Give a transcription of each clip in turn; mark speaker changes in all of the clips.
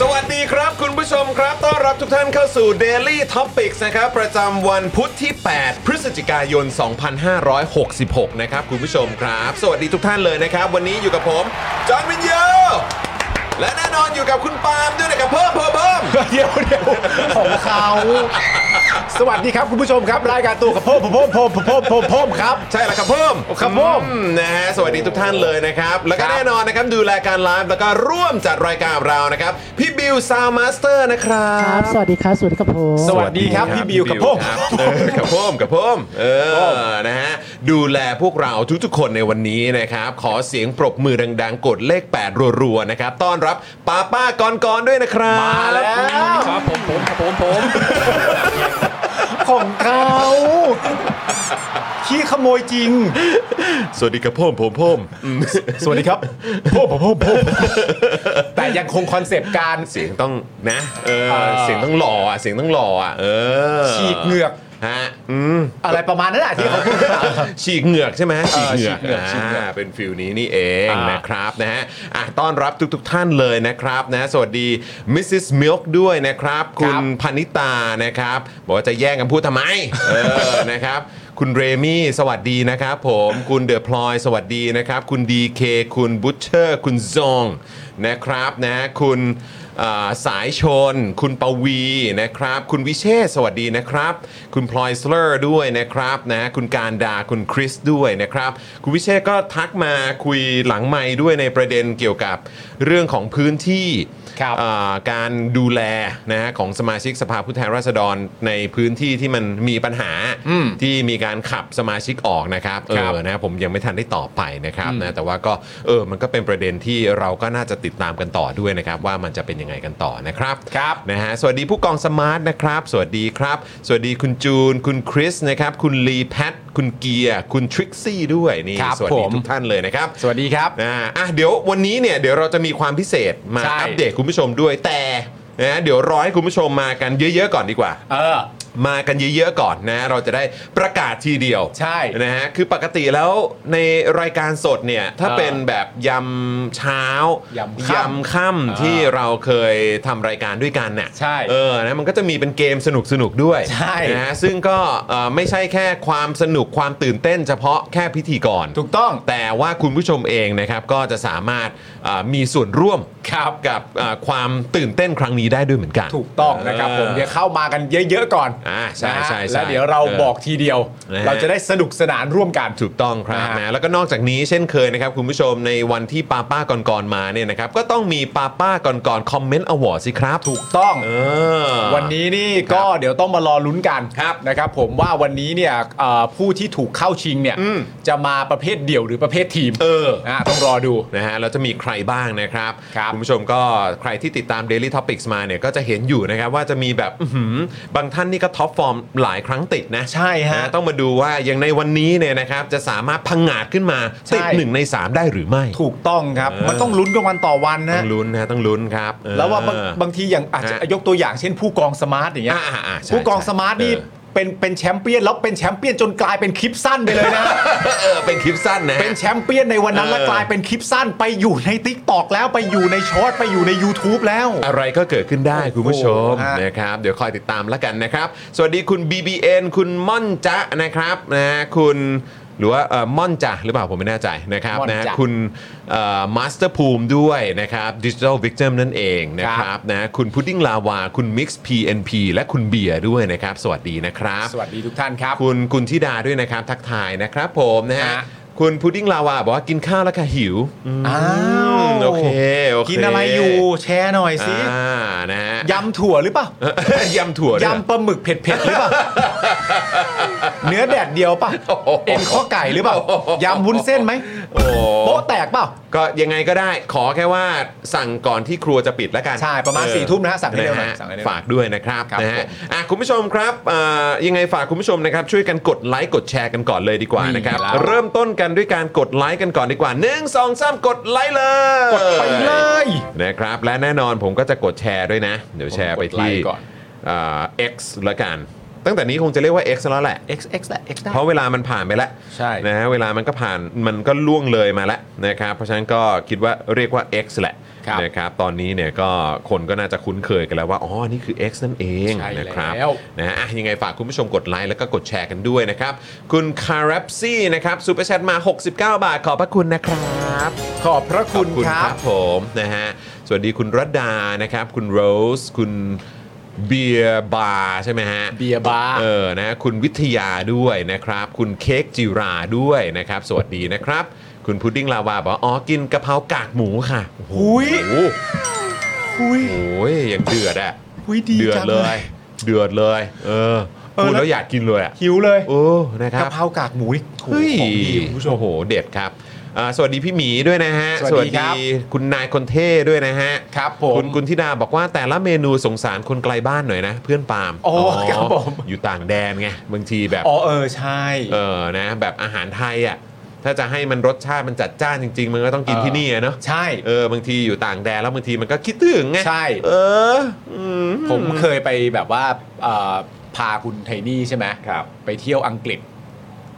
Speaker 1: สวัสดีครับคุณผู้ชมครับ ต้อนรับทุกท่านเข้าสู่ Daily Topics นะครับ ประจำวันพุทธที่ 8 พฤศจิกายน 2566 นะครับคุณผู้ชมครับ สวัสดีทุกท่านเลยนะครับ วันนี้อยู่กับผม จอห์นวินยูและแน่นอนอยู่กับคุณปาล์มด้วยนะครับ เพิ่มเพิ่มเพิ่ม
Speaker 2: เดี๋ยวเดี๋ยวของเขา สวัสดีครับคุณผู้ชมครับ รายการตัวกับพ่อผมพ่อผมพ่อผมพ่อมครับ
Speaker 1: ใช่แล้วครับเพิ่ม
Speaker 2: ครับผม
Speaker 1: อืนะฮะสวัสดีทุกท่านเลยนะครับ แล้วก็แน่นอนนะครับดูแลการไลฟ์แล้วก็ร่วมจัดรายการกับเรานะครับพี่บิวซาวมาสเตอร์นะครับ
Speaker 3: ครับสวัสดีครับ สวัสดีครับผม
Speaker 2: สวัสดีครับพี่บิวกับพ่อ
Speaker 1: ครับเออกับพ่มกับพ่มเออนะฮะดูแลพวกเราทุกๆคนในวันนี้นะครับ ขอเสียงปรบมือดังๆ กดเลข 8 รัวๆนะครับต้อนรับป้าป้ากอนกอนๆด้วยนะครับ
Speaker 2: มาแล้ว
Speaker 4: ครับผมผมผม ผม
Speaker 2: ของเขาขี้ขโมยจริง
Speaker 1: สวัสดีกับพ่มผมพ่ม
Speaker 2: สวัสดีครับพ่อผมพ่อผม
Speaker 4: แต่ยังคงคอนเซปต์การ
Speaker 1: เสียงต้องนะเออ
Speaker 4: เออ
Speaker 1: เสียงต้องหล่ออ่ะเสียงต้องหล่ออ่ะเออ
Speaker 4: ฉีกเหงือก
Speaker 1: ฮะอืม
Speaker 4: อะไรประมาณนั้นอ่ะที่เขาพูดกันอะ
Speaker 1: ฉีกเหงือกใช่ไหม
Speaker 4: เอ
Speaker 1: ฉีก
Speaker 4: อ
Speaker 1: เหงือก
Speaker 4: ฉีกเหงือกฉีกเหงือก
Speaker 1: อ่าเป็นฟิลนี้นี่เอง
Speaker 4: อ่าน
Speaker 1: นะครับนะฮะอ่ะต้อนรับทุกๆทท่านเลยนะครับนะสวัสดีมิสซิสมิลค์ด้วยนะครับ คุณพนิตานะครับ บอกว่าจะแย่งกันพูดทำไมเออ นะครับ คุณเรมี่สวัสดีนะครับผมคุณเดอะพลอยสวัสดีนะครับ คุณดีเคคุณบุชเชอร์คุณซองนะครับนะคุณอ่าสายชน คุณปวีนะครับ คุณวิเชษฐ์สวัสดีนะครับ คุณพลอยสเลอร์ด้วยนะครับนะคุณการดาคุณคริสด้วยนะครับ คุณวิเชษฐ์ก็ทักมาคุยหลังไม้ด้วยในประเด็นเกี่ยวกับเรื่องของพื้นที่
Speaker 4: ครับ
Speaker 1: อ่าการดูแลนะฮะของสมาชิกสภาผู้แทนราษฎรในพื้นที่ที่มันมีปัญหาที่มีการขับสมาชิกออกนะครับเอ
Speaker 4: ครับ
Speaker 1: อ นะผมยังไม่ทันได้ตอบไปนะครับนะแต่ว่าก็เออมันก็เป็นประเด็นที่เราก็น่าจะติดตามกันต่อด้วยนะครับ ว่ามันจะเป็นยังไงกันต่อนะครับ
Speaker 4: ครับ
Speaker 1: นะฮะสวัสดีผู้กองสมาร์ทนะครับ สวัสดีครับ สวัสดีคุณจูน คุณคริสนะครับคุณลีแพทคุณเกียร์คุณทริกซี่ด้วยนี่
Speaker 4: ครับ
Speaker 1: สวัสดี
Speaker 4: ผม
Speaker 1: ทุกท่านเลยนะครับ
Speaker 4: สวัสดีครับ
Speaker 1: นะอ่ะเดี๋ยววันนี้เนี่ยเดี๋ยวเราจะมีความพิเศษมา
Speaker 4: ใช่
Speaker 1: อัปเดตคุณผู้ชมด้วยแต่นะเดี๋ยวรอให้คุณผู้ชมมากันเยอะ ๆ ก่อนดีกว่า
Speaker 4: เออ
Speaker 1: มากันเยอะๆก่อนนะ เราจะได้ประกาศทีเดียว
Speaker 4: ใช่
Speaker 1: นะฮะคือปกติแล้วในรายการสดเนี่ย ถ้า
Speaker 4: เออ
Speaker 1: เป็นแบบยำเช้าย
Speaker 4: ยำค่ำ
Speaker 1: ำค่ำที่เราเคยทำรายการด้วยกันน่ะ
Speaker 4: ใช่
Speaker 1: เออนะมันก็จะมีเป็นเกมสนุกสนุกๆด้วย
Speaker 4: ใช่
Speaker 1: นะฮะซึ่งก็เอ่อไม่ใช่แค่ความสนุกความตื่นเต้นเฉพาะแค่พิธีกร
Speaker 4: ถูกต้อง
Speaker 1: แต่ว่าคุณผู้ชมเองนะครับก็จะสามารถเอ่อมีส่วนร่วม
Speaker 4: ครับ
Speaker 1: กับเอ่อความตื่นเต้นครั้งนี้ได้ด้วยเหมือนกัน
Speaker 4: ถูกต้องนะครับผมเดี๋ยวเข้ามากันเยอะๆก่อน
Speaker 1: อ่าใช่
Speaker 4: นะฮะ
Speaker 1: ใช่ใช่
Speaker 4: แล้วเดี๋ยวเรา
Speaker 1: เออ
Speaker 4: บอกทีเดียว
Speaker 1: นะฮะ
Speaker 4: เราจะได้สนุกสนานร่วมกัน
Speaker 1: ถูกต้องครับ
Speaker 4: นะฮะ
Speaker 1: นะแล้วก็นอกจากนี้เช่นเคยนะครับคุณผู้ชมในวันที่ป้าป้าก่อนก่อนๆมาเนี่ยนะครับก็ต้องมีป้าป้าก่อนก่อนคอมเมนต์อวอร์ดสิครับ
Speaker 4: ถูกต้อง
Speaker 1: เออ
Speaker 4: วันนี้นี่ก็เดี๋ยวต้องมารอลุ้นกัน
Speaker 1: ครับ
Speaker 4: นะครับผมว่าวันนี้เนี่ยเอ่อผู้ที่ถูกเข้าชิงเนี่ย
Speaker 1: อืม
Speaker 4: จะมาประเภทเดี่ยวหรือประเภททีม
Speaker 1: เออ
Speaker 4: นะต้องรอดู
Speaker 1: นะฮะแล้วจะมีใครบ้างนะครับ
Speaker 4: ครับ
Speaker 1: ณผู้ชมก็ใครที่ติดตาม Daily Topics มาเนี่ยก็จะเห็นอยู่นะครับว่าจะมีแบบอื้อหือบางท่านนี่ก็ ท็อปฟอร์มหลายครั้งติดนะ
Speaker 4: ใช่
Speaker 1: น
Speaker 4: ฮะ
Speaker 1: ต้องมาดูว่าอย่างในวันนี้เนี่ยนะครับจะสามารถพังงาดขึ้นมา
Speaker 4: ใช่
Speaker 1: ติดหนึ่งใน 3 ได้หรือไม่
Speaker 4: ถูกต้องครับ
Speaker 1: เออ
Speaker 4: มันต้องลุ้นกันวันต่อวัน
Speaker 1: ต้
Speaker 4: นะ
Speaker 1: องลุ้นนะต้องลุ้นครับเออ
Speaker 4: แล้วว่าบางบางทีอย่างอาจจะ
Speaker 1: ฮะ
Speaker 4: ยกตัวอย่างเช่นผู้กองสมาร์ทอย่างเงี้ย
Speaker 1: อ่าอ่าอ่าใช่
Speaker 4: ผู้กอง
Speaker 1: ใช่
Speaker 4: สมาร์ทนี่
Speaker 1: เออ
Speaker 4: เป็นเป็นแชมเปี้ยนแล้วเป็นแชมเปี้ยนจนกลายเป็นคลิปสั้นไปเลยนะ
Speaker 1: เออเป็นคลิปสั้นนะฮะ
Speaker 4: เป็นแชมเปี้ยนในวันนั้น
Speaker 1: เออ
Speaker 4: แล้วกลายเป็นคลิปสั้นไปอยู่ใน t ิ k t o k แล้วไปอยู่ในช็อตไปอยู่ใน YouTube แล้ว
Speaker 1: อะไรก็เกิดขึ้นได้คุณผู้ชม
Speaker 4: โอ้โหฮะ
Speaker 1: นะครับ เดี๋ยวคอยติดตามแล้วกันนะครับ สวัสดีคุณ BBN คุณม่อนจ๊ะนะครับนะคุณหรือว่าเอ่อม่อนจ่ะหรือเปล่าผมไม่แน่ใจนะครับ
Speaker 4: ม่อนจ๊ะ
Speaker 1: นะคุณมาสเตอร์ภูมิด้วยนะครับดิจิทัลวิกเตมนั่นเองนะค
Speaker 4: ครั
Speaker 1: รับบ นะคุณพุดดิ้งลาวา คุณ Mix PNP และคุณเบียร์ด้วยนะครับ สวัสดีนะครับ
Speaker 4: สวัสดีทุกท่านครับ
Speaker 1: คุณกุณธิดาด้วยนะครับ ทักทายนะครับผมนะฮะ
Speaker 4: ฮะ
Speaker 1: คุณพุดดิ้งลาวาบอกว่ากินข้าวแล้วค่ะหิวม
Speaker 4: อ้าว
Speaker 1: โอเคโอเค
Speaker 4: กินอะไรอยู่แชร์หน่อยสิ
Speaker 1: อ่านะฮะ
Speaker 4: ยำถั่วหรือเปล่า
Speaker 1: เออยำถั่วด้วยเหรอย
Speaker 4: ำปลาหมึกเผ็ดๆหรือเปล่า เนื้อแดดเดียวป่ะเอ็นข้อไก่หรือเปล่ายำวุ้นเส้นไหม
Speaker 1: โอ้
Speaker 4: โป๊ะแตกเปล่า
Speaker 1: ก็ยังไงก็ได้ขอแค่ว่าสั่งก่อนที่ครัวจะปิดแล้วกัน
Speaker 4: ใช่ประมาณ
Speaker 1: เออ
Speaker 4: สี่ทุ่มนะฮะสั่งให้เร็วหน่อ
Speaker 1: ะ
Speaker 4: ย
Speaker 1: ฮะ
Speaker 4: สั่งให้เร็วหน่อย
Speaker 1: ฝากด้วยนะครับ
Speaker 4: ครับ
Speaker 1: นะฮะ
Speaker 4: ผม
Speaker 1: อ่ะคุณผู้ชมครับเอ่อยังไงฝากคุณผู้ชมนะครับช่วยกันกดไลค์กดแชร์กันก่อนเลยดีกว่านะครับ
Speaker 4: นี่แล้ว
Speaker 1: เริ่มต้นกันด้วยการกดไลค์กันก่อนดีกว่า1 2 3กดไลค์เลย
Speaker 4: กดไปเลย
Speaker 1: นะครับและแน่นอนผมก็จะกดแชร์ด้วยนะ เดี๋ยวแชร์ไป
Speaker 4: ผมกดไล
Speaker 1: ที่
Speaker 4: ค์ก่อน
Speaker 1: เอ่อ X ละกัน ตั้งแต่นี้คงจะเรียกว่า X แล้วแหละ
Speaker 4: x x และ x ได้
Speaker 1: เพราะเวลามันผ่านไปแล้ว
Speaker 4: ใช่
Speaker 1: นะฮะเวลามันก็ผ่านมันก็ล่วงเลยมาแล้วนะครับเพราะฉะนั้นก็คิดว่าเรียกว่า X แหละนะครับตอนนี้เนี่ยก็คนก็น่าจะคุ้นเคยกันแล้วว่าอ๋อนี่คือ X นั่นเองนะครับนะฮะอ่ะยังไงฝากคุณผู้ชมกดไลค์แล้วก็กดแชร์กันด้วยนะครับ คุณคารับซี่นะครับซูเปอร์แชทมา 69 บาทขอบพระคุณนะครับ
Speaker 4: ขอบพระคุณ
Speaker 1: ขอบคุณ
Speaker 4: ค
Speaker 1: ค
Speaker 4: รั
Speaker 1: รับ บผมนะฮะสวัสดีคุณรัตดานะครับ คุณโรส คุณเบียร์บาร์ใช่ไหมฮะ
Speaker 4: เบียร์บาร์
Speaker 1: เออนะคุณวิทยาด้วยนะครับ คุณเค้กจิราด้วยนะครับ สวัสดีนะครับ คุณพุดดิ้งลาวาบอกว่าอ๋อกินกะเพรากากหมูค่ะโอ้โห
Speaker 4: หุย หุย
Speaker 1: โอ้ยอย่างเดือดอะ
Speaker 4: หุยดี
Speaker 1: เดือด
Speaker 4: จัง
Speaker 1: เล
Speaker 4: เลย ย
Speaker 1: เดือดเลย เออ
Speaker 4: เออ
Speaker 1: พูด
Speaker 4: แล้ว
Speaker 1: แล้วอยากกินเลยอะ
Speaker 4: หิวเลย
Speaker 1: โอ้นะค
Speaker 4: กะ
Speaker 1: รับ
Speaker 4: เพรากากหมูนี่โอ้โห
Speaker 1: เฮ้ย
Speaker 4: ของดีคุณผู้ชม
Speaker 1: โอ้โห เด็ดครับอ่าสวัสดีพี่หมีด้วยนะฮะ
Speaker 4: สวัสดีครับ
Speaker 1: คุณนายคนเท่ด้วยนะฮะ
Speaker 4: ครับผม
Speaker 1: คุณกุณธิดาบอกว่าแต่ละเมนูสงสารคนไกลบ้านหน่อยนะ เพื่อนปาล์ม
Speaker 4: โอ้ครับผม
Speaker 1: อยู่ต่างแดนไง บางทีแบบ
Speaker 4: อ๋อเออใช่
Speaker 1: เออนะแบบอาหารไทยอ่ะถ้าจะให้มันรสชาติมันจัดจ้านจริง ๆ มันก็ต้องกิน
Speaker 4: เออ
Speaker 1: ที่นี่อะเนาะ
Speaker 4: ใช่
Speaker 1: เออบางทีอยู่ต่างแดนแล้วบางทีมันก็คิดถึงไง
Speaker 4: ใช่
Speaker 1: เอออืม
Speaker 4: ผมเคยไปแบบว่าเอ่อพาคุณไทนี่ใช่ไหม
Speaker 1: ครับ
Speaker 4: ไปเที่ยวอังกฤษ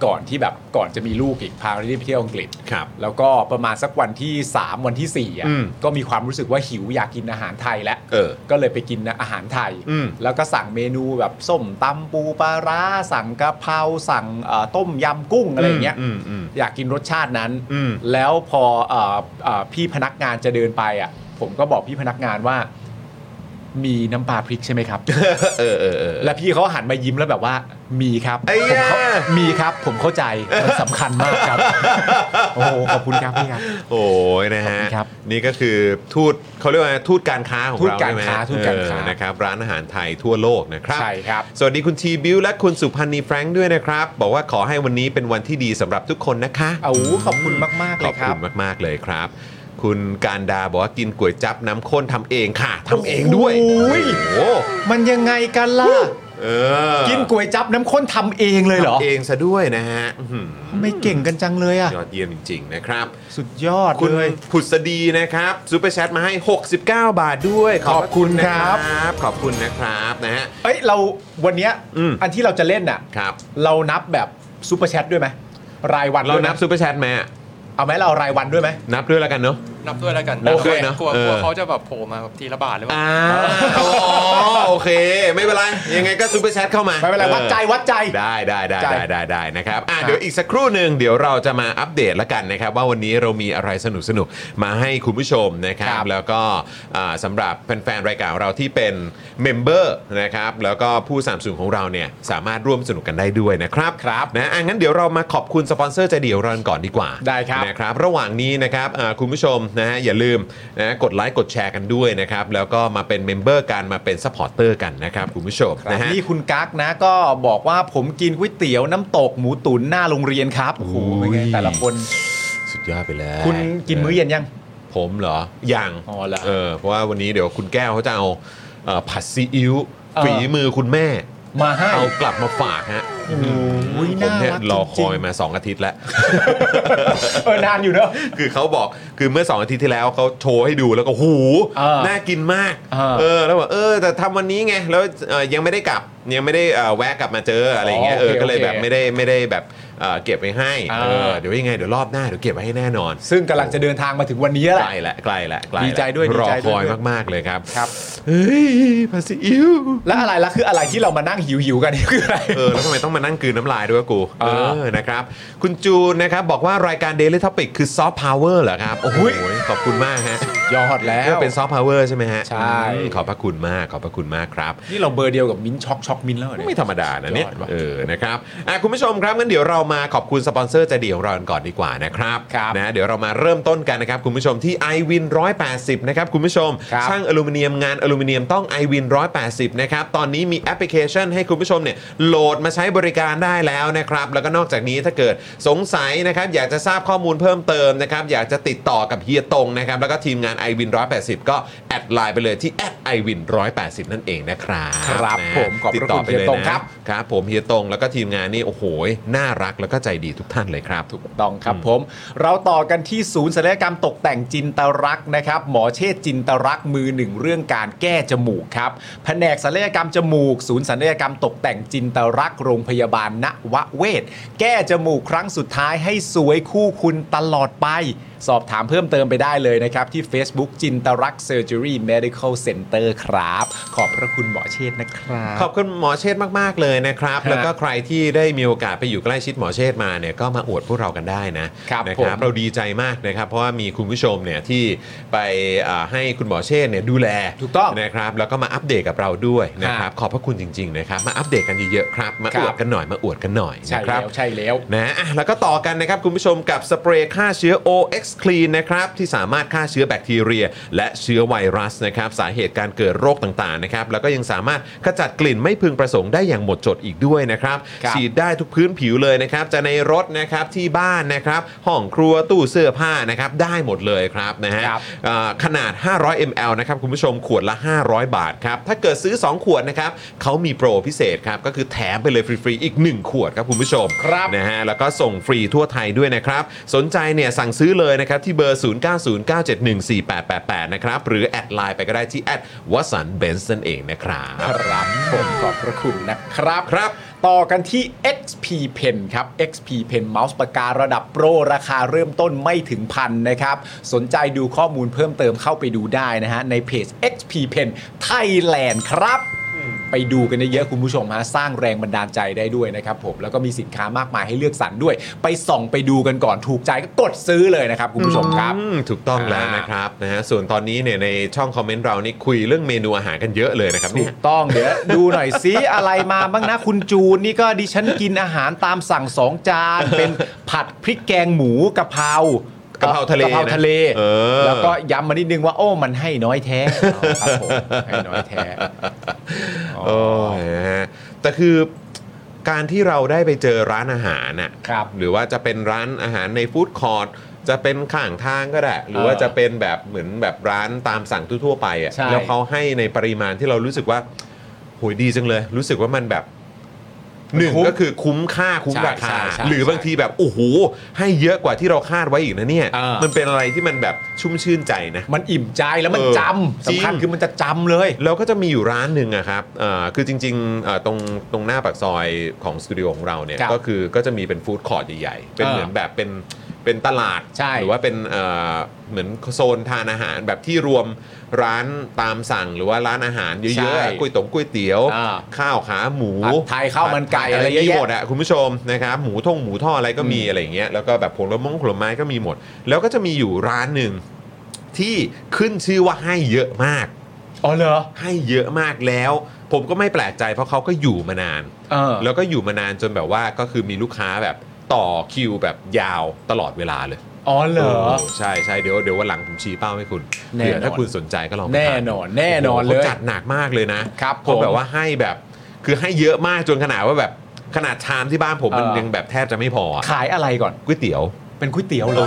Speaker 4: ก่อนที่แบบก่อนจะมีลูกอีกพาไทนี่ไปเที่ยวอังกฤษ
Speaker 1: ครับ
Speaker 4: แล้วก็ประมาณสักวันที่ 3 วันที่4อ่ะ
Speaker 1: อืม
Speaker 4: ก็มีความรู้สึกว่าหิวอยากกินอาหารไทยแล้ว
Speaker 1: เออ
Speaker 4: ก็เลยไปกินอาหารไทย
Speaker 1: อืม
Speaker 4: แล้วก็สั่งเมนูแบบส้มตำปูปลาร้าสั่งกะเพราสั่งเอ่อต้มยำกุ้งอะไรอย่างเงี้ย
Speaker 1: อืมอืมอืม
Speaker 4: อยากกินรสชาตินั้น
Speaker 1: อืม
Speaker 4: แล้วพอเอ่อเอ่อพี่พนักงานจะเดินไปอ่ะ ผมก็บอกพี่พนักงานว่า มีน้ำปลาพริกใช่ไหมครับ
Speaker 1: เออเออเออ
Speaker 4: แล้วพี่เขาหันมายิ้มแล้วแบบว่า มีครับ
Speaker 1: ไอ้
Speaker 4: ผมเข้า
Speaker 1: แย่
Speaker 4: มีครับ ผมเข้าใจ มันสำคัญมากครับ โอ้โหขอบคุณครับพี่ครับ
Speaker 1: โอ้ยนะฮะ
Speaker 4: ขอบคุณครับ
Speaker 1: นี่ก็คือทูตเขาเรียกว่าไงทูตการค้าของ
Speaker 4: ทูต
Speaker 1: เรา
Speaker 4: การ
Speaker 1: ใช่ไหม
Speaker 4: ค้าทูตการค้า
Speaker 1: เออนะครับร้านอาหารไทยทั่วโลกนะครับ
Speaker 4: ใช่ครับ
Speaker 1: สวัสดีคุณทีบิวและคุณสุพันธ์นีแฟรงค์ด้วยนะครับ บอกว่าขอให้วันนี้เป็นวันที่ดีสำหรับทุกคนนะคะ
Speaker 4: เอาขอบคุณมาก
Speaker 1: ข
Speaker 4: ๆเล
Speaker 1: อย บ
Speaker 4: ครั
Speaker 1: คุ
Speaker 4: บ
Speaker 1: ณมากๆเลยครับ คุณการดาบอกว่ากินก๋วยจั๊บน้ำข้นทำเองค่ะทำเองด้วย
Speaker 4: โอ้ย
Speaker 1: โอ้โห
Speaker 4: มันยังไงกันล่ะ
Speaker 1: เออ
Speaker 4: กินก๋วยจั๊บน้ำข้นทำเองเลยเหรอ
Speaker 1: ทำเองซะด้วยนะฮะอื้อหือ
Speaker 4: ทำไม่เก่งกันจังเลยอ่ะ
Speaker 1: ยอดเยี่ยมจริง ๆ นะครับ
Speaker 4: สุดยอด
Speaker 1: คุณ
Speaker 4: เลย
Speaker 1: ผุดสดีนะครับซูเปอร์แชทมาให้ 69 บาทด้วย
Speaker 4: ขอบคุณครับ
Speaker 1: นะขอบคุณนะครับนะฮะ
Speaker 4: เอ้ยเราวันเนี้ย
Speaker 1: อืม
Speaker 4: อันที่เราจะเล่นอ่ะ
Speaker 1: ครับ
Speaker 4: เรานับแบบซูเปอร์แชทด้วยไหมรายวัน
Speaker 1: เรา
Speaker 4: ด้วยไหม
Speaker 1: นับซูเปอร์แชทไหมอะ
Speaker 4: เอาไหมเราเอารายวันด้วยไหม
Speaker 1: นับด้วยแล้วกันเนาะ
Speaker 3: นับด้วยแล้วกัน
Speaker 1: นับด้วยนะ
Speaker 3: กลัว
Speaker 1: เออ
Speaker 3: กลัวเขาจะแบบโผล่มาแบบทีละบาทหรือเปล่า
Speaker 1: อ่าอ๋อโอเค ไม่เป็นไร ยังไงก็ซูเปอร์แชทเข้ามา
Speaker 4: ไม่เป็นไร
Speaker 1: ออ
Speaker 4: วัดใจวัดใจ
Speaker 1: ได้ได้ได้
Speaker 4: ใจ
Speaker 1: ได้ได้ได้นะครับอ่ะเดี๋ยวอีกสักครู่หนึ่งเดี๋ยวเราจะมาอัปเดตแล้วกันนะครับ ว่าวันนี้เรามีอะไรสนุกสนุกๆมาให้คุณผู้ชมนะครับ
Speaker 4: ครับ
Speaker 1: แล้วก็อ่าสำหรับแฟนๆรายการของเราที่เป็นเมมเบอร์นะครับแล้วก็ผู้สามสูงของเราเนี่ยสามารถร่วมสนุกกันได้ด้วยนะครับครับนะอ่ะงั้นเดี๋ยวเรามาขอบคุณสปอนเซอร์ใจเดียวเรากันก่อนดีกว่า
Speaker 4: ได้ครับ
Speaker 1: นะครับระหว่างนี้นะครับอ่าคุณผู้ชมนะฮะอย่าลืมนะกดไลค์กดแชร์กันด้วยนะครับแล้วก็มาเป็นเมมเบอร์กันมาเป็นซัพพอร์เตอร์กันนะครับคุณผู้ชมนะฮะ
Speaker 4: นี่คุณกั๊กนะก็บอกว่าผมกินก๋วยเตี๋ยวน้ำตกหมูตุ๋นหน้าโรงเรียนครับ โอ้โหเป็นไงแต่ละคน
Speaker 1: สุดยอดไปแล้ว
Speaker 4: คุณกินมื้อเย็นยัง
Speaker 1: ผมเหรอยัง
Speaker 4: อ๋อเหรอ
Speaker 1: เออเพราะว่าวันนี้เดี๋ยวคุณแก้วเขาจะเอาเอ่อผัดซีอิ๊วฝีมือคุณแม่
Speaker 4: มาให้
Speaker 1: เอากลับมาฝากฮะ
Speaker 4: ย
Speaker 1: ผมเนี่ย
Speaker 4: น่ารัก
Speaker 1: รอค
Speaker 4: จริงๆ
Speaker 1: อยมา 2 อาทิตย์แล้ว
Speaker 4: เออนานอยู่เนอะ
Speaker 1: คือเขาบอกคือเมื่อ 2 อาทิตย์ที่แล้วเขาโชว์ให้ดูแล้วก็หู
Speaker 4: เออ
Speaker 1: น่ากินมาก
Speaker 4: เออ
Speaker 1: แล้วบอกเออแต่ทำวันนี้ไงแล้วเอ่อยังไม่ได้กลับยังไม่ได้เอ่อแวะกลับมาเจออะไรอย่างเงี้ย
Speaker 4: อ๋อ
Speaker 1: เอ
Speaker 4: โอ
Speaker 1: อ
Speaker 4: เค
Speaker 1: ก็เลย
Speaker 4: โอเค
Speaker 1: แบบไม่ได้ไม่ได้แบบเอ่อเก็บไว้ให้
Speaker 4: อ่า
Speaker 1: เออเดี๋ยวยังไงเดี๋ยวรอบหน้าเดี๋ยวเก็บไว้ให้แน่นอน
Speaker 4: ซึ่งกำลังจะเดินทางมาถึงวันนี้แห
Speaker 1: ใก
Speaker 4: ละ
Speaker 1: ล้ละใกล้ละใกล้ละ
Speaker 4: ดีใจด้วย
Speaker 1: รอ
Speaker 4: ดีใจ
Speaker 1: ค
Speaker 4: ด้วย
Speaker 1: อยมาก ๆ เลยครับ
Speaker 4: ครับ
Speaker 1: เฮ้ยภาษีอิว
Speaker 4: และอะไรละคืออะไรที่เรามานั่งหิวหิวๆกันนี่คืออะไร
Speaker 1: เอ อ แล้วทำไมต้องมานั่งกลืนน้ำลายด้วยวะกู
Speaker 4: เอ
Speaker 1: เอ
Speaker 4: อ
Speaker 1: อ นะครับ คุณจูนนะครับ บอกว่ารายการ Daily Topic คือซอฟต์พาวเวอร์เหรอครับ โอ้โหขอบคุณมากฮะ
Speaker 4: ยอดแล้ว
Speaker 1: ก็เป็นซอฟต์พาวเวอร์ใช่ไหมฮะ
Speaker 4: ใช่
Speaker 1: อืมขอบพระคุณมากขอบพระคุณมากครับ
Speaker 4: นี่เราเบอร์เดียวกับมิ้นท์ช็อกช็อกมิ้นท์แล้วเหรอ
Speaker 1: ไม่
Speaker 4: เนี่ย
Speaker 1: ธรรมดานะเนี่ย
Speaker 4: ยอดว่ะ
Speaker 1: เออนะครับอ่ะคุณผู้ชมครับงั้นเดี๋ยวเรามาขอบคุณสปอนเซอร์ใจดีของเรากันก่อนดีกว่านะครับ
Speaker 4: ครับ
Speaker 1: นะเดี๋ยวเรามาเริ่มต้นกันนะครับคุณผู้ชมที่ i w วิน180 นะครับคุณผู้ชม
Speaker 4: ครับ
Speaker 1: ช่างอลูมิเนียมงานอลูมิเนียมต้อง i w วิน180 นะครับ ตอนนี้มีแอปพลิเคชันให้คุณผู้ชมเนี่ยโหลดมาใช้บริการได้แล้วนะครับ แล้วก็นอกจากนี้ถ้าเกิดสงสัยนะครับอยากจะทราบข้อมูลเพิ่มเติมนะครับอยากจะติดต่อกับเฮียตงนะครับแล้วก็ทีมงาน i w วิน180 ก็แอดไลน์ไปเลยที่แอด i w วิน180 นั่นเองนะครับ
Speaker 4: ครับ
Speaker 1: นะ
Speaker 4: ผมขอบพระ
Speaker 1: ติดต่อ
Speaker 4: คุณ
Speaker 1: ไป
Speaker 4: เฮีย
Speaker 1: เลย
Speaker 4: ตง
Speaker 1: นะครับ ครับผมเฮียตงแล้วก็ทีมงานนี่โอ้โหน่ารักแล้วก็ใจดีทุกท่านเลยครับ
Speaker 4: ถูกต้องครับผมเราต่อกันที่ศูนย์ศัลยกรรมตกแต่งจินตรักษ์นะครับ หมอเชษจินตรักษ์มือหนึ่งเรื่องการแก้จมูกครับแผนกศัลยกรรมจมูก ศูนย์ศัลยกรรมตกแต่งจินตรักษ์โรงพยาบาลณวเวศแก้จมูกครั้งสุดท้ายให้สวยคู่คุณตลอดไป สอบถามเพิ่มเติมไปได้เลยนะครับ ที่ Facebook จินตรักษ์เซอร์เจอรี่เมดิคอลเซ็นเตอร์ครับ ขอบพระคุณหมอเชษนะครับ
Speaker 1: ขอบคุณหมอเชษฐ์มาก ๆ เลยนะครับ
Speaker 4: ฮะ
Speaker 1: แล้วก็ใครที่ได้มีโอกาสไปอยู่ใกล้ชิดหมอเชษฐ์มาเนี่ยก็มาอวดพวกเรากันได้นะครับ นะ
Speaker 4: ผม
Speaker 1: เราดีใจมากนะครับ เพราะว่ามีคุณผู้ชมเนี่ยที่ไปอ่าให้คุณหมอเชษฐ์เนี่ยดูแล
Speaker 4: ถูกต้อง
Speaker 1: นะครับ แล้วก็มาอัปเดตกับเราด้วยนะครับ ขอบพระคุณจริง ๆ นะครับ มาอัปเดตกันเยอะๆครับมา
Speaker 4: ครั
Speaker 1: อบ วดกันหน่อยมาอวดกันหน่อย
Speaker 4: ใช่
Speaker 1: นะครั
Speaker 4: แล้
Speaker 1: บ
Speaker 4: วใช่แล้ว
Speaker 1: นะอ่ะแล้วก็ต่อกันนะครับ คุณผู้ชมกับสเปรย์ฆ่าเชื้อ OX Clean นะครับ ที่สามารถฆ่าเชื้อแบคทีเรีย และเชื้อไวรัสนะครับ สาเหตุการเกิดโรคต่างๆนะครับ แล้วก็ยังสามารถขจัดกลิ่นไม่พึงประสงค์ได้อย่างหมดจดอีกด้วยนะครับ
Speaker 4: ครับ
Speaker 1: ฉีดได้ทุกพื้นผิวเลยนะครับ จะในรถนะครับที่บ้านนะครับ ห้องครัวตู้เสื้อผ้านะครับ ได้หมดเลยครับนะฮะ
Speaker 4: ครับ
Speaker 1: อ่าขนาด 500 ml นะครับ คุณผู้ชมขวดละ 500 บาทครับ ถ้าเกิดซื้อ 2 ขวดนะครับเขามีโปรพิเศษครับก็คือแถมไปเลยฟรีๆอีกหนึ่งขวดครับคุณผู้ชม
Speaker 4: ครับ
Speaker 1: นะฮะแล้วก็ส่งฟรีทั่วไทยด้วยนะครับ สนใจเนี่ยสั่งซื้อเลยนะครับ ที่เบอร์ 0909714888 นะครับ หรือแอดไลน์ไปก็ได้ที่แอดวัสันเบนซ์นั่นเองนะครับ
Speaker 4: ครับผมขอบพระคุณนะครับ
Speaker 1: ครับ
Speaker 4: ต่อกันที่ XP Pen ครับ XP Pen เมาส์ปากการะดับโปร ราคาเริ่มต้นไม่ถึงพันนะครับ สนใจดูข้อมูลเพิ่มเติมเข้าไปดูได้นะฮะ ในเพจ XP Pen Thailand ครับ ไปดูกันเยอะๆคุณผู้ชมฮะสร้างแรงบันดาลใจได้ด้วยนะครับผมแล้วก็มีสินค้ามากมายให้เลือกสรรด้วย ไปส่องไปดูกันก่อนถูกใจก็กดซื้อเลยนะครับคุณผู้ชมครับ
Speaker 1: อืมถูกต้องแล้วนะครับนะฮะส่วนตอนนี้เนี่ยในช่องคอมเมนต์เรานี่คุยเรื่องเมนูอาหารกันเยอะเลยนะครับ
Speaker 4: ถู
Speaker 1: เนี่ย
Speaker 4: กต้องเดี๋ยวดูหน่อยซิ อะไรมาบ้างนะ คุณจูนนี่ก็ดิฉันกินอาหารตามสั่งสองจาน เป็นผัดพริกแกงหมูกะเพราก
Speaker 1: กะเพราทะเล
Speaker 4: กะเพราทะเล
Speaker 1: นะเออ
Speaker 4: แล้วก็ย้ำมานิดนึงว่า โอ้มันให้น้อยแท้อ๋อครับผมให้น้อยแท้
Speaker 1: โอ้ยนะฮะแต่คือการที่เราได้ไปเจอร้านอาหารน่ะ
Speaker 4: ครับ
Speaker 1: หรือว่าจะเป็นร้านอาหารในฟู้ดคอร์ทจะเป็นข้างทางก็ได้ หรือว่า
Speaker 4: เออ
Speaker 1: จะเป็นแบบเหมือนแบบร้านตามสั่งทั่วๆไปอ่ะ
Speaker 4: ใช่
Speaker 1: แล้วเขาให้ในปริมาณที่เรารู้สึกว่าโหยดีจังเลย รู้สึกว่ามันแบบหนึ่งก็คือคุ้มค่าคุ้ม
Speaker 4: ใช่
Speaker 1: ราคา
Speaker 4: ใช่ใช่
Speaker 1: หรือบางทีแบบโอ้โหให้เยอะกว่าที่เราคาดไว้อีกนะเนี่ย
Speaker 4: เออ
Speaker 1: มันเป็นอะไรที่มันแบบชุ่มชื่นใจนะ
Speaker 4: มันอิ่มใจแล้วมัน
Speaker 1: เออ
Speaker 4: จำ
Speaker 1: จริง
Speaker 4: สำคัญคือมันจะจำเลย
Speaker 1: แล้วก็จะมีอยู่ร้านหนึ่งอะครับเอ่อคือจริงๆเอ่อตรงตรงหน้าปากซอยของสตูดิโอของเราเนี่ย
Speaker 4: ครับ
Speaker 1: ก็คือก็จะมีเป็นฟู้ดคอร์ทใหญ่ๆ เป็น
Speaker 4: เออ
Speaker 1: เหมือนแบบเป็นเป็นตลาด
Speaker 4: ใช่
Speaker 1: หรือว่าเป็นเอ่อเหมือนโซนทานอาหารแบบที่รวมร้านตามสั่งหรือว่าร้านอาหารเย
Speaker 4: ใช่
Speaker 1: อะๆก๋วยตงก๋วยเตี๋ยว
Speaker 4: อ่า
Speaker 1: ข้าวขาหมู
Speaker 4: ผัดไทยข้าวมันไก่
Speaker 1: ผัดทย
Speaker 4: อะไรเยอะ
Speaker 1: มี
Speaker 4: แยะ
Speaker 1: หมดอะคุณผู้ชมนะครับหมูท่งหมูท่อดอะไรก็มีอะไรอย่างเงี้ยแล้วก็แบบผลมงผลไม้ก็มีหมด แล้วก็จะมีอยู่ร้านหนึ่งที่ขึ้นชื่อว่าให้เยอะมาก
Speaker 4: อ๋อเหรอ
Speaker 1: ให้เยอะมากแล้ว ผมก็ไม่แปลกใจเพราะเขาก็อยู่มานาน
Speaker 4: เออ
Speaker 1: แล้วก็อยู่มานานจนแบบว่าก็คือมีลูกค้าแบบต่อคิวแบบยาวตลอดเวลาเลย
Speaker 4: อ๋อเหรอ
Speaker 1: ใช่ใช่เดี๋ยวเดี๋ยววันหลังผมชี้เป้าให้คุณ
Speaker 4: แน่นอน
Speaker 1: เผื่อถ้าคุณสนใจก็ลองไปทา
Speaker 4: แน่นอนแน่นอน
Speaker 1: โโหขา
Speaker 4: เลย
Speaker 1: จัดหนักมากเลยนะครับ เขา
Speaker 4: ผม
Speaker 1: แบบว่าให้แบบคือให้เยอะมากจนขนาดว่าแบบขนาดชามที่บ้านผมมัน
Speaker 4: เออ
Speaker 1: ยังแบบแทบจะไม่พออะ
Speaker 4: ขายอะไรก่อน
Speaker 1: ก๋วยเตี๋ยว
Speaker 4: เป็นก๋วยเตี๋ยวเหรอ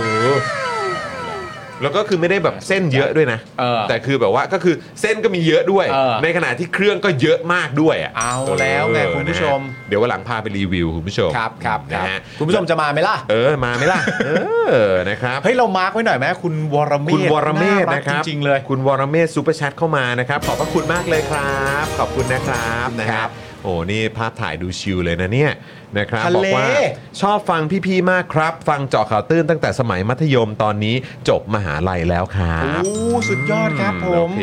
Speaker 1: แล้วก็คือไม่ได้แบบเส้นเยอะด้วยนะ
Speaker 4: เออ
Speaker 1: แต่คือแบบว่าก็คือเส้นก็มีเยอะด้วย
Speaker 4: เออ
Speaker 1: ในขณะที่เครื่องก็เยอะมากด้วยะ
Speaker 4: เอาแล้วไง
Speaker 1: เออ
Speaker 4: คุณผู้ชม
Speaker 1: นะฮะเดี๋ยววันหลังพาไปรีวิวคุณผู้ชม
Speaker 4: ครับครับค
Speaker 1: นะ
Speaker 4: รับ
Speaker 1: ฮะ
Speaker 4: คุณผู้ชมจะมาไหมล่ะ
Speaker 1: เออมาไหมล่ะ เออนะครับ
Speaker 4: เฮ้ย เรามาร์กไว้หน่อยไหมคุณวรเมธ
Speaker 1: คุณวรเมธ
Speaker 4: า
Speaker 1: นะครั
Speaker 4: ก
Speaker 1: บ
Speaker 4: จริงๆเลย
Speaker 1: คุณวรเมธซูเปอร์แชทเข้ามานะครับ ขอบพระคุณมากเลยครับ ขอบคุณนะครับนะค
Speaker 4: ครั
Speaker 1: รับบ โอ้นี่ภาพถ่ายดูชิลเลยนะเนี่ยนะครับ
Speaker 4: ทะ
Speaker 1: บ
Speaker 4: เล
Speaker 1: อกว่าชอบฟังพี่ๆมากครับ ฟังเจาะข่าวตื้นตั้งแต่สมัยมัธยมตอนนี้จบมหาลัยแล้วครับ
Speaker 4: โอ้สุดยอดครับผ
Speaker 1: โอ
Speaker 4: ม
Speaker 1: เค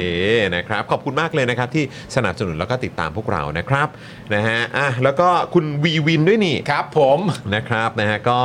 Speaker 1: นะครับ ขอบคุณมากเลยนะครับ ที่สนับสนุนแล้วก็ติดตามพวกเรานะครับนะฮะอ่ะแล้วก็คุณวีวินด้วยนี่
Speaker 4: ครับผม
Speaker 1: นะครับนะฮะก็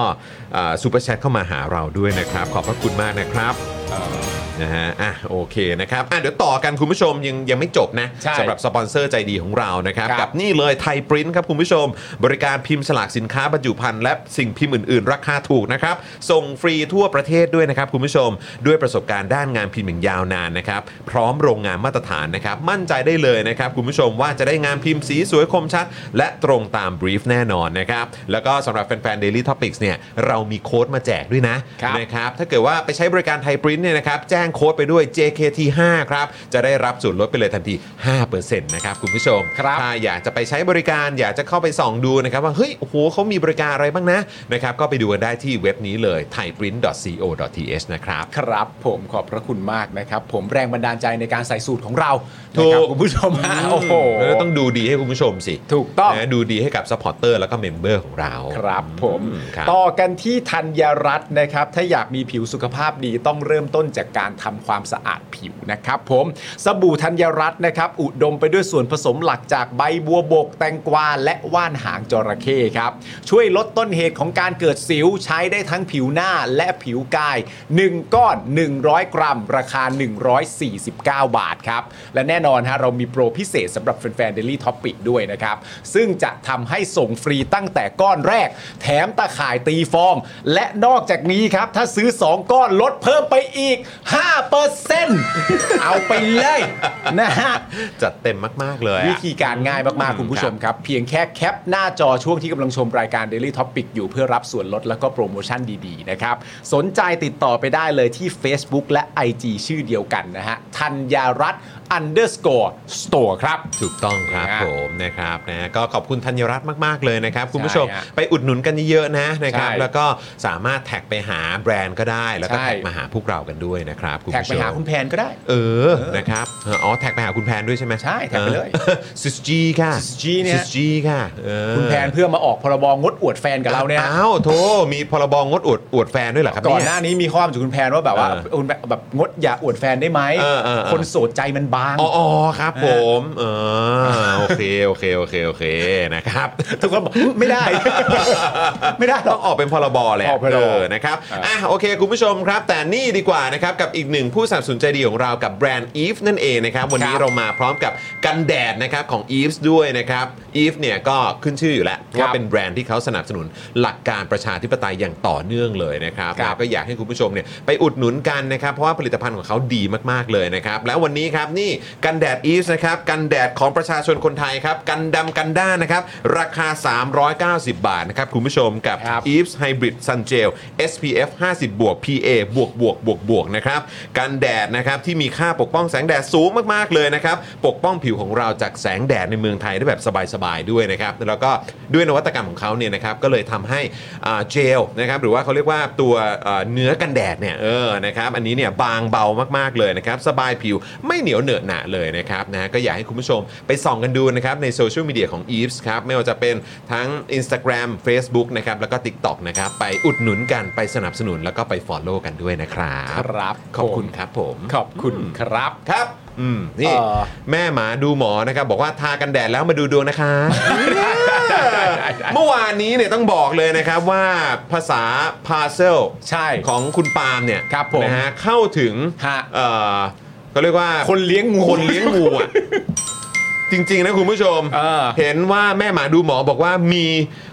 Speaker 1: ซูเปอร์แชทเข้ามาหาเราด้วยนะครับ ขอบพระคุณมากนะครับเอ่อนะฮะอ่ะโอเคนะครับอ่ะเดี๋ยวต่อกันคุณผู้ชมยังยังไม่จบนะ
Speaker 4: ใช่
Speaker 1: สำหรับสปอนเซอร์ใจดีของเรานะครับ
Speaker 4: ครับ
Speaker 1: กับนี่เลยไทยปริ้นครับคุณผู้ชม บริการพิมพ์สลากสินค้าบรรจุภัณฑ์และสิ่งพิมพ์อื่น ๆ ราคาถูกนะครับ ส่งฟรีทั่วประเทศด้วยนะครับคุณผู้ชม ด้วยประสบการณ์ด้านงานพิมพ์อย่างยาวนานนะครับ พร้อมโรงงานมาตรฐานนะครับ มั่นใจได้เลยนะครับ คุณผู้ชมว่าจะได้งานพิมพ์สีสวยคมชัด และตรงตามบรีฟแน่นอนนะครับ แล้วก็สำหรับแฟน ๆ Daily Topics เนี่ยเรามีโค้ดมาแจกด้วยนะครับ นะครับ ถ้าเกิดว่าไปใช้บริการไทยปริ้นเนี่ยนะครับ แจ้งโค้ดไปด้วย JKT5 ครับ จะได้รับส่วนลดไปเลยทันที 5%นะครับคุณผู้ชม
Speaker 4: ครับ
Speaker 1: ถ้าอยากจะไปใช้บริการอยากจะเข้าไปส่องดูนะครับว่าเฮ้ยโอ้โหเขามีบริการอะไรบ้างนะนะครับก็ไปดูกันได้ที่เว็บนี้เลย thaiprint.co.th นะครับ
Speaker 4: ครับผมขอบพระคุณมากนะครับ ผมแรงบันดาลใจในการใส่สูตรของเรา
Speaker 1: ถูก
Speaker 4: นะครับคุณผู้ชมฮะโอ้โห
Speaker 1: แล้วต้องดูดีให้คุณผู้ชมสิ
Speaker 4: ถูกต้อง
Speaker 1: นะดูดีให้กับซัพพอร์เตอร์แล้วก็เมมเบอร์ของเรา
Speaker 4: ครับผม
Speaker 1: อืครับ
Speaker 4: ต่อกันที่ธัญรัตน์นะครับ ถ้าอยากมีผิวสุขภาพดีต้องเริ่มต้นจากการทำความสะอาดผิวนะครับผมสบู่ธัญรัตน์นะครับ อุดมไปด้วยส่วนผสมหลักจากใบบัวบก แตงกวา และว่านหางจระเข้ครับ ช่วยลดต้นเหตุของการเกิดสิวใช้ได้ทั้งผิวหน้าและผิวกาย 1 ก้อน 100 กรัม ราคา 149 บาทครับ และแน่นอนฮะเรามีโปรพิเศษสำหรับแฟนๆ Daily Topic ด้วยนะครับ ซึ่งจะทำให้ส่งฟรีตั้งแต่ก้อนแรก แถมตะข่ายตีฟอง และนอกจากนี้ครับ ถ้าซื้อ 2 ก้อนลดเพิ่มไปอีก 5%เอาไปเลยนะฮะ
Speaker 1: จัดเต็มมาก ๆ เลยอะ
Speaker 4: วิธีการง่ายมากๆ คุณผู้ชมครับ เพียงแค่แคปหน้าจอช่วงที่กำลังชมรายการ Daily Topic อยู่เพื่อรับส่วนลดแล้วก็โปรโมชั่นดีๆ นะครับ สนใจติดต่อไปได้เลยที่ Facebook และ IG ชื่อเดียวกันนะฮะธัญญารัตน์ underscore store ครับ
Speaker 1: ถูกต้องครับ
Speaker 4: นะฮะ
Speaker 1: ผมนะครับนะก็ขอบคุณธัญรัตน์มาก ๆ เลยนะครับ คุณผู้ชม
Speaker 4: ใช่ฮะ
Speaker 1: ไปอุดหนุนกันเยอะๆนะนะครับ
Speaker 4: ใช่
Speaker 1: แล้วก็สามารถแท็กไปหาแบรนด์ก็ได้ แล้วก็
Speaker 4: ใช่
Speaker 1: แท็กมาหาพวกเรากันด้วยนะครับคุณ
Speaker 4: แท็ก
Speaker 1: ผู้ช
Speaker 4: ไป
Speaker 1: ม
Speaker 4: หาคุณแพนก็ได้
Speaker 1: เออนะครับเอออ๋อแท็กไปหาคุณแพนด้วยใช่ไหม
Speaker 4: ใช่แท็กไปเลย
Speaker 1: ซิสจีค่ะ
Speaker 4: SG เนี่ย
Speaker 1: ซิสจีค่ะเออ
Speaker 4: คุณแพนเพื่อมาออกพรบงดอวดแฟนกับเราเนี่ยนะ
Speaker 1: อ้าวโทมีพรบงดอวดอวดแฟนด้วยเหรอครับ
Speaker 4: ก่อน
Speaker 1: เย
Speaker 4: หน้านี้มีข้อความจากคุณแพนว่าแบบว่า
Speaker 1: เออ
Speaker 4: คุณแบบแบบงดอย่าอวดแฟนได้ไหม
Speaker 1: เออเออเออ
Speaker 4: คนโสดใจมันบาง
Speaker 1: อ๋ออ๋อครับผมเออโอเคโอเคโอเคโอเคนะครับ
Speaker 4: ทุกคนบอกไม่ได้ ไม่ได้หร
Speaker 1: ต้
Speaker 4: อ
Speaker 1: อก งออกเป็นพรบแหละ
Speaker 4: ออกพรบ
Speaker 1: เออนะครับอ่ะโอเค คุณผู้ชมครับ แต่นี่ดีกว่านะครับ กับอีกหนึ่งผู้สนับสนุนใจดีของเรากับแบรนด์ Eve นั่นเองนะครับ วันนี้
Speaker 4: ครับ
Speaker 1: เรามาพร้อมกับกันแดดนะครับของ Eve ด้วยนะครับ Eve เนี่ยก็ขึ้นชื่ออยู่แล้วว่าเป็นแบรนด์ที่เขาสนับสนุนหลักการประชาธิปไตยอย่างต่อเนื่องเลยนะครับ
Speaker 4: ครับ
Speaker 1: แล้วก็อยากให้คุณผู้ชมเนี่ยไปอุดหนุนกันนะครับ เพราะว่าผลิตภัณฑ์ของเขาดีมากๆเลยนะครับ แล้ววันนี้ครับนี่กันแดด Eve นะครับกันแดดของประชาชนคนไทยครับกันดำกันด้านนะครับราคา 390 บาทนะครับคุณผู้ชมกับ
Speaker 4: ครับ
Speaker 1: e v e s Hybrid Sun Gel SPF 50 บวก PA บวกบวกบวกบวกนะครับกันแดดนะครับที่มีค่าปกป้องแสงแดดสูงมาก ๆ เลยนะครับ ปกป้องผิวของเราจากแสงแดดในเมืองไทยได้แบบสบาย ๆ ด้วยนะครับ แล้วก็ด้วยนวัตกรรมของเขาเนี่ยนะครับ ก็เลยทำให้อ่าเจลนะครับ หรือว่าเขาเรียกว่าตัวเอ่อเนื้อกันแดดเนี่ยเออนะครับ อันนี้เนี่ยบางเบามาก ๆ เลยนะครับ สบายผิวไม่เหนียวเหนอะหนะเลยนะครับนะก็อยากให้คุณผู้ชมไปส่องกันดูนะครับในโซเชียลมีเดียของ e v e s ครับ ไม่ว่าจะเป็นทั้ง Instagram Facebook นะครับ แล้วก็ TikTok นะครับ ไปอุดหนุนกันไปสนับสนุนแล้วก็ไป Follow กันด้วยนะครับ
Speaker 4: ครับ
Speaker 1: ขอบคุณ
Speaker 4: ผม
Speaker 1: ครับผม
Speaker 4: ขอบคุณครับ
Speaker 1: ครับ อืม นี่
Speaker 4: เอ่อ
Speaker 1: แม่หมาดูหมอนะครับ บอกว่าทากันแดดแล้วมาดูดวงนะคะ เมื่อวานนี้เนี่ยต้องบอกเลยนะครับว่าภาษาพาเซล
Speaker 4: ใช่
Speaker 1: ของคุณปาล์มเนี่ย
Speaker 4: ครับผม
Speaker 1: นะฮะเข้าถึง
Speaker 4: ฮะ
Speaker 1: เอ่อก็เรียกว่า
Speaker 4: คนเลี้ยงงู
Speaker 1: คนเลี้ยงงูอ่ะ จริง ๆ นะคุณผู้ชม
Speaker 4: เออ
Speaker 1: เห็นว่าแม่หมาดูหมอบอกว่ามี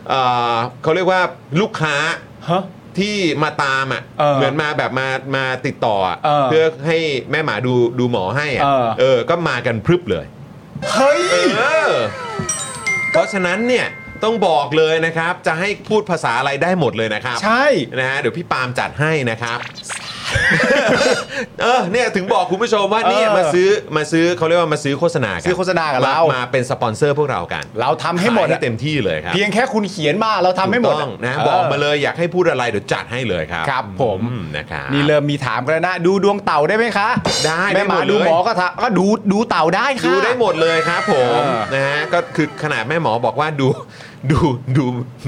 Speaker 1: เอ่อเขาเรียกว่าลูกค้า
Speaker 4: ฮะ
Speaker 1: ที่มาตามอ่ะ
Speaker 4: เออ
Speaker 1: เหมือนมาแบบมามาติดต่ออ่ะ
Speaker 4: เออ
Speaker 1: อให้แม่หมาดูดูหมอให้อ่ะ
Speaker 4: เออ
Speaker 1: เออก็มากันพรึบเลย
Speaker 4: เฮ้ย
Speaker 1: เออเพราะฉะนั้นเนี่ยต้องบอกเลยนะครับ จะให้พูดภาษาอะไรได้หมดเลยนะครับ
Speaker 4: ใช่
Speaker 1: นะฮะเดี๋ยวพี่ปาล์มจัดให้นะครับ เออเนี่ยถึงบอกคุณผู้ชมว่าเนี่ย
Speaker 4: เออ
Speaker 1: มาซื้อมาซื้อเขาเรียกว่ามาซื้อโฆษณากัน
Speaker 4: ซื้อโฆษณากับเรา
Speaker 1: มาเป็นสปอนเซอร์พวกเรากัน
Speaker 4: เราทำให้หมด
Speaker 1: ขาย
Speaker 4: อะ
Speaker 1: ให้เต็มที่เลยครับ
Speaker 4: เพียงแค่คุณเขียนมาเราทำให้หมด
Speaker 1: ถูก
Speaker 4: อะ
Speaker 1: ต้องนะบอกมา
Speaker 4: เ
Speaker 1: เลยอยากให้พูดอะไรเดี๋ยวจัดให้เลยครับ
Speaker 4: ครับผม
Speaker 1: อืนะครับ
Speaker 4: นี่เริ่มมีถามกันแล้วนะ ดูดวงเต่าได้ไหมคะ
Speaker 1: ได้
Speaker 4: แม่หมา
Speaker 1: ได
Speaker 4: ดู
Speaker 1: เล
Speaker 4: ห
Speaker 1: ย
Speaker 4: มอก็ทะก็ดูดูเต่าได้ค่ะ
Speaker 1: ดูได้หมดเลยครับผม
Speaker 4: เออ
Speaker 1: นะฮะก็คือขนาดแม่หมอบอกว่าดูดูดู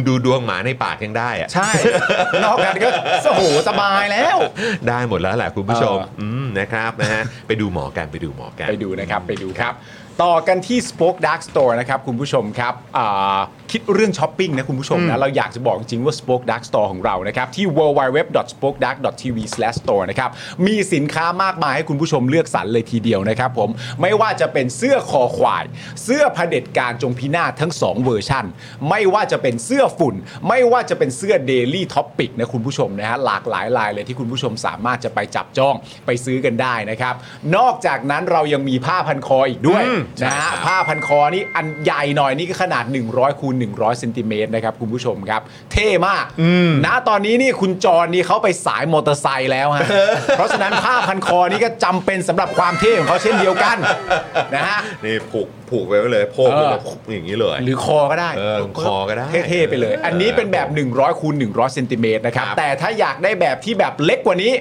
Speaker 1: ดูดวงหมาในปากยังได้อะ
Speaker 4: ใช่ นอกกันก็โอ้โหสบายแล้ว
Speaker 1: ได้หมดแล้วแหละคุณผู้ชม
Speaker 4: เอออื
Speaker 1: มนะครับนะฮะ ไปดูหมอกันไปดูหมอกัน
Speaker 4: ไปดูนะครับไปดูครับ ต่อกันที่ Spoke Dark Store นะครับคุณผู้ชมครับอ่าคิดเรื่องช้อปปิ้งนะคุณผู้ชมนะเราอยากจะบอกจริงๆว่า Spoke Dark Store ของเรานะครับที่ www.spokedark.tv/store นะครับมีสินค้ามากมายให้คุณผู้ชมเลือกสรรเลยทีเดียวนะครับผมไม่ว่าจะเป็นเสื้อคอควาย เสื้อเผด็จการจงพินาศทั้ง 2 เวอร์ชันไม่ว่าจะเป็นเสื้อฝุ่น ไม่ว่าจะเป็นเสื้อ Daily Topic นะคุณผู้ชมนะฮะหลากหลายลายเลยที่คุณผู้ชมสามารถจะไปจับจ้องไปซื้อกันได้นะครับ นอกจากนั้นเรายังมีผ้าพันคออีกด้วย
Speaker 1: อืมใช่
Speaker 4: นะ
Speaker 1: ครั
Speaker 4: ฮะ
Speaker 1: บ
Speaker 4: ผ้าพันคอนี่อันใหญ่หน่อยนี่ก็ขนาด 100คูณ100เซนติเมตรนะครับคุณผู้ชมครับ เท่มากนะตอนนี้นี่คุณจรนี่เขาไปสายมอเตอร์ไซค์แล้ว ฮะเพราะฉะนั้นผ้าพันคอนี่ก็จำเป็นสำหรับความเท่ของเขาเช่นเดียวกันนะฮะ
Speaker 1: นี่ผูกผูกไว้เลยโพก
Speaker 4: เออ
Speaker 1: ไว้เลยอย่างนี้เลย
Speaker 4: หรือคอก็ได้
Speaker 1: เออคอก็ได้
Speaker 4: เท่ๆไปเลย อันนี้เป็นแบบ 100คูณ100เซนติเมตรนะครับ
Speaker 1: ครับ
Speaker 4: แต่ถ้าอยากได้แบบที่แบบเล็กกว่านี้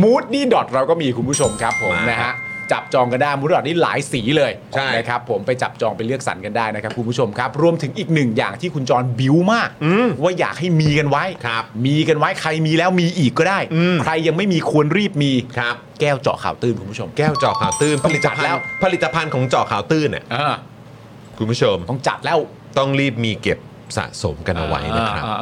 Speaker 4: มูดดี้ดอทเราก็มีคุณผู้ชมครับผม
Speaker 1: มา
Speaker 4: นะฮะจับจองกันได้มูดดอทนี่หลายสีเลย
Speaker 1: ใช่
Speaker 4: นะครับผมไปจับจองไปเลือกสรรกันได้นะครับคุณผู้ชมครับ รวมถึงอีกหนึ่งอย่างที่คุณจรบิ้วมาก ว่าอยากให้มีกันไว้
Speaker 1: ครับ
Speaker 4: มีกันไว้ใครมีแล้วมีอีกก็ได้
Speaker 1: อืม
Speaker 4: ใครยังไม่มีควรรีบมี
Speaker 1: ครับ
Speaker 4: แก้วเจาะข่าวตื้นคุณผู้ชม
Speaker 1: แก้วเจาะข่าวตื้น
Speaker 4: ต้
Speaker 1: ผ
Speaker 4: อง
Speaker 1: ลิต
Speaker 4: จัด
Speaker 1: ภัณ
Speaker 4: แล้ว
Speaker 1: ฑ์ผลิตภัณฑ์ของเจาะข่าวตื้นเนี่ย
Speaker 4: อ่า
Speaker 1: คุณผู้ชม
Speaker 4: ต้องจัดแล้ว
Speaker 1: ต้องรีบมีเก็บสะสมกันเอาไว้นะครับ
Speaker 4: อ่า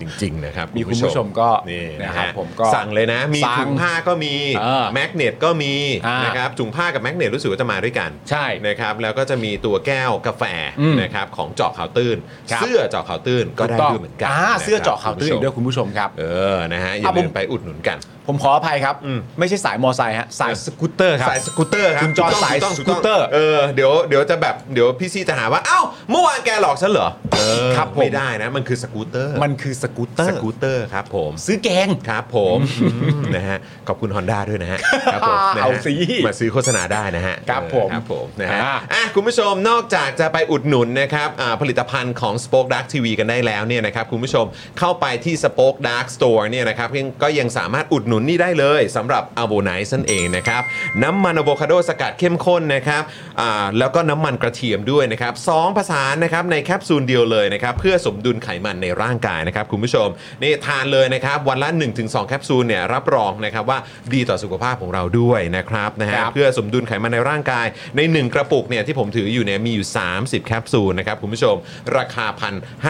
Speaker 1: จริง ๆ นะครับ
Speaker 4: มีคุณผู้ชมก็
Speaker 1: นี่นะ
Speaker 4: นะค
Speaker 1: ค
Speaker 4: รั
Speaker 1: รั
Speaker 4: บบผมก็
Speaker 1: สั่งเลยนะ มี
Speaker 4: สั่ง
Speaker 1: ถุงผ้าก็มี
Speaker 4: เออ
Speaker 1: แมกเนตก็มี
Speaker 4: อ่าน
Speaker 1: นะครับถุงผ้ากับแมกเนตรู้สึกว่าจะมาด้วยกัน
Speaker 4: ใช่
Speaker 1: นะครับแล้วก็จะมีตัวแก้วกาแฟ
Speaker 4: อืม
Speaker 1: นะครับของเจาะข่าวตื้น
Speaker 4: ครับ
Speaker 1: เสื้อเจาะข่าวตื้นก็ได้ด้วยเหมือนกัน
Speaker 4: อ่า
Speaker 1: นะครับ
Speaker 4: เสื้อเจาะข่าวตื้นอีกด้วยคุณผู้ชมครับ
Speaker 1: เออนะฮะอย่า
Speaker 4: อ่ะผม
Speaker 1: ลืมไปอุดหนุนกัน
Speaker 4: ผมขออภัยครับ
Speaker 1: อืม
Speaker 4: ไม่ใช่สายมอไซค์ฮะสายสกูตเตอร์ครับ
Speaker 1: สายสกูตเตอร์ครับ
Speaker 4: คุณจอห์น
Speaker 1: ถูกต้ง
Speaker 4: สาย
Speaker 1: ถูกต้ง
Speaker 4: สกูตเตอร์
Speaker 1: ถูงเออเดี๋ยวเดี๋ยวจะแบบเดี๋ยวพี่ซีจะหาว่าเอ้าเมื่อวานแกหลอกฉันเหรอเออ
Speaker 4: ครับผม
Speaker 1: ไม่ได้นะ มันคือสกูตเตอร์
Speaker 4: มันคือสกูตเตอ
Speaker 1: ส
Speaker 4: ร์
Speaker 1: กูตเตอร์ครับผม
Speaker 4: ซื้อแกง
Speaker 1: ครับผมอืมนะฮะขอบคุณ Honda ด้วยนะฮะครับผมนะฮะ
Speaker 4: เอาสิ
Speaker 1: มาซื้อโฆษณาได้นะฮะ
Speaker 4: ครับผม
Speaker 1: เออครับผมนะฮะ
Speaker 4: อ่า
Speaker 1: อ่ะคุณผู้ชมนอกจากจะไปอุดหนุนนะครับอ่าผลิตภัณฑ์ของ Spoke Dark TV กันได้แล้วเนี่ยนะครับคุณผู้ชมเข้าไปที่ Spoke Dark Store เนี่ยนะครับยังก็ยังสามารถอุดหนุนนี่ได้เลยสำหรับอ b o n i ซ์นั่นเองนะครับน้ำมันอะโวคาโดสกัดเข้มข้นนะครับอ่าแล้วก็น้ำมันกระเทียมด้วยนะครับสองภาษานนะครับในแคปซูลเดียวเลยนะครับเพื่อสมดุลไขมันในร่างกายนะครับคุณผู้ชมนี่ทานเลยนะครับวันละ 1-2 แคปซูลเนี่ยรับรองนะครับว่าดีต่อสุขภาพของเราด้วยนะครับนะฮะ
Speaker 4: ครับ
Speaker 1: เพื่อ เพื่อสมดุลไขมันในร่างกาย ใน 1 กระปุกเนี่ยที่ผมถืออยู่เนี่ยมีอยู่ 30 แคปซูลนะครับ คุณผู้ชม ราคา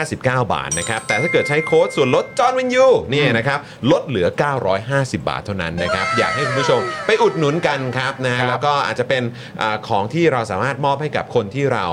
Speaker 1: 1,059 บาทนะครับ แต่ถ้าเกิดใช้โค้ดส่วนลดจอห์นวินยูนี่นะครับ ลดเหลือ 950 บาทเท่านั้นนะครับ อยากให้คุณผู้ชมไปอุดหนุนกันครับนะฮะ
Speaker 4: ครับ
Speaker 1: แล้วก็อาจจะเป็นอาของที่เราสามารถมอบให้กับคนที่เรา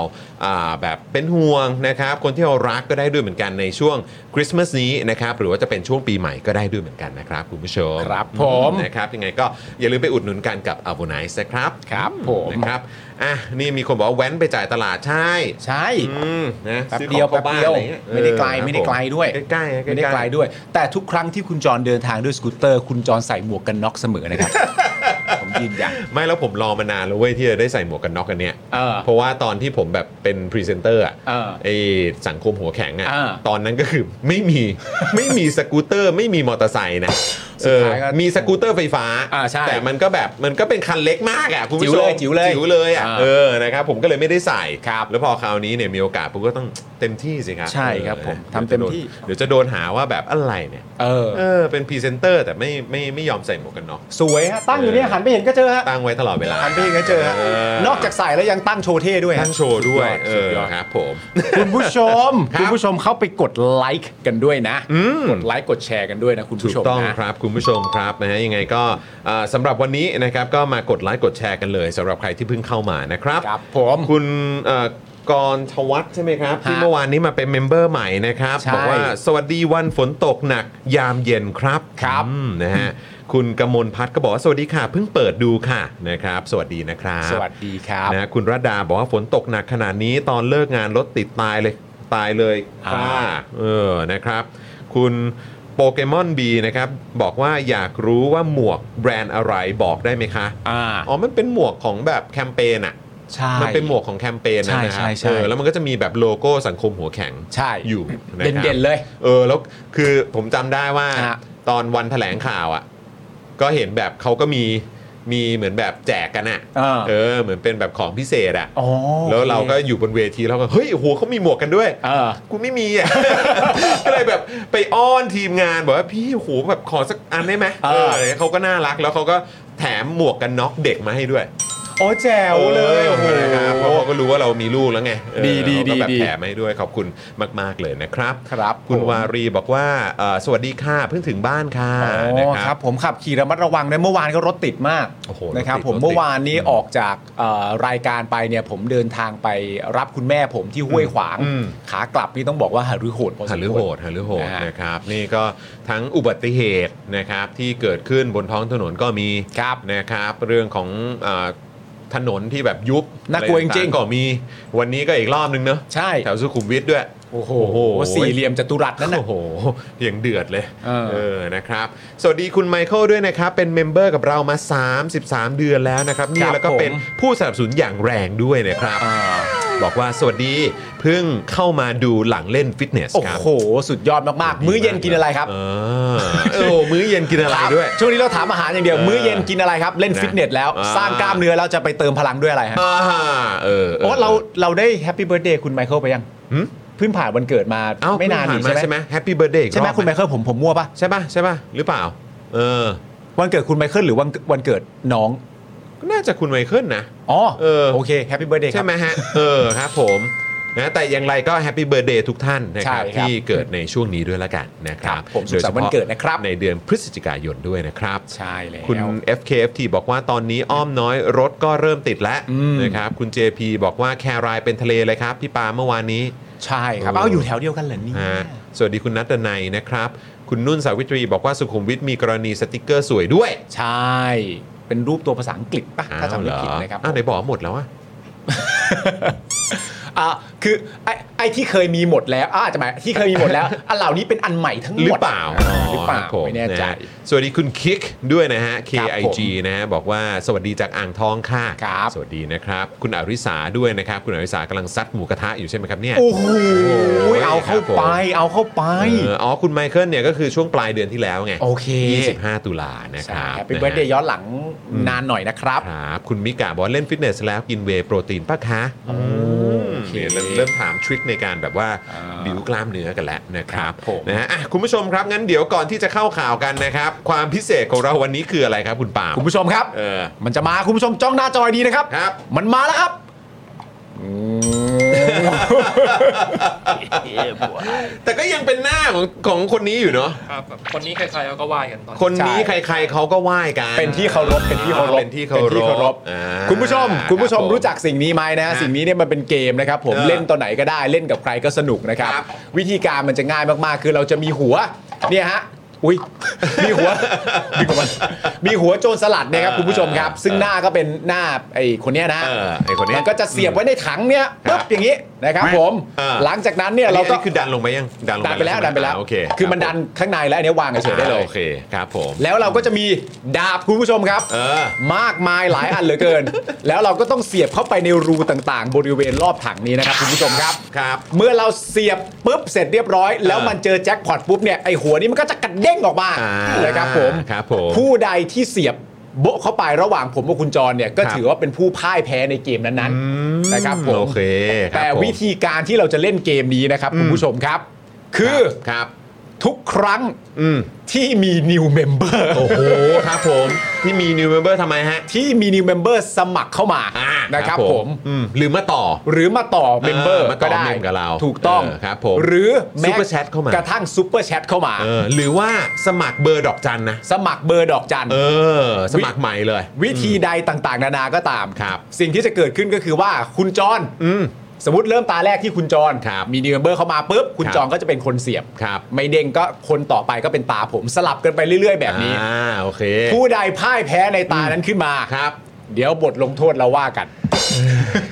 Speaker 1: อ่าแบบเป็นห่วงนะครับ คนที่เรารักก็ได้ด้วยเหมือนกันในช่วงคริสต์มาสนี้นะครับหรือว่าจะเป็นช่วงปีใหม่ก็ได้ด้วยเหมือนกันนะครับคุณผู้ชม
Speaker 4: ครับผม
Speaker 1: นะครับยังไงก็อย่าลืมไปอุดหนุนกันกับ a v o n i c e นะครับ
Speaker 4: ครับผม
Speaker 1: นะครับ อ่ะ นี่มีคนบอกว่าแว้นไปจ่ายตลาดใช่
Speaker 4: ใช่
Speaker 1: อืม นะ
Speaker 4: แป๊บ
Speaker 1: ซื้อของ
Speaker 4: เดียว
Speaker 1: ข้า
Speaker 4: แป๊บเดียว
Speaker 1: านอะรเงี้ย
Speaker 4: ไม่ได้ไกล
Speaker 1: เออ
Speaker 4: ไม่ได้ไกล
Speaker 1: ครับผ
Speaker 4: ด้วย
Speaker 1: ใกล้ๆ
Speaker 4: ไม่ได้ไกลด้วย แต่ทุกครั้งที่คุณจรเดินทางด้วยสกูตเตอร์ คุณจรใส่หมวกกันน็อกเสมอ นะครับ ผมยืนยัน
Speaker 1: ไม่แล้วผมรอมานานแล้วเว้ยที่จะได้ใส่หมวกกันน็อกกันเนี่ย
Speaker 4: เออ
Speaker 1: ราะว่าตอนที่ผมแบบเป็นพรีเซนเตอร์อะ
Speaker 4: เออ
Speaker 1: ไอสังคมหัวแข็งอะ
Speaker 4: เออ
Speaker 1: ตอนนั้นก็คือไม่มี ไม่มีสกูตเตอร์ ไม่มีมอเตอร์ไซค์นะ
Speaker 4: สุดท้ายก็
Speaker 1: เออมีสกูตเตอร์ไฟฟ้า
Speaker 4: อ่าใช่
Speaker 1: แต่มันก็แบบมันก็เป็นคันเล็กมากอะคุณผู้ชม
Speaker 4: จิ๋วเลยจิ๋วเลย
Speaker 1: จิ๋วเลยอะ
Speaker 4: อ่า
Speaker 1: เออนะครับผมก็เลยไม่ได้ใส่
Speaker 4: ครับ
Speaker 1: แล้วพอคราวนี้เนี่ยมีโอกาสผมก็ต้องเต็มที่สิครับ
Speaker 4: ใช่ครับ
Speaker 1: ออ
Speaker 4: ผม
Speaker 1: ดี๋ยว
Speaker 4: ทำเต็มที่
Speaker 1: จะโดนเดี๋ยวจะโดนหาว่าแบบอะไรเนี่ย
Speaker 4: เออ
Speaker 1: เออเป็นพรีเซนเตอร์แต่ไม่ไม่ไม่ยอมใส่หมวกกันน็อก
Speaker 4: สวยฮะตั้งอยู่เนี่ยหันไปเห็นก็เจอฮะ
Speaker 1: ตั้งไว้ตลอดเวลา
Speaker 4: หันไปเห็นก็เจอฮะ
Speaker 1: เออ
Speaker 4: นอกจากใส่แล้วยังตั้งโชว์เท่ด้วยฮะ
Speaker 1: ทั้งโชว์ด้วยเอ
Speaker 4: สุด
Speaker 1: อย
Speaker 4: อด
Speaker 1: ครับผม
Speaker 4: คุณผู้ชม
Speaker 1: ครับ
Speaker 4: คุณผู้ชมเข้าไปกดไลค์กันด้วยนะ กดไลค์กดแชร์กันด้วยนะคุณ
Speaker 1: ถู
Speaker 4: ผู้
Speaker 1: ก
Speaker 4: ชม
Speaker 1: ต้อง
Speaker 4: นะ
Speaker 1: ครับ คุณผู้ชมครับนะฮะยังไงก็เอ่อสำหรับวันนี้นะครับก็มากดไลค์กดแชร์กันเลยสำหรับใครที่เพิ่งเข้ามานะครับ
Speaker 4: ครับผม
Speaker 1: คุณเอ่อกรทวัฒน์ใช่ไหมครับ ที่เมื่อวานนี้มาเป็นเมมเบอร์ใหม่นะครับ
Speaker 4: ใช่
Speaker 1: บอกว่าสวัสดีวันฝนตกหนักยามเย็นครับ
Speaker 4: ครับ
Speaker 1: อืมนะฮะคุณกมลพัฒน์ก็บอกว่าสวัสดีค่ะ เพิ่งเปิดดูค่ะนะครับ สวัสดีนะครับ
Speaker 4: สวัสดีครับ
Speaker 1: นะคุณรัตดาบอกว่าฝนตกหนักขนาดนี้ตอนเลิกงานรถติดตายเลยตายเลย
Speaker 4: อ่า
Speaker 1: ค่ะเออนะครับ คุณ โปเกมอนบีนะครับบอกว่าอยากรู้ว่าหมวกแบรนด์อะไรบอกได้ไหมคะ
Speaker 4: อ่า
Speaker 1: อ๋อ มันเป็นหมวกของแบบแคมเปญอะ
Speaker 4: ใช่
Speaker 1: มันเป็นหมวกของแคมเปญนะ
Speaker 4: ใช่
Speaker 1: นะค
Speaker 4: ใช่
Speaker 1: รับ
Speaker 4: ใช่
Speaker 1: เออแล้วมันก็จะมีแบบโลโก้สังคมหัวแข็ง
Speaker 4: ใช่
Speaker 1: อยู่ะครับ
Speaker 4: เด่นๆเลย
Speaker 1: เออแล้วคือผมจำได้ว่า
Speaker 4: ฮะ
Speaker 1: ตอนวันแถลงข่าวอะ่ะ ก็เห็นแบบเขาก็มีมีเหมือนแบบแจกกันอะ
Speaker 4: เออ
Speaker 1: เออ เหมือนเป็นแบบของพิเศษอะ
Speaker 4: อ๋อ
Speaker 1: แล้วเราก็อยู่บนเวทีแล้วก็เฮ้ยโอ้โหเขามีหมวกกันด้วย
Speaker 4: เออ
Speaker 1: กูไม่มี อ่ะ ก็เลยแบบไปอ้อนทีมงานบอกว่าพี่โอ้โหแบบขอสักอันได้ไหม
Speaker 4: เออ
Speaker 1: ะไรงี้ยเขาก็น่ารักแล้วเขาก็แถมหมวกกันน็อกเด็กมาให้ด้วย
Speaker 4: โอ้แจ๋วเลย
Speaker 1: ออนะครับเพราะเขาก็รู้ว่าเรามีลูกแล้วไงเออ
Speaker 4: ดีดี
Speaker 1: เขาก็แบบ
Speaker 4: ดีดี
Speaker 1: แถมให้ด้วยขอบคุณมาก ๆเลยนะครับ
Speaker 4: ครับ
Speaker 1: คุณ
Speaker 4: ผม
Speaker 1: วารีบอกว่าเอ่อสวัสดีค่ะเพิ่งถึงบ้านค่ะ
Speaker 4: อ๋
Speaker 1: นะ
Speaker 4: อ
Speaker 1: ค
Speaker 4: ค
Speaker 1: รั
Speaker 4: รับ บ ผมขับขี่ระมัดระวังนะเมื่อวานก็รถติดมาก
Speaker 1: โอ้โห
Speaker 4: นะครับ
Speaker 1: รถติด
Speaker 4: ผม
Speaker 1: รถติด
Speaker 4: เมื่อวานนี้ออกจากเอ่อรายการไปเนี่ยผมเดินทางไปรับคุณแม่ผมที่ห้วยขวาง ขากลับนี่ต้องบอกว่าหารือโหดพอสมควร
Speaker 1: หารือโหดหารือโหด
Speaker 4: นะฮะ
Speaker 1: นะครับ นี่ก็ทั้งอุบัติเหตุนะครับที่เกิดขึ้นบนท้องถนนก็มี
Speaker 4: ครับ
Speaker 1: นะครับ เรื่องของเอ่อถนนที่แบบยุบ
Speaker 4: น่ากลัว
Speaker 1: อะไต่
Speaker 4: จริง
Speaker 1: ๆ
Speaker 4: ๆ
Speaker 1: ก็มีวันนี้ก็อีกรอบนึงเนอะ
Speaker 4: ใช่
Speaker 1: แถวสุขุมวิทด้วย
Speaker 4: โอ้โห
Speaker 1: โอ้โห
Speaker 4: สี่เหลี่ยมจัตุรัสนั่นน่ะ
Speaker 1: โอ้โหอย่างเดือดเลย
Speaker 4: เออ
Speaker 1: นะครับ สวัสดีคุณไมเคิลด้วยนะครับ เป็นเมมเบอร์กับเรามา 33 เดือนแล้วนะครับนี่แล้วก็เป็นผู้สนับสนุนอย่างแรงด้วยนะครับ
Speaker 4: อ่า
Speaker 1: บอกว่าสวัสดีเพิ่งเข้ามาดูหลังเล่นฟิตเนส
Speaker 4: โอ้
Speaker 1: ครับ
Speaker 4: โห สุดยอดมากๆ มื้อเย็นกินอะไรครับ
Speaker 1: เออเออมื้อเย็นกินอะไรด้วย
Speaker 4: ช่วงนี้เราถามอาหารอย่างเดียว
Speaker 1: เออ
Speaker 4: มื้อเย็นกินอะไรครับ เล่น
Speaker 1: นะ
Speaker 4: ฟิตเนสแล้ว
Speaker 1: อ่า
Speaker 4: สร้างกล้ามเนื้อแล้วจะไปเติมพลังด้วยอะไรฮะ
Speaker 1: อ่าเออ
Speaker 4: โอ้เราเราได้แฮปปี้เบิร์ดเดย์คุณไมเคิลไปยัง
Speaker 1: หึ
Speaker 4: เพิ่งผ่านวันเกิดมา
Speaker 1: เอ้า
Speaker 4: ไม่นาน
Speaker 1: เพิ่
Speaker 4: นี่
Speaker 1: งผ่ม
Speaker 4: ใช่
Speaker 1: ใช่
Speaker 4: ไห
Speaker 1: ไห
Speaker 4: ม
Speaker 1: มแฮปปี้เบิร์ดเดย์
Speaker 4: ใช่ไหมคุณไมเคิลผมผมมั่วปะ
Speaker 1: ใช่ป่ะใช่ป่ะหรือเปล่า เออ
Speaker 4: วันเกิดคุณไมเคิลหรือวันวันเกิดน้อง
Speaker 1: น่าจะคุณไมเคิลนะ
Speaker 4: อ๋อ
Speaker 1: เออ
Speaker 4: โอเคแฮปปี้เบิร์ดเดย์ค
Speaker 1: ใช่
Speaker 4: รับ
Speaker 1: ไหมฮะ เออครับผมนะแต่อย่างไรก็แฮปปี้เบิร์ดเดย์ทุกท่านนะครับ
Speaker 4: ใช่ครับ
Speaker 1: ที่เกิดในช่วงนี้ด้วยละกันนะครั
Speaker 4: ครับ บผมสุขสันต์วันเกิดนะครับ
Speaker 1: ในเดือนพฤศจิกายนด้วยนะครับ
Speaker 4: ใช่แล้ว
Speaker 1: คุณ FKFT บอกว่าตอนนี้อ้อมน้อยรถก็เริ่มติดแล้ว
Speaker 4: อืม
Speaker 1: นะครับ คุณ JP บอกว่าแครายเป็นทะเลเลยครับ พี่ปาเมื่อวานนี้
Speaker 4: ใช่ครับเอาอยู่แถวเดียวกันเหรอเนี่ย
Speaker 1: ฮะสวัสดีคุณนัทนัยนะครับ คุณนุ่นสาวิตรีบอกว่าสุขุมวิทมีกรณีสติกเกอร์สวยด้วย
Speaker 4: ใช่เป็นรูปตัวภาษาอังกฤษปะถ้าจำไม่
Speaker 1: อ้ว
Speaker 4: ผิด
Speaker 1: เหอ
Speaker 4: นะครับ
Speaker 1: อ้าวไหนบอกว่าหมดแล้วอะ
Speaker 4: อ่าคือไอ้ไอ้ที่เคยมีหมดแล้วอาอาจจะหมายที่เคยมีหมด แล้ว อันเหล่านี้เป็นอันใหม่ทั้งหมด
Speaker 1: หรือเปล่า
Speaker 4: หรือเป
Speaker 1: ค
Speaker 4: ล่า
Speaker 1: รับผม
Speaker 4: ไม่แน่ใจ
Speaker 1: ะฮะสวัสดีคุณคิกด้วยนะฮะ
Speaker 4: ครับผม
Speaker 1: KIG นะฮะบอกว่าสวัสดีจากอ่างทองค่ะ
Speaker 4: ครับ
Speaker 1: สวัสดีนะครับ คุณอริสาด้วยนะครับ คุณอริสากำลังซัดหมูกระทะอยู่ใช่ไหมครับเนี่ย
Speaker 4: โอ้โห
Speaker 1: โอ้ย
Speaker 4: เอาเข้า
Speaker 1: ครับผม
Speaker 4: ไป เอาเข้าไป
Speaker 1: เอออ๋อ คุณไมเคิลเนี่ยก็คือช่วงปลายเดือนที่แล้วไง
Speaker 4: โอเค
Speaker 1: 25 ตุลานะค
Speaker 4: ใช่
Speaker 1: รับ
Speaker 4: เป็นเบิร์ดเดย์ย้อนหลังนานหน่อยนะครับ
Speaker 1: ครับ คุณมิกาบอกว่าเล่นฟิตเนสแล้วกินเวย์โปรตีนปะคะ
Speaker 4: โอเค
Speaker 1: เนี่ยเริ่มเริ่มถามทริคในการแบบว่า
Speaker 4: อ่า
Speaker 1: บิวกล้ามเนื้อกันแล้วนะครับ
Speaker 4: ครับผม
Speaker 1: นะฮะอ่ะคุณผู้ชมครับ งั้นเดี๋ยวก่อนที่จะเข้าข่าวกันนะครับ ความพิเศษของเราวันนี้คืออะไรครับคุณปาล์ม
Speaker 4: คุณผู้ชมครับ
Speaker 1: เออ
Speaker 4: มันจะมาคุณผู้ชมจ้องหน้าจอดีนะครับ
Speaker 1: ครับ
Speaker 4: มันมาแล้วครับ
Speaker 1: แต่ก็ยังเป็นหน้าของของคนนี้อยู่เนาะ
Speaker 3: ครับแบบคนนี้ใครๆเขาก็ไหว้กันตอน
Speaker 1: คนนี้
Speaker 4: ใช่
Speaker 1: ใครๆเขาก็ไหว้กัน
Speaker 4: เป็นที่เคารพเป็นที่เคารพ
Speaker 1: เป็นที่เคารพ
Speaker 4: เป็นที่
Speaker 1: อ่า
Speaker 4: คุณผู้ชม คุณผู้ชม
Speaker 1: ครับผม
Speaker 4: รู้จักสิ่งนี้ไหมนะ
Speaker 1: ฮะ
Speaker 4: สิ่งนี้เนี่ยมันเป็นเกมนะครับผม
Speaker 1: เออ
Speaker 4: เล่นตอนไหนก็ได้เล่นกับใครก็สนุกนะครับ
Speaker 1: ครับ
Speaker 4: วิธีการมันจะง่ายมากๆ คือเราจะมีหัวเนี่ยฮะอุ้ย มี หัวมีหัวมีหัวโจรสลัดนะครับ
Speaker 1: เออ
Speaker 4: คุณผู้ชมครับ
Speaker 1: เออ
Speaker 4: ซึ่งหน้าก็เป็นหน้าไอ้คนเนี้ยนะ
Speaker 1: เออไอ้คนเนี้ย
Speaker 4: มันก็จะเสียบไว้ในถังเนี่ยปึ๊บอย่างนี้นะครับผม
Speaker 1: เออ
Speaker 4: หลังจากนั้นเนี่ย
Speaker 1: อัน
Speaker 4: เรา
Speaker 1: นี้อัน
Speaker 4: ก็
Speaker 1: นี้คือดันลงไปยังดันลง
Speaker 4: ดันไปแล้วดันไปแล้ว
Speaker 1: ใช่หมอ่าโอเค
Speaker 4: คือมันดันข้างในแล้วอันเนี้ยวางเฉยๆได้เลย
Speaker 1: โอเคครับผม
Speaker 4: แล้วเราก็จะมีดาบคุณผู้ชมครับ
Speaker 1: เออ
Speaker 4: มากมายหลายอันเหลือเกิน แล้วเราก็ต้องเสียบเข้าไปในรูต่างๆ บริเวณรอบถังนี้ นะครับคุณผู้ชมครับ
Speaker 1: ครับ
Speaker 4: เมื่อเราเสียบปุ๊บเสร็จเรียบร้อย แล้วมันเจอแจ็คพอตปุ๊บเนี่ยไอหัวนี้มันก็จะกระเด้งออกมา
Speaker 1: อ่า
Speaker 4: นะครับผม
Speaker 1: ครับผม
Speaker 4: ผู้ใดที่เสียบโบะเข้าไประหว่างผมกับคุณจรเนี่ยก็
Speaker 1: ครับ
Speaker 4: ถือว่าเป็นผู้พ่ายแพ้ในเกมนั้นๆนะครับผม
Speaker 1: โอเคครับ
Speaker 4: แต่
Speaker 1: ผม
Speaker 4: วิธีการที่เราจะเล่นเกมนี้นะครับคุณผู้ชมครับ คือ
Speaker 1: ครับ
Speaker 4: ทุกครั้ง
Speaker 1: อืม
Speaker 4: ที่มี new member
Speaker 1: โอ้โห ครับผม ที่มี new member ทำไมฮะ
Speaker 4: ที่มี new member สมัครเข้ามา
Speaker 1: อ่า
Speaker 4: นะครับผม
Speaker 1: อืมหรือมาต่อ
Speaker 4: หรือมาต่อเมมเบอร์
Speaker 1: เออมาต่
Speaker 4: ก็
Speaker 1: อ
Speaker 4: ได้
Speaker 1: เมมกับเรา
Speaker 4: ถูกต้อง
Speaker 1: เออครับผม
Speaker 4: หรือแม้
Speaker 1: Super Chat เข้ามาก
Speaker 4: กระทั่งซุปเปอร์แชทเข้ามา
Speaker 1: เออหรือว่าสมัครเบอร์ดอกจันนะ
Speaker 4: สมัครเบอร์ดอกจัน
Speaker 1: เออ สมัครใหม่เลย
Speaker 4: วิธีใดต่างๆ นานาก็ตาม
Speaker 1: ครับ
Speaker 4: สิ่งที่จะเกิดขึ้นก็คือว่าคุณจร
Speaker 1: อืม
Speaker 4: สมมติเริ่มตาแรกที่คุณจร
Speaker 1: ครับ
Speaker 4: มี new member เข้ามาปุ๊บ คุณ
Speaker 1: ครับ
Speaker 4: จรก็จะเป็นคนเสียบ
Speaker 1: ครับ
Speaker 4: ไม่เด้งก็คนต่อไปก็เป็นตาผมสลับกันไปเรื่อย ๆ แบบนี้
Speaker 1: อ่าโอเค
Speaker 4: ผู้ใดพ่ายแพ้ในตานั้นขึ้นมา
Speaker 1: ครับ
Speaker 4: เดี๋ยวบทลงโทษเราว่ากัน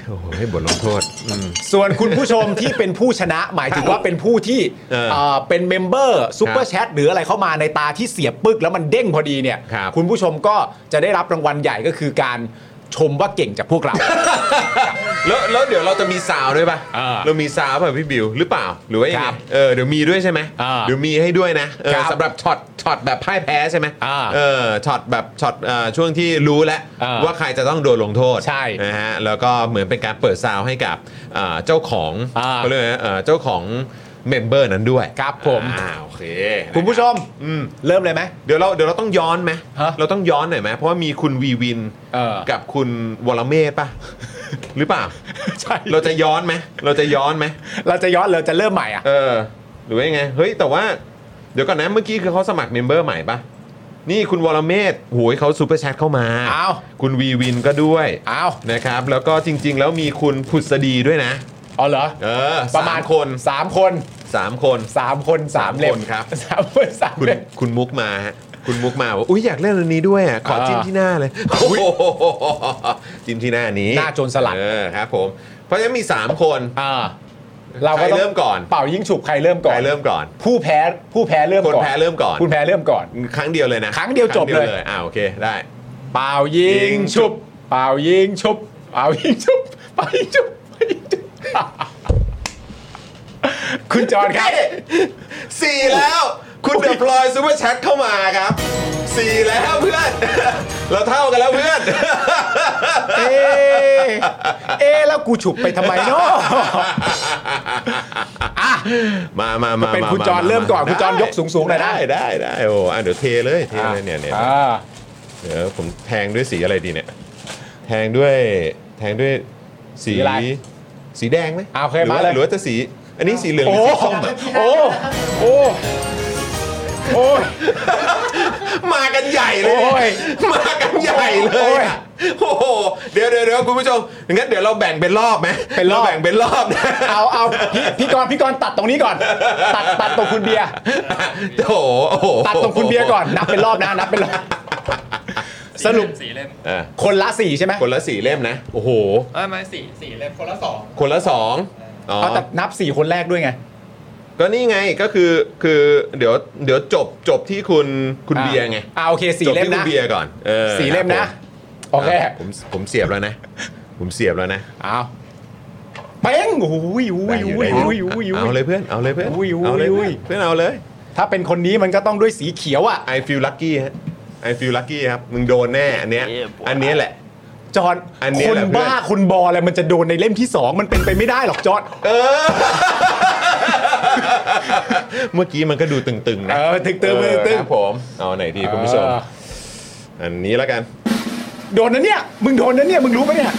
Speaker 1: โอ้โหให้บทลงโทษอืม
Speaker 4: ส่วนคุณผู้ชมที่เป็นผู้ชนะหมายถึงว่าเป็นผู้ที่
Speaker 1: เออ
Speaker 4: เอ่อเป็นเมมเบอร์ซูเปอร์แชทหรืออะไรเข้ามาในตาที่เสียบปึ๊กแล้วมันเด้งพอดีเนี่ย
Speaker 1: ครับ
Speaker 4: ณผู้ชมก็จะได้รับรางวัลใหญ่ก็คือการชมว่าเก่งจากพวกเรา
Speaker 1: แล้วแล้วเดี๋ยวเราจะมีสาวด้วยป่ะ
Speaker 4: อ่า
Speaker 1: เรามีสาวป่ะพี่บิวหรือเปล่า หรือว่ายัง
Speaker 4: ค
Speaker 1: ไง
Speaker 4: รับ
Speaker 1: เออเดี๋ยวมีด้วยใช่ไหม
Speaker 4: อ่า
Speaker 1: เดี๋ยวมีให้ด้วยนะเออ
Speaker 4: ครับ
Speaker 1: สำหรับช็อตช็อตแบบพ่ายแพ้ใช่ไหม
Speaker 4: อ่า
Speaker 1: เออช็อตแบบช็อตเอ่อช่วงที่รู้แล้ว
Speaker 4: อ่า
Speaker 1: ว่าใครจะต้องโดนลงโทษ
Speaker 4: ใช่
Speaker 1: นะฮะแล้วก็เหมือนเป็นการเปิดซาวให้กับเอ่อเจ้าของ
Speaker 4: อ่า
Speaker 1: เขาเรียกว่าเอ่อเจ้าของเมมเบอร์นั้นด้วย
Speaker 4: ครับผม
Speaker 1: อ่าโอเค
Speaker 4: คุณผู้ชม
Speaker 1: อืม
Speaker 4: เริ่มเลยไหม
Speaker 1: เดี๋ยวเราเดี๋ยวเราต้องย้อนไหม
Speaker 4: ฮะ
Speaker 1: เราต้องย้อนหน่อยไหมเพราะว่ามีคุณวีวิน
Speaker 4: เออ
Speaker 1: กับคุณวรเมธป่ะ หรือเป ล่า
Speaker 4: ใช่
Speaker 1: เราจะย้อนไหมเราจะย้อนไหม
Speaker 4: เราจะย้อนเราจะเริ่มใหม่อ่ะ
Speaker 1: เออ หรือว่ายังไงเฮ้ยแต่ว่าเดี๋ยวก่อนนะเมื่อกี้คือเขาสมัครเมมเบอร์ใหม่ป่ะ นี่คุณวรเมธโหยเขาซูเปอร์แชทเข้ามา
Speaker 4: เอา
Speaker 1: คุณวีวินก็ด้วย
Speaker 4: เอา
Speaker 1: นะครับ แล้วก็จริง ๆ แล้วมีคุณผุดสดีด้วยนะ
Speaker 4: เอาเหรอ
Speaker 1: เออ
Speaker 4: ประมาณ
Speaker 1: สคน
Speaker 4: สามคน
Speaker 1: สามคน
Speaker 4: สามคนสามเล่
Speaker 1: ค
Speaker 4: ม
Speaker 1: นครับ
Speaker 4: สามคนสาม
Speaker 1: คุณ
Speaker 4: เล่ม
Speaker 1: คุณมุกมาฮะคุณมุกมาว่าอุ้ยอยากเล่นอันนี้ด้วยอ่ะขอ
Speaker 4: เออ
Speaker 1: จิ้มที่หน้าเลยโอ้โหจิ้มที่หน้านี้
Speaker 4: หน้าโจรสลัด
Speaker 1: เออครับผมเพราะฉะนั้นมี 3 คน
Speaker 4: อ่าเรา
Speaker 1: ใคร
Speaker 4: ก็ต้อง
Speaker 1: เริ่มก่อน
Speaker 4: เป่ายิงฉุบใครเริ่มก่อ
Speaker 1: ใคร
Speaker 4: น
Speaker 1: เริ่มก่อน
Speaker 4: ผู้แพ้ผู้แพ้เริ่ม
Speaker 1: ค
Speaker 4: ก่อน
Speaker 1: นแพ้เริ่มก่อน
Speaker 4: คุณแพ้เริ่มก่อน
Speaker 1: ครั้งเดียวเลยนะ
Speaker 4: ครั้งเดียวจบเลย
Speaker 1: อ่าโอเคได้
Speaker 4: เป่ายิงชุบ เป่ายิงชุบ เป่ายิงชุบ เป่ายิงชุบ เป่ายิงชุบ คุณจอนครับ
Speaker 1: สี่แล้ว คุณเดอะพลอยซูเปอร์แชทเข้ามาครับสี่แล้วเพื่อน เราเท่ากันแล้วเพื่อน
Speaker 4: เอ๊ะเอ๊ะแล้วกูฉุบไปทำไมเนาะอ่ะ
Speaker 1: มามามา
Speaker 4: เป็น
Speaker 1: มา
Speaker 4: คุณ
Speaker 1: มา
Speaker 4: จอน
Speaker 1: มา
Speaker 4: เริ่มก่อน
Speaker 1: ได้
Speaker 4: คุณจอนยกสูงๆหน่อยนะ
Speaker 1: ได้ได้ได้โอ้อ่ะเดี๋ยวเทเลยเทเลยเนี่ยเนี่ย
Speaker 4: อ่า
Speaker 1: เดี๋ยวผมแทงด้วยสีอะไรดีเนี่ย แทงด้วยแทงด้วยสีสีแดงไหม
Speaker 4: อ่าโอเค
Speaker 1: หรือ
Speaker 4: มา
Speaker 1: ว่า
Speaker 4: เลย
Speaker 1: หรือว่าจะสีอันนี้สีเหลืองห
Speaker 4: โอ้
Speaker 1: รือสี
Speaker 4: โห
Speaker 1: ส้มอะ
Speaker 4: โอ้โหโอ้โหโอ้ย
Speaker 1: มากันใหญ่เลย
Speaker 4: โอ้ย
Speaker 1: มากันใหญ่เลยอะโอ้โหเดี๋ยวเดี๋ยวเดี๋ยวคุณผู้ชมงั้นเดี๋ยวเราแบ่งเป็นรอบไหม
Speaker 4: เป็นรอบ
Speaker 1: าแบ่งเป็นรอบ นะ
Speaker 4: เอาเอาพี่พี่กรณ์พี่กรณ์ตัดตรงนี้ก่อน ตัดตัดตรงคุณเบียร์
Speaker 1: โอ้โหโอ้โห
Speaker 4: ตัดตรงคุณเบียร์ก่อนนับเป็นรอบนะนับเป็นรอบ สรุป
Speaker 3: สี่เล่ม
Speaker 1: อ่ะ
Speaker 4: คนละสี่ใช่ไหม
Speaker 1: คนละสี่เล่มนะโอ้โห
Speaker 3: เอ้ยไม่สี่สี่เล่มคนละสอง
Speaker 1: คนละสองอ๋อ
Speaker 4: เอาแต่นับสี่คนแรกด้วยไง
Speaker 1: ก็นี่ไงก็คือคือเดี๋ยวเดี๋ยวจบจบที่คุณคุณ
Speaker 4: อ่า
Speaker 1: เบียร์ไง
Speaker 4: อ่าโอเคสี่
Speaker 1: จบ
Speaker 4: เล่ม
Speaker 1: ที่คุณ
Speaker 4: นะ
Speaker 1: เบียร์ก่อนเออ
Speaker 4: สี่เล่มนะ โอเค
Speaker 1: ครับผมผมผมเสียบแล้วนะ ผมเสียบแล้วนะ
Speaker 4: เอาเป้งโอ้ยโอ้
Speaker 1: ได้
Speaker 4: ย
Speaker 1: อยู่
Speaker 4: โอ้ย
Speaker 1: ได้
Speaker 4: โอ้ย
Speaker 1: อยู่
Speaker 4: โอ้ย
Speaker 1: เอา
Speaker 4: โอ้
Speaker 1: เลย ยเพื่อนเอาเลยเพื่อน
Speaker 4: อุ้ยอุ้ย
Speaker 1: เอาเลย
Speaker 4: อุ้
Speaker 1: เพื่อน
Speaker 4: ย
Speaker 1: เพื่อนเอาเลย
Speaker 4: ถ้าเป็นคนนี้มันก็ต้องด้วยสีเขียวอ่ะ
Speaker 1: I feel lucky ฮะ I feel lucky ครับมึงโดนแน่อันเนี้ยอันเนี้ยแหละ
Speaker 4: จอน
Speaker 1: อันนี้
Speaker 4: ค
Speaker 1: แห
Speaker 4: น
Speaker 1: ละเพื่อน
Speaker 4: บ้าคนบออะไรมันจะโดนในเล่มที่สองมันเป็นไปไม่ได้หรอกจอน
Speaker 1: เออ เมื่อกี้มันก็ดูตึงๆ
Speaker 4: เอ
Speaker 1: นะ
Speaker 4: อตึงตึงตึงตึง
Speaker 1: ครับผมเอาไหนดีคุณผู้ชม
Speaker 4: เออ
Speaker 1: อันนี้แล้วกัน
Speaker 4: โดนนะเนี่ยมึงโดนนะเนี่ยมึงรู้ปะเนี่ย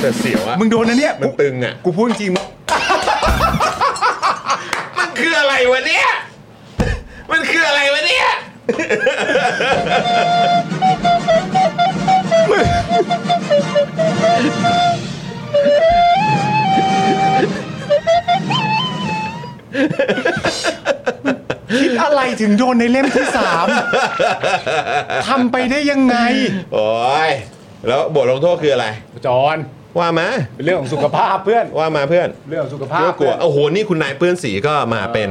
Speaker 1: แต่เสียวอะ
Speaker 4: มึงโดนนะเนี่ย
Speaker 1: มันตึงอะ
Speaker 4: กูพูดจริงๆ
Speaker 1: มันคืออะไรวะเนี่ย มันคืออะไรวะเนี่ย
Speaker 4: อะไรถึงโยนในเล่มที่ สามทำไปได้ยังไง
Speaker 1: โอ้ย แล้วบทลงโทษคืออะไร
Speaker 4: จอน
Speaker 1: ว่ามา
Speaker 4: เรื่องของสุขภาพเพื่อน
Speaker 1: ว่ามาเพื่อน
Speaker 4: เรื่องของสุขภา
Speaker 1: เพื่
Speaker 4: พ
Speaker 1: อกลัวโอ้โห นี่คุณนายเปื้อนสีก็มาเป็น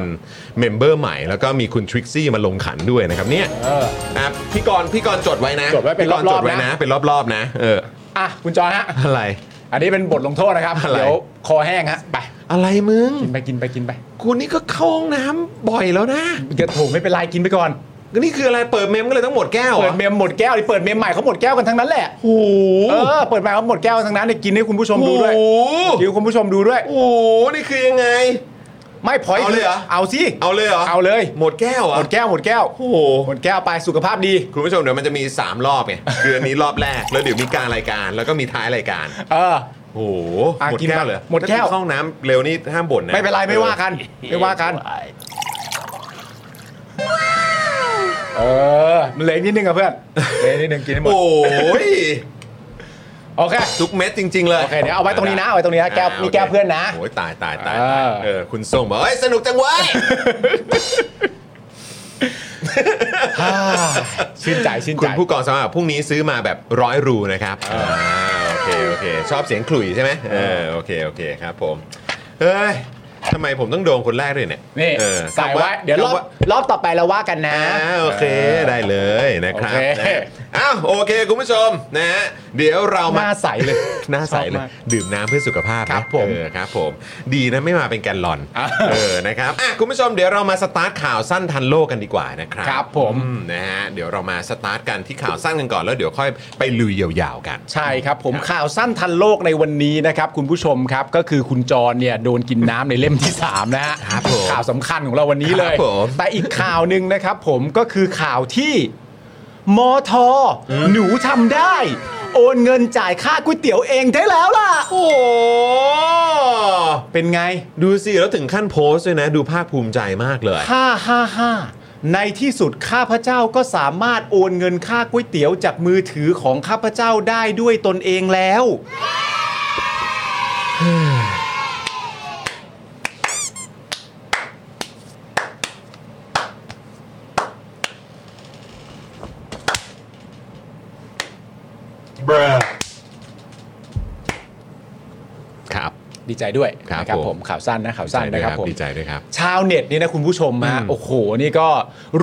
Speaker 1: เมมเบอร์ใหม่ แล้วก็มีคุณทริกซี่มาลงขันด้วยนะครับเนี่ย
Speaker 4: เออ
Speaker 1: อ่ะพี่กรณ์พี่กรณ์จดไว้นะ
Speaker 4: จดไว้เป็น
Speaker 1: พี่กณ์
Speaker 4: รอบๆ
Speaker 1: จดไว้นะ
Speaker 4: นะ
Speaker 1: เป็นรอบๆนะ เออ
Speaker 4: อ่ะคุณจอนฮะ
Speaker 1: อะไร
Speaker 4: อันนี้เป็นบทลงโทษนะครับ
Speaker 1: อะไร
Speaker 4: เดี๋ยวคอแห้งฮะ ไป
Speaker 1: อะไรมึง
Speaker 4: กินไปกินไปกินไป
Speaker 1: คุณนี่ก็เข้าห้องน้ำบ่อยแล้วนะ
Speaker 4: เดี๋ยวโถไม่เป็นไรกินไปก่อน
Speaker 1: นี่คืออะไร เปิดเมมก็เลยต้องหมดแก้วหรอ
Speaker 4: เปิดเมมหมดแก้วดิเปิดเมมใหม่เขาหมดแก้วกันทั้งนั้นแหละ
Speaker 1: โอ้โห
Speaker 4: เออ เปิดใหม่เขาหมดแก้วกันทั้งนั้นเนี่ยกินให้คุณผู้ชมดูด้วย
Speaker 1: โอ้โห
Speaker 4: กินให้คุณผู้ชมดูด้วย
Speaker 1: โอ้โห นี่คือยังไง
Speaker 4: ไม่พอย
Speaker 1: เอาเลยเหรอ
Speaker 4: เอาสิ
Speaker 1: เอาเลยเหรอ
Speaker 4: เอาเลย
Speaker 1: หมดแก้วอ่ะ
Speaker 4: หมดแก้วหมดแก้ว
Speaker 1: โอ้โห
Speaker 4: หมดแก้วไปสุขภาพดี
Speaker 1: คุณผู้ชมเดี๋ยวมันจะมี 3 รอบไง คืออันนี้รอบแรก แล้วเดี๋ยวมีกลารรายการ แล้วก็มีท้ายรายการ
Speaker 4: เออ
Speaker 1: โอ้โห
Speaker 4: อ่ะ
Speaker 1: หมด
Speaker 4: กิน
Speaker 1: แก้ว
Speaker 4: ไป
Speaker 1: เหรอ
Speaker 4: หมดแก้ว
Speaker 1: ถ้าเข้าห้องน้ำเร็วนี่ห้ามบ่นนะ
Speaker 4: ไม่เป็นไรไม่ว่ากัน ไม่ว่ากัน เออมันเหล็กนิดนึงอะเพื่อนเหล็กนิดนึงกินให้หม
Speaker 1: โอ้
Speaker 4: ด
Speaker 1: ย
Speaker 4: โอเค
Speaker 1: ทุกเม็ดจริง ๆ เลย
Speaker 4: โอเคเดี๋ยวเอาไว้ตรงนี้นะเอาไว้ตรงนี้นะแก้ว
Speaker 1: อ่า
Speaker 4: นี่แก้ว
Speaker 1: โค
Speaker 4: เพื่อนนะ
Speaker 1: โอ้ยตายตายตาย
Speaker 4: เออ
Speaker 1: เออคุณส่งบอกเฮ้ยสนุกจังเว้ย
Speaker 4: ฮ่าชื่นใจชื่น
Speaker 1: คุ
Speaker 4: ใจ
Speaker 1: ณผู้กองสมัครพรุ่งนี้ซื้อมาแบบร้อยรูนะครับอ่าโอ เคโอเค ชอบเสียงขลุ่ยใช่ไหมเออโอเคโอเคครับผมเฮ้ยทำไมผมต้องโดนคนแรกด้วยเนี่ย
Speaker 2: นี่
Speaker 1: เออ
Speaker 2: สายไว่าเดี๋ยวรอบรอบต่อไปเราว่ากันนะ
Speaker 1: อ่าโอเคได้เลยนะครับ
Speaker 2: โอเค
Speaker 1: นะฮะอ้าวโอเคคุณผู้ชมนะฮะเดี๋ยวเรา
Speaker 2: ห
Speaker 1: มา
Speaker 2: น้าใสเลย
Speaker 1: หน้าใสเลย
Speaker 2: ชอบมาก
Speaker 1: ดื่มน้ำเพื่อสุขภาพนะครับ
Speaker 2: ผม
Speaker 1: เออครับผม ดีนะไม่มาเป็นแกนลอนเออนะครับอ่ะคุณผู้ชมเดี๋ยวเรามาสตาร์ทข่าวสั้นทันโลกกันดีกว่านะครับ
Speaker 2: ครับผม
Speaker 1: อืนะฮะเดี๋ยวเรามาสตาร์ทกันที่ข่าวสั้นกันก่อนแล้วเดี๋ยวค่อยไปลุยยาวๆกัน
Speaker 4: ใช่ครับผมข่าวสั้นทันโลกในวันนี้นะครับ คุณผู้ชมครับก็คือคุณจรเนี่ยโดนกินน้ำในเล่มที่ 3 นะฮะ
Speaker 1: ครับผม
Speaker 4: ข่าวสำคัญของเราวันนี้เล
Speaker 1: ค
Speaker 4: ย
Speaker 1: รับผม
Speaker 4: แต่อีกข่าวหนึ่งนะครับผมก็คือข่าวที่มอทอหนูทำได้ โอนเงินจ่ายค่าก๋วยเตี๋ยวเองได้แล้วล่ะ
Speaker 1: โอ้โห
Speaker 4: เป็นไง
Speaker 1: ดูสิแล้วถึงขั้นโพสต์ด้วยนะ ดูภาคภูมิใจมากเลย
Speaker 4: 5 5 5 ในที่สุดข้าพเจ้าก็สามารถโอนเงินค่าก๋วยเตี๋ยวจากมือถือของข้าพเจ้าได้ด้วยตนเองแล้ว
Speaker 1: ครับ
Speaker 4: ดีใจด้วย
Speaker 1: ครับ
Speaker 4: นะ
Speaker 1: ผม
Speaker 4: ข่าวสั้นนะข่าวสั้นนะครับผม
Speaker 1: ดีใจด้วยครับ
Speaker 4: ชาวเน็ตนี่นะคุณผู้ชมฮะโอ้โห นี่ก็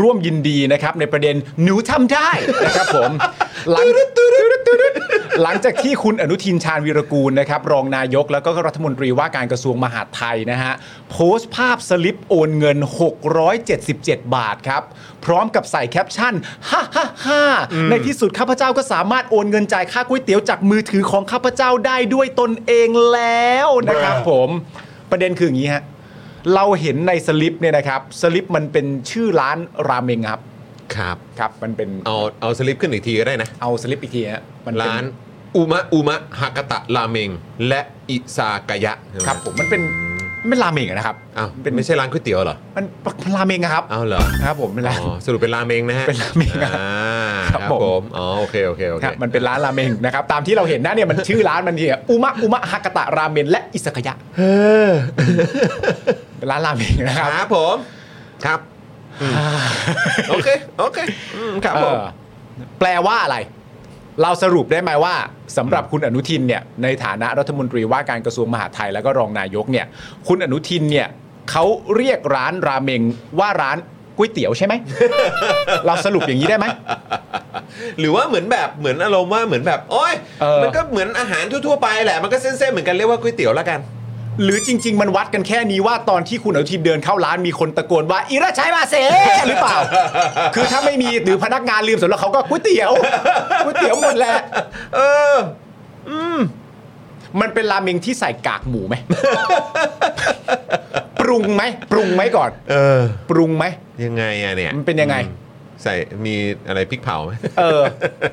Speaker 4: ร่วมยินดีนะครับ ในประเด็นหนูทำได้ นะครับผมหลังหลังจากที่คุณอนุทินชาญวีรกูลนะครับ รองนายกแล้วก็รัฐมนตรีว่าการกระทรวงมหาดไทยนะฮะโพสต์ภาพสลิปโอนเงิน 677 บาทครับ พร้อมกับใส่แคปชั่นฮ่าฮ่าฮ่าในที่สุดข้าพเจ้าก็สามารถโอนเงินจ่ายค่าก๋วยเตี๋ยวจากมือถือของข้าพเจ้าได้ด้วยตนเองแล้วนะครับผม ประเด็นคืออย่างนี้ฮะ เราเห็นในสลิปเนี่ยนะครับ สลิปมันเป็นชื่อร้านราเมงครับ
Speaker 1: ครับ
Speaker 4: ครับ มันเป็น
Speaker 1: เอาเอาสลิปขึ้นอีกทีก็ได้นะ
Speaker 4: เอาสลิปอีกทีฮะมัเป็น
Speaker 1: ร้านอุมะอุมะฮากาตะราเมง และอิซากายะใช่ไหม
Speaker 4: ครับผมมันเป็นมันเป็นราเมงอะนะครับ
Speaker 1: อ้าว
Speaker 4: เป็น
Speaker 1: ไม่ใช่ร้านก๋วยเตี๋ยวเหรอ
Speaker 4: มันมันราเมงอะครับ
Speaker 1: อ้าวเหรอ
Speaker 4: ครับ ผมเป็นร้าน
Speaker 1: อ๋อสรุปเป็นราเมงนะฮะ
Speaker 4: เป็นราเมงครับ
Speaker 1: อ่าค
Speaker 4: ครั
Speaker 1: รับบ ผ
Speaker 4: ผม
Speaker 1: มอ๋อโอเคโอเคโอเค
Speaker 4: ครับมันเป็นร้านราเมงนะครับ ตามที่เราเห็นนะเนี่ยมันชื่อร้านมันเนี่ยอุมะอุมะฮากาตะราเมนและอิสกายะเป็นร้านราเมงนะค
Speaker 1: ครับ รับผมครับอืมโอเคโอเคอืมครับ
Speaker 4: เอ
Speaker 1: ผม
Speaker 4: อแปลว่าอะไร เราสรุปได้ไหมว่าสำหรับคุณอนุทินเนี่ยในฐานะรัฐมนตรีว่าการกระทรวงมหาดไทยแล้วก็รองนายกเนี่ย คุณอนุทินเนี่ยเขาเรียกร้านราเมงว่าร้านก๋วยเตี๋ยว ใช่ไหม เราสรุปอย่างนี้ได้ไหม
Speaker 1: หรือว่าเหมือนแบบเหมือนอารมณ์ว่าเหมือนแบบโอ้ย
Speaker 4: เออ
Speaker 1: มันก็เหมือนอาหารทั่วๆไปแหละมันก็เส้นๆเหมือนกันเรียกว่าก๋วยเตี๋ยวละกัน
Speaker 4: หรือจริง ๆ มันวัดกันแค่นี้ว่าตอนที่คุณอนุทินเดินเข้าร้านมีคนตะโกนว่าอิระชัยมาเซหรือเปล่า คือถ้าไม่มีหรือพนักงานลืมสำหรับเขาก็ก๋วยเตี๋ยวก๋วยเตี๋ยวหมดแหละ
Speaker 1: เออ
Speaker 4: มันเป็นราเมงที่ใส่กากหมูไหม ปรุงไหมปรุงไหมก่อน
Speaker 1: เออ
Speaker 4: ปรุงไหม
Speaker 1: ยังไงอะเนี่ย
Speaker 4: มันเป็นยังไง
Speaker 1: อืมใส่มีอะไรพริกเผาไหม
Speaker 4: เออ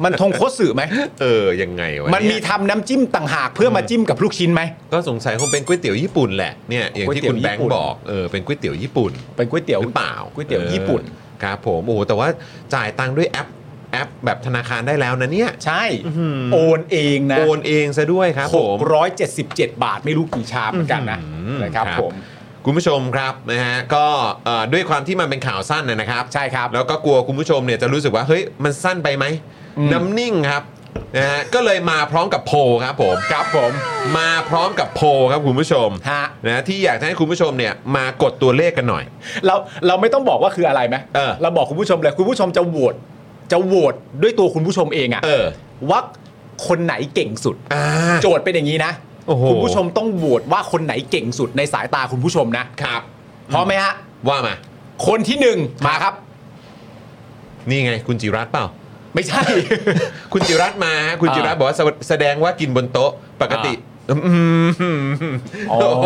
Speaker 4: มันทงโคตสึไหม
Speaker 1: เออยังไงวะ
Speaker 4: มันมี
Speaker 1: เย
Speaker 4: ทำน้ำจิ้มต่างหากเพื่อมาจิ้มกับลูกชิ้นไหม
Speaker 1: ก็สงสัยคงเป็นก๋วยเตี๋ยวญี่ปุ่นแหละเนี่ยอย่างที่คุณแบงค์บอกเออเป็นก๋วยเตี๋ยวญี่ปุ่น
Speaker 4: เป็นก๋วยเตี๋ยว
Speaker 1: หรือเปล่า
Speaker 4: ก๋วยเตี๋ยวญี่ปุ่น
Speaker 1: เออครับผมโอ้โหแต่ว่าจ่ายตังค์ด้วยแอปแอปแบบธนาคารได้แล้วนะเนี่ย
Speaker 4: ใช่ โอนเองนะ
Speaker 1: โอนเองซะด้วยครับผม
Speaker 4: 677 บาทไม่รู้กี่ชามเหมือนกันนะ
Speaker 1: อืม
Speaker 4: นะครับ
Speaker 1: ครับ
Speaker 4: ผม
Speaker 1: คุณผู้ชมครับนะฮะก็เอ่อด้วยความที่มันเป็นข่าวสั้นนะนะครับ
Speaker 4: ใช่ครับ
Speaker 1: แล้วก็กลัวคุณผู้ชมเนี่ยจะรู้สึกว่าเฮ้ยมันสั้นไปไหมน้ำนิ่งครับนะฮะก็เลยมาพร้อมกับโพลครับผมครับผมมาพร้อมกับโพลครับคุณผู้ชม
Speaker 4: ฮะ
Speaker 1: นะที่อยากจะให้คุณผู้ชมเนี่ยมากดตัวเลขกันหน่อย
Speaker 4: เราเราไม่ต้องบอกว่าคืออะไรไหม
Speaker 1: เออ
Speaker 4: เราบอกคุณผู้ชมเลยคุณผู้ชมจะโหวตจะโหวตด้วยตัวคุณผู้ชมเองอะ
Speaker 1: เออ
Speaker 4: ว่าคนไหนเก่งสุด
Speaker 1: อ่า
Speaker 4: โจทย์เป็นอย่างนี้นะ
Speaker 1: โอ้โห
Speaker 4: คุณผู้ชมต้องโหวตว่าคนไหนเก่งสุดในสายตาคุณผู้ชมนะครับ พร้อมไหมฮะ
Speaker 1: ว่ามา
Speaker 4: คนที่หนึ่งมาครับ
Speaker 1: นี่ไงคุณจิรัตน์เปล่า
Speaker 4: ไม่ใช่
Speaker 1: คุณจิรัตน์มาฮะคุณ
Speaker 4: อ่า
Speaker 1: จิรัตน์บอกว่าแสแสดงว่ากินบนโต๊ะปกติอืม
Speaker 4: อ๋อ
Speaker 1: โอ้โห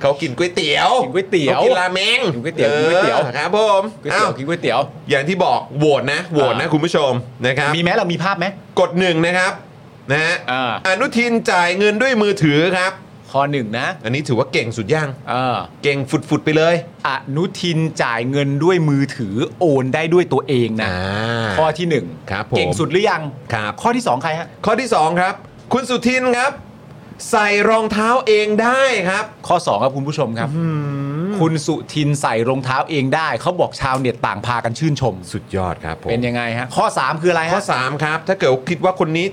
Speaker 1: เขากินก๋วยเตี๋ยว
Speaker 4: กินก๋วยเตี๋ยว
Speaker 1: ขากินราเมง
Speaker 4: กินก๋วยเตี๋ยวกินก๋วยเตี๋ยว
Speaker 1: ออครับผม
Speaker 4: ก๋วย
Speaker 1: อ้า
Speaker 4: เตี๋ยว วกินก๋วยเตี๋ยว
Speaker 1: อย่างที่บอกโหวตนะโหวตนะ
Speaker 4: อ่า
Speaker 1: คุณผู้ชมนะครับ
Speaker 4: มีไหมเรามีภาพไหม
Speaker 1: กดหนึ่งนะครับนะฮะ
Speaker 4: อ่า
Speaker 1: อนุทินจ่ายเงินด้วยมือถือครับ
Speaker 4: ข้อหนึ่งนะ
Speaker 1: อันนี้ถือว่าเก่งสุดย่าง
Speaker 4: เออ
Speaker 1: เก่งฝุดๆไปเลย
Speaker 4: อนุทินจ่ายเงินด้วยมือถือโอนได้ด้วยตัวเองนะ
Speaker 1: อ่า
Speaker 4: ข้อที่หนึ่ง
Speaker 1: ครับผม
Speaker 4: เก่งสุดหรือยัง
Speaker 1: ครับ
Speaker 4: ข้อที่สองใครฮะ
Speaker 1: ข้อที่สองครับ คุณสุทินครับ ใส่รองเท้าเองได้ครับ
Speaker 4: ข้อสองครับคุณผู้ชมครับ คุณสุทินใส่รองเท้าเองได้ เขาบอกชาวเน็ตต่างพากันชื่นชม
Speaker 1: สุดยอดครับผม
Speaker 4: เป็นยังไงฮะ ข้อสามคืออะไร
Speaker 1: ข้อ
Speaker 4: ฮะ
Speaker 1: 3 ครับ ถ้าเกิดคิดว่าคนนี้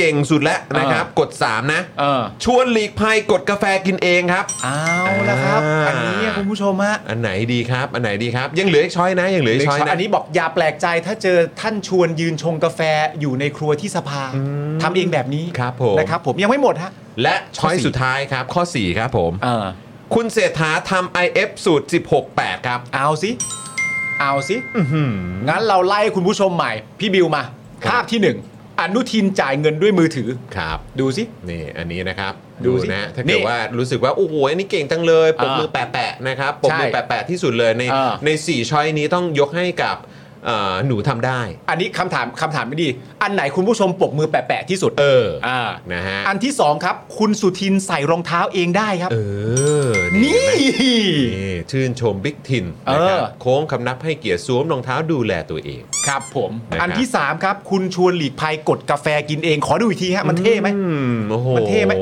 Speaker 1: เก่งสุดแล้วนะครับกด 3 นะ
Speaker 4: เออ
Speaker 1: ชวนหลีกภัยกดกาแฟกินเองครับ
Speaker 4: เอาละครับ
Speaker 1: อ่า
Speaker 4: อันนี้คุณผู้ชมฮะ
Speaker 1: อันไหนดีครับ อันไหนดีครับ ยังเหลืออีกช้อยนะยังเหลืออีกช้อยนะ
Speaker 4: อันนี้บอกอย่าแปลกใจถ้าเจอท่านชวนยืนชงกาแฟอยู่ในครัวที่สภาทำเองแบบนี้
Speaker 1: ครับผม
Speaker 4: นะครับ ผมยังไม่หมดฮะ
Speaker 1: และช้อย
Speaker 4: ข้อสี่
Speaker 1: สุดท้ายครับ ข้อ 4 ครับผม
Speaker 4: เออ
Speaker 1: คุณเศรษฐาทำ IF สูตร 16-8 ครับ
Speaker 4: เอาสิ เอาสิงั้นเราไล่ให้คุณผู้ชมใหม่ พี่บิวมา
Speaker 1: ครับ
Speaker 4: ภาพที่หนึ่งอนุทินจ่ายเงินด้วยมือถือ
Speaker 1: ครับ
Speaker 4: ดูสิ
Speaker 1: นี่อันนี้นะครับ
Speaker 4: ดู
Speaker 1: ดู
Speaker 4: สิ
Speaker 1: นะถ้า
Speaker 4: นี่
Speaker 1: เกิดว่ารู้สึกว่า โอ้โห อันนี้เก่งจังเลยปมมือแปะๆนะครับปมมือแปะๆที่สุดเลยใน
Speaker 4: อ่า
Speaker 1: ในสี่ช้อยนี้ต้องยกให้กับเอ่อหนูทำได้
Speaker 4: อันนี้คำถามคำถามไม่ดี อันไหนคุณผู้ชมปรบมือแปะๆที่สุด
Speaker 1: เออ
Speaker 4: อ่า
Speaker 1: นะฮะ
Speaker 4: อันที่สองครับ คุณสุทินใส่รองเท้าเองได้ครับ
Speaker 1: เออ
Speaker 4: นี่
Speaker 1: เห็ไหมนี่ชื่นชมบิ๊กทินนะครับ
Speaker 4: เออ
Speaker 1: โค้งคำนับให้เกียรติสวมรองเท้าดูแลตัวเอง
Speaker 4: ครับผม
Speaker 1: นะครับ
Speaker 4: อันที่ 3 ครับ คุณชวนหลีกภัยกดกาแฟกินเอง ขอดูอีกทีฮะ มันเท่ไหม
Speaker 1: อืมโอ้โห
Speaker 4: มันเท่ไหม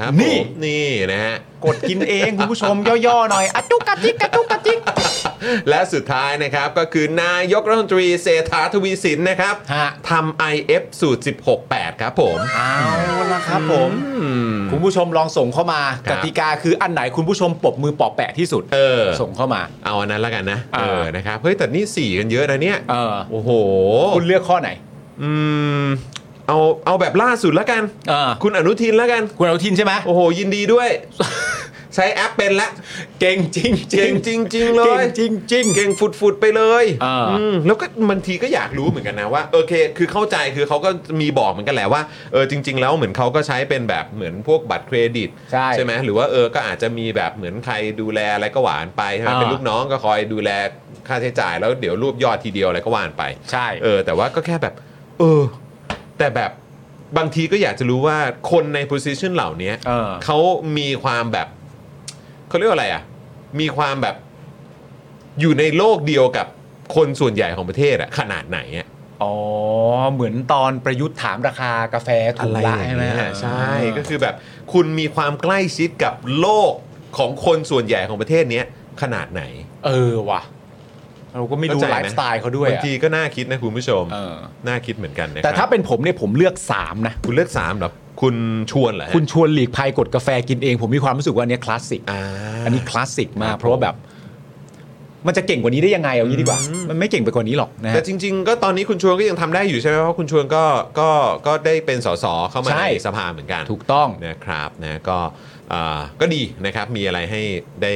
Speaker 1: ครับ
Speaker 4: นี่
Speaker 1: ผมนี่นะฮะ
Speaker 4: กดกินเอง คุณผู้ช ม ย่อ ๆ หน่อยอะจุกกะจิกกะจุกกะจิก
Speaker 1: และสุดท้ายนะครับก็คือนายกรัฐมนตรีเศรษฐาทวีสินนะครับ
Speaker 4: ฮะ
Speaker 1: ทำ IF สูตร 16-8 ครับผม
Speaker 4: เอาละครับผม
Speaker 1: อืม
Speaker 4: คุณผู้ชมลองส่งเข้ามา
Speaker 1: ค
Speaker 4: ก
Speaker 1: รับ
Speaker 4: ติกาคืออันไหนคุณผู้ชมปรบมือปอบแปะที่สุด
Speaker 1: เออ
Speaker 4: ส่งเข้ามา
Speaker 1: เอาอันนั้นแล้วกันนะ
Speaker 4: อ่า
Speaker 1: เออ นะครับ เฮ้ย แต่นี่สี่กันเยอะนะเนี่ย
Speaker 4: เออ
Speaker 1: โอ้โห
Speaker 4: คุณเลือกข้อไหน
Speaker 1: อืม เอา เอาแบบล่าสุดแล้วกัน
Speaker 4: เออ
Speaker 1: คุณอนุทินแล้วกัน
Speaker 4: คุณอนุทินใช่ไหม
Speaker 1: โอ้โห ยินดี ด้วย ใช้แอปเป็นละ
Speaker 4: เก่งจริง
Speaker 1: เก่งจริง ๆ เล
Speaker 4: เก่ง
Speaker 1: ย
Speaker 4: จริงจริง
Speaker 1: เก่งฝุดๆไปเลย
Speaker 4: อ่า
Speaker 1: อืมแล้วก็บางทีก็อยากรู้เหมือนกันนะว่าโอเค คือเข้าใจคือเขาก็มีบอกเหมือนกันแหละว่าเออจริง ๆ แล้วเหมือนเขาก็ใช้เป็นแบบเหมือนพวกบัตรเครดิต
Speaker 4: ใช่
Speaker 1: ไหมหรือว่าเออก็อาจจะมีแบบเหมือนใครดูแลอะไรก็หวานไปใช่ไหม
Speaker 4: อ่า
Speaker 1: เป็นลูกน้องก็คอยดูแลค่าใช้จ่ายแล้วเดี๋ยวรูปยอดทีเดียวอะไรก็หวานไป
Speaker 4: ใช่
Speaker 1: เออ แต่ว่าก็แค่แบบ เออ แต่แบบบางทีก็อยากจะรู้ว่าคนใน position เหล่านี้
Speaker 4: เออ
Speaker 1: เขามีความแบบเขาเรียกว่าอะไรอ่ะ มีความแบบ อยู่ในโลกเดียวกับคนส่วนใหญ่ของประเทศอะขนาดไหนอะ
Speaker 4: อ๋อ เหมือนตอนประยุทธ์ถามราคากาแฟถูกละใช่
Speaker 1: อะไร
Speaker 4: ไหม
Speaker 1: อย่างเงี้ยใช่
Speaker 4: เออ
Speaker 1: ก็คือแบบคุณมีความใกล้ชิดกับโลกของคนส่วนใหญ่ของประเทศเนี้ยขนาดไหน
Speaker 4: เออว่ะ เราก็ไม่รู้
Speaker 1: เข้าใจ
Speaker 4: ไล
Speaker 1: ห
Speaker 4: ฟ์สไตล์เขาด้วย
Speaker 1: บา
Speaker 4: อะ
Speaker 1: งทีก็น่าคิดนะคุณผู้ชม
Speaker 4: เออ
Speaker 1: น่าคิดเหมือนกันนะค
Speaker 4: แต่
Speaker 1: รับ
Speaker 4: ถ้าเป็นผมเนี่ยผมเลือก 3 นะ
Speaker 1: คุณเลือกสามเหรอคุณชวนเหรอฮะ
Speaker 4: คุณชวนหลีกภัยกดกาแฟกินเอง ผมมีความรู้สึกว่าอันเนี้ยคลาสสิก
Speaker 1: อ่า
Speaker 4: อันนี้คลาสสิกมา
Speaker 1: ครั
Speaker 4: ก
Speaker 1: บ
Speaker 4: เพราะว่าแบบ มันจะเก่งกว่านี้ได้ยังไงเอางี้ดีกว่า มันไม่เก่งไปกว่านี้หรอกนะ
Speaker 1: แต่
Speaker 4: ฮะ
Speaker 1: จริง ๆ ก็ตอนนี้คุณชวนก็ยังทำได้อยู่ใช่ไหมเพราะคุณชวนก็ก็ก็ได้เป็นสสเข้ามา
Speaker 4: ใช่
Speaker 1: ในสภาเหมือนกัน
Speaker 4: ถูกต้อง
Speaker 1: นะครับนะก็อ่าก็ดีนะครับมีอะไรให้ได้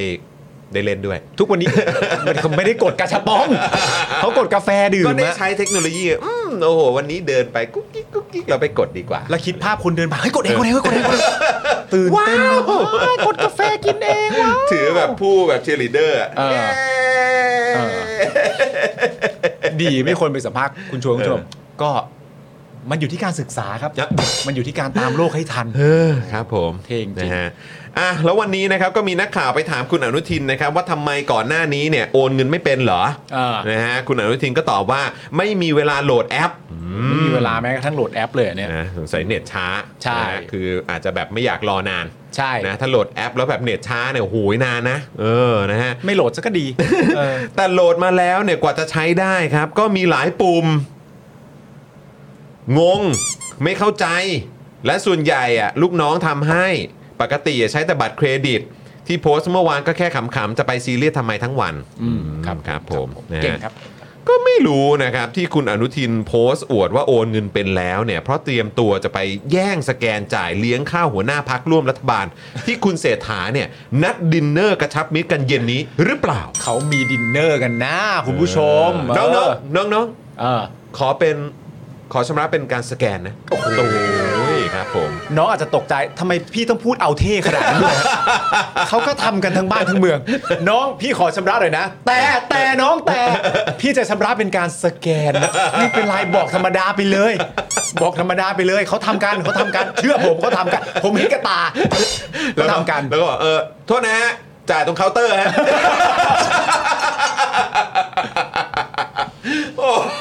Speaker 1: ได้เล่นด้วย
Speaker 4: ทุกวันนี้ มันเขาไม่ได้กดกระชับบ้ องเขากดกาแฟดื่ม
Speaker 1: ก็ได้
Speaker 4: นะ
Speaker 1: ใช้เทคโนโลยีอืมโอ้โหวันนี้เดินไปกุ๊กกิ๊กกุ๊กกิ๊กเราไปกดดีกว่า
Speaker 4: แล้วคิดภาพคนเดินผ่านเฮ้ยกดเองกดเองเฮ้ยกดเองกดเองตื่นเต้นมากว้าวกดกาแฟกินเองว้าว
Speaker 1: ถือแบบผู้แบบเชียร์ลีดเดอร์อะ
Speaker 4: เออ
Speaker 1: เย้
Speaker 4: เออ ดีไม่ควรไปสัมภาษณ์คุณชวนคุณผู้ชมก็มันอยู่ที่การศึกษาครับ มันอยู่ที่การตามโลกให้ทัน
Speaker 1: เออครับผม
Speaker 4: เท่จริง
Speaker 1: นะฮะอ่ะแล้ววันนี้นะครับก็มีนักข่าวไปถามคุณอนุทินนะครับว่าทำไมก่อนหน้านี้เนี่ยโอนเงินไม่เป็นเหรอ
Speaker 4: เออ
Speaker 1: นะฮะคุณอนุทินก็ตอบว่าไม่มีเวลาโหลดแอป
Speaker 4: ไม่มีเวลาแม้กระทั่งโหลดแอปเลยอะเนี่ย
Speaker 1: นะสงสัยเน็ตช้า
Speaker 4: ใช่
Speaker 1: นะฮะคืออาจจะแบบไม่อยากรอนาน
Speaker 4: ใช่
Speaker 1: นะถ้าโหลดแอปแล้วแบบเน็ตช้าเนี่ยโอ้โหยนานนะ เออนะฮะ
Speaker 4: ไม่โหลดซะก็ดี เออ
Speaker 1: แต่โหลดมาแล้วเนี่ยกว่าจะใช้ได้ครับ ก็มีหลายปุ่ม งง ไม่เข้าใจ และส่วนใหญ่อะลูกน้องทำให้ปกติอะใช้แต่บัตรเครดิต ที่โพสต์เมื่อวานก็แค่ขำๆ จะไปซีเรียสทำไมทั้งวัน
Speaker 4: อืมครับ
Speaker 1: ครับผมนะฮะ
Speaker 4: เก่งครับ
Speaker 1: ก็ไม่รู้นะครับที่คุณอนุทินโพสต์อวดว่าโอนเงินเป็นแล้วเนี่ยเพราะเตรียมตัวจะไปแย่งสแกนจ่ายเลี้ยงข้าวหัวหน้าพักร่วมรัฐบาล ที่คุณเศรษฐาเนี่ยนัดดินเนอร์กระชับมิตรกันเย็นนี้หรือเปล่า
Speaker 4: เขามีดินเนอร์กันนะคุณผู้ชม
Speaker 1: น้องน้องๆน้อง
Speaker 4: เออ
Speaker 1: ๆขอเป็นขอชำระเป็นการสแกนนะโอ้โหครับผม
Speaker 4: น้องอาจจะตกใจทำไมพี่ต้องพูดเอาเท่ขนาด นั้นด้วยเขาก็ทำกันทั้งบ้านทั้งเมือง น้องพี่ขอชำระหน่อยนะ แต่แต่น้องแต่ พี่จะชำระเป็นการสแกนนะนี่เป็นลายบอกธรรมดาไปเลย บอกธรรมดาไปเลยเขาทำกันเขาทำกันเชื่อผมเขาทำกัน ผมเห็นกับตาเขาทำกัน
Speaker 1: แล้วก็บอกเออโทษนะฮะจ่ายตรงเคาน์เตอร์ฮะ โอ้โห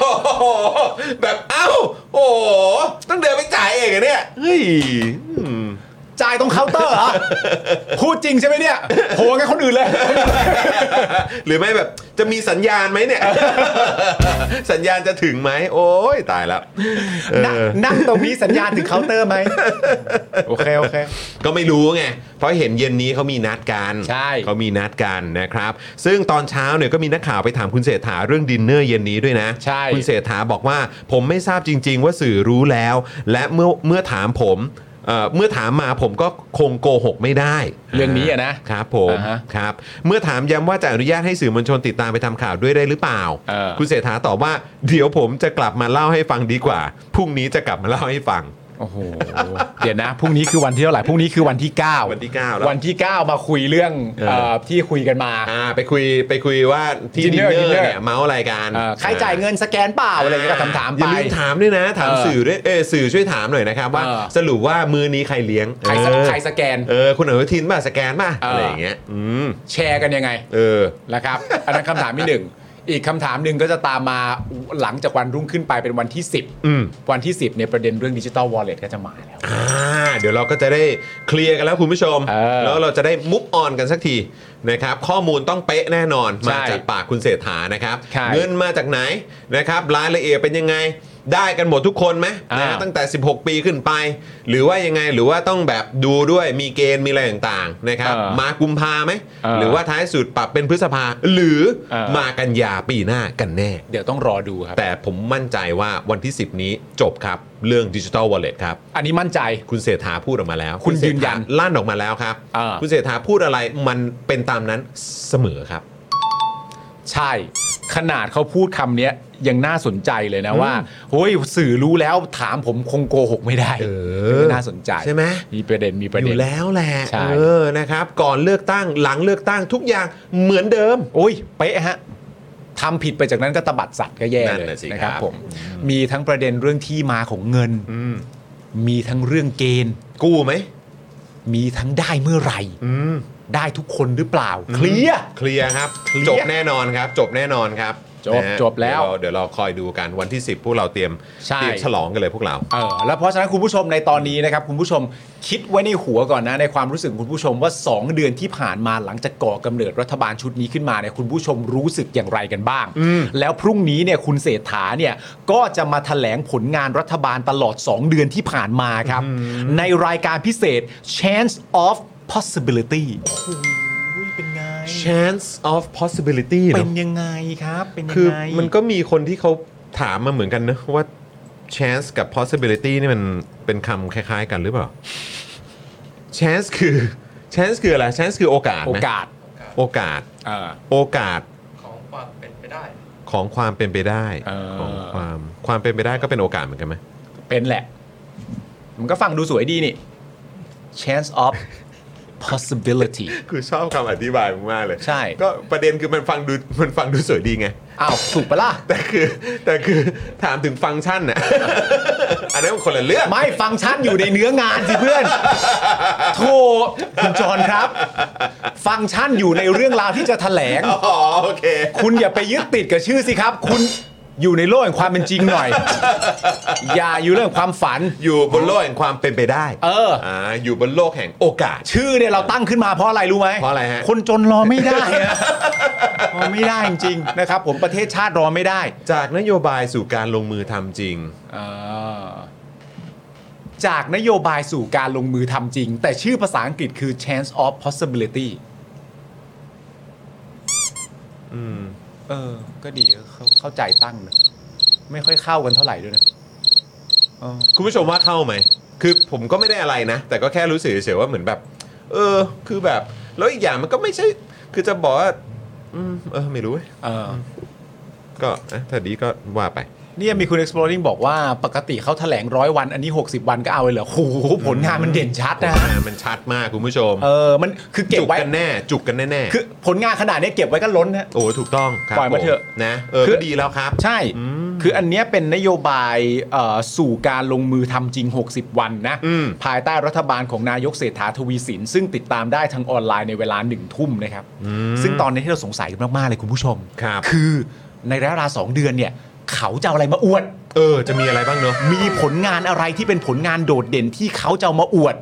Speaker 1: แบบเอ้า โอ้โหต้องเดินไปจ่ายเองเหรอะเนี่ยเฮ้ยอืม
Speaker 4: จ่ายตรงเคาน์เตอร์เหรอพูดจริงใช่ไหมเนี่ยโหงั้นคนอื่นเลย
Speaker 1: หรือไม่แบบจะมีสัญญาณไหมเนี่ย สัญญาณจะถึงไหม โอ้ยตายแล้ว
Speaker 4: นั่งนั่งตรงนี้สัญญาณถึงเคาน์เตอร์ไหม โอเค โอเค
Speaker 1: ก็ไม่รู้ไง เพราะเห็นเย็นนี้เขามีนัดกัน
Speaker 4: ใช่
Speaker 1: เขามีนัดกันนะครับ ซึ่งตอนเช้าเนี่ยก็มีนักข่าวไปถามคุณเศรษฐาเรื่องดินเนอร์เย็นนี้ด้วยนะ
Speaker 4: ใช่
Speaker 1: คุณเศรษฐาบอกว่าผมไม่ทราบจริง ๆ ว่าสื่อรู้แล้ว และเมื่อเมื่อถามผมเอ่อเมื่อถามมาผมก็คงโกหกไม่ได้
Speaker 4: เรื่องนี้อะนะ
Speaker 1: ครับผม
Speaker 4: อ่าฮะ
Speaker 1: ครับ เมื่อถามย้ำว่าจะอนุญาตให้สื่อมวลชนติดตามไปทำข่าวด้วยได้หรือเปล่า
Speaker 4: เออ
Speaker 1: คุณเศรษฐาตอบว่า เดี๋ยวผมจะกลับมาเล่าให้ฟังดีกว่าพรุ่งนี้จะกลับมาเล่าให้ฟัง
Speaker 4: โอ้โห เดี๋ยวนะพรุ่งนี้คือวันที่เท่าไหร่พรุ่งนี้คือวันที่ 9
Speaker 1: วันที่เก้าแล้ว
Speaker 4: วันที่ 9 มาคุยเรื่อง
Speaker 1: เออ
Speaker 4: เอ่อที่คุยกันมา
Speaker 1: อ่าไปคุยไปคุยว่าที่ดิน
Speaker 4: Dinner
Speaker 1: เนอร์
Speaker 4: Dinner
Speaker 1: เนี่ยเมาส์อะไรกัน
Speaker 4: เอ่อใครจ่ายเงินสแกนเปล่าอะไรอย่างเงี้ยก็ถาม
Speaker 1: อ
Speaker 4: ๆไป
Speaker 1: ย่าลืมถามด้วยนะ ถาม
Speaker 4: เออ
Speaker 1: สื่อด้วยเออสื่อช่วยถามหน่อยนะครับว่า
Speaker 4: เออ
Speaker 1: สรุปว่ามือนี้ใครเลี้ยง
Speaker 4: ใครส
Speaker 1: เออ
Speaker 4: ใครสแกน
Speaker 1: เออคุณอนุทินป่ะสแกนป่ะ
Speaker 4: เอออ
Speaker 1: อะไรอย่างเงี้ยอืม
Speaker 4: แชร์กันยังไง
Speaker 1: เออ
Speaker 4: นะครับ อันนั้นคำถามที่หนึ่งอีกคำถามหนึ่งก็จะตามมาหลังจากวันรุ่งขึ้นไปเป็นวันที่
Speaker 1: อืม
Speaker 4: 10 วันที่ 10เนี่ยประเด็นเรื่องดิจิ t a ลวอลเล็ตก็จะมาแล้ว
Speaker 1: อ่าเดี๋ยวเราก็จะได้เคลียร์กันแล้วคุณผู้ชม
Speaker 4: เออ
Speaker 1: แล้วเราจะได้มุฟออนกันสักทีนะครับข้อมูลต้องเป๊ะแน่นอน
Speaker 4: ใช่
Speaker 1: มาจากปากคุณเศรษฐานะครับ
Speaker 4: ใช่
Speaker 1: เงินมาจากไหนนะครับรายละเอียดเป็นยังไงได้กันหมดทุกคนไหมนะ
Speaker 4: อ่า
Speaker 1: ตั้งแต่ 16 ปีขึ้นไป หรือว่ายังไงหรือว่าต้องแบบดูด้วยมีเกณฑ์มีอะไรต่างๆนะครับ
Speaker 4: เออ
Speaker 1: มากุมภาไหม
Speaker 4: เออ
Speaker 1: หรือว่าท้ายสุดปรับเป็นพฤษภาหรือ
Speaker 4: เออ
Speaker 1: มากันยาปีหน้ากันแน่
Speaker 4: เดี๋ยวต้องรอดูครับ
Speaker 1: แต่ผมมั่นใจว่าวันที่ 10 นี้จบครับเรื่องดิจิทัลวอลเล็ตครับ
Speaker 4: อันนี้มั่นใจ
Speaker 1: คุณเศรษฐาพูดออกมาแล้ว
Speaker 4: คุณ
Speaker 1: เศรษฐา
Speaker 4: ยืนยัน
Speaker 1: ลั่นออกมาแล้วครับ
Speaker 4: อ่า
Speaker 1: คุณเศรษฐาพูดอะไรมันเป็นตามนั้นเสมอครับ
Speaker 4: ใช่ ขนาดเขาพูดคำเนี้ยยังน่าสนใจเลยนะว่าเฮ้ยสื่อรู้แล้วถามผมคงโกหกไม่ได้
Speaker 1: เออ
Speaker 4: นี่น่าสนใจ
Speaker 1: ใช่ไหม
Speaker 4: มีประเด็นมีประ
Speaker 1: อ
Speaker 4: เด็น
Speaker 1: ยู่แล้วแหละ
Speaker 4: ใช่
Speaker 1: เออนะครับ ก่อนเลือกตั้งหลังเลือกตั้งทุกอย่างเหมือนเดิม
Speaker 4: โอ้ยเป๊ะฮะทำผิดไปจากนั้นก็ตบัดสัตว์ก็แย่
Speaker 1: นั่น
Speaker 4: เลย
Speaker 1: น่ะสิ
Speaker 4: นะ
Speaker 1: ค
Speaker 4: ค
Speaker 1: รั
Speaker 4: รับ บผมมีทั้งประเด็นเรื่องที่มาของเงิน มีทั้งเรื่องเกณฑ์
Speaker 1: กู้ไหม
Speaker 4: มีทั้งได้เมื่อไหร่
Speaker 1: อืม
Speaker 4: ได้ทุกคนหรือเปล่าเคลียร์
Speaker 1: เคลียร์ครับ
Speaker 4: เคลียร์
Speaker 1: จบแน่นอนครับ จบแน่นอนครับ
Speaker 4: จบ
Speaker 1: นะฮะ
Speaker 4: จบแล้ว
Speaker 1: เดี๋ยเราเดี๋ยวเราคอยดูกันวันที่ 10 พวกเราเตรียม
Speaker 4: ใช่
Speaker 1: เตรียมฉลองกันเลยพวกเรา
Speaker 4: เออแล้วเพราะฉะนั้นคุณผู้ชมในตอนนี้นะครับคุณผู้ชมคิดไว้ในหัวก่อนนะในความรู้สึกของคุณผู้ชมว่า 2 เดือนที่ผ่านมาหลังจากก่อกำเนิดรัฐบาลชุดนี้ขึ้นมาเนี่ยคุณผู้ชมรู้สึกอย่างไรกันบ้าง แล้วพรุ่งนี้เนี่ยคุณเศรษฐาเนี่ยก็จะมาแถลงผลงานรัฐบาลตลอด 2 เดือนที่ผ่านมาครับ ในรายการพิเศษ Chance of Possibility โอ้ยเป็นไง
Speaker 1: chance of possibility เน
Speaker 4: เป็
Speaker 1: อะ
Speaker 4: นยังไงครับ เป็นยังไง
Speaker 1: คือมันก็มีคนที่เขาถามมาเหมือนกันนะว่า chance กับ possibility นี่มันเป็นคำคล้าย ๆ กันหรือเปล่า chance คือ chance คืออะไร chance คือโอกาสไหม
Speaker 4: โอกาส
Speaker 1: โอกาส
Speaker 4: เออ
Speaker 1: โอกาส
Speaker 3: ของความเป็นไปได้
Speaker 1: ของความเป็นไปได้
Speaker 4: เออ
Speaker 1: ของความความเป็นไปได้ก็เป็นโอกาสเหมือนกันไหม
Speaker 4: เป็นแหละ มันก็ฟังดูสวยดีนี่ chance of possibility
Speaker 1: คือชอบคำอธิบายมากเลย
Speaker 4: ใช่
Speaker 1: ก็ประเด็นคือมันฟังดูมันฟังดูสวยดีไง
Speaker 4: อ้าว ถูกปะล่ะ
Speaker 1: แต่คือแต่คือถามถึงฟังก์ชันน่ะ อันนั้นมันคนละเรื่อง
Speaker 4: ไม่ฟังก์ชันอยู่ในเนื้องานสิเพื่อน โทคุณจรครับ ฟังก์ชันอยู่ในเรื่องราวที่จะแถลง
Speaker 1: อ๋อโอเค
Speaker 4: คุณอย่าไปยึดติดกับชื่อสิครับ คุณอยู่ในโลกแห่งความเป็นจริงหน่อย อย่าอยู่เรื่องความฝัน
Speaker 1: อยู่บนโลกแห่งความเป็นไปได้
Speaker 4: เออ
Speaker 1: อ่าอยู่บนโลกแห่งโอกาส
Speaker 4: ชื่อเนี่ยเราตั้งขึ้นมาเพราะอะไรรู้ไหม
Speaker 1: เพราะอะไรฮะ
Speaker 4: คนจนรอไม่ได้อะ รอไม่ได้จริงๆนะครับ ผมประเทศชาติรอไม่ได้
Speaker 1: จากนโยบายสู่การลงมือทำจริง
Speaker 4: อ่าจากนโยบายสู่การลงมือทำจริง แต่ชื่อภาษาอังกฤษคือ chance of possibility
Speaker 1: อืม
Speaker 4: เออ ก็ดีเข้าเข้าใจตั้งนะไม่ค่อยเข้ากันเท่าไหร่ด้วยนะเออ
Speaker 1: คุณผู้ชมว่าเข้าไหม คือผมก็ไม่ได้อะไรนะ แต่ก็แค่รู้สึกเฉยๆว่าเหมือนแบบ เออ คือแบบ แล้วอีกอย่างมันก็ไม่ใช่ คือจะบอกว่าอืมเออ ไม่รู้เว้ย
Speaker 4: เออ
Speaker 1: ก็อ่ะถ้าดีก็ว่าไป
Speaker 4: เนี่ยมีคุณ exploring บอกว่าปกติเขาแถลงร้อยวัน อันนี้ 60 วันก็เอาเลยเหรอโอ้โหผลงานมันเด่นชัดนะ
Speaker 1: อ่ามันชัดมากคุณผู้ชม
Speaker 4: เออ มันคือเก็บ
Speaker 1: จุก
Speaker 4: ไว้
Speaker 1: กันแน่ จุกกันแน่ๆ
Speaker 4: คือผลงานขนาดเนี้ยเก็บไว้ก็ล้นนะ
Speaker 1: โอ้ถูกต้องครับ
Speaker 4: ปล่อยมาเถอะ
Speaker 1: ผนะ เออ
Speaker 4: คือ
Speaker 1: ก็ดีแล้วครับ
Speaker 4: ใช่ คืออันเนี้ยเป็นนโยบายเอ่อสู่การลงมือทำจริง 60 วันนะ
Speaker 1: อืม
Speaker 4: ภายใต้รัฐบาลของนายกเศรษฐาทวีสิน ซึ่งติดตามได้ทางออนไลน์ในเวลาหนึ่งทุ่มนะครับ ซึ่งตอนนี้ที่เราสงสัยกันมาก ๆ เลยคุณผู้ชม
Speaker 1: ครับ
Speaker 4: คือในระยะเวลา 2 เดือนเนี่ย เขาจะเอาอะไรมาอวด
Speaker 1: เออ จะมีอะไรบ้างเนอะ
Speaker 4: มีผลงานอะไรที่เป็นผลงานโดดเด่นที่เขาจะเอามาอวด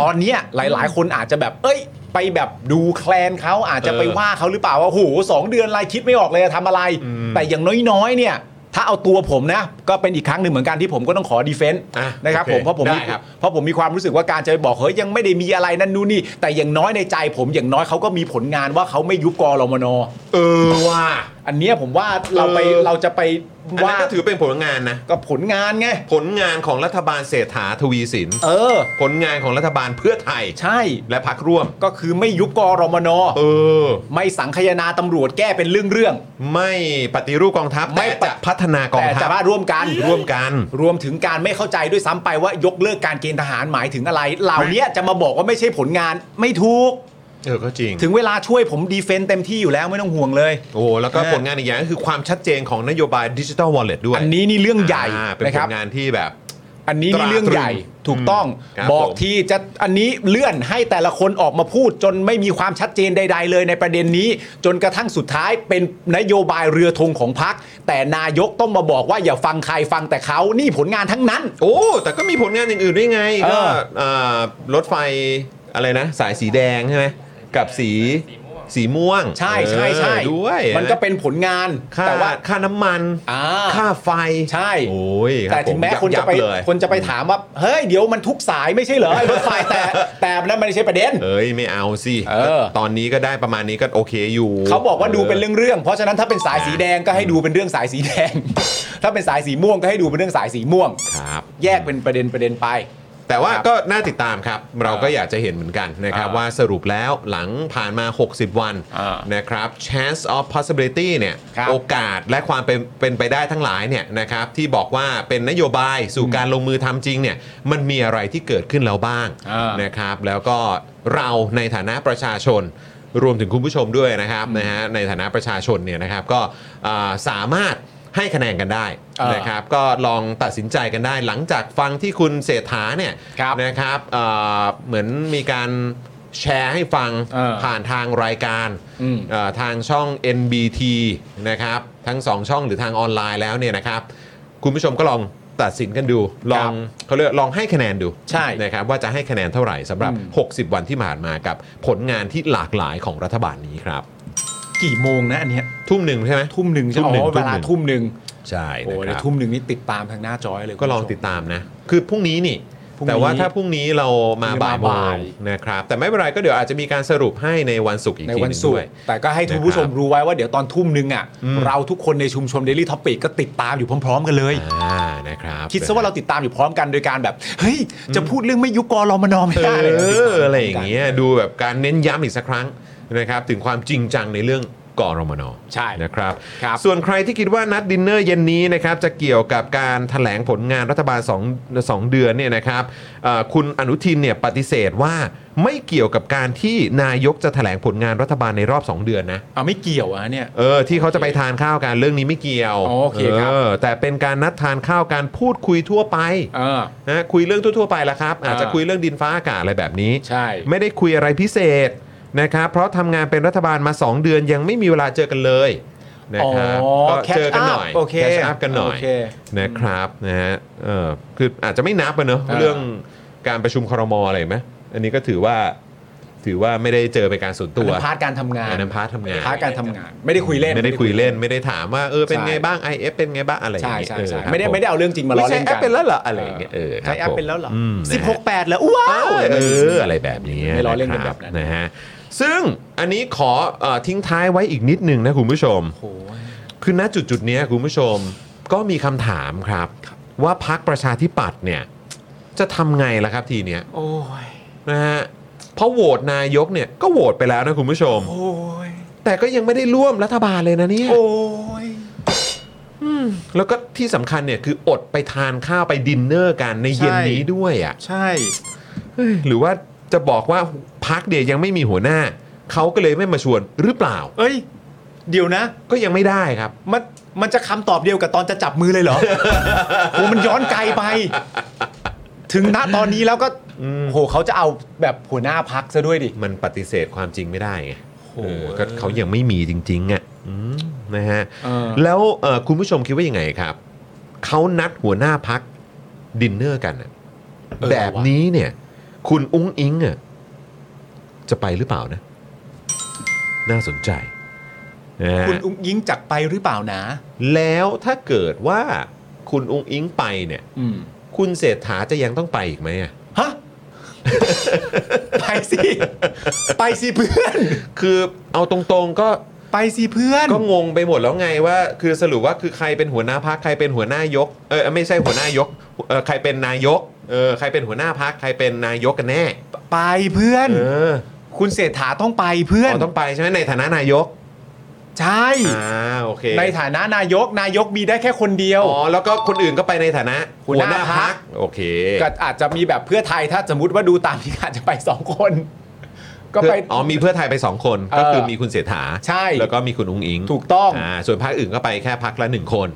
Speaker 4: ตอนเนี้ยหลายๆ คนอาจจะแบบ เอ้ย ไปแบบดูแคลนเขาอาจจะ
Speaker 1: เออ
Speaker 4: ไปว่าเขาหรือเปล่าว่าโหสองเดือนอะไรคิดไม่ออกเลยจะทำอะไร
Speaker 1: อืม
Speaker 4: แต่อย่างน้อยๆ เนี่ย ถ้าเอาตัวผมนะ ก็เป็นอีกครั้งหนึ่งเหมือนกันที่ผมก็ต้องขอดีเฟนต์
Speaker 1: อ่ะ
Speaker 4: นะครับ
Speaker 1: โอเค
Speaker 4: ผมเพราะผม
Speaker 1: ได้
Speaker 4: มี
Speaker 1: ครับ
Speaker 4: เพราะผมมีความรู้สึกว่าการจะไปบอกเฮ้ยยังไม่ได้มีอะไรนั่นนู่นนี่ แต่อย่างน้อยในใจผมอย่างน้อยเขาก็มีผลงานว่าเขาไม่ยุบกอรมน
Speaker 1: เออว่ะ
Speaker 4: อันเนี้ยผมว่าเราไป
Speaker 1: เออ
Speaker 4: เราจะไป
Speaker 1: อันนั้
Speaker 4: ว่าน
Speaker 1: ก็ถือเป็นผลงานนะ
Speaker 4: กับผลงานไง
Speaker 1: ผลงานของรัฐบาลเศรษฐาทวีสิน
Speaker 4: เออ
Speaker 1: ผลงานของรัฐบาลเพื่อไทย
Speaker 4: ใช่
Speaker 1: และพักร่วม
Speaker 4: ก็คือไม่ยุบกอรมน
Speaker 1: เออ
Speaker 4: ไม่สังคายนาตำรวจแก้เป็นเรื่องเรื่อง
Speaker 1: ไม่ปฏิรูปกองทัพ
Speaker 4: ไม่
Speaker 1: แต่
Speaker 4: ปะ
Speaker 1: จะพัฒนาก
Speaker 4: ๆ
Speaker 1: อง
Speaker 4: แต่
Speaker 1: ทั
Speaker 4: จะ
Speaker 1: พ
Speaker 4: ว่าร่วมกัน
Speaker 1: ร่วมกัน
Speaker 4: รวมถึงการไม่เข้าใจด้วยซ้ำไปว่ายกเลิกการเกณฑ์ทหารหมายถึงอะไร เหล่าเนี้ยจะมาบอกว่าไม่ใช่ผลงานไม่ถูก
Speaker 1: เออ ก็จริง
Speaker 4: ถึงเวลาช่วยผมดีเฟนต์เต็มที่อยู่แล้วไม่ต้องห่วงเลย
Speaker 1: โอ้โหแล้วก็
Speaker 4: นะ
Speaker 1: ผลงานอีกอย่างก็คือความชัดเจนของนโยบายดิจิ t a ลวอลเล็ตด้วย
Speaker 4: อันนี้นี่เรื่องใหญ่
Speaker 1: อ่าเป็น
Speaker 4: นะ
Speaker 1: ผ
Speaker 4: ครับ
Speaker 1: ลงานที่แบบ
Speaker 4: อันนี้นี่เรื่องใหญ่
Speaker 1: ตราตรึง
Speaker 4: ถูกต้อง
Speaker 1: ครับ
Speaker 4: บอก
Speaker 1: ผม
Speaker 4: ทีจะอันนี้เลื่อนให้แต่ละคนออกมาพูด จนไม่มีความชัดเจนใด ๆ เลยในประเด็นนี้ จนกระทั่งสุดท้ายเป็นนโยบายเรือธงของพัก แต่นายกต้องมาบอกว่าอย่าฟังใครฟังแต่เขานี่ผลงานทั้งนั้น
Speaker 1: โอ้ แต่ก็มีผลงานอย่างอื่นด้วยไง
Speaker 4: เอ
Speaker 1: ก็
Speaker 4: อ
Speaker 1: อ่ารถไฟอะไรนะ สายสีแดงใช่ไหมกับสีสีม่วง
Speaker 4: ใช่ใช่ใช่
Speaker 1: เออด้วย
Speaker 4: มันก็เป็นผลงาน
Speaker 1: ค่า
Speaker 4: แต่ว่า
Speaker 1: ค่าน้ำมัน
Speaker 4: อ่า
Speaker 1: ค่าไฟ
Speaker 4: ใช่
Speaker 1: โอ้ยครับ
Speaker 4: แต่ถึงแม้
Speaker 1: ยับ
Speaker 4: คนจะไป
Speaker 1: ยับเลย
Speaker 4: คนจะไปถามว่าเฮ้ยเดี๋ยวมันทุกสายไม่ใช่เหรอไอ้รถไฟแต่แต่นั่นมันไม่ใช่ประเด็น
Speaker 1: เอ้ย ไม่เอาสิ
Speaker 4: เออ
Speaker 1: ตอนนี้ก็ได้ประมาณนี้ก็โอเคอยู่
Speaker 4: เขาบอกว่าดูเป็นเรื่องๆ เพราะฉะนั้นถ้าเป็นสายสีแดงก็ให้ดูเป็นเรื่องสายสีแดง ถ้าเป็นสายสีม่วงก็ให้ดูเป็นเรื่องสายสีม่วง
Speaker 1: ครับ
Speaker 4: แยกเป็นประเด็นประเด็นไป
Speaker 1: แต่ว่า
Speaker 4: ครับ
Speaker 1: ก็น่าติดตามครับ เราก็อยากจะเห็นเหมือนกันนะครับ
Speaker 4: อ่า
Speaker 1: ว่าสรุปแล้วหลังผ่านมา 60 วัน
Speaker 4: อ่า
Speaker 1: นะครับ chance of possibility เนี่ย
Speaker 4: ครับ
Speaker 1: โอกาสและความเป็นเป็นไปได้ทั้งหลายเนี่ยนะครับที่บอกว่าเป็นนโยบายสู่การลงมือทำจริงเนี่ยมันมีอะไรที่เกิดขึ้นแล้วบ้าง
Speaker 4: อ่าน
Speaker 1: นะครับ แล้วก็เราในฐานะประชาชน รวมถึงคุณผู้ชมด้วยนะครับนะฮะในฐานะประชาชนเนี่ยนะครับก็อ่าสามารถให้คะแนนกันได้
Speaker 4: อ่าน
Speaker 1: นะครับ ครับก็ลองตัดสินใจกันได้หลังจากฟังที่คุณเศรษฐาเนี่ย
Speaker 4: ครับ
Speaker 1: นะครับเอ่อเหมือนมีการแชร์ให้ฟัง
Speaker 4: เออ
Speaker 1: ผ่านทางรายการ
Speaker 4: อืม
Speaker 1: เอ่อทางช่อง NBT นะครับทั้งสองช่องหรือทางออนไลน์แล้วเนี่ยนะครับ คุณผู้ชมก็ลองตัดสินกันดู ลองเขาเรียกลองให้คะแนนดู
Speaker 4: ใช่
Speaker 1: นะครับว่าจะให้คะแนนเท่าไหร่สำหรับ
Speaker 4: อืม
Speaker 1: 60 วันที่ผ่านมากับผลงานที่หลากหลายของรัฐบาลนี้ครับ
Speaker 4: กี่โมงนะอันเนี้ย
Speaker 1: ทุ่มหนึ่งใช่ไหม
Speaker 4: ทุ่มหนึ่งใช่ไหม
Speaker 1: ทุ่มหนึ่ง
Speaker 4: อ๋อเวลา
Speaker 1: ทุ่
Speaker 4: ทุ่ม
Speaker 1: ม
Speaker 4: ห
Speaker 1: หนึ่
Speaker 4: นึ่ง
Speaker 1: ง ใช่
Speaker 4: โอ้
Speaker 1: นะ
Speaker 4: ย
Speaker 1: ค
Speaker 4: เดี๋ย
Speaker 1: รับ
Speaker 4: วทุ่มหนึ่งนี่ติดตามทางหน้าจอยเลย
Speaker 1: ก็ลอง
Speaker 4: คุณผู้ชม
Speaker 1: ติดตามนะ คือพรุ่งนี้นี่
Speaker 4: พรุ่งนี้
Speaker 1: แต่ว่าถ้าพรุ่งนี้เรามาบ่ายโม
Speaker 4: บ่าง ย
Speaker 1: นะครับ แต่ไม่เป็นไรก็เดี๋ยวอาจจะมีการสรุปให้ในวันศุกร์อีก
Speaker 4: ใน
Speaker 1: ทีห
Speaker 4: วัน
Speaker 1: นึง
Speaker 4: ศุก
Speaker 1: ด้วย
Speaker 4: ร์แต่ก็ให้ทุกผู้ชมรู้ไว้ว่าเดี๋ยวตอนทุ่มหนึงอ่ะเราทุกคนในชุมชน Daily Topic ก็ติดตามอยู่พร้อมๆ กันเลย
Speaker 1: อ่า นะครับ
Speaker 4: คิดซะว่าเราติดตามอยู่พร้อมกันโดยการแบบเฮ้ยจะพูดเรื่องไม่ยุบกอรอมนอไม่
Speaker 1: เอ
Speaker 4: ได้เลยนะติ
Speaker 1: อ
Speaker 4: ดตาม
Speaker 1: อะไรอย่างเงี้ย ดูแบบการเน้นย้ำอีกสักครั้งนะครับ ถึงความจริงจังในเรื่องกอรมน
Speaker 4: ใช่
Speaker 1: นะครับ
Speaker 4: ครับ
Speaker 1: ส่วนใครที่คิดว่านัดดินเนอร์เย็นนี้นะครับจะเกี่ยวกับการแถลงผลงานรัฐบาล2 2เดือนเนี่ยนะครับเอ่อคุณอนุทินเนี่ยปฏิเสธว่าไม่เกี่ยวกับการที่นายกจะแถลงผลงานรัฐบาลในรอบ 2 เดือนนะ
Speaker 4: เอาไม่เกี่ยวอะเนี่ย
Speaker 1: เออที่เขาจะไปทานข้าวกันเรื่องนี้ไม่เกี่ยว
Speaker 4: อ๋อโอเคครับ
Speaker 1: อแต่เป็นการนัดทานข้าวการพูดคุยทั่วไป
Speaker 4: เออ
Speaker 1: นะคุยเรื่องทั่วๆไปละครับ อาจจะ
Speaker 4: อ่า
Speaker 1: คุยเรื่องดินฟ้าอากาศอะไรแบบนี้
Speaker 4: ใช่
Speaker 1: ไม่ได้คุยอะไรพิเศษนะครับเพราะทำงานเป็นรัฐบาลมา 2 เดือนยังไม่มีเวลาเจอกันเลยนะครับ
Speaker 4: อ๋อ
Speaker 1: ก็
Speaker 4: catch
Speaker 1: เจอกันหน่อย
Speaker 4: up โอเค
Speaker 1: แคชอัพกันหน่อย
Speaker 4: โอเค
Speaker 1: นะครับนะฮะเออคืออาจจะไม่นับอะเนอะ
Speaker 4: อ่า
Speaker 1: เรื่องการประชุมครมอะไรไหมอันนี้ก็ถือว่าถือว่าไม่ได้เจอเป็นการส่วนตัว
Speaker 4: อันนั้นพาร์ทการทำงาน
Speaker 1: อันนั้นพาร์ททำงาน
Speaker 4: พาร์ทการทำงาน ไม่ได้คุยเล่น
Speaker 1: ไม่ได้คุยเล่นไม่ได้ถามว่าเออเป็น
Speaker 4: ใช่
Speaker 1: ไงบ้าง IF เป็นไงบ้างอะไรอย่าง
Speaker 4: ใช่
Speaker 1: เงี้ยเออ
Speaker 4: ใช่ใช่
Speaker 1: ครับ
Speaker 4: ไม่ได้
Speaker 1: ผ
Speaker 4: ไม่ได้เอาเรื่องจริงมาล้อเล่น
Speaker 1: ไม่ใช่แอ
Speaker 4: กั
Speaker 1: ป
Speaker 4: น
Speaker 1: เป็นแล้วเหรออะไรอย่างเงี้ยเออครับ
Speaker 4: ใช้แอปเป็นแล้วเหรอ
Speaker 1: ผมอืม
Speaker 4: สิบหกแปดเหรอว้า
Speaker 1: อ้าว วเอออะไรแบบนี้
Speaker 4: ไม่ล้อเล่นกันแบบนั้น
Speaker 1: ะครับนะฮะซึ่งอันนี้ขอเอ่อทิ้งท้ายไว้อีกนิดนึงนะคุณผู้ชม
Speaker 4: โอ้ย
Speaker 1: คือณจุดจุดๆเนี้ยคุณผู้ชมก็มีคำถามครับ ว่าพักประชาธิปัตย์เนี่ย จะทำไงล่ะครับทีเนี้ย
Speaker 4: โอ้ย
Speaker 1: นะฮะเพราะโหวตนายกเนี่ยก็โหวตไปแล้วนะคุณผู้ชม
Speaker 4: โอ้ย
Speaker 1: แต่ก็ยังไม่ได้ร่วมรัฐบาลเลยนะเนี่ย
Speaker 4: โอ้ย
Speaker 1: แล้วก็ที่สำคัญเนี่ยคืออดไปทานข้าวไปดินเนอร์กันในเย็น
Speaker 4: ใช่
Speaker 1: นี้ด้วยอ่ะ
Speaker 4: ใช่
Speaker 1: เฮ้ยหรือว่าจะบอกว่าพักเดียยังไม่มีหัวหน้า เขาก็เลยไม่มาชวนหรือเปล่า
Speaker 4: เอ้ย เดี๋ยวนะ
Speaker 1: ก็ยังไม่ได้ครับ
Speaker 4: มันมันจะคำตอบเดียวกับตอนจะจับมือเลยเหร อ โอ้มันย้อนไกลไป ถึงณตอนนี้แล้วก็โหเขาจะเอาแบบหัวหน้าพักซะด้วยดิ
Speaker 1: มันปฏิเสธความจริงไม่ได้ไง
Speaker 4: โอ้
Speaker 1: เออก็เขายังไม่มีจริงๆอ่ะอืมนะฮะ
Speaker 4: เออ
Speaker 1: แล้วเอ่อคุณผู้ชมคิดว่ายังไงครับ เขานัดหัวหน้าพักดินเนอร์กันอะ
Speaker 4: เออ
Speaker 1: แบบ
Speaker 4: ว่ะ
Speaker 1: นี้เนี่ย คุณอุ้งอิงอะจะไปหรือเปล่านะ น่าสนใจนะฮะ
Speaker 4: คุณอุ้งยิงจักไปหรือเปล่านะ
Speaker 1: แล้วถ้าเกิดว่าคุณองค์อิงไปเนี่ย
Speaker 4: อืม
Speaker 1: คุณเศรษฐาจะยังต้องไปอีกไหมอะ
Speaker 4: ฮะ ไปสิ ไปสิเพื่อน
Speaker 1: คือเอาตรงๆก็
Speaker 4: ไปสิเพื่อน
Speaker 1: ก็งงไปหมดแล้วไงว่า คือสรุปว่าคือใครเป็นหัวหน้าพักใครเป็นหัวหน้ายกเออไม่ใช่หัวหน้ายกเออใครเป็นนายกเออใครเป็นหัวหน้าพักใครเป็นนายกกันแน่
Speaker 4: ไปเพื่อน
Speaker 1: เออ
Speaker 4: คุณเศรษฐาต้องไปเพื่อน
Speaker 1: อ๋อต้องไปใช่ไหมในฐานะนายก
Speaker 4: ใช่
Speaker 1: อ่าโอเค
Speaker 4: ในฐานะนายกนายกมีได้แค่คนเดียว
Speaker 1: อ๋อแล้วก็คนอื่นก็ไปในฐานะ
Speaker 4: หัวหน้าพรรค
Speaker 1: โอเค
Speaker 4: ก็อาจจะมีแบบเพื่อไทยถ้าสมมติว่าดูตามที่อาจจะไปสองคน ก็ไป
Speaker 1: เพื่ออ๋อมีเพื่อไทยไป 2 คน
Speaker 4: เออ
Speaker 1: ก็คือมีคุณเสถา
Speaker 4: ใช่
Speaker 1: แล้วก็มีคุณอุ้งอิง
Speaker 4: ถูกต้อง
Speaker 1: าส่วนภาคอื่นก็ไปแค่พักละ 1 คน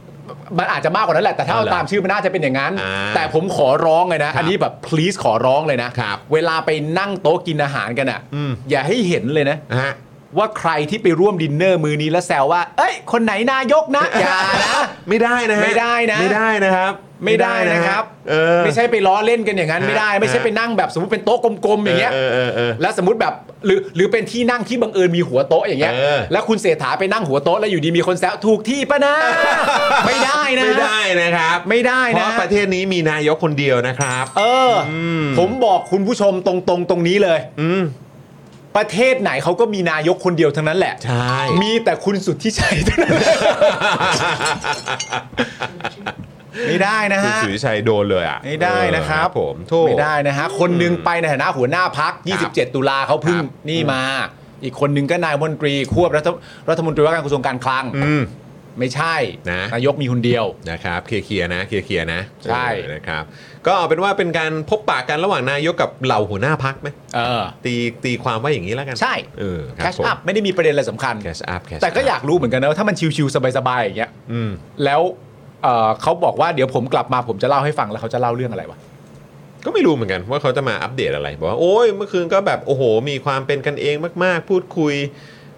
Speaker 4: มันอาจจะมากกว่านั้นแหละแต่ถ้า
Speaker 1: เอา
Speaker 4: เอา
Speaker 1: เหรอ
Speaker 4: ตามชื่อมันน่าจะเป็นอย่างนั้น
Speaker 1: อ่า
Speaker 4: แต่ผมขอร้องเลยนะ
Speaker 1: ครับ
Speaker 4: อันนี้แบบ please ขอร้องเลยนะครับเวลาไปนั่งโต๊ะกินอาหารกันอ่ะ
Speaker 1: อืม
Speaker 4: อย่าให้เห็นเลยนะ
Speaker 1: นะฮะ
Speaker 4: ว่าใครที่ไปร่วมดินเนอร์มือนี้แล้วแซวว่า เอ้ย คนไหนนายก นะ อย่านะ
Speaker 1: ไม่ได้นะฮะ
Speaker 4: ไม่ได้นะ
Speaker 1: ไม่ได้นะครับ
Speaker 4: ไม่ได้นะครับ
Speaker 1: เออ
Speaker 4: ไม่ใช่ไปล้อเล่นกันอย่างนั้นไม่ได้
Speaker 1: ฮะ
Speaker 4: ไม่ใช่ไปนั่งแบบสมมติเป็นโต๊ะกลมๆอย่างเงี้ย
Speaker 1: เออเออเออ
Speaker 4: แล้วสมมติแบบหรือหรือเป็นที่นั่งที่บังเอิญมีหัวโต๊ะอย่างเงี้ย
Speaker 1: เออ
Speaker 4: แล้วคุณเศรษฐาไปนั่งหัวโต๊ะแล้วอยู่ดีมีคนแซวถูกที่ปะนะ ไม่ได้นะ
Speaker 1: ไม่ได้นะครับ
Speaker 4: ไม่ได้
Speaker 1: เพ
Speaker 4: นะ
Speaker 1: ราะประเทศนี้มีนายกคนเดียวนะครับ
Speaker 4: เอออผมบอกคุณผู้ชมตรงๆ ตรงนี้เลย
Speaker 1: อืม
Speaker 4: ประเทศไหนเขาก็มีนายกคนเดียวทั้งนั้นแหละ
Speaker 1: ใช่
Speaker 4: มีแต่คุณสุดที่ชัยเท่านั้นแหละ ไม่ได้นะ
Speaker 1: คุณ
Speaker 4: ฮะ
Speaker 1: สุริชัยโดนเลยอ่ะ
Speaker 4: ไม่ได้นะครับ
Speaker 1: เออผมโทษ
Speaker 4: ไม่ได้นะฮะ คนหนึงไปในฐานะหัวหน้าพัก 27 ตุลาเขาเพึ่ง
Speaker 1: ครับ
Speaker 4: นี่มา อีกคนหนึงก็นายมนตรีควบรัฐรัฐมนตรีว่าการกระทรวงการคลัง
Speaker 1: อืม
Speaker 4: ไม่ใช่
Speaker 1: นะ
Speaker 4: นายกมีคนเดียว
Speaker 1: นะครับเคลียร์ๆนะเคลียร์ๆนะ
Speaker 4: ใช่
Speaker 1: เออนะครับ ก็เอาเป็นว่าเป็นการพบปะกันระหว่างนายกกับเหล่าหัวหน้าพักไหม
Speaker 4: เออ
Speaker 1: ตีตีความว่าอย่างนี้แล้วกัน
Speaker 4: ใช่
Speaker 1: เออค
Speaker 4: แครับ ช
Speaker 1: ผม
Speaker 4: อัพไม่ได้มีประเด็นอะไรสำคัญ
Speaker 1: แคชอัพแคช
Speaker 4: แต่ก็อยากรู้เหมือนกันนะว่าถ้ามันชิวๆสบายๆอย่างเงี้ย
Speaker 1: อืม
Speaker 4: แล้วเอ่อเขาบอกว่าเดี๋ยวผมกลับมาผมจะเล่าให้ฟังแล้วเขาจะเล่าเรื่องอะไรวะ
Speaker 1: ก็ไม่รู้เหมือนกันว่าเขาจะมาอัปเดตอะไรบอกว่าโอ้ยเมื่อคืนก็แบบโอ้โห มีความเป็นกันเองมาก ๆ พูดคุย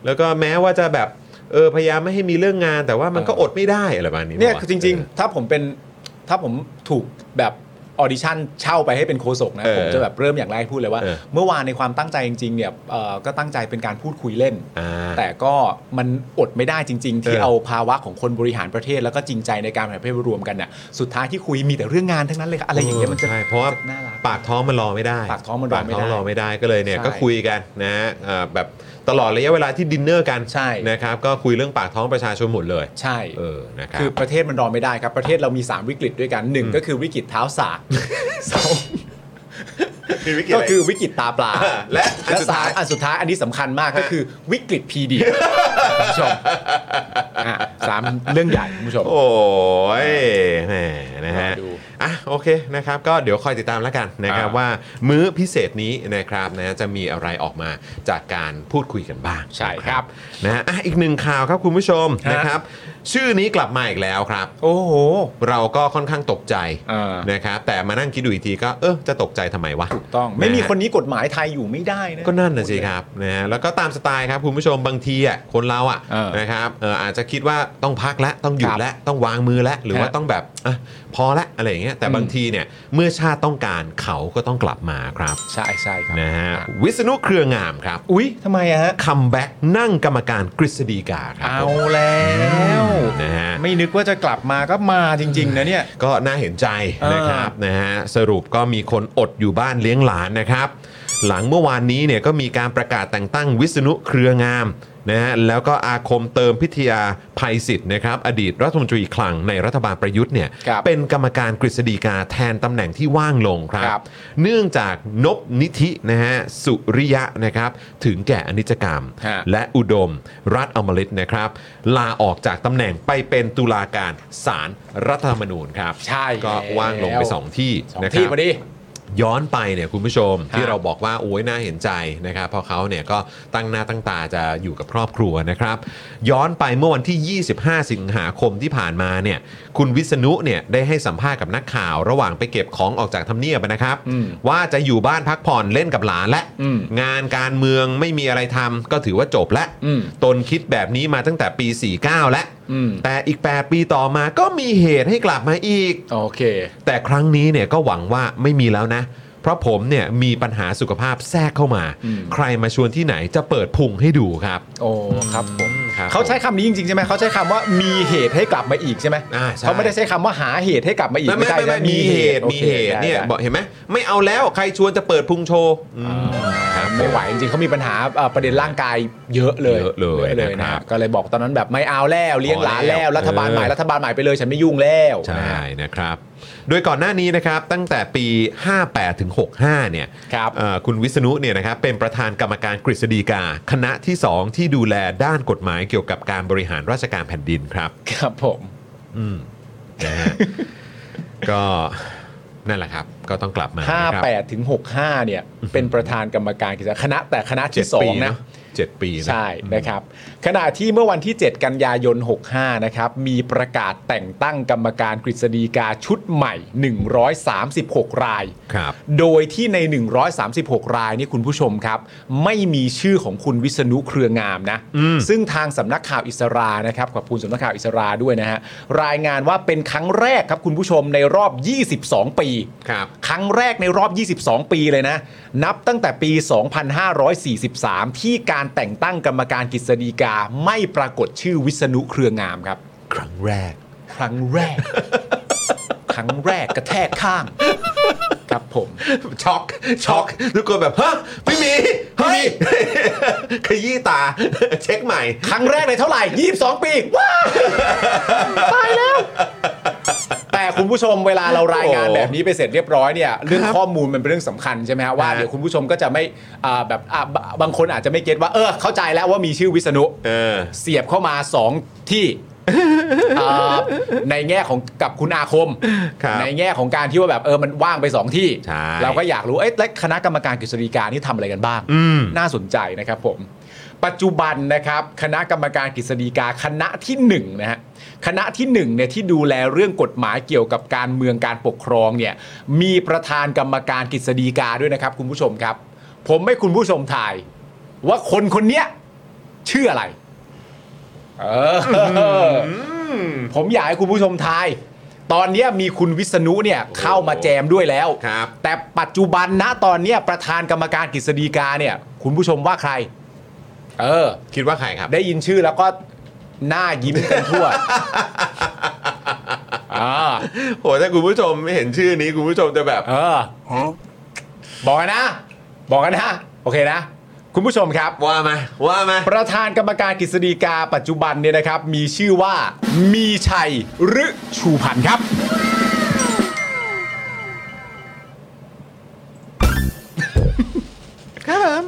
Speaker 1: แล้วก็แม้ว่าจะแบบเออพยายามไม่ให้มีเรื่องงาน แต่ว่ามันก็
Speaker 4: เออ
Speaker 1: อดไม่ได้อะไรประมาณนี้
Speaker 4: เนี่ย
Speaker 1: ปะวะ
Speaker 4: คือจริง
Speaker 1: เออ
Speaker 4: ๆ ถ้าผมเป็นถ้าผมถูกแบบออดิชั่นเช่าไปให้เป็นโคศกนะ
Speaker 1: เออ
Speaker 4: ผมจะแบบเริ่มอย่างแรกพูดเลยว่า
Speaker 1: เออ
Speaker 4: เมื่อวานในความตั้งใจจริงๆเนี่ยเอ่อก็ตั้งใจเป็นการพูดคุยเล่น
Speaker 1: อ่า
Speaker 4: แต่ก็มันอดไม่ได้จริง ๆ ที่
Speaker 1: เออ
Speaker 4: เอาภาวะของคนบริหารประเทศแล้วก็จริงใจในการบริหารประเทศรวมกันเนี่ยสุดท้ายที่คุยมีแต่เรื่องงานทั้งนั้นเลยค่ะอะไรอย่างเงี้ยมันจะ
Speaker 1: ใช่เพราะว่า
Speaker 4: จน่ารัก
Speaker 1: ปากท้องมันรอไม่ได้
Speaker 4: ปากท้องมันรอไม่ได้
Speaker 1: ปากท้รอไม่ได้ก็เลยเนี่ย
Speaker 4: ใช่
Speaker 1: ก็คุยกันนะเอ่อแบบตลอดระยะเวลาที่ดินเนอร์กัน
Speaker 4: ใช่
Speaker 1: นะครับก็คุยเรื่องปากท้องประชาชนหมดเลย
Speaker 4: ใช่
Speaker 1: เออนะครับ
Speaker 4: คือประเทศมันรอไม่ได้ครับ ประเทศเรามี 3 วิกฤตด้วยกันหนึ่งก็คือวิกฤตเท้าสากสอง
Speaker 1: คือวิกฤตอะไร
Speaker 4: ก็คือวิกฤตตาปลา
Speaker 1: อ่าและอันสุดท้าย
Speaker 4: และสมอันสุดท้ายอันนี้สำคัญมากก็คือวิกฤตพีดี คุณผู้ชมอ่ะสามเรื่องใหญ่คุณผู้ชม
Speaker 1: โอ้ยแหมนะฮะ
Speaker 4: รอดู
Speaker 1: อ่ะโอเคนะครับ ก็เดี๋ยวคอยติดตามแล้วกันนะครับ
Speaker 4: อ่า
Speaker 1: ว่ามื้อพิเศษนี้นะครับนะจะมีอะไรออกมาจากการพูดคุยกันบ้าง
Speaker 4: ใช่ครับ
Speaker 1: นะฮะอ่ะอีกหนึ่งข่าวครับคุณผู้ชม
Speaker 4: ฮะ
Speaker 1: นะครับ ชื่อนี้กลับมาอีกแล้วครับ
Speaker 4: โอ้โห
Speaker 1: เราก็ค่อนข้างตกใจ
Speaker 4: อ่าน
Speaker 1: นะครับ แต่มานั่งคิดดูอีกทีก็เออจะตกใจทำไมวะ
Speaker 4: ถูกต้อง ไม่มีคนนี้กฎหมายไทยอยู่ไม่ได้นะ
Speaker 1: ก็นั่นน่ะสิครับนะฮะแล้วก็ตามสไตล์ครับคุณผู้ชมบางทีอ่ะคนเราอ่ะ
Speaker 4: เออ
Speaker 1: นะครับเอออาจจะคิดว่าต้องพักละต้องหยุดละต้องวางมือละหรือว่า
Speaker 4: ฮะ
Speaker 1: ต้องแบบอ่ะพอละอะไรอย่างเงี้ยแต่
Speaker 4: อืม
Speaker 1: บางทีเนี่ยเมื่อชาติต้องการเขาก็ต้องกลับมาครับ
Speaker 4: ใช่ใช่ครับ
Speaker 1: นะฮะวิษณุเครืองามครับ
Speaker 4: อุ๊ยทำไมอะฮะ
Speaker 1: คัมแบ็กนั่งกรรมการกฤษฎีกาครับ
Speaker 4: เอา
Speaker 1: ผม
Speaker 4: แล้ว
Speaker 1: นะฮะ
Speaker 4: ไม่นึกว่าจะกลับมาก็มาจริง ๆ นะเนี่ย
Speaker 1: ก็น่าเห็นใจนะครับนะฮะสรุปก็มีคนอดอยู่บ้านเลี้ยงหลานนะครับ หลังเมื่อวานนี้เนี่ยก็มีการประกาศแต่งตั้งวิษณุเครืองามนะฮะแล้วก็อาคมเติมพิทยาภัยศิษฐ์นะครับ อดีตรัฐมนตรีคลังในรัฐบาลประยุทธ์เนี่ย
Speaker 4: ครับ
Speaker 1: เป็นกรรมการกฤษฎีกาแทนตำแหน่งที่ว่างลงครั
Speaker 4: ครับ บ
Speaker 1: เนื่องจากนบนิธินะฮะสุริยะนะครับ ถึงแก่อนิจกรรม
Speaker 4: ฮะ
Speaker 1: และอุดมรัฐอมฤตนะครับ ลาออกจากตำแหน่งไปเป็นตุลาการศาลรัฐธรรมนูญครับ
Speaker 4: ใช่
Speaker 1: ก็
Speaker 4: แล้ว
Speaker 1: ว่างลงไป 2 ที่
Speaker 4: สอง
Speaker 1: นะค
Speaker 4: ที่
Speaker 1: รับ
Speaker 4: พอดี
Speaker 1: ย้อนไปเนี่ยคุณผู้ชมที่
Speaker 4: ฮะ
Speaker 1: เราบอกว่าโอ้ยน่าเห็นใจนะครับเพราะเขาเนี่ยก็ตั้งหน้าตั้งตาจะอยู่กับครอบครัวนะครับ ย้อนไปเมื่อวันที่ 25 สิงหาคมที่ผ่านมาเนี่ยคุณวิษณุเนี่ยได้ให้สัมภาษณ์กับนักข่าวระหว่างไปเก็บของออกจากทำเนียบนะครับ
Speaker 4: อืม
Speaker 1: ว่าจะอยู่บ้านพักผ่อนเล่นกับหลานและ
Speaker 4: อืม
Speaker 1: งานการเมืองไม่มีอะไรทำก็ถือว่าจบแล้ว
Speaker 4: อืม
Speaker 1: ตนคิดแบบนี้มาตั้งแต่ปี 49 แล้ว
Speaker 4: อืม
Speaker 1: แต่อีก 8 ปีต่อมาก็มีเหตุให้กลับมาอีก
Speaker 4: โอเค
Speaker 1: แต่ครั้งนี้เนี่ยก็หวังว่าไม่มีแล้วนะ เพราะผมเนี่ยมีปัญหาสุขภาพแทรกเข้ามา
Speaker 4: อืม
Speaker 1: ใครมาชวนที่ไหนจะเปิดพุงให้ดูครับ
Speaker 4: โอ้ครับผม
Speaker 1: ครับ
Speaker 4: เขาใช้คำนี้จริงๆใช่ไหมเขาใช้คำว่ามีเหตุให้กลับมาอีกใช่ไหม
Speaker 1: อ่าใช่
Speaker 4: เขาไม่ได้ใช้คำว่าหาเหตุให้กลับมาอีก
Speaker 1: ไม่ไม่
Speaker 4: ใช่
Speaker 1: ไม่ไม่
Speaker 4: นะ
Speaker 1: มีเหตุ
Speaker 4: โอ
Speaker 1: มี
Speaker 4: ค
Speaker 1: เหตุ
Speaker 4: ได้
Speaker 1: เนี่ย
Speaker 4: ได้
Speaker 1: บอกเห็นไหมไม่เอาแล้วใครชวนจะเปิดพุงโชว์อืมครับ
Speaker 4: ไม่ไหวจริงๆเขามีปัญหาเอ่อประเด็นร่างกายเยอะเลย
Speaker 1: เยอะเลย
Speaker 4: เลย
Speaker 1: นะ
Speaker 4: นะครับ ก็เลยบอกตอนนั้นแบบไม่เอาแล้วเลี้ยงหลานแล้ว
Speaker 1: พอแล้ว
Speaker 4: รัฐบาลใหม่
Speaker 1: เออ
Speaker 4: รัฐบาลใหม่ไปเลยฉันไม่ยุ่งแล้ว
Speaker 1: ใช่นะครับ โดยก่อนหน้านี้นะครับตั้งแต่ปี 58ถึง65 เนี่ย
Speaker 4: ครับ
Speaker 1: เอ่อคุณวิษณุเนี่ยนะครับเป็นประธานกรรมการกฤษฎีกา คณะที่ 2 ที่ดูแลด้านกฎหมายเกี่ยวกับการบริหารราชการแผ่นดินครับ
Speaker 4: ครับผม
Speaker 1: อืมนะฮะ ก็นั่นแหละครับ ก็ต้องกลับมานะครับ
Speaker 4: 58ถึง65เนี่ยเป็นประธานกรรมการกิจการคณะแต่คณะ
Speaker 1: เจ็
Speaker 4: ที่
Speaker 1: ด
Speaker 4: สอ
Speaker 1: ปี
Speaker 4: ง
Speaker 1: เน
Speaker 4: นะ
Speaker 1: อะเจ็ดปีนะ
Speaker 4: ใช่นะครับขณะที่เมื่อวันที่ 7 กันยายน 65 นะครับ มีประกาศแต่งตั้งกรรมการกฤษฎีกาชุดใหม่ 136 ราย
Speaker 1: ครับ
Speaker 4: โดยที่ใน 136 รายนี่คุณผู้ชมครับ ไม่มีชื่อของคุณวิษณุเครืองามนะ
Speaker 1: อืม
Speaker 4: ซึ่งทางสำนักข่าวอิสรานะครับขอบคุณสำนักข่าวอิสราด้วยนะฮะรายงานว่าเป็นครั้งแรกครับคุณผู้ชมในรอบ 22 ปี
Speaker 1: ครับ
Speaker 4: ครั้งแรกในรอบ 22 ปีเลยนะ นับตั้งแต่ปี 2543 ที่การแต่งตั้งกรรมการกฤษฎีกาไม่ปรากฏชื่อวิษณุเครืองามครับ
Speaker 1: ครั้งแรก
Speaker 4: ครั้งแรก ครั้งแรกกระแทกข้าง ครับผม
Speaker 1: ช็อกช็อกทุกคนแบบฮะไม่มีไม่มี ขยี้ตา เช็คใหม่
Speaker 4: ครั้งแรกในเท่าไหร่ 22 ปีว้าตายแล้ว แต่คุณผู้ชมเวลาเรารายงานแบบนี้ไปเสร็จเรียบร้อยเนี่ยเรื่องข้อมูลมันเป็นเรื่องสำคัญใช่ไหมฮะว่า
Speaker 1: ฮะ
Speaker 4: เดี๋ยวคุณผู้ชมก็จะไม่อ่าแบบอ่าบบางคนอาจจะไม่เก็ตว่าเออเข้าใจแล้วว่ามีชื่อวิษณุ
Speaker 1: เออ
Speaker 4: เสียบเข้ามา 2 ที่ อ่าในแง่ของกับคุณอาคม
Speaker 1: ครับ
Speaker 4: ในแง่ของการที่ว่าแบบเออมันว่างไป 2 ที่
Speaker 1: ใช่
Speaker 4: เราก็อยากรู้เอ๊ะแล้วคณะกรรมการกฤษฎีกานี่ทำอะไรกันบ้าง
Speaker 1: อืม
Speaker 4: น่าสนใจนะครับผม ปัจจุบันนะครับ คณะกรรมการกฤษฎีกาคณะที่1นงนะฮะคณะที่1เนี่ยที่ดูแลเรื่องกฎหมายเกี่ยวกับการเมืองการปกครองเนี่ยมีประธานกรรมการกฤษฎีกาด้วยนะครับ คุณผู้ชมครับ ผมให้คุณผู้ชมถ่าย ว่าคนคนเนี้ยชื่ออะไรเออผมอยากให้คุณผู้ชมทาย ตอนเนี้ยมีคุณวิษณุเนี่ยเข้ามาแจมด้วยแล้ว
Speaker 1: ครับ
Speaker 4: แต่ปัจจุบันนะตอนเนี้ยประธานกรรมการกฤษฎีกาเนี่ย คุณผู้ชมว่าใคร เออ
Speaker 1: คิดว่าใครครับ
Speaker 4: ได้ยินชื่อแล้วก็หน้ายิ้มกันทั่ว อ่า
Speaker 1: โหถ้าคุณผู้ชมไม่เห็นชื่อนี้คุณผู้ชมจะแบบ
Speaker 4: เออบอกกันนะ บอกกันนะ โอเคนะ คุณผู้ชมครับ
Speaker 1: ว่ามา ว่ามา
Speaker 4: ประธานกรรมการกฤษฎีกาปัจจุบันเนี่ยนะครับ มีชื่อว่ามีชัยฤชูพันธ์ครับ
Speaker 1: ครับผม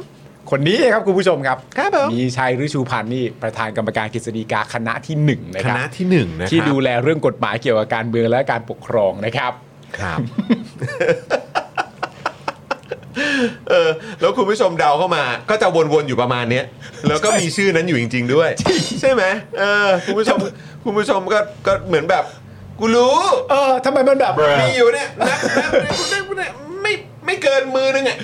Speaker 4: คนนี้ครับคุณผู้ชมครับ
Speaker 1: ครับผม
Speaker 4: มีชัยฤชูพันธ์นี่ประธานกรรมการกฤษฎีกาคณะที่หนึ่งนะ
Speaker 1: ค
Speaker 4: ครับ
Speaker 1: ณะที่หนึ่งนะครับ
Speaker 4: ที่ดูแลเรื่องกฎหมายเกี่ยวกับการเมืองและการปกครองนะครับ
Speaker 1: ครับ เออ แล้วคุณผู้ชมเดาเข้ามา ก็จะวนๆอยู่ประมาณเนี้ยแล้วก็มีชื่อนั้นอยู่จริง ๆ ด้วย ใช่ไหมเออ คุณผู้ชม คุณผู้ชมก็ ก็เหมือนแบบ กูรู้
Speaker 4: เออทำไมมันแบบ
Speaker 1: มีอยู่เนี่ยนับนับนับนับนับไม่ไม่เกินมือนึงอ่ะ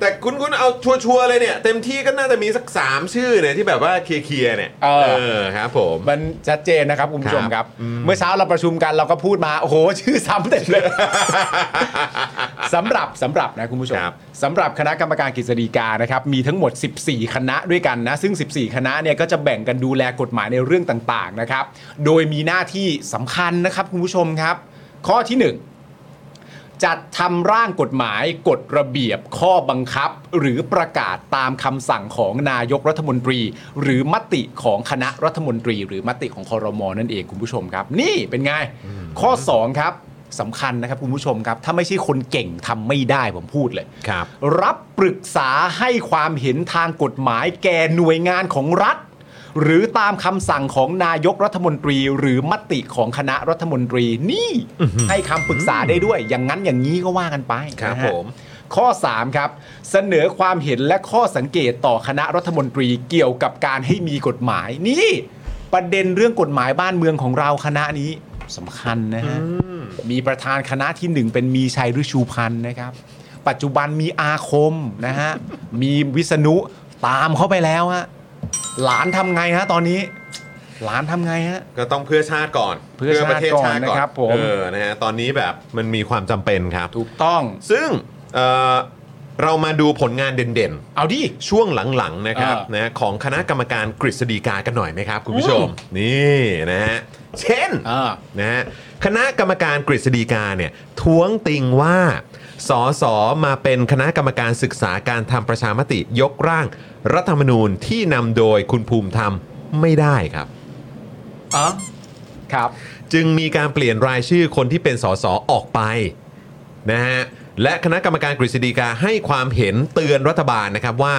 Speaker 1: แต่คุณคุณเอาชัวร์ๆเลยเนี่ย เต็มที่ก็น่าจะมีสักสามชื่อเนี่ยที่แบบว่าเคลียร์ๆเนี่ย
Speaker 4: เออ
Speaker 1: ครับผม
Speaker 4: มันชัดเจนนะครับคุณผู้ชมครับ เมื่อเช้าเราประชุมกันเราก็พูดมา โอ้โห ชื่อซ้ำเต็มเลย สำหรับสำหรับนะคุณผู้ชม
Speaker 1: ครับ
Speaker 4: สำหรับคณะกรรมการกฤษฎีกานะครับ มีทั้งหมด 14 คณะด้วยกันนะ ซึ่ง 14 คณะเนี่ยก็จะแบ่งกันดูแลกฎหมายในเรื่องต่างๆนะครับ โดยมีหน้าที่สำคัญนะครับคุณผู้ชมครับ ข้อที่หนึ่ง จัดทำร่างกฎหมายกฎระเบียบข้อบังคับ หรือประกาศตามคำสั่งของนายกรัฐมนตรี หรือมติของคณะรัฐมนตรี หรือมติของคอรมอนั่นเองคุณผู้ชมครับ นี่เป็นไง ข้อ 2 ครับสำคัญนะครับคุณผู้ชมครับ ถ้าไม่ใช่คนเก่งทำไม่ได้ผมพูดเลย
Speaker 1: ครับ
Speaker 4: รับปรึกษาให้ความเห็นทางกฎหมายแก่หน่วยงานของรัฐ หรือตามคำสั่งของนายกรัฐมนตรี หรือมติของคณะรัฐมนตรีนี่ให้คำปรึกษาได้ด้วย อย่างนั้นอย่างนี้ก็ว่ากันไป
Speaker 1: ครับ
Speaker 4: นะฮะ
Speaker 1: ผม
Speaker 4: ข้อ 3 ครับ เสนอความเห็นและข้อสังเกตต่อคณะรัฐมนตรีเกี่ยวกับการให้มีกฎหมาย นี่ ประเด็นเรื่องกฎหมายบ้านเมืองของเราคณะนี้สำคัญนะฮะ มีประธานคณะที่หนึ่งเป็นมีชัยฤชูพันธ์นะครับ ปัจจุบันมีอาคมนะฮะ มีวิษณุตามเข้าไปแล้วฮะ หลานทำไงฮะตอนนี้ หลานทำไงฮะ
Speaker 1: ก็ต้องเพื่อชาติก่อน
Speaker 4: เพื่อชาติ
Speaker 1: ประเทศชาติก่อน
Speaker 4: ก่อนนะครับผม
Speaker 1: เออนะฮะตอนนี้แบบมันมีความจำเป็นครับ
Speaker 4: ถูกต้อง
Speaker 1: ซึ่งเอ่อเรามาดูผลงานเด่นๆ
Speaker 4: เอาดิ
Speaker 1: ช่วงหลังๆนะครับ
Speaker 4: เออ
Speaker 1: นะของคณะกรรมการกฤษฎีกากันหน่อยไหมครับ คุณผู้ชม นี่นะฮะเช่น
Speaker 4: เออ
Speaker 1: นะฮะคณะกรรมการกฤษฎีกาเนี่ยท้วงติงว่าสอสอมาเป็นคณะกรรมการศึกษาการทำประชามติยกร่าง รัฐธรรมนูญที่นำโดยคุณภูมิธรรมไม่ได้ครับ
Speaker 4: อ๋อครับ
Speaker 1: จึงมีการเปลี่ยนรายชื่อคนที่เป็นสสออกไปนะฮะและคณะกรรมการกฤษฎีกาให้ความเห็นเตือนรัฐบาลนะครับว่า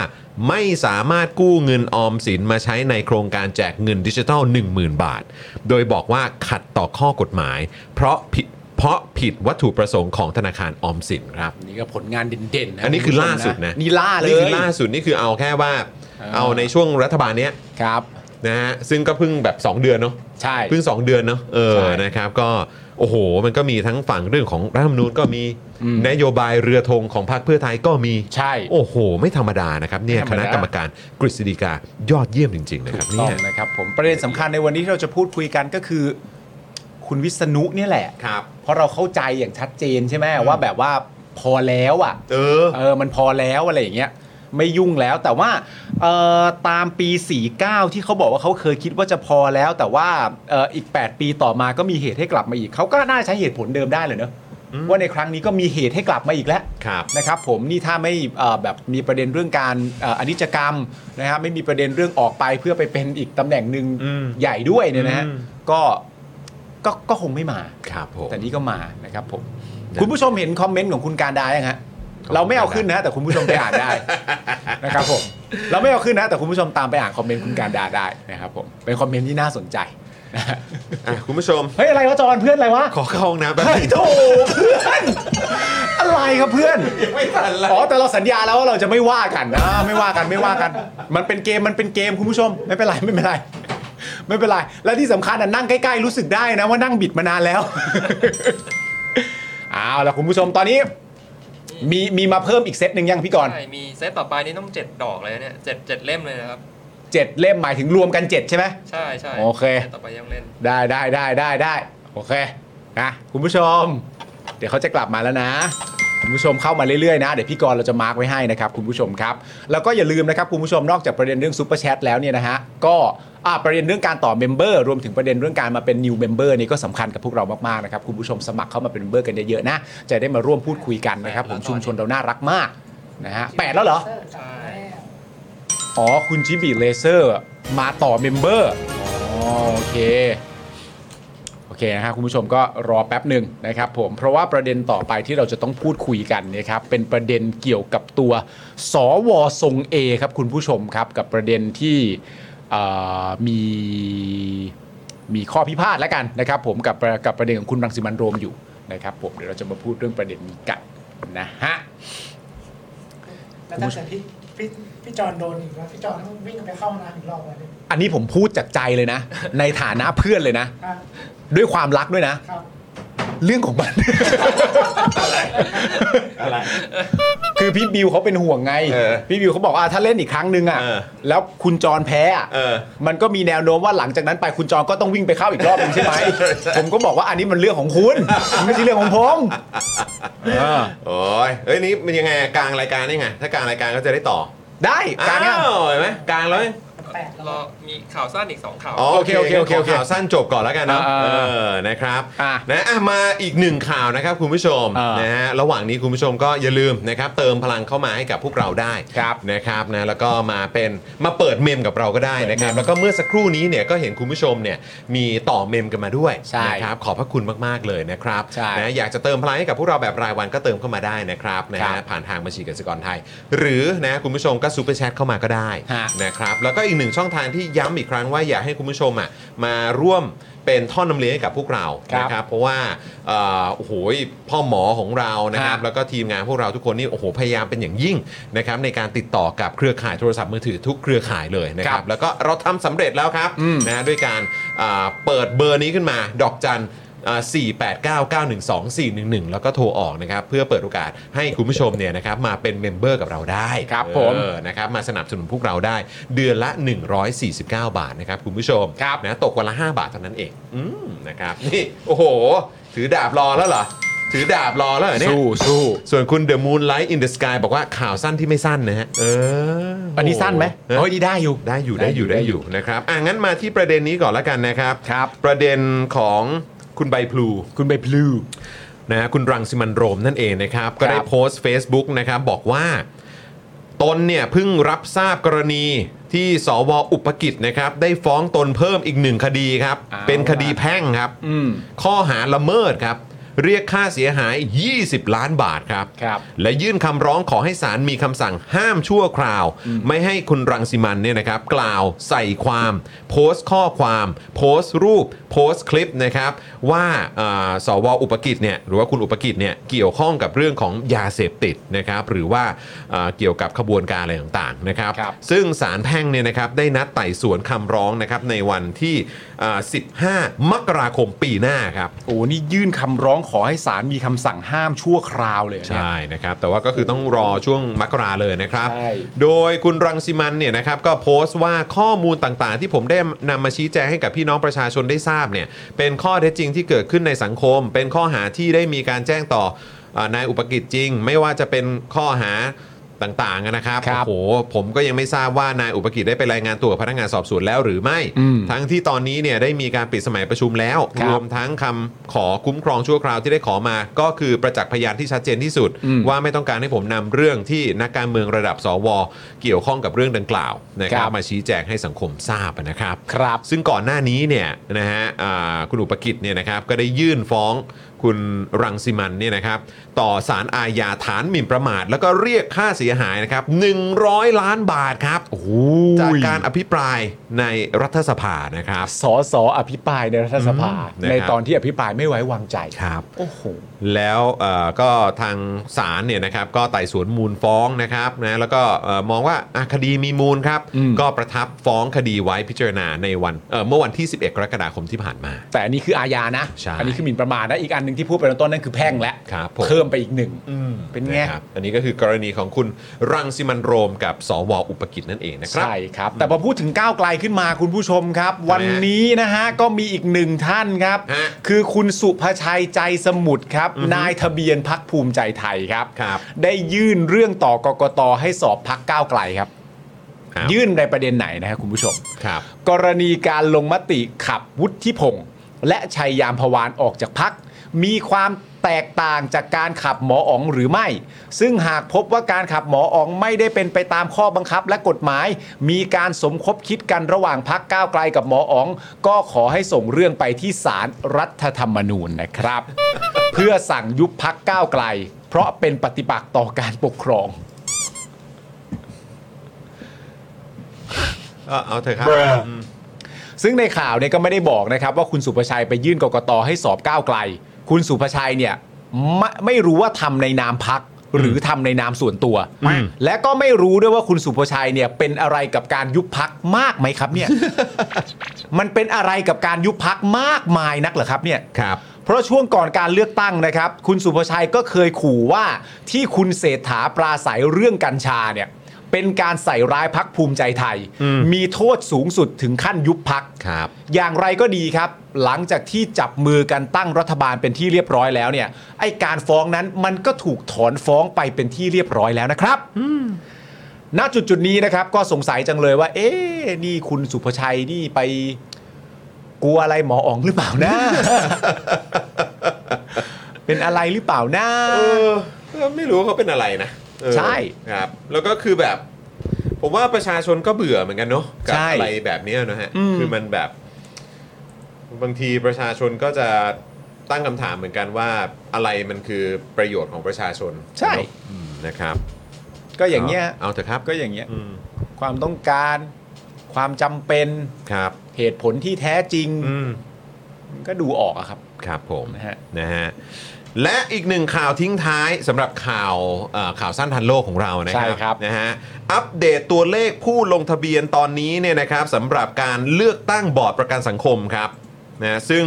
Speaker 1: ไม่สามารถกู้เงินออมสินมาใช้ในโครงการแจกเงินดิจิทัล 10,000 บาท โดยบอกว่าขัดต่อข้อกฎหมาย เพราะผิดเพราะผิดวัตถุประสงค์ของธนาคารออมสินครับ
Speaker 4: นี่ก็ผลงานเด่นๆนะ
Speaker 1: อันนี้คือล่าสุดนะ
Speaker 4: นี่ล่าเลย
Speaker 1: นี่คือล่าสุดนี่คือเอาแค่ว่า
Speaker 4: เออ
Speaker 1: เอาในช่วงรัฐบาลเนี้ย
Speaker 4: ครับ
Speaker 1: นะฮะซึ่งก็เพิ่งแบบ 2 เดือนเนาะ
Speaker 4: ใช่
Speaker 1: เพิ่ง 2 เดือนเนอะเออ
Speaker 4: ใช่
Speaker 1: นะครับก็โอ้โห มันก็มีทั้งฝั่งเรื่องของรัฐธรรมนูญก็มี
Speaker 4: อืม
Speaker 1: นโยบายเรือธงของพรรคเพื่อไทยก็มี
Speaker 4: ใช่
Speaker 1: โอ้โห ไม่ธรรมดานะครับเนี่ยค
Speaker 4: ไม่ธรรม
Speaker 1: ณะ
Speaker 4: ดา
Speaker 1: กรรมการกฤษฎีกายอดเยี่ยมจริง ๆ นะครับ
Speaker 4: ถูกต้
Speaker 1: เนี่
Speaker 4: อง
Speaker 1: ย
Speaker 4: นะครับผมประเด็นสำคัญในวันนี้ที่เราจะพูดคุยกันก็คือ คุณวิษณุเนี่ยแหละ
Speaker 1: ครับ
Speaker 4: เพราะเราเข้าใจอย่างชัดเจนใช่ไหมว่าแบบว่าพอแล้วอ่ะ
Speaker 1: เออ
Speaker 4: เออ มันพอแล้วอะไรอย่างเงี้ย ไม่ยุ่งแล้ว แต่ว่าเอ่อตามปี 49 ที่เขาบอกว่าเขาเคยคิดว่าจะพอแล้ว แต่ว่าเอ่ออีก 8 ปีต่อมาก็มีเหตุให้กลับมาอีก เขาก็น่าใช้เหตุผลเดิมได้เลยเนอะว่าในครั้งนี้ก็มีเหตุให้กลับมาอีกแล้ว
Speaker 1: ครับ
Speaker 4: นะครับผมนี่ถ้าไม่เอ่อแบบมีประเด็นเรื่องการเอ่ออนิจกรรมนะครับไม่มีประเด็นเรื่องออกไปเพื่อไปเป็นอีกตำแหน่งหนึ่ง
Speaker 1: อืม
Speaker 4: ใหญ่ด้วยเนี่ยนะฮะ
Speaker 1: อืม
Speaker 4: ก็ก็ก็คงไม่มา
Speaker 1: ครับผม
Speaker 4: แต่นี่ก็มานะครับผม
Speaker 1: นะ
Speaker 4: คุณผู้ชมเห็นคอมเมนต์ของคุณการดายังฮะเราไม่เอาขึ้นนะ แต่คุณผู้ชมไปอ่านได้ นะครับ ผมเราไม่เอาขึ้นนะ แต่คุณผู้ชมตามไปอ่านคอมเมนต์คุณการดาได้นะครับผมเป็นคอมเมนต์ที่น่าสนใจนะฮะ
Speaker 1: อ่ะคุณผู้ชม
Speaker 4: เฮ้ยอะไรวะจอห์นเพื่อนอะไรวะ
Speaker 1: ขอเข้าห้องน้ำแป๊บ
Speaker 4: เฮ้ย
Speaker 1: นึง
Speaker 4: โถเพื่อนอะไรครับเพื่อน
Speaker 1: ไม่ทันละ
Speaker 4: อ๋อแต่เราสัญญาแล้วว่าเราจะไม่ว่ากันนะไม่ว่ากันไม่ว่ากัน มันเป็นเกมมันเป็นเกมคุณผู้ชม ไม่เป็นไรไม่เป็นไร ไม่เป็นไร และที่สำคัญอ่ะนั่งใกล้ๆรู้สึกได้นะว่านั่งบิดมานานแล้ว เอาละคุณผู้ชมตอนนี้ มีมีมาเพิ่มอีกเซตหนึ่งยังพี่กรณ์
Speaker 3: ใช่ มีเซตต่อไปนี่ต้องเจ็ดดอกเลยนะเนี่ยเจ็ดเจ็ดเล่มเลยนะครับ
Speaker 4: เจ็ดเล่มหมายถึงรวมกันเจ็ดใช่ไหม
Speaker 3: ใช่ใช่
Speaker 4: โอเค
Speaker 3: ซตต่อไปยังเล่น
Speaker 4: ได้ได้ได้ได้ได้โอเคนะคุณผู้ชม เดี๋ยวเขาจะกลับมาแล้วนะ คุณผู้ชมเข้ามาเรื่อยๆนะ เดี๋ยวพี่กรณ์เราจะมาร์กไว้ให้นะครับคุณผู้ชมครับ แล้วก็อย่าลืมนะครับคุณผู้ชมนอกจากประเด็นเรื่องซูเปอร์แชทแล้วเนี่ยนะฮะก็อ่ะประเด็นเรื่องการต่อเมมเบอร์รวมถึงประเด็นเรื่องการมาเป็นนิวเมมเบอร์นี่ก็สำคัญกับพวกเรามากๆนะครับคุณผู้ชมสมัครเข้ามาเป็นเมมเบอร์กันเยอะๆนะจะได้มาร่วมพูดคุยกันนะครับผมชุมชนเราน่ารักมากนะฮะแปดแล้วเหรอ
Speaker 3: ใช่
Speaker 4: อ๋อ คุณจิบีเลเซอร์มาต่อเมมเบอร์อ๋อโอเค โอเคนะครับคุณผู้ชมก็รอแป๊บหนึ่งนะครับผม เพราะว่าประเด็นต่อไปที่เราจะต้องพูดคุยกันเนะครับเป็นประเด็นเกี่ยวกับตัวสวทรงเอครับคุณผู้ชมครับ กับประเด็นที่เอ่อมีมีข้อพิพาทแล้วกันนะครับผมกับกับประเด็นของคุณรังสิมันต์โรมอยู่นะครับผมเดี๋ยวเราจะมาพูดเรื่องประเด็นนี้กันนะฮะ
Speaker 5: แล้วตั้งแต่พี่พี่พี่จอนโดนอีกแล้วพี่จอนต้องวิ่งไปเข้าห้องน้ำอีกรอบเลยเนี่ย
Speaker 4: อันนี้ผมพูดจากใจเลยนะ ในฐานะเพื่อนเลยนะ
Speaker 5: ครับ
Speaker 4: ด้วยความรักด้วยนะ
Speaker 5: ครับ
Speaker 4: เรื่องของมัน
Speaker 1: อะไร
Speaker 4: คือพี่บิวเขาเป็นห่วงไง
Speaker 1: เออ
Speaker 4: พี่บิวเขาบอกว่าถ้าเล่นอีกครั้งหนึ่งอ่ะ
Speaker 1: เออ
Speaker 4: แล้วคุณจรแพ้อ่ะ
Speaker 1: เออ
Speaker 4: มันก็มีแนวโน้มว่าหลังจากนั้นไปคุณจรก็ต้องวิ่งไปเข้าอีกรอบหนึงใช่ไหม ผมก็บอกว่าอันนี้มันเรื่องของคุณมันไม่ใช่เรื่องของผมเออ
Speaker 1: โอ้ยเอ้ยนี่มันยังไงอะกลางรายการนี่ไงถ้ากลางรายการก็จะได้ต่อ
Speaker 4: ได้การงาน
Speaker 1: อ้าวเห็นไหมกลางแล้ว
Speaker 5: แปดแล้ว
Speaker 3: รอ มีข่าวสั้นอีกสองข่าว
Speaker 1: อ๋อโอเคโอเคโอเค
Speaker 4: โอ
Speaker 1: โอ
Speaker 4: เค
Speaker 1: เคข่าวสั้นจบก่อนแล้วกันเนอะ
Speaker 4: อ่า
Speaker 1: เอ
Speaker 4: อ่า
Speaker 1: อนะครับ
Speaker 4: อ่ะ
Speaker 1: นะอ่ะมาอีกหนึ่งข่าวนะครับคุณผู้ชม
Speaker 4: อ่าน
Speaker 1: นะฮะระหว่างนี้คุณผู้ชมก็อย่าลืมนะครับเติมพลังเข้ามาให้กับพวกเราได้
Speaker 4: ครับ
Speaker 1: นะครับนะแล้วก็มาเป็นมาเปิดเมมกับเราก็ได้นะครับ
Speaker 4: เปิดเมม
Speaker 1: แล้วก็เมื่อสักครู่นี้เนี่ยก็เห็นคุณผู้ชมเนี่ยมีต่อเมมกันมาด้วย
Speaker 4: ใช่
Speaker 1: นะครับขอบพระคุณมากๆเลยนะครับ
Speaker 4: ใช่
Speaker 1: นะอยากจะเติมพลังให้กับพวกเราแบบรายวันก็เติมเข้ามาได้นะครับนะ
Speaker 4: ครั
Speaker 1: ฮะ
Speaker 4: บ
Speaker 1: ผ่านทางบัญชีกสิกรไทย หรือนะคุณผู้ชมก็ซูเปอร์แชทเข้ามาก็ได้
Speaker 4: ฮะ
Speaker 1: นะครับแล้วก็อีกหนึ่งช่องทางที่ย้ำอีกครั้งว่าอยากให้คุณผู้ชมอ่ะมาร่วมเป็นท่อนนำเลี้ยงให้กับพวกเรา
Speaker 4: ครับ
Speaker 1: นะครับเพราะว่าเอ่อโอ้โหพ่อหมอของเรานะครับ
Speaker 4: ฮะ
Speaker 1: แล้วก็ทีมงานพวกเราทุกคนนี่โอ้โหพยายามเป็นอย่างยิ่งนะครับในการติดต่อกับเครือข่ายโทรศัพท์มือถือทุกเครือข่ายเลยนะค
Speaker 4: ค
Speaker 1: รั
Speaker 4: รั
Speaker 1: บบ แล้วก็เราทำสำเร็จแล้วครับ
Speaker 4: อืม
Speaker 1: นะด้วยการอ่าเปิดเบอร์นี้ขึ้นมาดอกจัน 4 8 9 9 1 2 4 1 1 แล้วก็โทรออกนะครับ เพื่อเปิดโอกาสให้คุณผู้ชมเนี่ยนะครับมาเป็นเมมเบอร์กับเราได้
Speaker 4: ครับผม
Speaker 1: เออนะครับมาสนับสนุนพวกเราได้เดือนละ 149 บาทนะครับคุณผู้ชมนะตกวันละ 5 บาทเท่านั้นเองอืมนะครับนี่โอ้โห ถือดาบรอแล้วเหรอ ถือดาบรอแล้วเหรอเนี่ย
Speaker 4: สู้สู้
Speaker 1: ส่วนคุณ The Moonlight in the Sky บอกว่าข่าวสั้นที่ไม่สั้นนะฮะ เออ
Speaker 4: อันนี้สั้นไหม
Speaker 1: เออ
Speaker 4: โอ้ยนี่ได้อยู่
Speaker 1: ได้อยู่ได้อยู่ได้อยู่นะครับอ่ะงั้นมาที่ประเด็นนี้ก่อนละกันนะครับ
Speaker 4: ครับ
Speaker 1: ประเด็นของคุณใบพลู
Speaker 4: คุณใบพลู
Speaker 1: นะฮะคุณรังสิมันต์โรมนั่นเองนะครับ ก็ได้โพสต์ Facebook นะครับบอกว่า ตนเนี่ยเพิ่งรับทราบกรณีที่สวอุปกิจนะครับ ได้ฟ้องตนเพิ่มอีกหนึ่งคดีครับ
Speaker 4: เอา
Speaker 1: เป็นคดีแพ่งครับ
Speaker 4: อืม
Speaker 1: ข้อหาละเมิดครับ เรียกค่าเสียหาย 20 ล้านบาทครับ
Speaker 4: ครับ
Speaker 1: และยื่นคำร้องขอให้ศาลมีคำสั่งห้ามชั่วคราว ไม่ให้คุณรังสิมันเนี่ยนะครับ กล่าวใส่ความ โพสต์ข้อความ โพสต์รูป โพสต์คลิปนะครับ ว่าเอ่อสวอุปกิจเนี่ยหรือว่าคุณอุปกิจเนี่ยเกี่ยวข้องกับเรื่องของยาเสพติดนะครับ หรือว่าเอ่อเกี่ยวกับขบวนการอะไรต่างๆนะครับ
Speaker 4: ครับ
Speaker 1: ซึ่งศาลแพ่งเนี่ยนะครับได้นัดไต่สวนคำร้องนะครับในวันที่เอ่อ15 มกราคมปีหน้าครับ
Speaker 4: โอ้นี่ยื่นคำร้องขอให้ศาลมีคำสั่งห้ามชั่วคราวเลยเนี่ย
Speaker 1: ใช่นะครับ แต่ว่าก็คือต้องรอช่วงมกราเลยนะครับ
Speaker 4: ใช่
Speaker 1: โดยคุณรังสิมันเนี่ยนะครับก็โพสต์ว่าข้อมูลต่างๆ ที่ผมได้นำมาชี้แจงให้กับพี่น้องประชาชนได้ทราบเนี่ยเป็นข้อเท็จจริงที่เกิดขึ้นในสังคม เป็นข้อหาที่ได้มีการแจ้งต่อเอ่อนายอุปกิจจริง ไม่ว่าจะเป็นข้อหาต่างๆนะครับ
Speaker 4: ครับ
Speaker 1: โอ้โหผมก็ยังไม่ทราบว่านายอุปกิจได้ไปรายงานตัวกับพนักงานสอบสวนแล้วหรือไม่
Speaker 4: อืม
Speaker 1: ทั้งที่ตอนนี้เนี่ยได้มีการปิดสมัยประชุมแล้ว
Speaker 4: ครับ
Speaker 1: รวมทั้งคำขอคุ้มครองชั่วคราวที่ได้ขอมา ก็คือประจักษ์พยานที่ชัดเจนที่สุด
Speaker 4: อืม
Speaker 1: ว่าไม่ต้องการให้ผมนำเรื่องที่นักการเมืองระดับสว เกี่ยวข้องกับเรื่องดังกล่าวนะครั
Speaker 4: ครับ บ
Speaker 1: มาชี้แจงให้สังคมทราบนะครับ
Speaker 4: ครับ
Speaker 1: ซึ่งก่อนหน้านี้เนี่ยนะฮะอ่าคุณอุปกิจเนี่ยนะครับก็ได้ยื่นฟ้องคุณรังสิมันเนี่ยนะครับต่อศาลอาญาฐานหมิ่นประมาท แล้วก็เรียกค่าเสียหายนะครับ100 ล้านบาทครับจากการอภิปรายในรัฐสภานะครับ
Speaker 4: สอสออภิปรายในรัฐสภา
Speaker 1: อืม
Speaker 4: ใน
Speaker 1: นะครับ
Speaker 4: ตอนที่อภิปรายไม่ไว้วางใจ
Speaker 1: ครับ
Speaker 4: โอ้โห
Speaker 1: แล้วเอ่อก็ทางศาลเนี่ยนะครับก็ไต่สวนมูลฟ้องนะครับนะแล้วก็เอ่อมองว่าอ่ะคดีมีมูลครับ
Speaker 4: อืม
Speaker 1: ก็ประทับฟ้องคดีไว้พิจารณาในวันเอ่อเมื่อวันที่ 11 กรกฎาคมที่ผ่านมา
Speaker 4: แต่อันนี้คืออาญานะ
Speaker 1: ใช่
Speaker 4: อันี้คือหมิ่นประมาทนะ อีกอันหนึ่งที่พูดไปตอนต้นนั่นคือแพ่งและ
Speaker 1: ครับผม
Speaker 4: เพิ่มไปอีกหนึ่ง เป็นไง
Speaker 1: นะครับอันนี้ก็คือกรณีของคุณรังสิมันโรมกับสวอุปกิจนั่นเองนะครับ
Speaker 4: ใช่ครับ แต่พอพูดถึงก้าวไกลขึ้นมาคุณผู้ชมครับ วันนี้นะฮะ ก็มีอีกหนึ่งท่านครับ
Speaker 1: ฮะ
Speaker 4: คือคุณสุภชัยใจสมุทรครับ นายทะเบียนพักภูมิใจไทยครับ
Speaker 1: ครับ
Speaker 4: ได้ยื่นเรื่องต่อกกตให้สอบพักก้าวไกลครับ
Speaker 1: ครับ
Speaker 4: ยื่นในประเด็นไหนนะครับคุณผู้ชม
Speaker 1: ครับ
Speaker 4: กรณีการลงมติขับวุฒิพงษ์และชัยยามพวานออกจากพัก มีความแตกต่างจากการขับหมออ๋องหรือไม่ ซึ่งหากพบว่าการขับหมออ๋องไม่ได้เป็นไปตามข้อบังคับและกฎหมาย มีการสมคบคิดกันระหว่างพักก้าวไกลกับหมออ๋อง ก็ขอให้ส่งเรื่องไปที่ศาลรรัฐธรรมนูญนะครับ เพื่อสั่งยุบพักก้าวไกล เพราะเป็นปฏิปักษ์ต่อการปกครอง
Speaker 1: เอ่อเอาเถอะครับ
Speaker 4: ซึ่งในข่าวเนี่ยก็ไม่ได้บอกนะครับว่าคุณสุภชัยไปยื่นกกตให้สอบก้าวไกล คุณสุภชัยเนี่ยไม่ไม่รู้ว่าทำในนามพักหรือทำในนามส่วนตัว
Speaker 1: อืม
Speaker 4: และก็ไม่รู้ด้วยว่าคุณสุภชัยเนี่ยเป็นอะไรกับการยุบพักมากไหมครับ เนี่ย มันเป็นอะไรกับการยุบพักมากมายนักเหรอครับเนี่ย
Speaker 1: ครับ
Speaker 4: เพราะช่วงก่อนการเลือกตั้งนะครับ คุณสุภชัยก็เคยขู่ว่าที่คุณเศรษฐาปราศัยเรื่องกัญชาเนี่ย เป็นการใส่ร้ายพักภูมิใจไทย
Speaker 1: อืม
Speaker 4: มีโทษสูงสุดถึงขั้นยุบพัก
Speaker 1: ครับ
Speaker 4: อย่างไรก็ดีครับ หลังจากที่จับมือกันตั้งรัฐบาลเป็นที่เรียบร้อยแล้วเนี่ย ไอการฟ้องนั้นมันก็ถูกถอนฟ้องไปเป็นที่เรียบร้อยแล้วนะครับณจุดจุดๆนี้นะครับ ก็สงสัยจังเลยว่า เอ๊ะนี่คุณสุภชัยนี่ไปกลัวอะไรหมออ๋องหรือเปล่านะ เป็นอะไรหรือเปล่านะ
Speaker 1: เออเออไม่รู้ว่าเขาเป็นอะไรนะเออ
Speaker 4: ใช่
Speaker 1: ครับ แล้วก็คือแบบ ผมว่าประชาชนก็เบื่อเหมือนกันเนาะกับ
Speaker 4: ใช่
Speaker 1: อะไรแบบเนี้ยนะฮะ
Speaker 4: อืม
Speaker 1: คือมันแบบ บางทีประชาชนก็จะตั้งคำถามเหมือนกันว่าอะไรมันคือประโยชน์ของประชาชน
Speaker 4: ใช่
Speaker 1: เนอะอืมนะครับ
Speaker 4: ก็อย่างเงี้ย
Speaker 1: เอาเถอะครับ
Speaker 4: ก็อย่างเงี้ย
Speaker 1: อืม
Speaker 4: ความต้องการ ความจำเป็น
Speaker 1: ครับ
Speaker 4: เหตุผลที่แท้จริง
Speaker 1: อืม
Speaker 4: มันก็ดูออกอะครับ
Speaker 1: ครับผม
Speaker 4: นะฮะ
Speaker 1: นะฮะและอีกหนึ่งข่าวทิ้งท้ายสำหรับข่าวเอ่อข่าวสั้นทันโลกของเรานะครั
Speaker 4: ใช่ครับ
Speaker 1: นะฮะอัปเดตตัวเลขผู้ลงทะเบียนตอนนี้เนี่ยนะครับสำหรับการเลือกตั้งบอร์ดประกันสังคมครับนะซึ่ง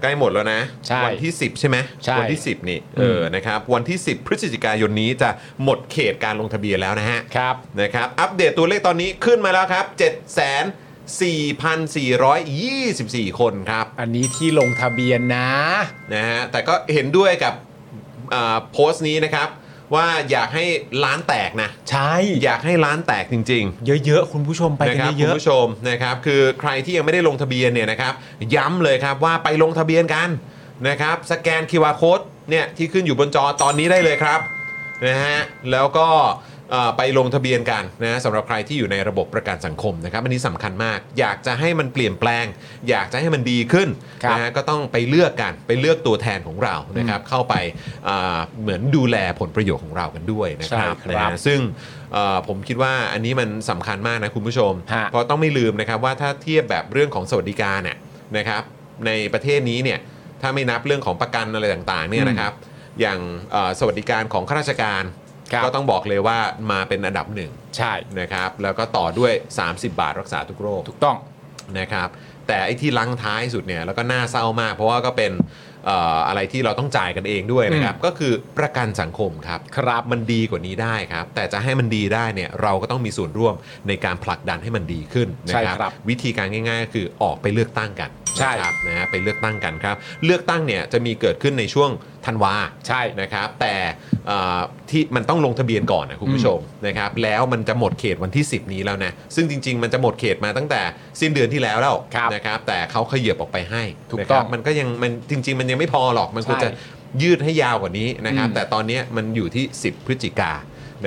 Speaker 1: ใกล้หมดแล้วนะ
Speaker 4: ใช่
Speaker 1: วัที่ 10 ใช่ไหม
Speaker 4: ใช่
Speaker 1: วัที่ 10 นี่เออนะครับวันที่ 10 พฤศจิกายนนี้จะหมดเขตการลงทะเบียนแล้วนะฮะ
Speaker 4: ครับ
Speaker 1: นะครับ อัปเดตตัวเลขตอนนี้ขึ้นมาแล้วครับ 7 4,424 คนครับ
Speaker 4: อันนี้ที่ลงทะเบียนนะ
Speaker 1: นะฮะแต่ก็เห็นด้วยกับอ่าโพสต์นี้นะครับ ว่าอยากให้ร้านแตกนะ
Speaker 4: ใช่
Speaker 1: อยากให้ร้านแตกจริง ๆ
Speaker 4: เยอะๆ คุณผู้ชมไป
Speaker 1: นะ
Speaker 4: กัน
Speaker 1: ครับ
Speaker 4: เย
Speaker 1: คุณ
Speaker 4: อะ
Speaker 1: ผู้ชมนะครับคือใครที่ยังไม่ได้ลงทะเบียนเนี่ยนะครับย้ำเลยครับว่าไปลงทะเบียนกันนะครับสแกน QR Code เนี่ยที่ขึ้นอยู่บนจอตอนนี้ได้เลยครับนะฮะแล้วก็เอ่อไปลงทะเบียนกันนะสำหรับใครที่อยู่ในระบบประกันสังคมนะครับอันนี้สำคัญมาก อยากจะให้มันเปลี่ยนแปลง อยากจะให้มันดีขึ้นนะฮะก็ต้องไปเลือกกันไปเลือกตัวแทนของเรานะครับเข้าไปเอ่อเหมือนดูแลผลประโยชน์ของเรากันด้วยนะครับนะฮะซึ่งเอ่อผมคิดว่าอันนี้มันสำคัญมากนะคุณผู้ชม
Speaker 4: ฮะ
Speaker 1: เพราะต้องไม่ลืมนะครับว่าถ้าเทียบแบบเรื่องของสวัสดิการเนี่ยนะครับในประเทศนี้เนี่ยถ้าไม่นับเรื่องของประกันอะไรต่างๆเนี่ยนะครับอย่างเอ่อสวัสดิการของข้าราชการ
Speaker 4: ครับ
Speaker 1: ก็ต้องบอกเลยว่ามาเป็นอันดับหนึ่ง
Speaker 4: ใช่
Speaker 1: นะครับแล้วก็ต่อด้วย 30 บาทรักษาทุกโรค
Speaker 4: ถูกต้อง
Speaker 1: นะครับแต่ไอ้ที่ลังท้ายสุดเนี่ยแล้วก็น่าเศร้ามาก เพราะว่าก็เป็นเอ่ออะไรที่เราต้องจ่ายกันเองด้วยนะครับก็คือประกันสังคมครับ
Speaker 4: ครับ
Speaker 1: มันดีกว่านี้ได้ครับ แต่จะให้มันดีได้เนี่ยเราก็ต้องมีส่วนร่วมในการผลักดันให้มันดีขึ้นนะ
Speaker 4: ใช่
Speaker 1: ครับ
Speaker 4: ครับ
Speaker 1: วิธีการง่าย ๆ ก็คือออกไปเลือกตั้งกัน
Speaker 4: ใช่
Speaker 1: นะครับนะฮะไปเลือกตั้งกันครับ เลือกตั้งเนี่ยจะมีเกิดขึ้นในช่วงธันวา
Speaker 4: ใช่
Speaker 1: นะครับ แต่เอ่อที่มันต้องลงทะเบียนก่อนนะคุณผู้ชมนะครับ แล้วมันจะหมดเขตวันที่ 10 นี้แล้วนะ ซึ่งจริง ๆ มันจะหมดเขตมาตั้งแต่สิ้นเดือนที่แล้วแล้ว
Speaker 4: ครับ
Speaker 1: นะครับ แต่เขาเขยิบออกไปให้
Speaker 4: ถูก
Speaker 1: นะครั
Speaker 4: ต้
Speaker 1: บ
Speaker 4: อง
Speaker 1: มันก็ยังมันจริง ๆ มันยังไม่พอหรอกมันควร
Speaker 4: ใช่
Speaker 1: จะ ยืดให้ยาวกว่านี้นะครับ
Speaker 4: อืม
Speaker 1: แต่ตอนเนี้ยมันอยู่ที่ 10 พฤศจิกา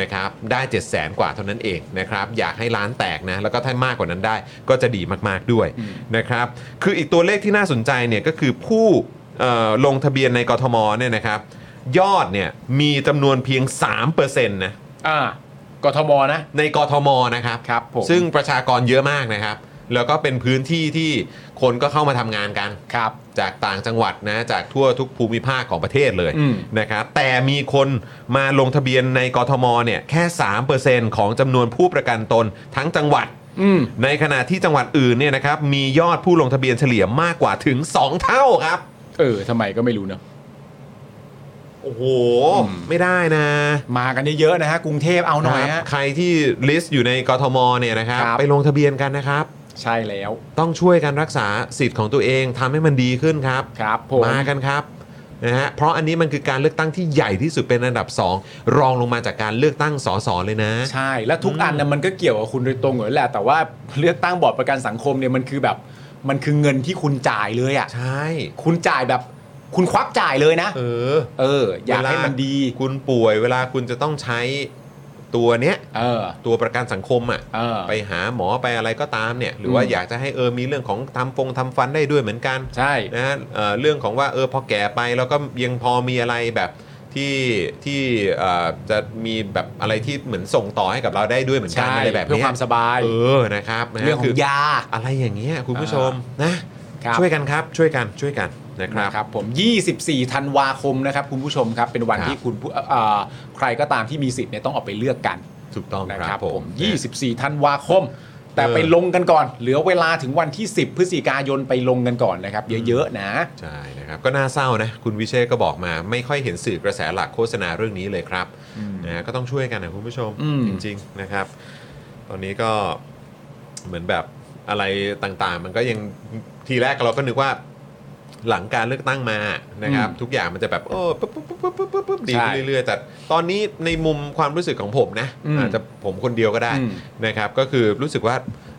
Speaker 1: นะครับได้ 7 0 0แสนกว่าเท่านั้นเองนะครับ อยากให้ร้านแตกนะ แล้วก็ถ้ามากกว่านั้นได้ก็จะดีมากๆด้วยนะครับ คืออีกตัวเลขที่น่าสนใจเนี่ยก็คือผู้เอ่อลงทะเบียนในกทมเนี่ยนะครับ ยอดเนี่ยมีจำนวนเพียง 3%นะ
Speaker 4: ่ากทมนะ
Speaker 1: ในกทมนะครับ
Speaker 4: ครับผม
Speaker 1: ซึ่งประชากรเยอะมากนะครับ แล้วก็เป็นพื้นที่ที่คนก็เข้ามาทำงานกัน
Speaker 4: ครับ
Speaker 1: จากต่างจังหวัดนะจากทั่วทุกภูมิภาคของประเทศเลย
Speaker 4: อืม
Speaker 1: นะครับแต่มีคนมาลงทะเบียนในกทมเนี่ยแค่ 3%ของจำนวนผู้ประกันตนทั้งจังหวัด
Speaker 4: อืม
Speaker 1: ในขณะที่จังหวัดอื่นเนี่ยนะครับมียอดผู้ลงทะเบียนเฉลี่ยมากกว่าถึง 2 เท่าครับ
Speaker 4: เออทำไมก็ไม่รู้เนอะ
Speaker 1: โอ้โห
Speaker 4: อืม
Speaker 1: ไม่ได้นะ
Speaker 4: มากันเยอะๆนะฮะกรุงเทพเอาหน่อย
Speaker 1: ครับ
Speaker 4: ฮะ
Speaker 1: ใครที่ลิสต์อยู่ในกทมเนี่ยนะครับ
Speaker 4: ครับ
Speaker 1: ไปลงทะเบียนกันนะครับ
Speaker 4: ใช่แล้ว
Speaker 1: ต้องช่วยกันรักษาสิทธิ์ของตัวเองทำให้มันดีขึ้นครับ
Speaker 4: ครับผม
Speaker 1: มากันครับนะฮะเพราะอันนี้มันคือการเลือกตั้งที่ใหญ่ที่สุดเป็นอันดับ 2 รองลงมาจากการเลือกตั้งสสเลยนะ
Speaker 4: ใช่และทุกอันนะมันก็เกี่ยวกับคุณโดยตรงอยู่แล้วแหละแต่ว่าเลือกตั้งบอร์ดประกันสังคมเนี่ยมันคือแบบมันคือเงินที่คุณจ่ายเลยอ่ะ
Speaker 1: ใช่
Speaker 4: คุณจ่ายแบบคุณควักจ่ายเลยนะ
Speaker 1: เออ
Speaker 4: เออ อยากให้มันดี
Speaker 1: เวลาคุณป่วยเวลาคุณจะต้องใช้ตัวเนี้ย
Speaker 4: เออ
Speaker 1: ตัวประกันสังคมอ่ะ
Speaker 4: เออ
Speaker 1: ไปหาหมอไปอะไรก็ตามเนี่ยหรือว่า
Speaker 4: อืม
Speaker 1: อยากจะให้เออมีเรื่องของทำฟงทำฟันได้ด้วยเหมือนกัน
Speaker 4: ใช่
Speaker 1: นะฮะเอ่อเรื่องของว่าเออพอแก่ไปแล้วก็ยังพอมีอะไรแบบที่ที่เอ่อจะมีแบบอะไรที่เหมือนส่งต่อให้กับเราได้ด้วยเหมือนกัน
Speaker 4: ใช่
Speaker 1: อะไรแบบ
Speaker 4: เพื่อ
Speaker 1: นี้ย
Speaker 4: ความสบาย
Speaker 1: เออ นะครับนะฮะ
Speaker 4: เรื่องข
Speaker 1: คือ อง
Speaker 4: ยา
Speaker 1: อะไรอย่างเงี้ยคุณผู้ชมนะ
Speaker 4: ครับ
Speaker 1: ช่วยกันครับ ช่วยกัน ช่วยกันนะครับ
Speaker 4: นะครับผม 24 ธันวาคมนะครับคุณผู้ชมครับ เป็นวัน
Speaker 1: ครับ
Speaker 4: ที่คุณผู้เอ่อใครก็ตามที่มีสิทธิ์เนี่ยต้องออกไปเลือกกัน
Speaker 1: ถูกต้อง
Speaker 4: นะ
Speaker 1: ค
Speaker 4: ค
Speaker 1: รั
Speaker 4: รั
Speaker 1: บบ ผ
Speaker 4: ผม ม 24 ธันวาคม แต่ไปลงกันก่อน เหลือเวลาถึงวันที่ 10 พฤศจิกายนไปลงกันก่อนนะครับ เยอะๆนะ
Speaker 1: ใช่นะครับ ก็น่าเศร้านะ คุณวิเชษก็บอกมา ไม่ค่อยเห็นสื่อกระแสหลักโฆษณาเรื่องนี้เลยครับนะฮะก็ต้องช่วยกันนะคุณผู้ชม
Speaker 4: อืม
Speaker 1: จริง ๆ นะครับ ตอนนี้ก็เหมือนแบบอะไรต่างๆ มันก็ยังทีแรกเราก็นึกว่าหลังการเลือกตั้งมานะครับ ทุกอย่างมันจะแบบโอ้ปุ๊บปุ๊บปุ๊บปุ๊บปุ๊บปุ๊บดีขึ้นเรื่อยๆแต่ตอนนี้ในมุมความรู้สึกของผมนะ
Speaker 4: อืม
Speaker 1: อาจจะผมคนเดียวก็ได้
Speaker 4: อืม
Speaker 1: นะครับก็คือรู้สึกว่า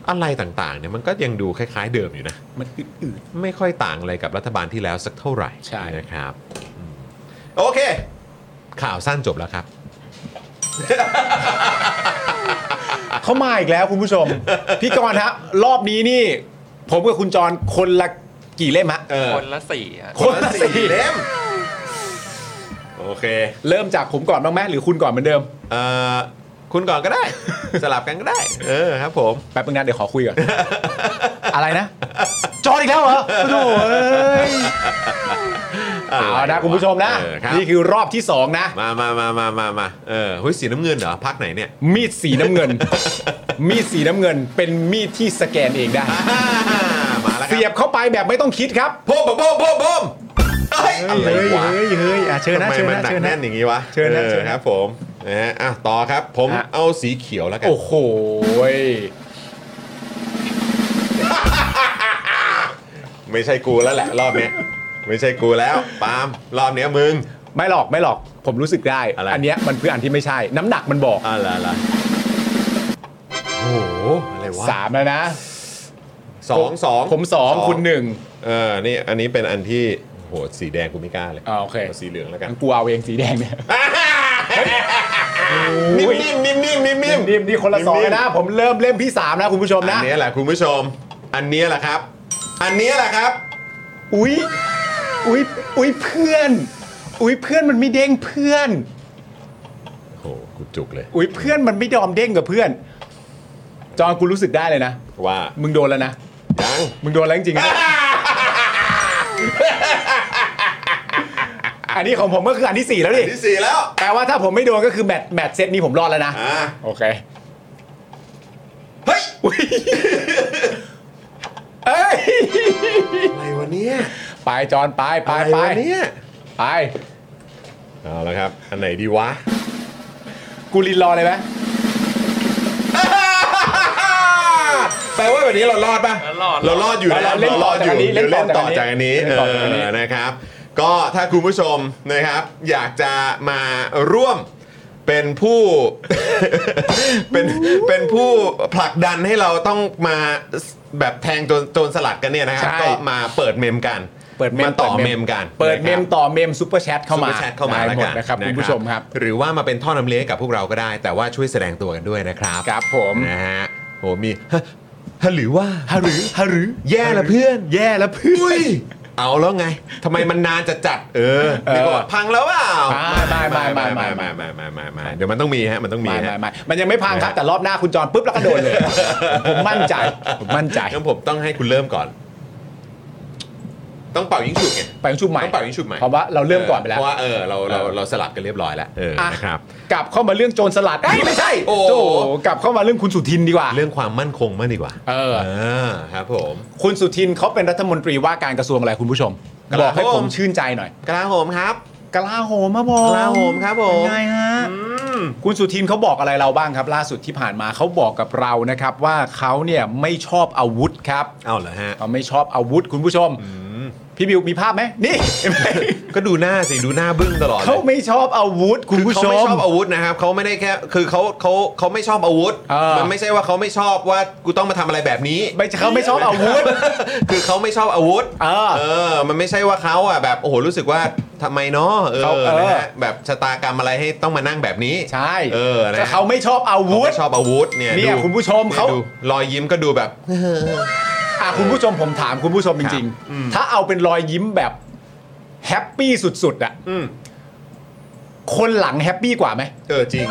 Speaker 1: อะไรต่างๆเนี่ยมันก็ยังดูคล้าย ๆ เดิมอยู่นะ
Speaker 4: มันอืด
Speaker 1: ไม่ค่อยต่างอะไรกับรัฐบาลที่แล้วสักเท่าไหร่
Speaker 4: ใช่
Speaker 1: นะครับอืมโอเค ข่าวสั้นจบแล้วครับ
Speaker 4: ๆเขามาอีกแล้วคุณผู้ชม พี่กรณ์ฮะรอบนี้นี่ ผมกับคุณจรคนละกี่เล่มฮะ
Speaker 3: คนละสี่ฮะ
Speaker 4: คนละสี่
Speaker 1: เล่มโอเค
Speaker 4: เริ่มจากผมก่อนบ้างไหมหรือคุณก่อนเหมือนเดิม
Speaker 1: เอ่อคุณก่อนก็ได้ สลับกันก็ได้ เออครับผม
Speaker 4: แป๊บนึงนะเดี๋ยวขอคุยก่อน อะไรนะ จออีกแล้วเหรอโอ้โหเอ้ย เอานะคุณผู้ชมนะ
Speaker 1: เออครับ
Speaker 4: นี่คือรอบที่ 2 นะ
Speaker 1: มามามามามามาเออหุ้ยสีน้ำเงินเหรอพักไหนเนี่ย
Speaker 4: มีด สีน้ำเงิน มีดสีน้ำเงินเป็นมีดที่สแกนเองได้
Speaker 1: อ่ามาแล้ว ครับ
Speaker 4: เสียบเข้าไปแบบไม่ต้องคิดครับ
Speaker 1: โบมโบมโบมโบมเอ้ย
Speaker 4: เฮ้
Speaker 1: อะ
Speaker 4: ยเฮ้ยว
Speaker 1: ไระ
Speaker 4: เฮ้ยเฮ้ยอ่ะเชิญ
Speaker 1: ทำ
Speaker 4: นะ
Speaker 1: ไม
Speaker 4: เชิญ
Speaker 1: มัน
Speaker 4: นะ
Speaker 1: หนัก
Speaker 4: เชิญนะ
Speaker 1: แน่นอย่างนี้วะ
Speaker 4: เชิญนะ
Speaker 1: ออ
Speaker 4: เชิญนะครับ
Speaker 1: ผมนะฮะอ่ะต่อครับ ผม
Speaker 4: ฮะ
Speaker 1: เอาสีเขียวแล้วกัน
Speaker 4: โอ้โหย
Speaker 1: ไม่ใช่กูแล้วแหละ รอบเนี้ยไม่ใช่กูแล้วปาล์มรอบเนี้ยมึง
Speaker 4: ไม่หรอกไม่หรอก ผมรู้สึกได้
Speaker 1: อะไร
Speaker 4: นเนี้ยมันคืออันที่ไม่ใช่ น้ำหนักมันบอก
Speaker 1: อะไรอะไรโอ้โหอะไรวะ
Speaker 4: สามแล้วนะ
Speaker 1: สองสอง
Speaker 4: ผมสองคุณหนึ่ง
Speaker 1: เออนี่อันนี้เป็นอันที่โอ้โหสีแดงกูไม่กล้าเลย
Speaker 4: อ่าโอเค
Speaker 1: าสีเหลืองแล้วกัน
Speaker 4: กูเอาเองสีแดง เนี่ย
Speaker 1: นิ่มๆนิ่มๆนิ่มๆนิ่มๆนิ่ม
Speaker 4: นิ่มนี่คนละสองแล้วนะ ผมเริ่มเล่มที่สามนะคุณผู้ชม
Speaker 1: อั
Speaker 4: นะ
Speaker 1: นเนี้ยแหละคุณผู้ชม อันเนี้ยแหละครับ อันเนี้ยแหละครับ
Speaker 4: อุ๊ย อุ๊ย อุ๊ยเพื่อน อุ๊ยเพื่อนมันไม่เด้งเพื่อน
Speaker 1: โอ้โหกูจุกเลย
Speaker 4: อุ๊ยเพื่อนมันไม่ยอมเด้งกับเพื่อน จอนกูรู้สึกได้เลยนะ
Speaker 1: ว่า
Speaker 4: มึงโดนแล้วนะ
Speaker 1: ยัง
Speaker 4: มึงโดนแล้วจริงๆนะ อันนี้ของผมก็คืออันที่ 4 แล้วดิ
Speaker 1: ที่สี่แล้ว
Speaker 4: แปลว่าถ้าผมไม่โดนก็คือแมตช์แมตช์เซตนี้ผมรอดแล้วนะ
Speaker 1: อ่า
Speaker 4: โอเค
Speaker 1: เฮ้ย
Speaker 4: เอ้ย
Speaker 1: อะไรวะเนี่ย
Speaker 4: ไปจอนไปไป
Speaker 1: อะไร
Speaker 4: ไป
Speaker 1: วะเนี่ย
Speaker 4: ไป
Speaker 1: เอาละครับ อันไหนดี วะ
Speaker 4: กูรินรอเลยไหม
Speaker 1: แปลว่าแบบนี้เรารอดป่ะ
Speaker 3: เรารอด
Speaker 1: เรารอดอยู่นะ
Speaker 4: เราเล่นต่อจากอันนี้
Speaker 1: เดี๋ยว
Speaker 4: เล่
Speaker 1: เล่น
Speaker 4: นต่
Speaker 1: ต่อ
Speaker 4: อ
Speaker 1: จา
Speaker 4: จาก กอั
Speaker 1: อัน
Speaker 4: นนี้
Speaker 1: นี้
Speaker 4: เล่นต่อจากอันนี้
Speaker 1: เออนะครับ ก็ถ้าคุณผู้ชมนะครับ อยากจะมาร่วมเป็นผู้ เป็นเป็นผู้ผลักดันให้เราต้องมาแบบแทงโจรโจรสลัดกันเนี่ยนะครับ
Speaker 4: ใช่
Speaker 1: ก็มาเปิดเมมกันมาต่อเมมกัน
Speaker 4: เปิดเมม
Speaker 1: นะครับ
Speaker 4: ต่อเมมซุปเปอร์แชทเข้ามา
Speaker 1: ซุปปอร์แชทเข้ามา
Speaker 4: ได้
Speaker 1: แล้ว
Speaker 4: หมด
Speaker 1: กัน
Speaker 4: นะครับคุณผู้ชมครับ
Speaker 1: หรือว่ามาเป็นท่อนำเลี้ยงให้กับพวกเราก็ได้ แต่ว่าช่วยแสดงตัวกันด้วยนะครับ
Speaker 4: ครับผม
Speaker 1: นะฮะโหมี ฮะฮะหรือว่า
Speaker 4: ฮะหรือฮะหรือ
Speaker 1: แย่ละเพื่อน
Speaker 4: แย่แล้วเพื่
Speaker 1: อุ้
Speaker 4: อน
Speaker 1: ยเอาแล้วไงทำไมมันนานจะจัด เออ
Speaker 4: เออ
Speaker 1: ดีกว่าพังแล้วเปล่า
Speaker 4: ไม่ไม่ไม่ไม่
Speaker 1: ไม่ไม่ไม่ไม่ไม่เดี๋ยวมันต้องมีฮะมันต้องมี
Speaker 4: ไม่
Speaker 1: ฮะ
Speaker 4: ไม่ไม่มันยังไม่พังครับแต่รอบหน้าคุณจอนปุ๊บแล้วก็โดนเลย ผมมั่นใจผมมั่นใจ
Speaker 1: งั้นผมต้องให้คุณเริ่มก่อน ต้องเป่ายิงฉุดไง
Speaker 4: ไปชุดใหม่
Speaker 1: ต้องเป่ายิงฉุดใหม่
Speaker 4: เพราะว่าเราเริ่มก่อนไปแล้ว
Speaker 1: เพราะว่าเออเราเรา
Speaker 4: เออ
Speaker 1: เราสลับกันเรียบร้อยแล้วเออ
Speaker 4: อ่ะ
Speaker 1: นะครับ
Speaker 4: กลับเข้ามาเรื่องโจรสลัดเอ้ยไม่ใช่
Speaker 1: โอ้
Speaker 4: โจกลับเข้ามาเรื่องคุณสุทินดีกว่า
Speaker 1: เรื่องความมั่นคงมากดีกว่า
Speaker 4: เออ
Speaker 1: ครับผม
Speaker 4: คุณสุทินเขาเป็นรัฐมนตรีว่าการกระทรวงอะไรคุณผู้ชม
Speaker 1: กลาโหม
Speaker 4: บอกให้ผมชื่นใจหน่อย
Speaker 1: กลาโหมครับ
Speaker 4: กลาโหมครับผม
Speaker 1: กลาโหมครับผม
Speaker 4: เป็นไงฮะ คุณสุทินเขาบอกอะไรเราบ้างครับ ล่าสุดที่ผ่านมาเขาบอกกับเรานะครับ ว่าเขาเนี่ยไม่ชอบอาวุธครับ
Speaker 1: เอาเหรอฮะ
Speaker 4: เขาไม่ชอบอาวุธคุณผู้ชมพี่บิวมีภาพไหม นี่
Speaker 1: ก็ดูหน้าสิ ดูหน้าบึ้งตลอดลย
Speaker 4: เขาไม่ชอบอาวุธ คุณผู้ช
Speaker 1: เขาไม่
Speaker 4: ม
Speaker 1: ชอบอาวุธนะครับเขาไม่ได้แค่ คือเขาเขาเขาไม่ชอบอาวุธ
Speaker 4: เออ
Speaker 1: มันไม่ใช่ว่าเขาไม่ชอบว่ากูต้องมาทำอะไรแบบนี้
Speaker 4: ไม่ใช่เขาไม่ชอบอาวุธ
Speaker 1: คือเขาไม่ชอบอาวุธ
Speaker 4: เออ
Speaker 1: เออ มันไม่ใช่ว่าเขาอ่ะแบบโอ้โหรู้สึกว่าทำไมเนาะเอ
Speaker 4: เขา
Speaker 1: อ
Speaker 4: เออ
Speaker 1: นะฮะแบบชะตากรรมอะไรให้ต้องมานั่งแบบนี้
Speaker 4: ใช่
Speaker 1: เออนะ
Speaker 4: ก็เขาไม่ชอบอา
Speaker 1: เขา
Speaker 4: วุธ
Speaker 1: ไม่ชอบอาวุธเนี่ย
Speaker 4: เนี่ย
Speaker 1: ดู
Speaker 4: คุณผู้ชมเขา
Speaker 1: นี่ยดูรอยยิ้มก็ดูแบบ
Speaker 4: อ่ะคุณผู้ชมผมถามคุณผู้ชมจริง ๆ ถ้าเอาเป็นรอยยิ้มแบบแฮปปี้สุดๆอ่ะ
Speaker 1: อืม
Speaker 4: คนหลังแฮปปี้กว่าไหม
Speaker 1: เออจริง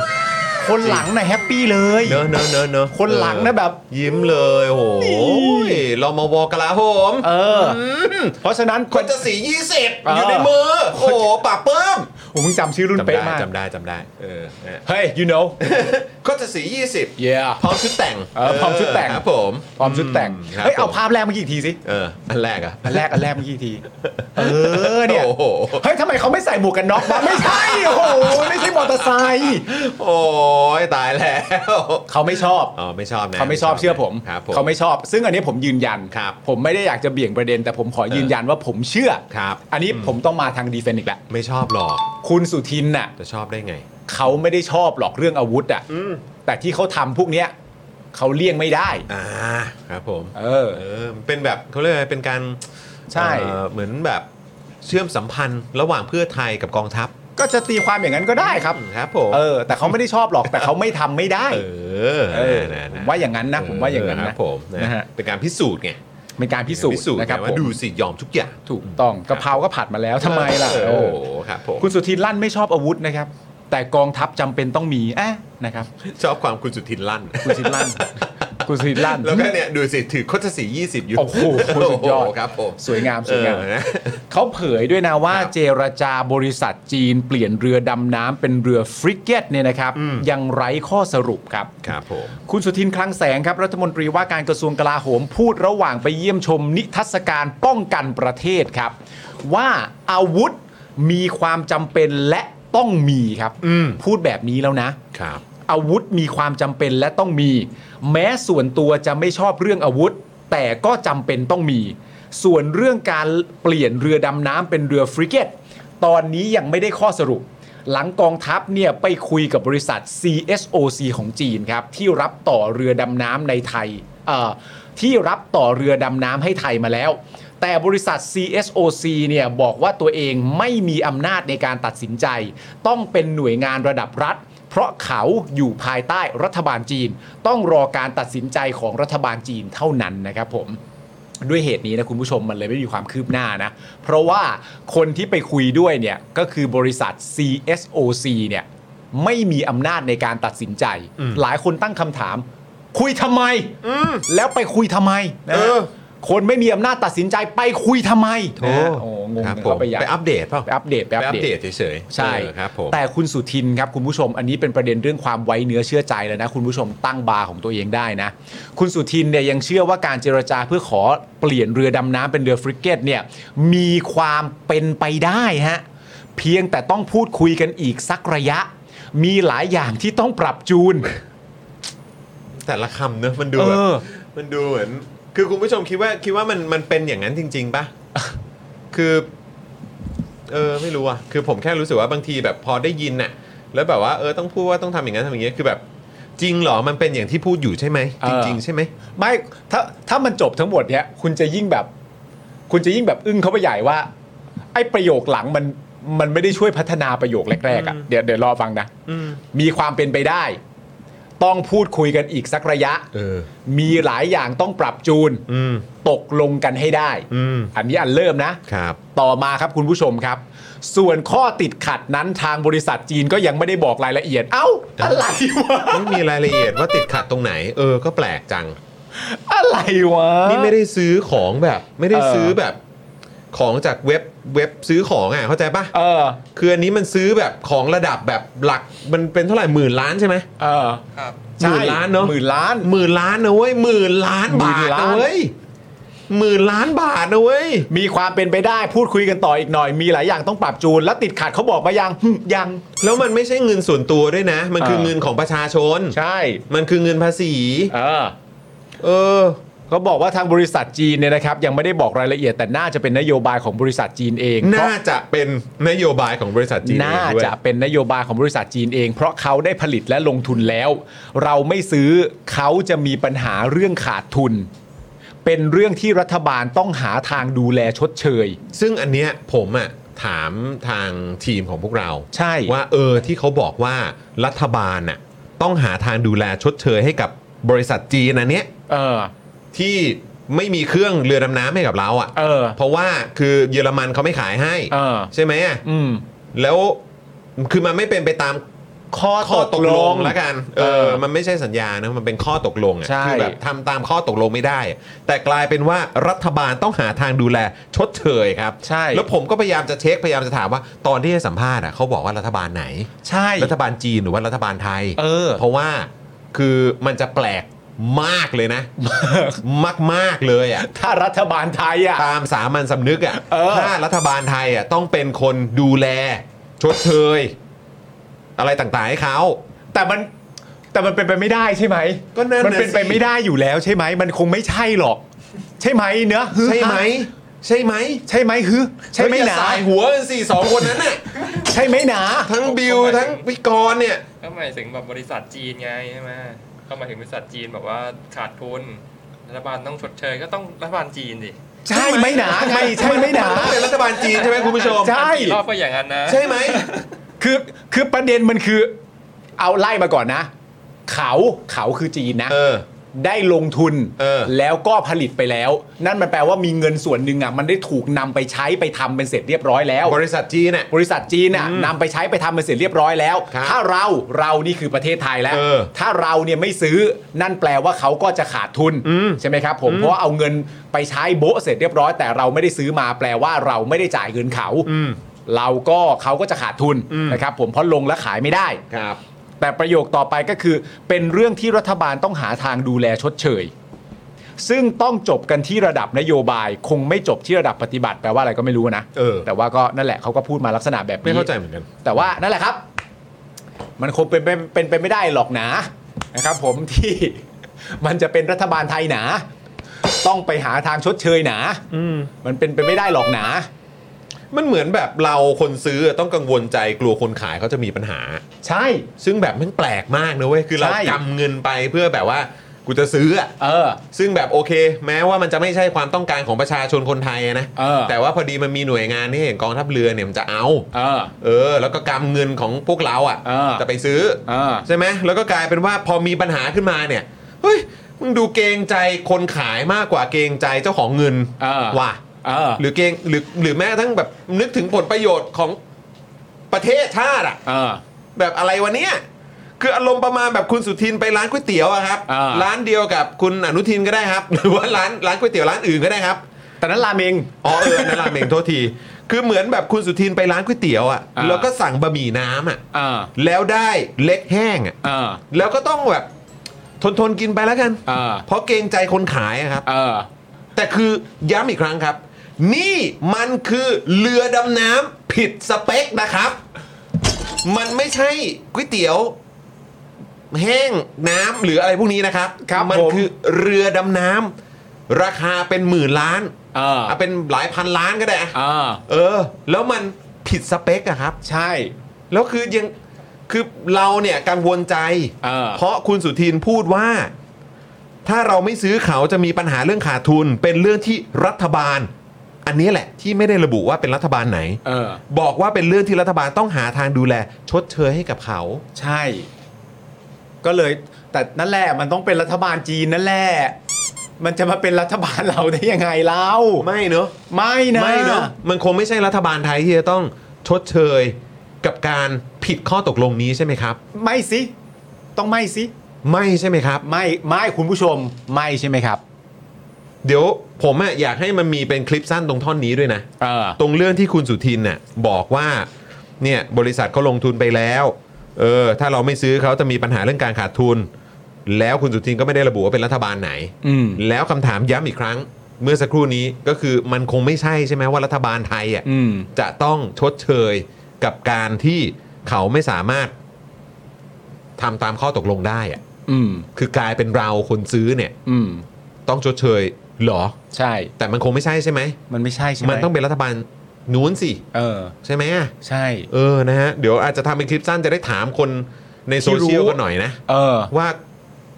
Speaker 4: คนหลังน่ะแฮปปี้เลย
Speaker 1: เนอะเนอะเนอะเนอะ
Speaker 4: คนหลังนะแบบ
Speaker 1: ยิ้มเลยโอ้โหรมวกลาโหม
Speaker 4: เอออเพราะฉะนั้น
Speaker 1: ค
Speaker 4: คน น
Speaker 1: จะสียี่สิบ
Speaker 4: เออ
Speaker 1: อ
Speaker 4: อ
Speaker 1: ยู่ในมือ โอ้โหปากเปิ้ม
Speaker 4: ผมงจำชื่อรุ่น
Speaker 1: จำ
Speaker 4: เป๊ะ
Speaker 1: ได้
Speaker 4: มาก
Speaker 1: จำได้จำได้ เออนะ
Speaker 4: เฮ้ย you know
Speaker 1: คนจะสียี่สิบ
Speaker 4: yeah
Speaker 1: พร้อมชุดแต่ง
Speaker 4: เออพร้อมชุดแต่ง
Speaker 1: ครับผม
Speaker 4: พร้อมชุดแต่ง
Speaker 1: ครับ
Speaker 4: เฮ้ย เอา
Speaker 1: ผม
Speaker 4: ภาพแรกเมื่อกี้อีกทีสิ
Speaker 1: เอออันแรกอะ
Speaker 4: อันแรก อันแรกเมื่อกี้อีกที เออเนี่ย
Speaker 1: โอ้โห
Speaker 4: เฮ้ยทำไมเขาไม่ใส่หมวกกันน็อกวะไม่ใช่ โอ้โห ไม่ใช่มอเตอร์ไซค์
Speaker 1: โอ้ยตายแล้ว
Speaker 4: เขาไม่ชอบ
Speaker 1: อ๋อไม่ชอบนะ
Speaker 4: เขาไม่ชอบเชื่อผม
Speaker 1: ครับผม
Speaker 4: เขาไม่ชอบ ซึ่งอันนี้ผมยืนยัน
Speaker 1: ครับ
Speaker 4: ผมไม่ได้อยากจะเบี่ยงประเด็น แต่ผมขอยืนยันว่าผมเชื่อ
Speaker 1: ครับ
Speaker 4: อันนี้ผมต้องมาทางดีเฟนอีกแล้ว
Speaker 1: ไม่ชอบหรอก
Speaker 4: คุณสุทินน่ะ
Speaker 1: จะชอบได้ไง
Speaker 4: เขาไม่ได้ชอบหรอกเรื่องอาวุธอ่ะ แต่ที่เขาทำพวกเนี้ยเขาเลี่ยงไม่ได้
Speaker 1: อ่าครับผม
Speaker 4: เออ
Speaker 1: เออเป็นแบบเขาเรียกอะไรเป็นการ
Speaker 4: ใช่
Speaker 1: เอ่อเหมือนแบบเชื่อมสัมพันธ์ระหว่างเพื่อไทยกับกองทัพ
Speaker 4: ก็จะตีความอย่างนั้นก็ได้ครับ
Speaker 1: ครับผม
Speaker 4: เออ แต่เขาไม่ได้ชอบหรอก แต่เขาไม่ทำไม่ได้
Speaker 1: เออ
Speaker 4: เออ
Speaker 1: นะนะ
Speaker 4: ผมว่าอย่างนั้นนะ ผมว่าอย่างนั้น
Speaker 1: เค
Speaker 4: นะ
Speaker 1: รับผม
Speaker 4: นะฮะ
Speaker 1: เป็นการพิสูจน์ไง
Speaker 4: เป็นการพิสูจน์
Speaker 1: ไง
Speaker 4: นะครับ
Speaker 1: ว่า
Speaker 4: ผม
Speaker 1: ดูสิยอมทุกอย่าง
Speaker 4: ถูกต้องกะเพราก็ผัดมาแล้วทำไมล่ะ
Speaker 1: เออ
Speaker 4: โอ้
Speaker 1: โอ้โหครับผม
Speaker 4: คุณสุทินลั่นไม่ชอบอาวุธนะครับ แต่กองทัพจำเป็นต้องมีอ่ะนะครับ
Speaker 1: ชอบความคุณสุทินลั่น
Speaker 4: คุณสุทินลั่น คุณสิริลั่น
Speaker 1: แล้วก็เนี่ยดูสิถือโคตรสี20 อยู่
Speaker 4: โอ้โหสุดยอด
Speaker 1: โโหครับผม
Speaker 4: สวยงามสวยงาม
Speaker 1: เออนะ
Speaker 4: เขาเผยด้วยนะว่า
Speaker 1: ครับ
Speaker 4: เจรจาบริษัทจีนเปลี่ยนเรือดำน้ำเป็นเรือฟริกเกตเนี่ยนะครับ
Speaker 1: อืม
Speaker 4: ยังไร้ข้อสรุปครับ
Speaker 1: ครับผม
Speaker 4: คุณสุทินคลังแสงครับ รัฐมนตรีว่าการกระทรวงกลาโหมพูดระหว่างไปเยี่ยมชมนิทรรศการป้องกันประเทศครับ ว่าอาวุธมีความจำเป็นและต้องมีครับ
Speaker 1: อืม
Speaker 4: พูดแบบนี้แล้วนะ
Speaker 1: ครับ
Speaker 4: อาวุธมีความจำเป็นและต้องมี แม้ส่วนตัวจะไม่ชอบเรื่องอาวุธ แต่ก็จำเป็นต้องมี ส่วนเรื่องการเปลี่ยนเรือดำน้ำเป็นเรือฟริเกต ตอนนี้ยังไม่ได้ข้อสรุป หลังกองทัพเนี่ยไปคุยกับบริษัท CSOC ของจีนครับ ที่รับต่อเรือดำน้ำในไทยเอ่อที่รับต่อเรือดำน้ำให้ไทยมาแล้ว แต่บริษัท CSOC เนี่ยบอกว่าตัวเองไม่มีอำนาจในการตัดสินใจ ต้องเป็นหน่วยงานระดับรัฐ เพราะเขาอยู่ภายใต้รัฐบาลจีน ต้องรอการตัดสินใจของรัฐบาลจีนเท่านั้นนะครับผม ด้วยเหตุนี้นะคุณผู้ชมมันเลยไม่มีความคืบหน้านะ เพราะว่าคนที่ไปคุยด้วยเนี่ยก็คือบริษัท CSOC เนี่ยไม่มีอำนาจในการตัดสินใจ หลายคนตั้งคำถาม คุยทำไม แล้วไปคุยทำไมนะ
Speaker 1: เออ
Speaker 4: ฮะคนไม่มีอำนาจตัดสินใจไปคุยทำไมนะฮะโอ้งง
Speaker 1: ค
Speaker 4: กั
Speaker 1: รับผ
Speaker 4: น
Speaker 1: ม
Speaker 4: เข้าไปใหญ่
Speaker 1: ไปอัปเดตเปล่า
Speaker 4: ไปอัปเดตไป
Speaker 1: ไป
Speaker 4: อัป
Speaker 1: อัป
Speaker 4: เดต
Speaker 1: เดตเฉยๆ
Speaker 4: ใช่
Speaker 1: เออครับผม
Speaker 4: แต่คุณสุทินครับคุณผู้ชม อันนี้เป็นประเด็นเรื่องความไว้เนื้อเชื่อใจแล้วนะคุณผู้ชมตั้งบาร์ของตัวเองได้นะ คุณสุทินเนี่ยยังเชื่อว่าการเจรจาเพื่อขอเปลี่ยนเรือดำน้ำเป็นเรือฟริกเกตเนี่ยมีความเป็นไปได้ฮะเพียงแต่ต้องพูดคุยกันอีกสักระยะ มีหลายอย่างที่ต้องปรับจูน
Speaker 1: แต่ละคำเนอะมันดู
Speaker 4: เอ
Speaker 1: แบบ
Speaker 4: อ
Speaker 1: มันดูเหมือนคือคุณผู้ชมคิดว่าคิดว่ามันมันเป็นอย่างนั้นจริง ๆปะคือเออไม่รู้อะคือผมแค่รู้สึกว่าบางทีแบบพอได้ยินน่ะ แล้วแบบว่าเออต้องพูดว่าต้องทำอย่างนั้นทำอย่างนี้คือแบบ จริงเหรอมันเป็นอย่างที่พูดอยู่ใช่ไหมจริง ๆ ใช่ไหม
Speaker 4: ไม่ถ้าถ้ามันจบทั้งหมดเนี่ยคุณจะยิ่งแบบ คุณจะยิ่งแบบอึ้งเข้าไปใหญ่ว่า ไอ้ประโยคหลังมันมันไม่ได้ช่วยพัฒนาประโยคแรกๆอะ่ะเดี๋ยวเดี๋ยวรอฟังนะ
Speaker 1: อืม
Speaker 4: มีความเป็นไปได้ ต้องพูดคุยกันอีกสักระยะ
Speaker 1: เออ
Speaker 4: มีหลายอย่างต้องปรับจูน
Speaker 1: อืม
Speaker 4: ตกลงกันให้ได้
Speaker 1: อืม
Speaker 4: อันนี้อันเริ่มนะ
Speaker 1: ครับ
Speaker 4: ต่อมาครับคุณผู้ชมครับ ส่วนข้อติดขัดนั้นทางบริษัทจีนก็ยังไม่ได้บอกรายละเอียด เอ้าอะไรวะ
Speaker 1: ไม่มีรายละเอียดว่าติดขัดตรงไหน เออ ก็แปลกจัง
Speaker 4: อะไรวะ
Speaker 1: นี่ไม่ได้ซื้อของแบบ ไม่ได้
Speaker 4: เออ
Speaker 1: ซื้อแบบของจากเว็บเว็บซื้อของอ่ะเข้าใจปะ
Speaker 4: เออ
Speaker 1: คืออันนี้มันซื้อแบบของระดับแบบหลักมันเป็นเท่าไหร่หมื่นล้านใช่ไหม
Speaker 4: เออ
Speaker 3: ครับ
Speaker 1: หมื่นล้านเนาะ
Speaker 4: หมื่นล้าน
Speaker 1: หมื่นล้านนะเว้ยหมื่นล้านบาทนะเว้ยหมื่นล้านบาทนะเว้ย
Speaker 4: มีความเป็นไปได้พูดคุยกันต่ออีกหน่อย มีหลายอย่างต้องปรับจูน และติดขัดเขาบอกมายังหึยัง
Speaker 1: แล้วมันไม่ใช่เงินส่วนตัวด้วยนะ มันคือ
Speaker 4: เออ
Speaker 1: เงินของประชาชน
Speaker 4: ใช่
Speaker 1: มันคือเงินภาษี
Speaker 4: เออ
Speaker 1: เออ
Speaker 4: เขาบอกว่าทางบริษัทจีนเนี่ยนะครับ ยังไม่ได้บอกรายละเอียดแต่น่าจะเป็นนโยบายของบริษัทจีนเองเพ
Speaker 1: น่า
Speaker 4: ราะ
Speaker 1: จะเป็นนโยบายของบริษัทจีนเอ
Speaker 4: น่าง
Speaker 1: ด้วย
Speaker 4: จะเป็นนโยบายของบริษัทจีนเอง เพราะเขาได้ผลิตและลงทุนแล้ว เราไม่ซื้อเขาจะมีปัญหาเรื่องขาดทุน เป็นเรื่องที่รัฐบาลต้องหาทางดูแลชดเชย
Speaker 1: ซึ่งอันเนี้ยผมอะถามทางทีมของพวกเรา
Speaker 4: ใช่
Speaker 1: ว่าเออที่เขาบอกว่ารัฐบาลน่ะต้องหาทางดูแลชดเชยให้กับบริษัทจีนอันเนี้ย
Speaker 4: เออ
Speaker 1: ที่ไม่มีเครื่องเรือดำน้ำให้กับเรา
Speaker 4: เอ
Speaker 1: อะ่ะ
Speaker 4: อ
Speaker 1: เพราะว่าคือเยอรมันเขาไม่ขายให้
Speaker 4: เออ
Speaker 1: ใช่ไหมอะ
Speaker 4: อืม
Speaker 1: แล้วคือมันไม่เป็นไปตาม
Speaker 4: ข้อ
Speaker 1: ข้อตกลง
Speaker 4: แล้
Speaker 1: แล้ว ว
Speaker 4: กั
Speaker 1: กัน น
Speaker 4: เอ
Speaker 1: เอ
Speaker 4: อ
Speaker 1: อ มันไม่ใช่สัญญานะ มันเป็นข้อตกลง
Speaker 4: ใช่
Speaker 1: อะ่ะ คือแบบทำตามข้อตกลงไม่ได้อะแต่กลายเป็นว่ารัฐบาลต้องหาทางดูแลชดเชยครับ
Speaker 4: ใช่
Speaker 1: แล้วผมก็พยายามจะเช็คพยายามจะถามว่าตอนที่ให้สัมภาษณ์อ่ะเขาบอกว่ารัฐบาลไหน
Speaker 4: ใช่
Speaker 1: รัฐบาลจีนหรือว่ารัฐบาลไทย
Speaker 4: เออ
Speaker 1: เพราะว่าคือมันจะแปลกมากเลยนะ มากๆเลยอ่ะ
Speaker 4: ถ้ารัฐบาลไทยอ่ะ
Speaker 1: ตามสามัญสำนึกอ่ะ
Speaker 4: เออ
Speaker 1: ถ้ารัฐบาลไทยอ่ะต้องเป็นคนดูแล ชดเชย อะไรต่างๆให้เขา
Speaker 4: แต่มันแต่มันเป็นไปไม่ได้ใช่ไหม
Speaker 1: ก็นั่นน่ะ
Speaker 4: มันเป็น
Speaker 1: สิ
Speaker 4: ไปไม่ได้อยู่แล้วใช่ไหม มันคงไม่ใช่หรอก ใช่ไหมเนอะฮึ
Speaker 1: ใช่ไหม ใช่ไหม
Speaker 4: ใช่ไหมฮึใช่ไหม
Speaker 1: เฮ้ยอ
Speaker 4: ห
Speaker 1: ย่า
Speaker 4: นา
Speaker 1: สายหัวกันสี่สองคนนั้นน่ะ
Speaker 4: ใช่ไหมหนา
Speaker 1: ทั้งบิวทั้งพิกรณ์เนี่ย
Speaker 3: ก็หมายถึงแบบบริษัทจีนไงใช่ไหมก็หมายถึงบริษัทจีนแบบว่าขาดทุน รัฐบาลต้องชดเชยก็ต้องรัฐบาลจีนดิ
Speaker 4: ใช่ไหมหนาไงใช่ไหมหนา
Speaker 1: ต้องเป็นรัฐบาลจีนใช่ไหมคุณผู้ชม
Speaker 4: ใช่
Speaker 3: รอบก็อย่างนั้นนะ
Speaker 1: ใช่ไหม
Speaker 4: คือคือประเด็นมันคือ เอาไล่มาก่อนนะ เขาเขาคือจีนนะ
Speaker 1: เออ
Speaker 4: ได้ลงทุน
Speaker 1: เออ
Speaker 4: แล้วก็ผลิตไปแล้ว นั่นมันแปลว่ามีเงินส่วนหนึ่งอ่ะมันได้ถูกนำไปใช้ไปทำเป็นเสร็จเรียบร้อยแล้ว
Speaker 1: บริษัทจีนเนี่ย
Speaker 4: บริษัทจีนน่ะนำไปใช้ไปทำมันเสร็จเรียบร้อยแล้ว
Speaker 1: ครับ
Speaker 4: ถ้าเราเรานี่คือประเทศไทยแล้ว
Speaker 1: เออ
Speaker 4: ถ้าเราเนี่ยไม่ซื้อนั่นแปลว่าเขาก็จะขาดทุนใช่ไหมครับผมเพราะว่าเอาเงินไปใช้โบ๊ะเสร็จเรียบร้อย แต่เราไม่ได้ซื้อมาแปลว่าเราไม่ได้จ่ายเงินเขา
Speaker 1: อืม
Speaker 4: เราก็เขาก็จะขาดทุน
Speaker 1: อืม
Speaker 4: นะครับผมเพราะลงและขายไม่ได้
Speaker 1: ครับ
Speaker 4: แต่ประโยคต่อไปก็คือ เป็นเรื่องที่รัฐบาลต้องหาทางดูแลชดเชย ซึ่งต้องจบกันที่ระดับนโยบาย คงไม่จบที่ระดับปฏิบัติแปลว่าอะไรก็ไม่รู้นะ
Speaker 1: เออ
Speaker 4: แต่ว่าก็นั่นแหละเขาก็พูดมาลักษณะแบบนี้
Speaker 1: ไม่เข้าใจเหมือนกัน
Speaker 4: แต่ว่านั่นแหละครับ มันคงเป็นไปเป็นไปไม่ได้หรอกหนานะครับ ผมที่ มันจะเป็นรัฐบาลไทยหนา ต้องไปหาทางชดเชยหนามันเป็นไปไม่ได้หรอกหนา
Speaker 1: มันเหมือนแบบเราคนซื้อต้องกังวลใจกลัวคนขายเขาจะมีปัญหา
Speaker 4: ใช่
Speaker 1: ซึ่งแบบมันแปลกมากนะเว้ยคือเรา
Speaker 4: ใช่
Speaker 1: กำเงินไปเพื่อแบบว่ากูจะซื้ออะ
Speaker 4: เออ
Speaker 1: ซึ่งแบบโอเค แม้ว่ามันจะไม่ใช่ความต้องการของประชาชนคนไทยนะ
Speaker 4: เออ
Speaker 1: แต่ว่าพอดีมันมีหน่วยงานนี่อย่างกองทัพเรือเนี่ยมันจะเอา
Speaker 4: เออ
Speaker 1: เออ แล้วก็กำเงินของพวกเราอ่ะ
Speaker 4: เออ
Speaker 1: จะไปซื้อ
Speaker 4: เออ
Speaker 1: ใช่ไหมแล้วก็กลายเป็นว่าพอมีปัญหาขึ้นมาเนี่ยเฮ้ยมึงดูเกรงใจคนขายมากกว่าเกรงใจเจ้าของเงิน
Speaker 4: เออ
Speaker 1: ว่ะ
Speaker 4: เออ
Speaker 1: หรือเกรงหรือหรือแม้กระทั้งแบบนึกถึงผลประโยชน์ของประเทศชาติอ่ะ
Speaker 4: เออ
Speaker 1: แบบอะไรวะเนี่ย คืออารมณ์ประมาณแบบคุณสุทินไปร้านก๋วยเตี๋ยวอะครับ
Speaker 4: อ่า
Speaker 1: ร้านเดียวกับคุณอนุทินก็ได้ครับ หรือว่าร้านร้านก๋วยเตี๋ยวร้านอื่นก็ได้ครับ
Speaker 4: แต่นั้นราเมง
Speaker 1: อ๋อเอออันนั่นราเมงโทษที คือเหมือนแบบคุณสุทินไปร้านก๋วยเตี๋ยวอะ
Speaker 4: อ่า
Speaker 1: แล้วก็สั่งบะหมี่น้ำอะ
Speaker 4: เออ
Speaker 1: แล้วได้เล็กแห้งอะ
Speaker 4: เออ
Speaker 1: แล้วก็ต้องแบบทนทนๆกินไปแล้วกัน
Speaker 4: เออ
Speaker 1: เพราะเกรงใจคนขายอะครับ
Speaker 4: เออ
Speaker 1: แต่คือย้ำอีกครั้งครับ นี่มันคือเรือดำน้ำผิดสเปคนะครับ มันไม่ใช่ก๋วยเตี๋ยว แห้งน้ำหรืออะไรพวกนี้นะครับ
Speaker 4: ครับ
Speaker 1: มัน
Speaker 4: ผม
Speaker 1: คือเรือดำน้ำราคาเป็นหมื่นล้าน
Speaker 4: เออ
Speaker 1: เอาเป็นหลายพันล้านก็ได้อะ
Speaker 4: เออ
Speaker 1: เออ แล้วมันผิดสเปคอะครับ
Speaker 4: ใช่
Speaker 1: แล้วคือยังคือเราเนี่ยกังวลใจ
Speaker 4: เออ
Speaker 1: เพราะคุณสุทินพูดว่า ถ้าเราไม่ซื้อเขาจะมีปัญหาเรื่องขาดทุน เป็นเรื่องที่รัฐบาล อันนี้แหละที่ไม่ได้ระบุว่าเป็นรัฐบาลไหน
Speaker 4: เออ
Speaker 1: บอกว่าเป็นเรื่องที่รัฐบาลต้องหาทางดูแล ชดเชยให้กับเขา
Speaker 4: ใช่ ก็เลยแต่นั่นแหละมันต้องเป็นรัฐบาลจีนนั่นแหละ มันจะมาเป็นรัฐบาลเราได้ยังไงเล่า
Speaker 1: ไม่เนอะ
Speaker 4: ไม่นะ
Speaker 1: ไม่เนอะมันคงไม่ใช่รัฐบาลไทยที่จะต้องชดเชยกับการผิดข้อตกลงนี้ใช่ไหมครับ
Speaker 4: ไม่สิต้องไม่สิ
Speaker 1: ไม่ใช่ไหมครับ
Speaker 4: ไม่ไม่คุณผู้ชมไม่ใช่ไหมครับ
Speaker 1: เดี๋ยวผมอะอยากให้มันมีเป็นคลิปสั้นตรงท่อนนี้ด้วยนะ
Speaker 4: เออ
Speaker 1: ตรงเรื่องที่คุณสุทินน่ะบอกว่าเนี่ยบริษัทเขาลงทุนไปแล้วเออถ้าเราไม่ซื้อเขาจะมีปัญหาเรื่องการขาดทุน แล้วคุณสุทินก็ไม่ได้ระบุว่าเป็นรัฐบาลไหน
Speaker 4: อืม
Speaker 1: แล้วคำถามย้ำอีกครั้ง เมื่อสักครู่นี้ก็คือมันคงไม่ใช่ใช่ไหมว่ารัฐบาลไทยอ่ะ
Speaker 4: อืม
Speaker 1: จะต้องชดเชยกับการที่เขาไม่สามารถทำตามข้อตกลงได้อ่ะ
Speaker 4: อืม
Speaker 1: คือกลายเป็นเราคนซื้อเนี่ย
Speaker 4: อืม
Speaker 1: ต้องชดเชยเหรอ
Speaker 4: ใช่
Speaker 1: แต่มันคงไม่ใช่ใช่ไหม
Speaker 4: มันไม่ใช่ใช่ไหม
Speaker 1: มันต้องเป็นรัฐบาลนู้นสิ
Speaker 4: เออ
Speaker 1: ใช่ไหมอะ
Speaker 4: ใช่
Speaker 1: เออ นะฮะ เดี๋ยวอาจจะทำเป็นคลิปสั้นจะได้ถามคนในโซเชียลกันหน่อยนะ
Speaker 4: เออ
Speaker 1: ว่า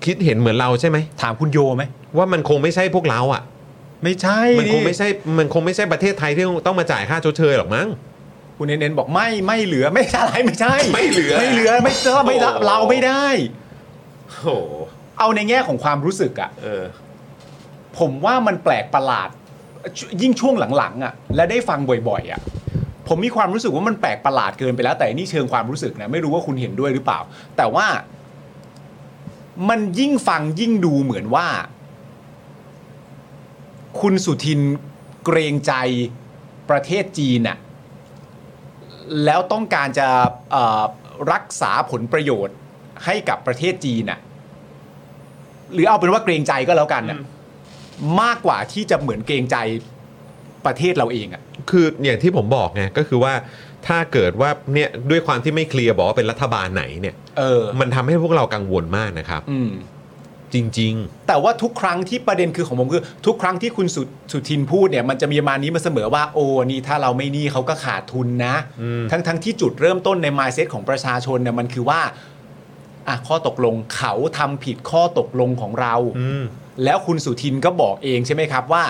Speaker 1: คิดเห็นเหมือนเราใช่ไหม
Speaker 4: ถามคุณโยไหม
Speaker 1: ว่ามันคงไม่ใช่พวกเราอ่ะ
Speaker 4: ไม่ใช่
Speaker 1: มันคงไม่
Speaker 4: ดิ
Speaker 1: ใช่ มันคงไม่ใช่ประเทศไทยที่ต้องมาจ่ายค่าชดเชยหรอกมั้ง
Speaker 4: คุณเน้นๆบอกไม่ไม่เหลือไม่อะไรไม่ใช่
Speaker 1: ไม่เหลือ
Speaker 4: ไม่เหลือไม่เจอไม่ละ
Speaker 1: โอ้
Speaker 4: เราไม่ได้
Speaker 1: โอ้โห
Speaker 4: เอาในแง่ของความรู้สึกอะ
Speaker 1: เออ
Speaker 4: ผมว่ามันแปลกประหลาด ยิ่งช่วงหลังๆอะ่ะ และได้ฟังบ่อยๆอะ่ะ ผมมีความรู้สึกว่ามันแปลกประหลาดเกินไปแล้ว แต่นี่เชิงความรู้สึกนะ ไม่รู้ว่าคุณเห็นด้วยหรือเปล่า แต่ว่า มันยิ่งฟังยิ่งดูเหมือนว่า คุณสุทินเกรงใจประเทศจีนน่ะแล้วต้องการจะเอ่อรักษาผลประโยชน์ให้กับประเทศจีนน่ะหรือเอาเป็นว่าเกรงใจก็แล้วกันน่ะมากกว่าที่จะเหมือนเกรงใจประเทศเราเองอ่ะ
Speaker 1: คืออย่างที่ผมบอกไง ก็คือว่าถ้าเกิดว่าเนี่ยด้วยความที่ไม่เคลียร์บอกว่าเป็นรัฐบาลไหนเนี่ย
Speaker 4: เออ
Speaker 1: มันทำให้พวกเรากังวลมากนะครับ
Speaker 4: อืม
Speaker 1: จริง
Speaker 4: แต่ว่าทุกครั้งที่ประเด็นคือของผมคือทุกครั้งที่คุณสุสทินพูดเนี่ยมันจะมีประมาณนี้มาเสมอว่าโอ้นี่ถ้าเราไม่นี่เขาก็ขาดทุนนะ
Speaker 1: อืม
Speaker 4: ทั้งทั้งที่จุดเริ่มต้นใน mindset ของประชาชนเนี่ยมันคือว่าอ่ะข้อตกลงเขาทำผิดข้อตกลงของเรา
Speaker 1: ๆ อืม
Speaker 4: แล้วคุณสุทินก็บอกเองใช่ไหมครับว่า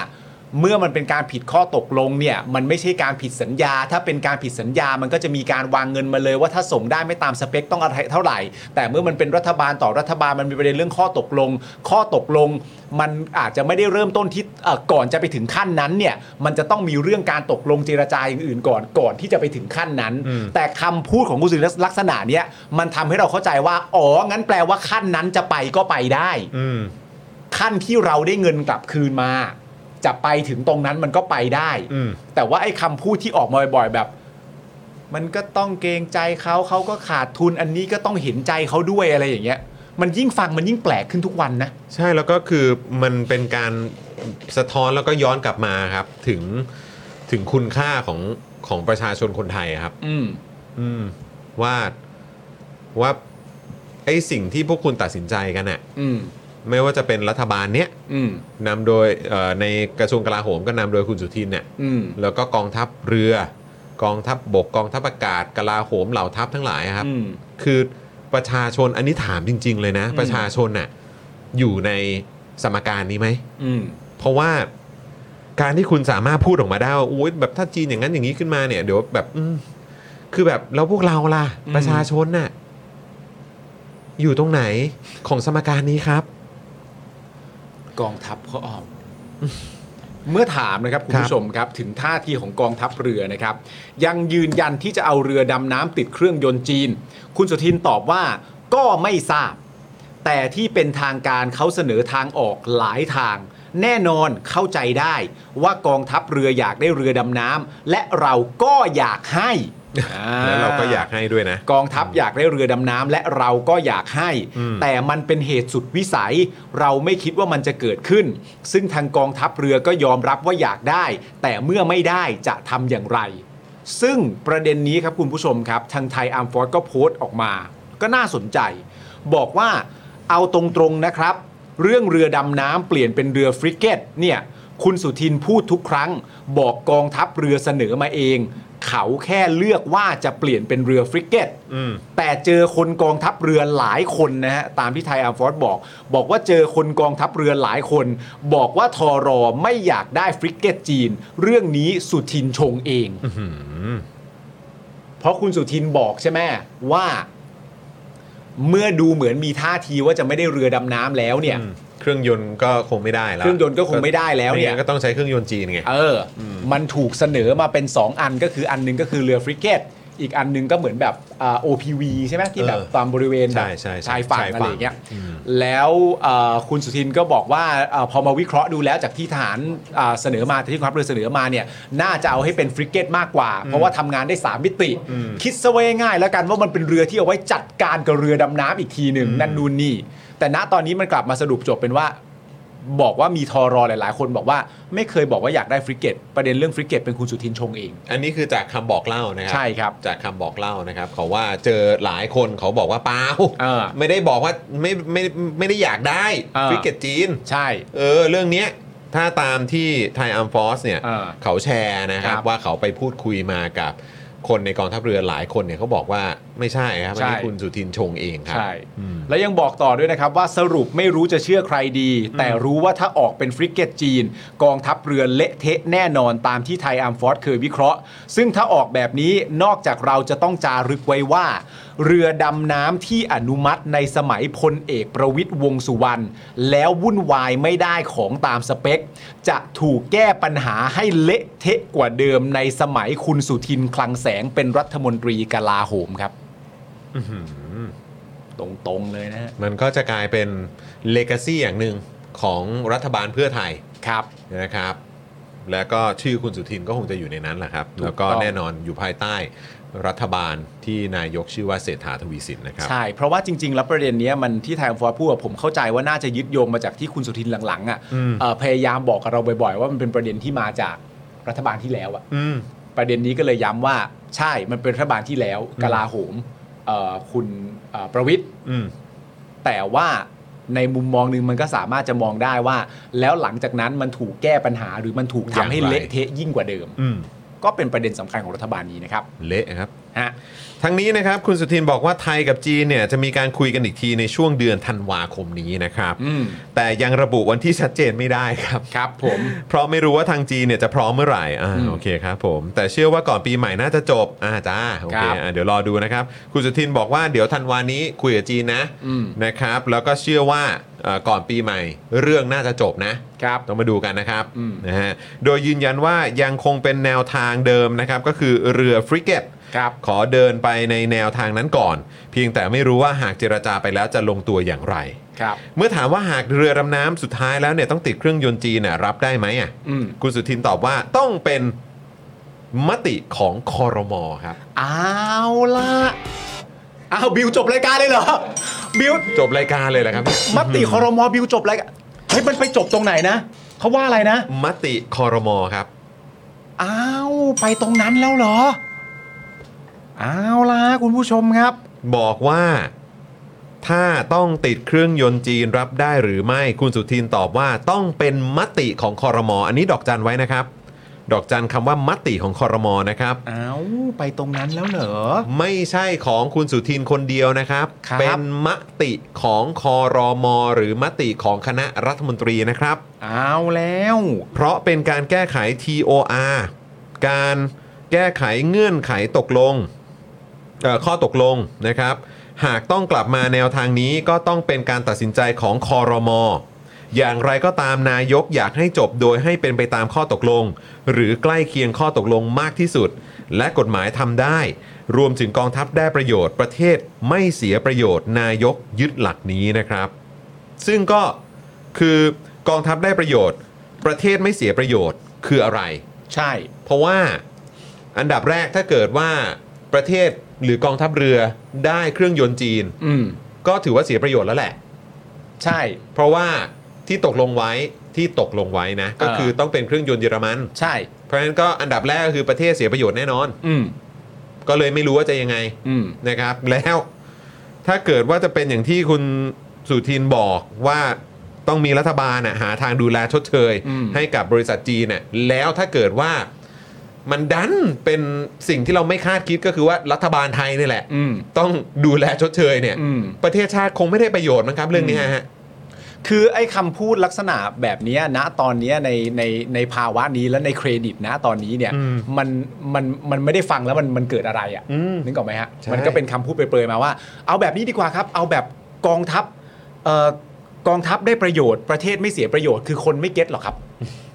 Speaker 4: เมื่อมันเป็นการผิดข้อตกลงเนี่ยมันไม่ใช่การผิดสัญญา ถ้าเป็นการผิดสัญญามันก็จะมีการวางเงินมาเลยว่าถ้าส่งได้ไม่ตามสเปคต้องอะไรเท่าไหร่ แต่เมื่อมันเป็นรัฐบาลต่อรัฐบาลมันมีประเด็นเรื่องข้อตกลง ข้อตกลง มันอาจจะไม่ได้เริ่มต้นที่เอ่อก่อนจะไปถึงขั้นนั้นเนี่ยมันจะต้องมีเรื่องการตกลงเจรจาอย่างอื่นก่อนก่อนที่จะไปถึงขั้นนั้น แต่คำพูดของคุณสุริลักษณะเนี้ยมันทำให้เราเข้าใจว่าอ๋องั้นแปลว่าขั้นนั้นจะไปก็ไปได้
Speaker 1: อืม
Speaker 4: ขั้นที่เราได้เงินกลับคืนมา จะไปถึงตรงนั้นมันก็ไปได้
Speaker 1: อืม
Speaker 4: แต่ว่าไอ้คำพูดที่ออกมาบ่อยๆแบบ มันก็ต้องเกรงใจเขาเขาก็ขาดทุนอันนี้ก็ต้องเห็นใจเขาด้วยอะไรอย่างเงี้ย มันยิ่งฟังมันยิ่งแปลกขึ้นทุกวันนะ
Speaker 1: ใช่แล้วก็คือมันเป็นการสะท้อนแล้วก็ย้อนกลับมาครับ ถึงถึงคุณค่าของของประชาชนคนไทยครับ
Speaker 4: อืม
Speaker 1: อืมว่าว่าไอ้สิ่งที่พวกคุณตัดสินใจกันน่ะ
Speaker 4: อืม
Speaker 1: ไม่ว่าจะเป็นรัฐบาลเนี้ย
Speaker 4: อืม
Speaker 1: นำโดยเอ่อในกระทรวงกลาโหมก็นำโดยคุณสุทินเนี่ย
Speaker 4: อืม
Speaker 1: แล้วก็กองทัพเรือ กองทัพบบกกองทัพอากาศกลาโหมเหล่าทัพทั้งหลายครับ
Speaker 4: อืม
Speaker 1: คือประชาชนอันนี้ถามจริง ๆ เลยนะ
Speaker 4: อืม
Speaker 1: ประชาชนน่ะอยู่ในสมการนี้ไหม
Speaker 4: อืม
Speaker 1: เพราะว่าการที่คุณสามารถพูดออกมาได้ว่าอุ๊ยแบบถ้าจีนอย่างนั้นอย่างนี้ขึ้นมาเนี่ยเดี๋ยวแบบอืมคือแบบแล้วพวกเราล่ะ
Speaker 4: อืม
Speaker 1: ประชาชนน่ะอยู่ตรงไหนของสมการนี้ครับ
Speaker 4: กองทัพเขาออม เมื่อถามนะครับคุณผู้ชมครับ ถึงท่าทีของกองทัพเรือนะครับ ยังยืนยันที่จะเอาเรือดำน้ำติดเครื่องยนต์จีน คุณสุทินตอบว่าก็ไม่ทราบ แต่ที่เป็นทางการเขาเสนอทางออกหลายทาง แน่นอนเข้าใจได้ว่ากองทัพเรืออยากได้เรือดำน้ำและเราก็อยากให้อ่า
Speaker 1: แล้วเราก็อยากให้ด้วยนะ
Speaker 4: กองทัพอยากได้เรือดำน้ำและเราก็อยากให้
Speaker 1: อืม
Speaker 4: แต่มันเป็นเหตุสุดวิสัย เราไม่คิดว่ามันจะเกิดขึ้น ซึ่งทางกองทัพเรือก็ยอมรับว่าอยากได้ แต่เมื่อไม่ได้จะทำอย่างไร ซึ่งประเด็นนี้ครับคุณผู้ชมครับ ทางไทยอาร์มฟอร์ก็โพสต์ออกมา ก็น่าสนใจ บอกว่าเอาตรงๆนะครับ เรื่องเรือดำน้ำเปลี่ยนเป็นเรือฟริเกตเนี่ยคุณสุทินพูดทุกครั้ง บอกกองทัพเรือเสนอมาเอง เขาแค่เลือกว่าจะเปลี่ยนเป็นเรือฟริเกต
Speaker 1: อืม
Speaker 4: แต่เจอคนกองทัพเรือหลายคนนะฮะ ตามที่ไทยอาร์มฟอร์สบอก บอกว่าเจอคนกองทัพเรือหลายคน บอกว่าทอรอไม่อยากได้ฟริกเกตจีน เรื่องนี้สุทินชงเอง เพราะคุณสุทินบอกใช่ไหมว่า เมื่อดูเหมือนมีท่าทีว่าจะไม่ได้เรือดำน้ำแล้วเนี่ย
Speaker 1: อืมเครื่องยนต์ก็คงไม่ได้แล้ว
Speaker 4: เครื่องยนต์ก็คงไม่ได้แล้วเนี่ย
Speaker 1: ไม่งั้ก็ต้องใช้เครื่องยนต์จีนไง
Speaker 4: เอออ มันถูกเสนอมาเป็น 2 อันก็คืออันหนึงก็คือเรือฟริเกต อีกอันหนึงก็เหมือนแบบอ่า OPV ใช่ไหมที่แบบ
Speaker 1: เออ
Speaker 4: ตามบริเวณแบบ
Speaker 1: ใช่ใช่ใช่
Speaker 4: ชายฝั่ง
Speaker 1: ชายฝั่ง
Speaker 4: อะไรอย่างเงี้ย
Speaker 1: อืม
Speaker 4: แล้วเอ่อคุณสุทินก็บอกว่าเอ่อพอมาวิเคราะห์ดูแล้วจากที่ทหารอ่าเสนอมาที่ความเรือเสนอมาเนี่ย น่าจะเอาให้เป็นฟริเกตมากกว่า เพราะว่าทำงานได้ 3 มิติ คิดซะไว้ง่ายแล้วกันว่ามันเป็นเรือที่เอาไว้จัดการกับเรือดำน้ำอีกทีหนึ่งนั่นนู่นนี่ แต่ณตอนนี้มันกลับมาสรุปจบเป็นว่า บอกว่ามีทอรอหลาย ๆ คนบอกว่าไม่เคยบอกว่าอยากได้ฟริเกต ประเด็นเรื่องฟริเกตเป็นคุณสุทินชงเอง
Speaker 1: อันนี้คือจากคำบอกเล่านะครั
Speaker 4: ใช่ครับ
Speaker 1: จากคำบอกเล่านะครับเขาว่าเจอหลายคนเขาบอกว่าเปล่า
Speaker 4: เออ
Speaker 1: ไม่ได้บอกว่าไม่ไม่ไม่ได้อยากได้
Speaker 4: เออ
Speaker 1: ฟิกเกตจีน
Speaker 4: ใช่
Speaker 1: เออเรื่องเนี้ยถ้าตามที่ไทยอัมฟอสเนี่ย
Speaker 4: เออ
Speaker 1: เขาแชร์นะครับ
Speaker 4: ครับ
Speaker 1: ว่าเขาไปพูดคุยมากับคนในกองทัพเรือหลายคนเนี่ยเขาบอกว่าไม่ใช่ครับอันนี้
Speaker 4: ใช่
Speaker 1: คุณสุทินชงเองครับ
Speaker 4: ใช่ และยังบอกต่อด้วยนะครับว่าสรุปไม่รู้จะเชื่อใครดี แต่รู้ว่าถ้าออกเป็นฟริกเกตจีน กองทัพเรือเละเทะแน่นอนตามที่ไทยอาร์มฟอร์สเคยวิเคราะห์ ซึ่งถ้าออกแบบนี้นอกจากเราจะต้องจารึกไว้ว่า เรือดำน้ำที่อนุมัติในสมัยพลเอกประวิตยวงษ์สุวรรณแล้ววุ่นวายไม่ได้ของตามสเปค จะถูกแก้ปัญหาให้เละเทะกว่าเดิมในสมัยคุณสุทินคลังแสงเป็นรัฐมนตรีกลาโหมครับตรงๆเลยนะฮะ
Speaker 1: มันก็จะกลายเป็นเลก a ซีอย่างหนึ่งของรัฐบาลเพื่อไทย
Speaker 4: ครับ
Speaker 1: นะครับ แล้วก็ชื่อคุณสุทินก็คงจะอยู่ในนั้นแหละครับ
Speaker 4: ถูกต้อง
Speaker 1: แล้วก็แน่นอนอยู่ภายใต้รัฐบาลที่นายกชื่อว่าเศรษฐาทวีสินนะครับ
Speaker 4: ใช่ เพราะว่าจริง ๆ แล้วประเด็นเนี้ยมันที่ไทม์ฟอร์พูดอะผมเข้าใจว่าน่าจะยึดโยงมาจากที่คุณสุทินหลังๆอะ
Speaker 1: อืม
Speaker 4: เอ่ะพยายามบอกกับเราบ่อย ๆ ว่ามันเป็นประเด็นที่มาจากรัฐบาลที่แล้วอะ
Speaker 1: อืม
Speaker 4: ประเด็นนี้ก็เลยย้ำว่าใช่มันเป็นรัฐบาลที่แล้วกลาโหมเอ่อคุณเอ่อประวิทย์
Speaker 1: อืม
Speaker 4: แต่ว่าในมุมมองหนึ่งมันก็สามารถจะมองได้ว่า แล้วหลังจากนั้นมันถูกแก้ปัญหาหรือมันถูกทำให้
Speaker 1: อย่างไร
Speaker 4: เละเทะยิ่งกว่าเดิม
Speaker 1: อืม
Speaker 4: ก็เป็นประเด็นสำคัญของรัฐบาลนี้นะครับ
Speaker 1: เละครับ
Speaker 4: ฮะ
Speaker 1: ทั้งนี้นะครับคุณสุทินบอกว่าไทยกับจีนเนี่ยจะมีการคุยกันอีกทีในช่วงเดือนธันวาคมนี้นะครับ
Speaker 4: อืม
Speaker 1: แต่ยังระบุวันที่ชัดเจนไม่ได้ครับ
Speaker 4: ครับผม
Speaker 1: เพราะไม่รู้ว่าทางจีนเนี่ยจะพร้อมเมื่อไหร่อ่า
Speaker 4: อืม
Speaker 1: โอเคครับผม แต่เชื่อว่าก่อนปีใหม่น่าจะจบอ่าจ้าโอเค
Speaker 4: ครับ
Speaker 1: อ่าเดี๋ยวรอดูนะครับ คุณสุทินบอกว่าเดี๋ยวธันวานี้คุยกับจีนนะ
Speaker 4: อืม
Speaker 1: นะครับ แล้วก็เชื่อว่าเอ่อก่อนปีใหม่ เรื่องน่าจะจบนะ
Speaker 4: ครับ
Speaker 1: ต้องมาดูกันนะครับ
Speaker 4: อืม
Speaker 1: นะฮะโดยยืนยันว่ายังคงเป็นแนวทางเดิมนะครับ ก็คือเรือฟริเกต
Speaker 4: ครับ
Speaker 1: ขอเดินไปในแนวทางนั้นก่อน เพียงแต่ไม่รู้ว่าหากเจรจาไปแล้วจะลงตัวอย่างไร
Speaker 4: ครับ
Speaker 1: เมื่อถามว่าหากเรือดำน้ำสุดท้ายแล้วเนี่ยต้องติดเครื่องยนต์จีนน่ะรับได้ไหมอ่ะ
Speaker 4: อืม
Speaker 1: คุณสุทินตอบว่าต้องเป็นมติของคอรมอครับ
Speaker 4: เอาละอ้าวบิวจบรายการเลยเหรอ บิว
Speaker 1: จบรายการเลยแหละครับ
Speaker 4: มติคอรมอบิวจบรายการเฮ้ยมันไปจบตรงไหนนะเขาว่าอะไรนะ
Speaker 1: มติคอรมอครับ
Speaker 4: อ้าวไปตรงนั้นแล้วเหรอ เอาล่ะคุณผู้ชมครับ
Speaker 1: บอกว่าถ้าต้องติดเครื่องยนต์จีนรับได้หรือไม่คุณสุทินตอบว่าต้องเป็นมติของคอรมออันนี้ดอกจันไว้นะครับ ดอกจันคำว่ามติของคอรมอนะครับ
Speaker 4: เอาไปตรงนั้นแล้วเหรอ
Speaker 1: ไม่ใช่ของคุณสุทินคนเดียวนะครับ
Speaker 4: ครับ
Speaker 1: เป็นมติของคอรมอหรือมติของคณะรัฐมนตรีนะครับ
Speaker 4: เอาแล้ว
Speaker 1: เพราะเป็นการแก้ไข TOR การแก้ไขเงื่อนไขตกลงเอ่อข้อตกลงนะครับ หากต้องกลับมาแนวทางนี้ก็ต้องเป็นการตัดสินใจของคอรมอ อย่างไรก็ตามนายกอยากให้จบโดยให้เป็นไปตามข้อตกลง หรือใกล้เคียงข้อตกลงมากที่สุด และกฎหมายทำได้ รวมถึงกองทัพได้ประโยชน์ประเทศไม่เสียประโยชน์ นายกยึดหลักนี้นะครับ ซึ่งก็คือกองทัพได้ประโยชน์ ประเทศไม่เสียประโยชน์คืออะไร
Speaker 4: ใช่
Speaker 1: เพราะว่าอันดับแรกถ้าเกิดว่าประเทศหรือกองทัพเรือได้เครื่องยนต์จีน
Speaker 4: อืม
Speaker 1: ก็ถือว่าเสียประโยชน์แล้วแหละ
Speaker 4: ใช่
Speaker 1: เพราะว่าที่ตกลงไว้ที่ตกลงไว้นะ ก็
Speaker 4: เออ
Speaker 1: คือต้องเป็นเครื่องยนต์เยอรมัน
Speaker 4: ใช่
Speaker 1: เพราะฉะนั้นก็อันดับแรกก็คือประเทศเสียประโยชน์แน่นอน
Speaker 4: อืม
Speaker 1: ก็เลยไม่รู้ว่าจะยังไง
Speaker 4: อืม
Speaker 1: นะครับ แล้วถ้าเกิดว่าจะเป็นอย่างที่คุณสุทินบอกว่าต้องมีรัฐบาลน่ะหาทางดูแลชดเชย
Speaker 4: อืม
Speaker 1: ให้กับบริษัทจีนน่ะแล้วถ้าเกิดว่ามันดันเป็นสิ่งที่เราไม่คาดคิดก็คือว่ารัฐบาลไทยนี่แหละ
Speaker 4: อืม
Speaker 1: ต้องดูแลชดเชยเนี่ย
Speaker 4: อืม
Speaker 1: ประเทศชาติคงไม่ได้ประโยชน์มั้งครับเรื่องนี้ฮะ
Speaker 4: คือไอ้คำพูดลักษณะแบบเนี้ยณตอนเนี้ยในในในภาวะนี้และในเครดิตนะตอนนี้เนี่ย
Speaker 1: อืม
Speaker 4: มันมันมันไม่ได้ฟังแล้วมันมันเกิดอะไร
Speaker 1: อืม
Speaker 4: อะ่ะนึกออกไหมฮะ
Speaker 1: ใช่
Speaker 4: มันก็เป็นคำพูดเปรยๆมาว่า เอาแบบนี้ดีกว่าครับ เอาแบบกองทัพเอ่อกองทัพได้ประโยชน์ประเทศไม่เสียประโยชน์คือคนไม่เก็ตหรอกครับ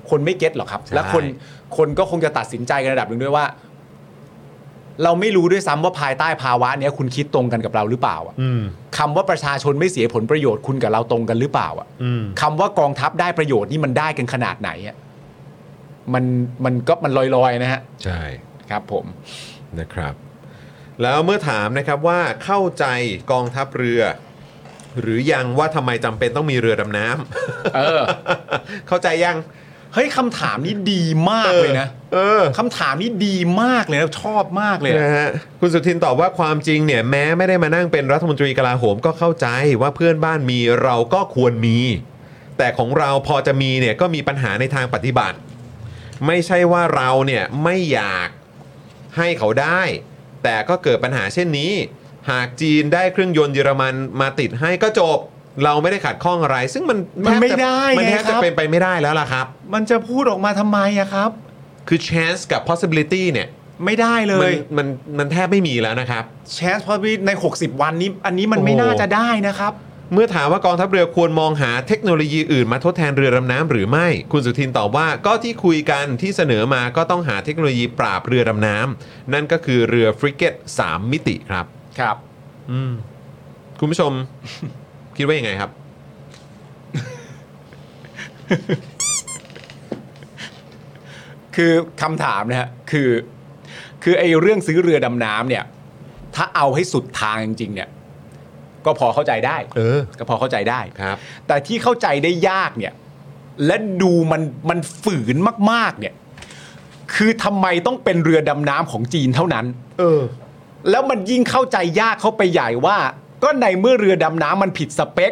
Speaker 4: คนไม่เก็ตหรอกครับ และคนคนก็คงจะตัดสินใจกันระดับหนึ่งด้วยว่า เราไม่รู้ด้วยซ้ำว่าภายใต้ภาวะเนี้ยคุณคิดตรงกันกับเราหรือเปล่าอะ
Speaker 1: อืม
Speaker 4: คำว่าประชาชนไม่เสียผลประโยชน์คุณกับเราตรงกันหรือเปล่าอ่ะ
Speaker 1: อืม
Speaker 4: คำว่ากองทัพได้ประโยชน์นี่มันได้กันขนาดไหนอ่ะมันมันก็มันลอยๆนะฮะ
Speaker 1: ใช่
Speaker 4: ครับ ผม
Speaker 1: นะครับแล้วเมื่อถามนะครับว่าเข้าใจกองทัพเรือ หรือยังว่าทำไมจำเป็นต้องมีเรือดำน้
Speaker 4: เออ
Speaker 1: ำ เข้าใจยัง
Speaker 4: เฮ้ยคำถามนี้ดีมากเลยนะ
Speaker 1: เออ
Speaker 4: คำถามนี้ดีมากเลยนะชอบมากเลยอะ
Speaker 1: นะฮะคุณสุทินตอบว่าความจริงเนี่ยแม้ไม่ได้มานั่งเป็นรัฐมนตรีกลาโหมก็เข้าใจว่าเพื่อนบ้านมีเราก็ควรมี แต่ของเราพอจะมีเนี่ยก็มีปัญหาในทางปฏิบัติ ไม่ใช่ว่าเราเนี่ยไม่อยากให้เขาได้ แต่ก็เกิดปัญหาเช่นนี้ หากจีนได้เครื่องยนต์เยอรมันมาติดให้ก็จบ เราไม่ได้ขัดข้องอะไร ซึ่งมัน
Speaker 4: มันไม่
Speaker 1: แทบจะ
Speaker 4: ได้
Speaker 1: มัน
Speaker 4: ไง
Speaker 1: แทบ
Speaker 4: ค
Speaker 1: จะ
Speaker 4: รับ
Speaker 1: เป็นไปไม่ได้แล้วล่ะครับ
Speaker 4: มันจะพูดออกมาทำไมอะครับ
Speaker 1: คือ chance กับ possibility เนี่ย
Speaker 4: ไม่ได้เล
Speaker 1: มัน
Speaker 4: ย
Speaker 1: มันมันแทบไม่มีแล้วนะครับ
Speaker 4: แชนส์พอดีใน 60 วันนี้ อันนี้มันไม่
Speaker 1: โอ้โห
Speaker 4: น่าจะได้นะครับ
Speaker 1: เมื่อถามว่ากองทัพเรือควรมองหาเทคโนโลยีอื่นมาทดแทนเรือดำน้ำหรือไม่ คุณสุทินตอบว่าก็ที่คุยกันที่เสนอมาก็ต้องหาเทคโนโลยีปราบเรือดำน้ำนั่นก็คือเรือฟริเกต3มิติครับ
Speaker 4: ครับ
Speaker 1: อืม คุณผู้ชม คิดว่ายังไงครับ
Speaker 4: คือคำถามนะฮะคือ คือไอ้เรื่องซื้อเรือดำน้ำเนี่ย ถ้าเอาให้สุดทางจริงๆเนี่ย ก็พอเข้าใจได้
Speaker 1: เออ
Speaker 4: ก็พอเข้าใจได้
Speaker 1: ครับ
Speaker 4: แต่ที่เข้าใจได้ยากเนี่ย และดูมันมันฝืนมากๆ เนี่ย คือทำไมต้องเป็นเรือดำน้ำของจีนเท่านั้น
Speaker 1: เออ
Speaker 4: แล้วมันยิ่งเข้าใจยากเข้าไปใหญ่ว่า ก็ในเมื่อเรือดำน้ำมันผิดสเปค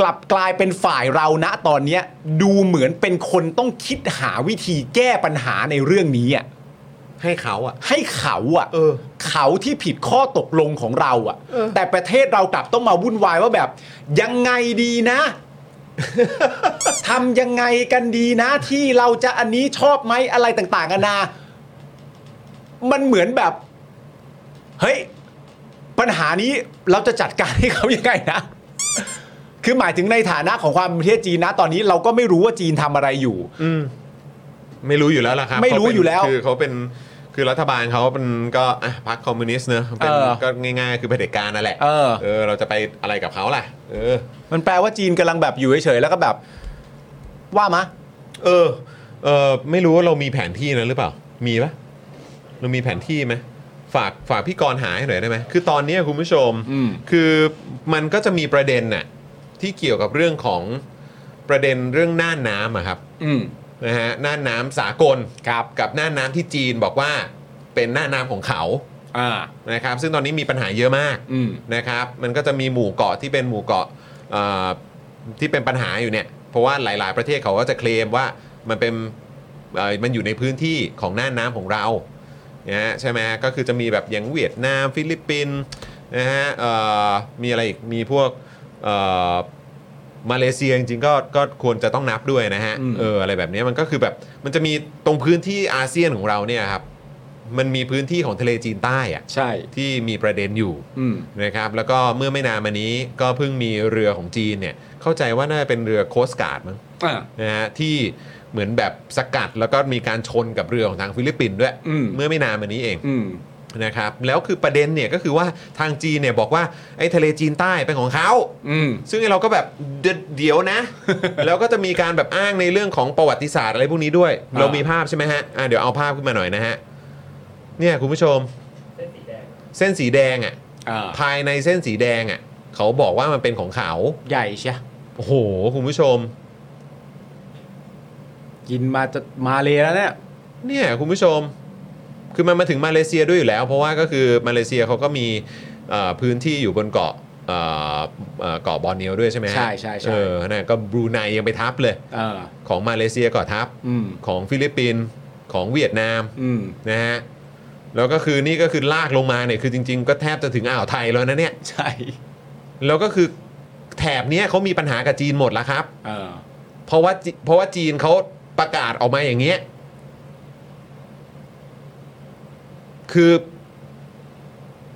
Speaker 4: กลับกลายเป็นฝ่ายเราณตอนเนี้ย ดูเหมือนเป็นคนต้องคิดหาวิธีแก้ปัญหาในเรื่องนี้อ่ะ
Speaker 1: ให้เขาอ่ะ
Speaker 4: ให้เขาอ่ะ
Speaker 1: เออ
Speaker 4: เขาที่ผิดข้อตกลงของเราอ่ะ แต่ประเทศเรากลับต้องมาวุ่นวายว่าแบบ ยังไงดี นะ ทำยังไงกันดีนะ ที่เราจะอันนี้ชอบไหมอะไรต่างๆกันานา มันเหมือนแบบ เฮ้ย ปัญหานี้เราจะจัดการให้เขายังไงนะ คือหมายถึงในฐานะของความเป็นประเทศจีนนะ ตอนนี้เราก็ไม่รู้ว่าจีนทำอะไรอยู่
Speaker 1: ไม่รู้อยู่แล้วล่ะครับ
Speaker 4: ไม่รู้อยู่แล้ว
Speaker 1: คือเขาเป็นคือรัฐบาลเขาเป็นก็อ่ะพรรคคอมมิวนิสต์เนอะเป็น
Speaker 4: เออ
Speaker 1: ก็ง่ายๆ คือเผด็จการนั่นแหละ
Speaker 4: เออ
Speaker 1: เออ เราจะไปอะไรกับเขาล่ะ เออ
Speaker 4: มันแปลว่าจีนกำลังแบบอยู่เฉยๆแล้วก็แบบ ว่ามะ
Speaker 1: เออ เออไม่รู้ว่าเรามีแผนที่นะหรือเปล่า มีปะเรามีแผนที่ไหมฝากฝากพี่กรณ์หาให้หน่อยได้ไหมคือตอนเนี้ยคุณผู้ชม
Speaker 4: อืม
Speaker 1: คือมันก็จะมีประเด็นน่ะที่เกี่ยวกับเรื่องของประเด็นเรื่องน่านน้ำอะครับ
Speaker 4: อืม
Speaker 1: นะฮะน่านน้ำสากลครับกับน่านน้ำที่จีนบอกว่าเป็นน่านน้ำของเขา
Speaker 4: อ่า
Speaker 1: นะครับ ซึ่งตอนนี้มีปัญหาเยอะมาก
Speaker 4: อืม
Speaker 1: นะครับ มันก็จะมีหมู่เกาะที่เป็นหมู่เกาะเอ่อที่เป็นปัญหาอยู่เนี่ย เพราะว่าหลาย ๆ ประเทศเขาก็จะเคลมว่ามันเป็นเอ่อมันอยู่ในพื้นที่ของน่านน้ำของเรานะฮะใช่ไหมฮะก็คือจะมีแบบอย่างเวียดนามฟิลิปปินส์นะฮะเอ่อมีอะไรอีกมีพวกเอ่อ มาเลเซียจริงๆก็ก็ควรจะต้องนับด้วยนะฮะ
Speaker 4: อืม
Speaker 1: เอออะไรแบบเนี้ยมันก็คือแบบมันจะมีตรงพื้นที่อาเซียนของเราเนี่ยครับมันมีพื้นที่ของทะเลจีนใต้อะ
Speaker 4: ใช่
Speaker 1: ที่มีประเด็นอยู่
Speaker 4: อืม
Speaker 1: นะครับแล้วก็เมื่อไม่นานมานี้ก็เพิ่งมีเรือของจีนเนี่ยเข้าใจว่าน่าจะเป็นเรือโคสต์การ์ดมั้ง
Speaker 4: อ่า
Speaker 1: นะฮะที่เหมือนแบบสกัดแล้วก็มีการชนกับเรือของทางฟิลิปปินส์ด้วย
Speaker 4: อืม
Speaker 1: เมื่อไม่นานมานี้เอง
Speaker 4: อืม
Speaker 1: นะครับแล้วคือประเด็นเนี่ยก็คือว่าทางจีนเนี่ยบอกว่าไอ้ทะเลจีนใต้เป็นของเขา
Speaker 4: อืม
Speaker 1: ซึ่งเราก็แบบเดเดี๋ยวนะ แล้วก็จะมีการแบบอ้างในเรื่องของประวัติศาสตร์อะไรพวกนี้ด้วย
Speaker 4: อ่า
Speaker 1: เรามีภาพใช่ไหมฮะอ่ะเดี๋ยวเอาภาพขึ้นมาหน่อยนะฮะ เนี่ยคุณผู้ชม เส้นสีแดงอ่ะ
Speaker 4: อ่า
Speaker 1: ภายในเส้นสีแดงอ่ะเขาบอกว่ามันเป็นของเขา
Speaker 4: ใหญ่ใช่
Speaker 1: โอ้โห คุณผู้ชม
Speaker 4: กินมาจะมาเลยแล้วเนี่ย
Speaker 1: เนี่ยคุณผู้ชม คือมันมาถึงมาเลเซียด้วยอยู่แล้ว เพราะว่าก็คือมาเลเซียเขาก็มีเอ่อพื้นที่อยู่บนเกาะเอ่อเอ่อเกาะบอร์เนียวด้วยใช่ไหมฮะ
Speaker 4: ใช่ใช่ใช่
Speaker 1: เออนะก็บรูไนยังไปทับเลย
Speaker 4: อ่า
Speaker 1: ของมาเลเซียก็ทับ
Speaker 4: อืม
Speaker 1: ของฟิลิปปินส์ของเวียดนาม
Speaker 4: อืม
Speaker 1: นะฮะแล้วก็คือนี่ก็คือลากลงมาเนี่ยคือจริง ๆ ก็แทบจะถึงอ่าวไทยแล้วนะเนี่ย
Speaker 4: ใช่
Speaker 1: แล้วก็คือแถบเนี้ยเขามีปัญหากับจีนหมดแล้วครับ
Speaker 4: อ่า
Speaker 1: เพราะว่าจีเพราะว่าจีนเขาประกาศออกมาอย่างเงี้ยคือ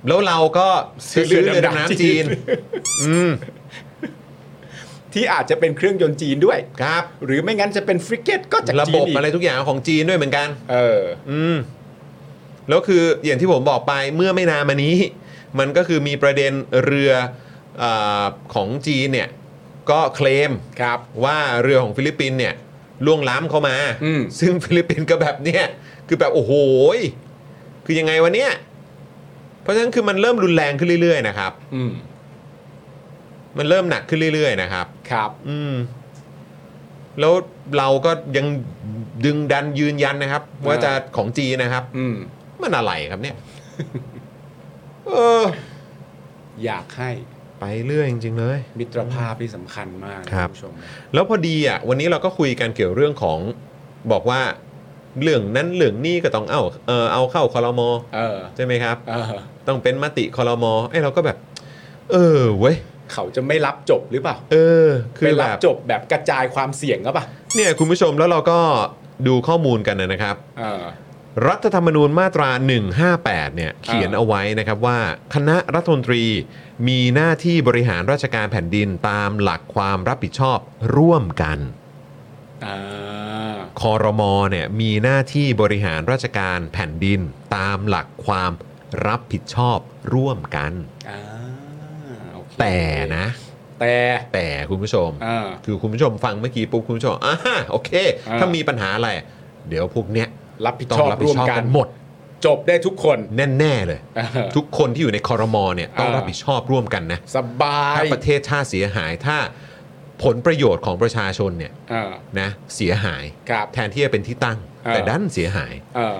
Speaker 1: แล้วเราก็ซื้อเรือดำน้ำจีน อืม
Speaker 4: ที่อาจจะเป็นเครื่องยนต์จีนด้วย
Speaker 1: ครับ
Speaker 4: หรือไม่งั้นจะเป็นฟริเกตก็จาก
Speaker 1: ระ
Speaker 4: จี
Speaker 1: บ
Speaker 4: น
Speaker 1: บ
Speaker 4: อีก
Speaker 1: อะไรทุกอย่างของจีนด้วยเหมือนกัน
Speaker 4: เออ
Speaker 1: อืมแล้วคืออย่างที่ผมบอกไปเมื่อไม่นานมานี้ มันก็คือมีประเด็นเรือเออของจีนเนี่ยก็เคลมครับว่าเรือของฟิลิปปินส์เนี่ยล่วงล้ำเข้ามา
Speaker 4: อืม
Speaker 1: ซึ่งฟิลิปปินส์ก็แบบเนี้ยคือแบบโอ้โหยคือยังไงวะเนี่ยเพราะฉะนั้นคือมันเริ่มรุนแรงขึ้นเรื่อยๆนะครับ
Speaker 4: อืม
Speaker 1: มันเริ่มหนักขึ้นเรื่อยๆนะครับ
Speaker 4: ครับ
Speaker 1: อืม แล้วเราก็ยังดึงดันยืนยันนะครับ ว่าจะของจีนนะครับ
Speaker 4: อืม
Speaker 1: มันอะไรครับ เนี่ย เออ
Speaker 4: อยากให้
Speaker 1: ไปเรื่อยจริงๆเลย
Speaker 4: มิตรภาพที่สำคัญมากนะครับ ณผู้ชม
Speaker 1: แล้วพอดีอ่ะ วันนี้เราก็คุยกันเกี่ยวเรื่องของบอกว่าเรื่องนั้นเรื่องนี้ก็ต้องเอาเออเอาเข้าคอรมอ
Speaker 4: เออ
Speaker 1: ใช่ไหมครับ
Speaker 4: เออ
Speaker 1: ต้องเป็นมติคอรมอไอ้ยเราก็แบบ เออเว้ย
Speaker 4: เขาจะไม่รับจบหรือเปล่า
Speaker 1: เออ คื
Speaker 4: ไป
Speaker 1: อแบ
Speaker 4: รับบจบแบบกระจายความเสี่ยงก็ปล่ะ
Speaker 1: เนี่ยคุณผู้ชมแล้วเราก็ดูข้อมูลกันนะครับ
Speaker 4: เออ
Speaker 1: รัฐธรรมนูญมาตรา 158 เนี่ยเขียนเอาไว้นะครับว่า คณะรัฐมนตรีมีหน้าที่บริหารราชการแผ่นดินตามหลักความรับผิดชอบร่วมกัน
Speaker 4: อ่า
Speaker 1: คอรมอเนี่ยมีหน้าที่บริหารราชการแผ่นดินตามหลักความรับผิดชอบร่วมกัน
Speaker 4: อ่าโอเค
Speaker 1: แต่นะ
Speaker 4: แต่
Speaker 1: แต่คุณผู้ชม
Speaker 4: อ่า
Speaker 1: คือคุณผู้ชมฟังเมื่อกี้ปุ๊บคุณผู้ชมอ่าโอเค
Speaker 4: อ่า
Speaker 1: ถ้ามีปัญหาอะไร เดี๋ยวพวกเนี้ย
Speaker 4: รับผิด
Speaker 1: ต้อง
Speaker 4: ชอบ
Speaker 1: รับผิ
Speaker 4: ร่
Speaker 1: ด
Speaker 4: วม
Speaker 1: ชอบ
Speaker 4: กั
Speaker 1: กัน นหมด
Speaker 4: จบได้ทุกคน
Speaker 1: แน่ๆเลย
Speaker 4: เออ
Speaker 1: ทุกคนที่อยู่ในคอรมอเนี่ยต้อง
Speaker 4: อ่า
Speaker 1: รับผิดชอบร่วมกันนะ
Speaker 4: สบา
Speaker 1: ถ้าย ประเทศชาติเสียหายถ้าผลประโยชน์ของประชาชนเนี่ย
Speaker 4: เออ
Speaker 1: นะเสียหาย
Speaker 4: ครับ
Speaker 1: แทนที่จะเป็นที่ตั้ง
Speaker 4: อ่า
Speaker 1: แต่ดันเสียหาย
Speaker 4: เออ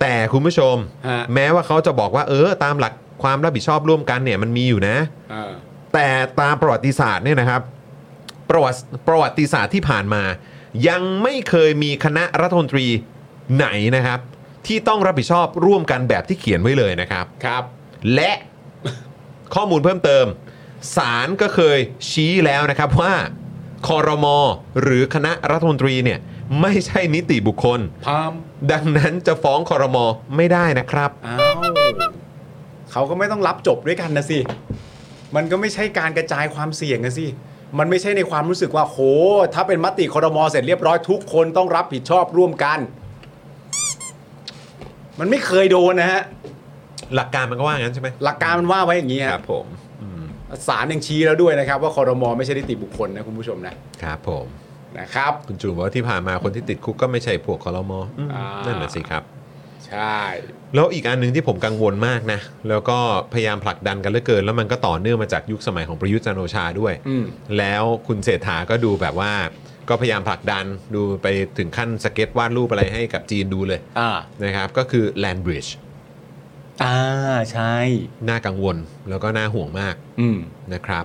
Speaker 1: แต่คุณผู้ชม
Speaker 4: ฮะ
Speaker 1: แม้ว่าเขาจะบอกว่าเออตามหลักความรับผิดชอบร่วมกันเนี่ยมันมีอยู่นะ
Speaker 4: เออ
Speaker 1: แต่ตามประวัติศาสตร์เนี่ยนะครับ ประวัติประวัติศาสตร์ที่ผ่านมา ยังไม่เคยมีคณะรัฐมนตรีไหนนะครับ ที่ต้องรับผิดชอบร่วมกันแบบที่เขียนไว้เลยนะครับ
Speaker 4: ครับ
Speaker 1: และ ข้อมูลเพิ่มเติมศาลก็เคยชี้แล้วนะครับว่าคอรมอหรือคณะรัฐมนตรีเนี่ยไม่ใช่นิติบุคคล
Speaker 4: พาม
Speaker 1: ดังนั้นจะฟ้องคอรมอไม่ได้นะครับ
Speaker 4: อ้าวเขาก็ไม่ต้องรับจบด้วยกันนะสิ มันก็ไม่ใช่การกระจายความเสี่ยงนะสิ มันไม่ใช่ในความรู้สึกว่าโห ถ้าเป็นมติคอรมอเสร็จเรียบร้อยทุกคนต้องรับผิดชอบร่วมกัน มันไม่เคยโดนนะฮะ
Speaker 1: หลักการมันก็ว่างั้นใช่ไหม
Speaker 4: หลักการมันว่าไว้อย่างนี้
Speaker 1: ค
Speaker 4: ค
Speaker 1: รั
Speaker 4: รับบ
Speaker 1: ผม
Speaker 4: สารยังชี้แล้วด้วยนะครับ ว่าคอรมอไม่ใช่นิติบุคคลนะคุณผู้ชมนะครับ
Speaker 1: ผม
Speaker 4: นะครับ
Speaker 1: คุณจูนบอกว่าที่ผ่านมาคนที่ติดคุกก็ไม่ใช่พวกคอรมอม
Speaker 4: อ่านั่
Speaker 1: นั่นแหละสิครับ
Speaker 4: ใช่
Speaker 1: แล้วอีกอันหนึ่งที่ผมกังวลมากนะ แล้วก็พยายามผลักดันกันเหลือเกิน แล้วมันก็ต่อเนื่องมาจากยุคสมัยของประยุทธ์จันทร์โอชาด้วย
Speaker 4: อืม
Speaker 1: แล้วคุณเศรษฐาก็ดูแบบว่า ก็พยายามผลักดันดูไปถึงขั้นสเก็ตวาดรูปอะไรให้กับจีนดูเลย
Speaker 4: อ่า
Speaker 1: นะครับ ก็คือ land bridge
Speaker 4: อ่า ใช่
Speaker 1: น่ากังวลแล้วก็น่าห่วงมาก
Speaker 4: อืม
Speaker 1: นะครับ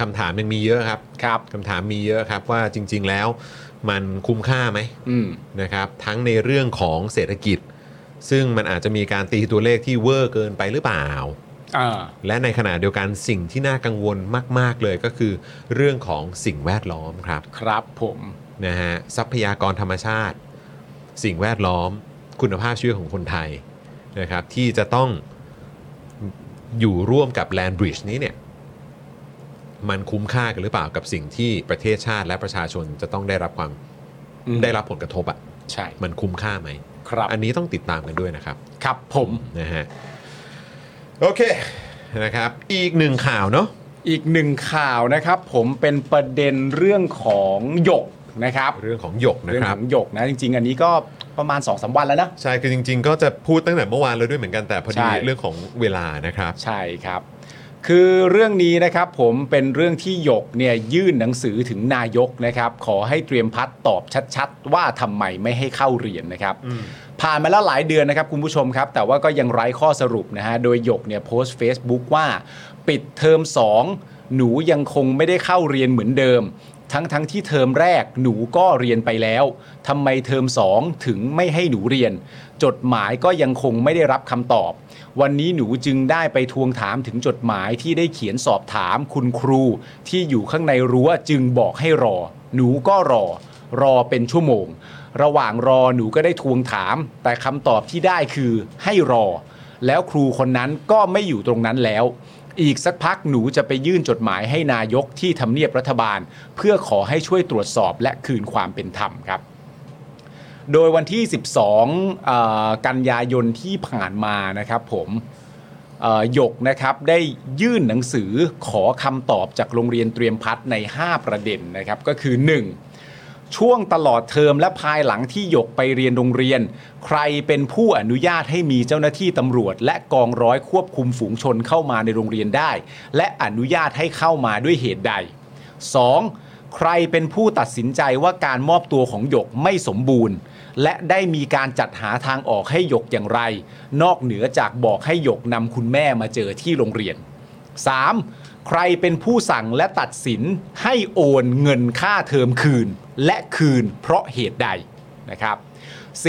Speaker 1: คำถามยังมีเยอะครับ
Speaker 4: ครับ
Speaker 1: คำถามมีเยอะครับว่าจริง ๆ แล้วมันคุ้มค่าไหม
Speaker 4: อืม
Speaker 1: นะครับทั้งในเรื่องของเศรษฐกิจ ซึ่งมันอาจจะมีการตีตัวเลขที่เวอร์เกินไปหรือเปล่า
Speaker 4: อ่า
Speaker 1: และในขณะเดียวกันสิ่งที่น่ากังวลมาก ๆ เลยก็คือ เรื่องของสิ่งแวดล้อมครับ
Speaker 4: ครับผม
Speaker 1: นะฮะทรัพยากรธรรมชาติ สิ่งแวดล้อมคุณภาพชีวิตของคนไทยนะครับที่จะต้องอยู่ร่วมกับ Land Bridge นี้เนี่ยมันคุ้มค่ากันหรือเปล่ากับสิ่งที่ประเทศชาติและประชาชนจะต้องได้รับความ
Speaker 4: อืม
Speaker 1: ได้รับผลกระทบอ่ะ
Speaker 4: ใช่
Speaker 1: มันคุ้มค่าไหม
Speaker 4: ครับ
Speaker 1: อันนี้ต้องติดตามกันด้วยนะครับ
Speaker 4: ครับผม
Speaker 1: นะฮะ โอเคนะครับ อีกหนึ่งข่าวเนาะ
Speaker 4: อีกหนึ่งข่าวนะครับ ผมเป็นประเด็นเรื่องของหยกนะครับ
Speaker 1: เรื่องของหยกนะ
Speaker 4: เรื่อง
Speaker 1: ครั
Speaker 4: ข
Speaker 1: บ
Speaker 4: องหยกนะ จริง ๆ อันนี้ก็ประมาณ2อสวันแล้วนะ
Speaker 1: ใช่คือจริง ๆ ก็จะพูดตั้งแต่เมื่อวานแล้วด้วยเหมือนกันแต่พอ
Speaker 4: ใช่
Speaker 1: ดีเรื่องของเวลานะครับ
Speaker 4: ใช่ครับ คือเรื่องนี้นะครับผมเป็นเรื่องที่หยกเนี่ยยื่นหนังสือถึงนายกนะครับ ขอให้เตรียมพัดตอบชัดๆ ว่าทำไมไม่ให้เข้าเรียนนะครับ ผ่านมาแล้วหลายเดือนนะครับคุณผู้ชมครับ แต่ว่าก็ยังไร้ข้อสรุปนะฮะโดยหยกเนี่ยโพสต์ Facebook ว่า ปิดเทอม 2 หนูยังคงไม่ได้เข้าเรียนเหมือนเดิม ทั้งๆทที่เทอมแรกหนูก็เรียนไปแล้วทำไมเทอม 2 ถึงไม่ให้หนูเรียน จดหมายก็ยังคงไม่ได้รับคำตอบ วันนี้หนูจึงได้ไปทวงถามถึงจดหมายที่ได้เขียนสอบถามคุณครู ที่อยู่ข้างในรั้วจึงบอกให้รอ หนูก็รอ รอเป็นชั่วโมง ระหว่างรอหนูก็ได้ทวงถาม แต่คำตอบที่ได้คือให้รอ แล้วครูคนนั้นก็ไม่อยู่ตรงนั้นแล้ว อีกสักพักหนูจะไปยื่นจดหมายให้นายกที่ทำเนียบรัฐบาล เพื่อขอให้ช่วยตรวจสอบและคืนความเป็นธรรมครับ โดยวันที่ 12เอ่อกันยายนที่ผ่านมานะครับผมเอ่อหยกนะครับได้ยื่นหนังสือขอคำตอบจากโรงเรียนเตรียมพัฒน์ใน 5 ประเด็นนะครับก็คือ 1 ช่วงตลอดเทอมและภายหลังที่หยกไปเรียนโรงเรียน ใครเป็นผู้อนุญาตให้มีเจ้าหน้าที่ตำรวจ และกองร้อยควบคุมฝูงชนเข้ามาในโรงเรียนได้ และอนุญาตให้เข้ามาด้วยเหตุใด 2. ใครเป็นผู้ตัดสินใจว่าการมอบตัวของหยกไม่สมบูรณ์ และได้มีการจัดหาทางออกให้หยกอย่างไร นอกเหนือจากบอกให้หยกนำคุณแม่มาเจอที่โรงเรียน 3. ใครเป็นผู้สั่งและตัดสินให้โอนเงินค่าเทอมคืน และคืนเพราะเหตุใดนะครับ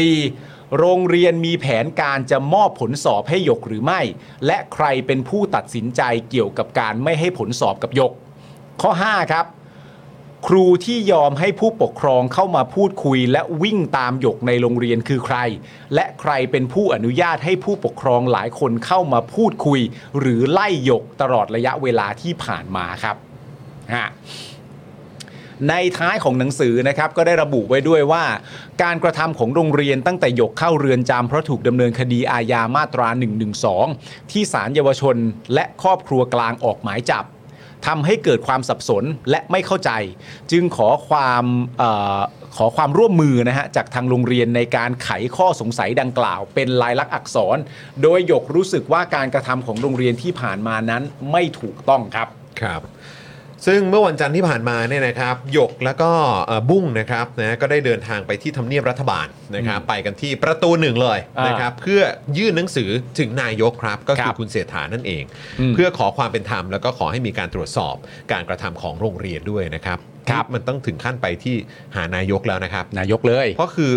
Speaker 4: 4. โรงเรียนมีแผนการจะมอบผลสอบให้หยกหรือไม่ และใครเป็นผู้ตัดสินใจเกี่ยวกับการไม่ให้ผลสอบกับหยก ข้อ 5 ครับ ครูที่ยอมให้ผู้ปกครองเข้ามาพูดคุย และวิ่งตามหยกในโรงเรียนคือใคร และใครเป็นผู้อนุญาตให้ผู้ปกครองหลายคนเข้ามาพูดคุย หรือไล่หยกตลอดระยะเวลาที่ผ่านมาครับฮะ ในท้ายของหนังสือนะครับก็ได้ระบุไว้ด้วยว่า การกระทำของโรงเรียนตั้งแต่หยกเข้าเรือนจำเพราะถูกดำเนินคดีอาญามาตรา 112 ที่ศาลเยาวชนและครอบครัวกลางออกหมายจับทำให้เกิดความสับสนและไม่เข้าใจ จึงขอความเออขอความร่วมมือนะฮะจากทางโรงเรียนในการไขข้อสงสัยดังกล่าว เป็นลายลักษณ์อักษร โดยหยกรู้สึกว่าการกระทำของโรงเรียนที่ผ่านมานั้นไม่ถูกต้องครับ
Speaker 1: ครับ ซึ่งเมื่อวันจันทร์ที่ผ่านมาเนี่ยนะครับหยกแล้วก็เอ่อบุ้งนะครับนะก็ได้เดินทางไปที่ทำเนียบรัฐบาลนะครับไปกันที่ประตูหนึ่งเลย
Speaker 4: อ่าน
Speaker 1: นะครับเพื่อยื่นหนังสือถึงนายกครับ ก็คื
Speaker 4: ค
Speaker 1: อ
Speaker 4: รั
Speaker 1: บ คุณเศรษฐานั่นเอง
Speaker 4: อืม
Speaker 1: เพื่อขอความเป็นธรรมแล้วก็ขอให้มีการตรวจสอบการกระทำของโรงเรียนด้วยนะครับ
Speaker 4: ครับ
Speaker 1: มันต้องถึงขั้นไปที่หานายกแล้วนะครับ
Speaker 4: นายกเลย
Speaker 1: เพราะคือ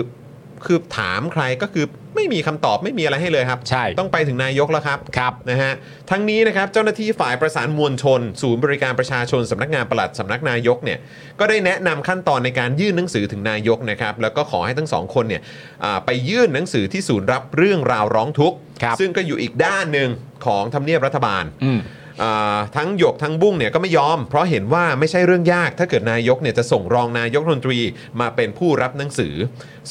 Speaker 1: คือถามใครก็คือไม่มีคำตอบไม่มีอะไรให้เลยครับ
Speaker 4: ใช่
Speaker 1: ต้องไปถึงนายกแล้วครับครับนะฮะทั้งนี้นะครับเจ้าหน้าที่ฝ่ายประสานมวลชน ศูนย์บริการประชาชนสำนักงานปลัดสำนักนายกเนี่ยก็ได้แนะนำขั้นตอนในการยื่นหนังสือถึงนายกนะครับแล้วก็ขอให้ทั้งสองคนเนี่ยอ่าไปยื่นหนังสือที่ศูนย์รับเรื่องราวร้องทุกข์
Speaker 4: ครับ
Speaker 1: ซึ่งก็อยู่อีกด้านหนึ่งของทำเนียบรัฐบาล
Speaker 4: อืม
Speaker 1: อ่าทั้งหยกทั้งบุ้งเนี่ยก็ไม่ยอม เพราะเห็นว่าไม่ใช่เรื่องยากถ้าเกิดนายกเนี่ยจะส่งรองนายกรัฐมนตรีมาเป็นผู้รับหนังสือ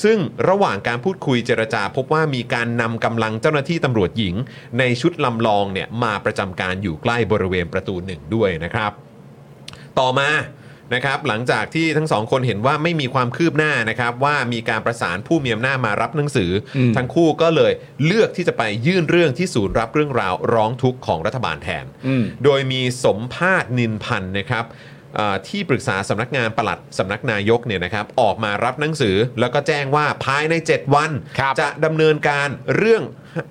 Speaker 1: ซึ่งระหว่างการพูดคุยเจรจาพบว่ามีการนำกำลังเจ้าหน้าที่ตำรวจหญิง ในชุดลำลองเนี่ยมาประจำการอยู่ใกล้บริเวณประตูหนึ่งด้วยนะครับ ต่อมานะครับหลังจากที่ทั้งสองคนเห็นว่าไม่มีความคืบหน้านะครับว่ามีการประสานผู้มีอำนาจมารับหนังสืออ
Speaker 4: ม
Speaker 1: ทั้งคู่ก็เลยเลือกที่จะไปยื่นเรื่องที่ศูนย์รับเรื่องราวร้องทุกข์ของรัฐบาลแทน
Speaker 4: อืม
Speaker 1: โดยมีสมภาษณ์นินพันธ์นะครับเอ่อที่ปรึกษาสำนักงานปลัดสำนักนายกเนี่ยนะครับออกมารับหนังสือแล้วก็แจ้งว่าภายใน 7 วัน
Speaker 4: ครับ
Speaker 1: จะดำเนินการเรื่อง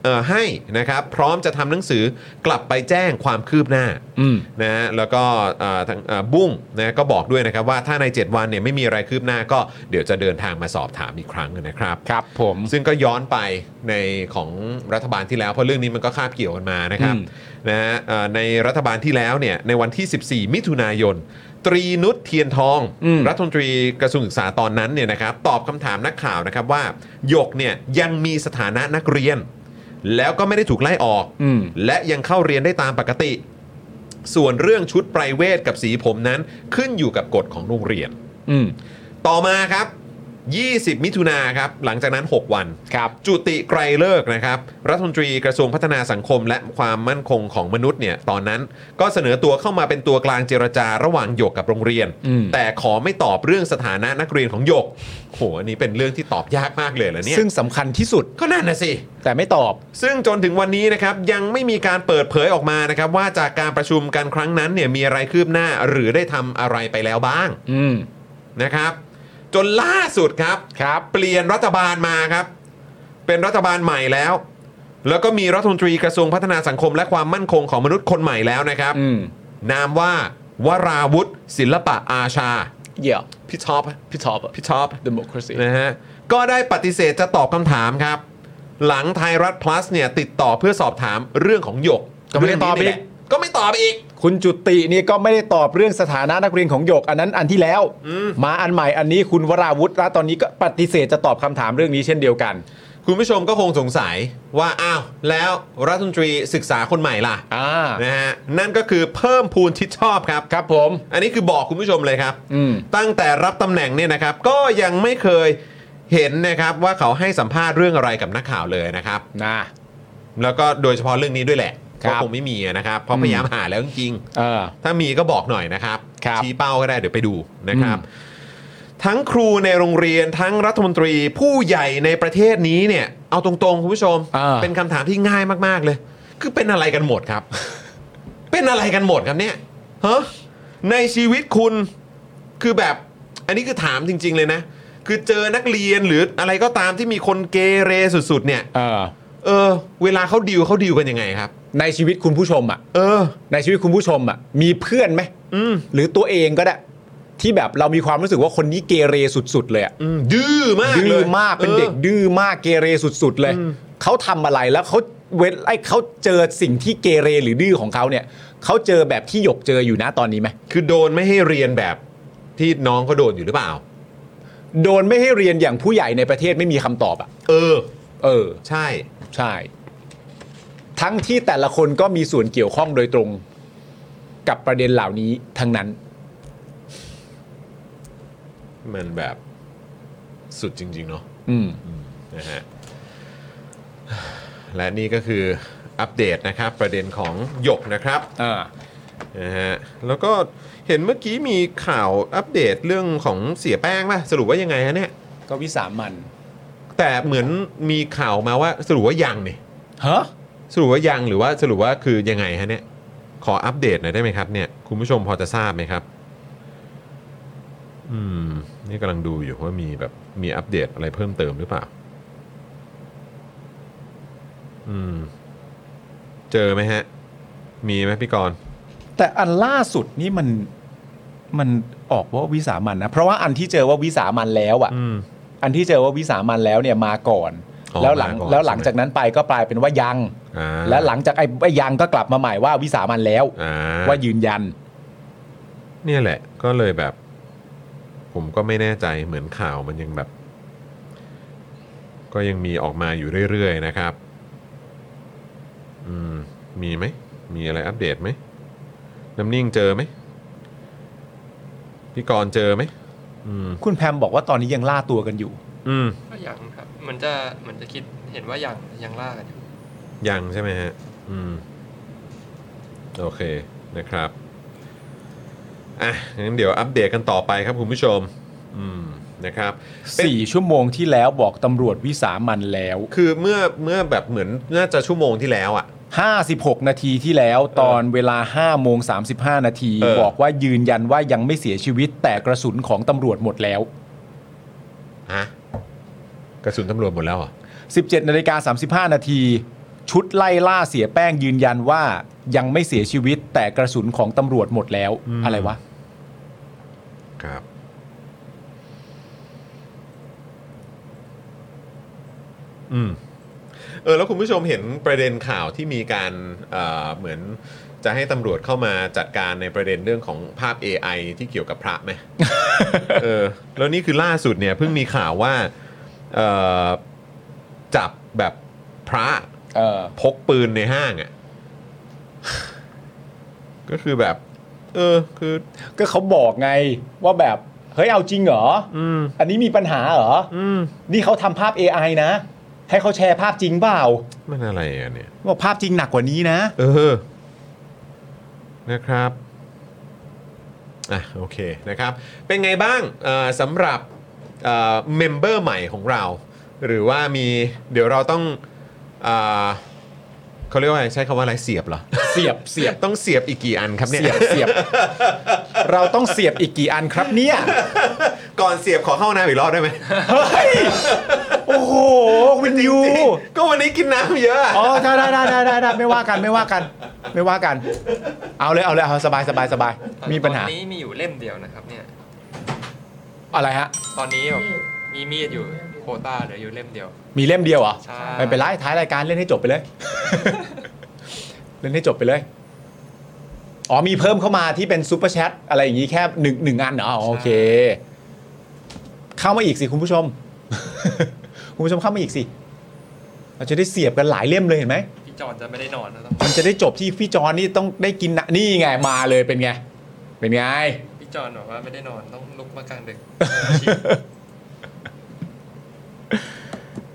Speaker 1: เออให้นะครับพร้อมจะทำหนังสือกลับไปแจ้งความคืบหน้า
Speaker 4: อืม
Speaker 1: นะฮะแล้วก็เอ่อทางเอ่อบุ้งนะก็บอกด้วยนะครับว่าถ้าใน 7 วันเนี่ยไม่มีอะไรคืบหน้าก็เดี๋ยวจะเดินทางมาสอบถามอีกครั้งนะครับ
Speaker 4: ครับผม
Speaker 1: ซึ่งก็ย้อนไปในของรัฐบาลที่แล้วเพราะเรื่องนี้มันก็คาบเกี่ยวกันมานะครับ
Speaker 4: อืม
Speaker 1: นะฮะเอ่อในรัฐบาลที่แล้วเนี่ยในวันที่ 14 มิถุนายน ตรีนุชเทียนทอง รัฐมนตรีกระทรวงศึกษาตอนนั้นเนี่ยนะครับตอบคำถามนักข่าวนะครับว่าหยกเนี่ยยังมีสถานะนักเรียน แล้วก็ไม่ได้ถูกไล่ออก
Speaker 4: อืม
Speaker 1: และยังเข้าเรียนได้ตามปกติ ส่วนเรื่องชุดไพรเวทกับสีผมนั้นขึ้นอยู่กับกฎของโรงเรียน
Speaker 4: อืม
Speaker 1: ต่อมาครับ 20 มิถุนาครับ หลังจากนั้น 6 วัน
Speaker 4: ครับ
Speaker 1: จุติไกรเลิกษ์นะครับ รัฐมนตรีกระทรวงพัฒนาสังคม และความมั่นคงของมนุษย์เนี่ย ตอนนั้นก็เสนอตัวเข้ามาเป็นตัวกลางเจรจาระหว่างหยกกับโรงเรียน
Speaker 4: อืม
Speaker 1: แต่ขอไม่ตอบเรื่องสถานะนักเรียนของหยกโหอันนี้เป็นเรื่องที่ตอบยากมากเลยเหรอเนี่ย
Speaker 4: ซึ่งสำคัญที่สุด
Speaker 1: ก็นั่นนะสิ
Speaker 4: แต่ไม่ตอบ
Speaker 1: ซึ่งจนถึงวันนี้นะครับยังไม่มีการเปิดเผยออกมานะครับว่าจากการประชุมกันครั้งนั้นเนี่ยมีอะไรคืบหน้าหรือได้ทำอะไรไปแล้วบ้าง
Speaker 4: อืม
Speaker 1: นะครับจนล่าสุดครับ
Speaker 4: ครับ
Speaker 1: เปลี่ยนรัฐบาลมาครับ เป็นรัฐบาลใหม่แล้ว แล้วก็มีรัฐมนตรีกระทรวงพัฒนาสังคม และความมั่นคงของมนุษย์คนใหม่แล้วนะครับ
Speaker 4: อืม
Speaker 1: นามว่าวราวุธศิลปะอาชา
Speaker 4: เยี่ย
Speaker 1: พี่ท็อป
Speaker 4: พี่ท็อปอะ
Speaker 1: พี่ท็อป
Speaker 4: democracy
Speaker 1: นะฮะก็ได้ปฏิเสธจะตอบคำถามครับ หลังไทยรัฐ plus เนี่ยติดต่อเพื่อสอบถามเรื่องของหยก
Speaker 4: ก็ไม่ได้ตอบอีก
Speaker 1: เรื่งนี้นี่แหละก็ไม่ตอบอีก
Speaker 4: คุณจุตินี่ก็ไม่ได้ตอบเรื่องสถานะนักเรียนของหยกอันนั้นอันที่แล้ว มาอันใหม่อันนี้คุณวราวุฒิและตอนนี้ก็ปฏิเสธจะตอบคำถามเรื่องนี้เช่นเดียวกัน
Speaker 1: คุณผู้ชมก็คงสงสัยว่าอ้าวแล้วรัฐมนตรีศึกษาคนใหม่ล่ะ
Speaker 4: อ่า
Speaker 1: นะฮะนั่นก็คือเพิ่มพูนชิดชอบครับ
Speaker 4: ครับผม
Speaker 1: อันนี้คือบอกคุณผู้ชมเลยครับ
Speaker 4: อืม
Speaker 1: ตั้งแต่รับตำแหน่งเนี่ยนะครับ ก็ยังไม่เคยเห็นนะครับว่าเขาให้สัมภาษณ์เรื่องอะไรกับนักข่าวเลยนะครับ
Speaker 4: นะ
Speaker 1: แล้วก็โดยเฉพาะเรื่องนี้ด้วยแหละ
Speaker 4: ครั
Speaker 1: ก็
Speaker 4: บ
Speaker 1: คงไม่มีนะครับเพราะพยายามหาแล้วจริงๆ
Speaker 4: เออ
Speaker 1: ถ้ามีก็บอกหน่อยนะครับ
Speaker 4: ครับ
Speaker 1: ชี้เป้าก็ได้เดี๋ยวไปดูนะครับ
Speaker 4: อื
Speaker 1: ทั้งครูในโรงเรียนทั้งรัฐมนตรีผู้ใหญ่ในประเทศนี้เนี่ย เอาตรงๆ คุณผู้ชม
Speaker 4: อ่า
Speaker 1: เป็นคำถามที่ง่ายมากๆเลย คือเป็นอะไรกันหมดครับ เป็นอะไรกันหมดครับเนี่ยฮะในชีวิตคุณคือแบบ อันนี้คือถามจริง ๆ เลยนะ คือเจอนักเรียนหรืออะไรก็ตามที่มีคนเกเรสุด ๆ เนี่ย
Speaker 4: เออ
Speaker 1: เออ เวลาเขาดิวเขาดิวกันยังไงครับ
Speaker 4: ในชีวิตคุณผู้ชมอ่ะ
Speaker 1: เออ
Speaker 4: ในชีวิตคุณผู้ชมอ่ะ มีเพื่อนไหม
Speaker 1: อืม
Speaker 4: หรือตัวเองก็ได้ ที่แบบเรามีความรู้สึกว่าคนนี้เกเรสุดๆเลยอะ
Speaker 1: อืมดื้อมากเลย
Speaker 4: ดื้อมากเป็นเด็ก
Speaker 1: ออ
Speaker 4: ดื้อมากเกเรสุดๆเลยเขาทำอะไรแล้วเขาเวทไอ้เขาเจอสิ่งที่เกเรหรือดื้อของเขาเนี่ยเขาเจอแบบที่หยกเจออยู่นะตอนนี้ไหม
Speaker 1: คือโดนไม่ให้เรียนแบบที่น้องเขาโดนอยู่หรือเปล่า
Speaker 4: โดนไม่ให้เรียนอย่างผู้ใหญ่ในประเทศไม่มีคำตอบอ่ะ
Speaker 1: เออ
Speaker 4: เออ
Speaker 1: ใช่
Speaker 4: ใช่ ทั้งที่แต่ละคนก็มีส่วนเกี่ยวข้องโดยตรงกับประเด็นเหล่านี้ทั้งนั้น
Speaker 1: มันแบบสุดจริง ๆ เนาะ
Speaker 4: อืม
Speaker 1: นะฮะและนี่ก็คืออัปเดตนะครับ ประเด็นของหยกนะครับ
Speaker 4: เออ
Speaker 1: นะฮะแล้วก็เห็นเมื่อกี้มีข่าวอัปเดตเรื่องของเสียแป้งป่ะสรุปว่ายังไงฮะเนี่ย
Speaker 4: ก็วิสามัน
Speaker 1: แต่เหมือนมีข่าวมาว่าสรุปว่ายังนี่
Speaker 4: ฮะ
Speaker 1: สรุปว่ายังหรือว่าสรุปว่าคือยังไงฮะเนี่ย ขออัปเดตหน่อยได้ไหมครับเนี่ยคุณผู้ชมพอจะทราบไหมครับ อืม นี่กำลังดูอยู่ว่ามีแบบมีอัปเดตอะไรเพิ่มเติมหรือเปล่า อืม เจอไหมฮะ มีไหมพี่กรณ์
Speaker 4: แต่อันล่าสุดนี่มันมันออกว่าวิสามันนะ เพราะว่าอันที่เจอว่าวิสามันแล้วอะ่ะ
Speaker 1: อืม
Speaker 4: อันที่เจอว่าวิสามันแล้วเนี่ยมาก่อน
Speaker 1: อ๋อ
Speaker 4: แล้วหลัง
Speaker 1: มาก่อน
Speaker 4: แล้วหลัง
Speaker 1: ใช่ไหม
Speaker 4: จากนั้นไปก็กลายเป็นว่ายัง
Speaker 1: อ่า
Speaker 4: และหลังจากไอ้ไอ้ยังก็กลับมาใหม่ว่าวิสามันแล้ว
Speaker 1: อ่า
Speaker 4: ว่ายืนยัน
Speaker 1: เนี่ยแหละ ก็เลยแบบ ผมก็ไม่แน่ใจเหมือนข่าวมันยังแบบ ก็ยังมีออกมาอยู่เรื่อยๆนะครับ อืม มีไหม มีอะไรอัปเดตไหม น้ำนิ่งเจอไหมพี่กรณ์เจอไหมอืม
Speaker 4: คุณแพมบอกว่าตอนนี้ยังล่าตัวกันอยู่
Speaker 1: อืม
Speaker 3: ก็ยังครับเหมือนจะเหมือนจะคิดเห็นว่ายังยังล่ากันอยู่
Speaker 1: ยังใช่ไหมฮะ อืม โอเคนะครับ อ่ะ งั้นเดี๋ยวอัปเดตกันต่อไปครับคุณผู้ชม อืม นะครับ
Speaker 4: 4 ชั่วโมงที่แล้วบอกตำรวจวิสามันแล้ว
Speaker 1: คือเมื่อเมื่อแบบเหมือนน่าจะชั่วโมงที่แล้วอะ่ะ
Speaker 4: 56 นาทีที่แล้วตอนเวลา5โมง35 นาที
Speaker 1: เออ
Speaker 4: บอกว่ายืนยันว่ายังไม่เสียชีวิตแต่กระสุนของตำรวจหมดแล้ว
Speaker 1: ฮะ กระสุนตำรวจหมดแล้วเหรอ่ะ
Speaker 4: 17นาฬิกา35 นาที ชุดไล่ล่าเสียแป้งยืนยันว่ายังไม่เสียชีวิตแต่กระสุนของตำรวจหมดแล้ว
Speaker 1: อืม
Speaker 4: อะไรวะ
Speaker 1: ครับ อืม เออ แล้วคุณผู้ชมเห็นประเด็นข่าวที่มีการเอ่อเหมือนจะให้ตำรวจเข้ามาจัดการในประเด็นเรื่องของภาพ AI ที่เกี่ยวกับพระ ไหม เออ แล้วนี่คือล่าสุดเนี่ยเพิ่งมีข่าวว่าเอ่อจับแบบพระ
Speaker 4: เออ
Speaker 1: พกปืนในห้างอะ่ ะ ก็คือแบบ เออ คือ
Speaker 4: ก็เขาบอกไงว่าแบบ เฮ้ยเอาจริงเหรอ
Speaker 1: อืม
Speaker 4: อันนี้มีปัญหาเหรอ
Speaker 1: อืม
Speaker 4: นี่เขาทำภาพ AI นะ ให้เขาแชร์ภาพจริงเปล่า
Speaker 1: มันอะไรอ่ะเนี่ย
Speaker 4: บอกภาพจริงหนักกว่านี้นะ
Speaker 1: เออ นะครับ อ่ะ โอเค นะครับ เป็นไงบ้างเอ่อสำหรับเมมเบอร์ใหม่ของเรา หรือว่ามี เดี๋ยวเราต้องเอ่อเขาเรียกว่าอะไรใช้คำว่าอะไรเสียบเหรอ
Speaker 4: เสียบเสียบ
Speaker 1: ต้องเสียบอีกกี่อันครับเนี่ย
Speaker 4: เสียบเสียบ เราต้องเสียบอีกกี่อันครับเนี่ย
Speaker 1: ก่อนเสียบขอเข้าน้ำอีกรอบได้ไหม
Speaker 4: เฮ้ย โอ้โห คุณยู
Speaker 1: จริงๆก็วันนี้กินน้ำเยอะอะ
Speaker 4: อ๋อได้ได้ได้ได้ได้ได้ไม่ว่ากันไม่ว่ากัน ไม่ว่ากัน เอาเลยเอาเลยเอาสบายสบายสบาย
Speaker 3: ตอน
Speaker 4: มีปัญหา
Speaker 3: ตอนนี้มีอยู่เล่มเดียวนะครับ เนี่ย
Speaker 4: อะไรฮะ
Speaker 3: ตอนนี้แบบมีมีดอยู่โควต้าเหลืออยู่เล่มเดียว
Speaker 4: มีเล่มเดียวเหรอ
Speaker 3: ใช่
Speaker 4: ไม่เป็นไรท้ายรายการเล่นให้จบไปเลย เล่นให้จบไปเลย อ๋อมีเพิ่มเข้ามาที่เป็นซูเปอร์แชทอะไรอย่างนี้แค่หนึ่งหนึ่งอันเหรออ๋อโอเค เข้ามาอีกสิคุณผู้ชม คุณผู้ชมเข้ามาอีกสิเราจะได้เสียบกันหลายเล่มเลยเห็นไหม
Speaker 3: พี่จอนจะไม่ได้นอนนะต้อง
Speaker 4: มันจะได้จบที่พี่จอนนี่ต้องได้กินนะนี่ไงมาเลยเป็นไง เป็นไง
Speaker 3: พี่จอนบอกว่าไม่ได้นอนต้องลุกมากลางดึ ก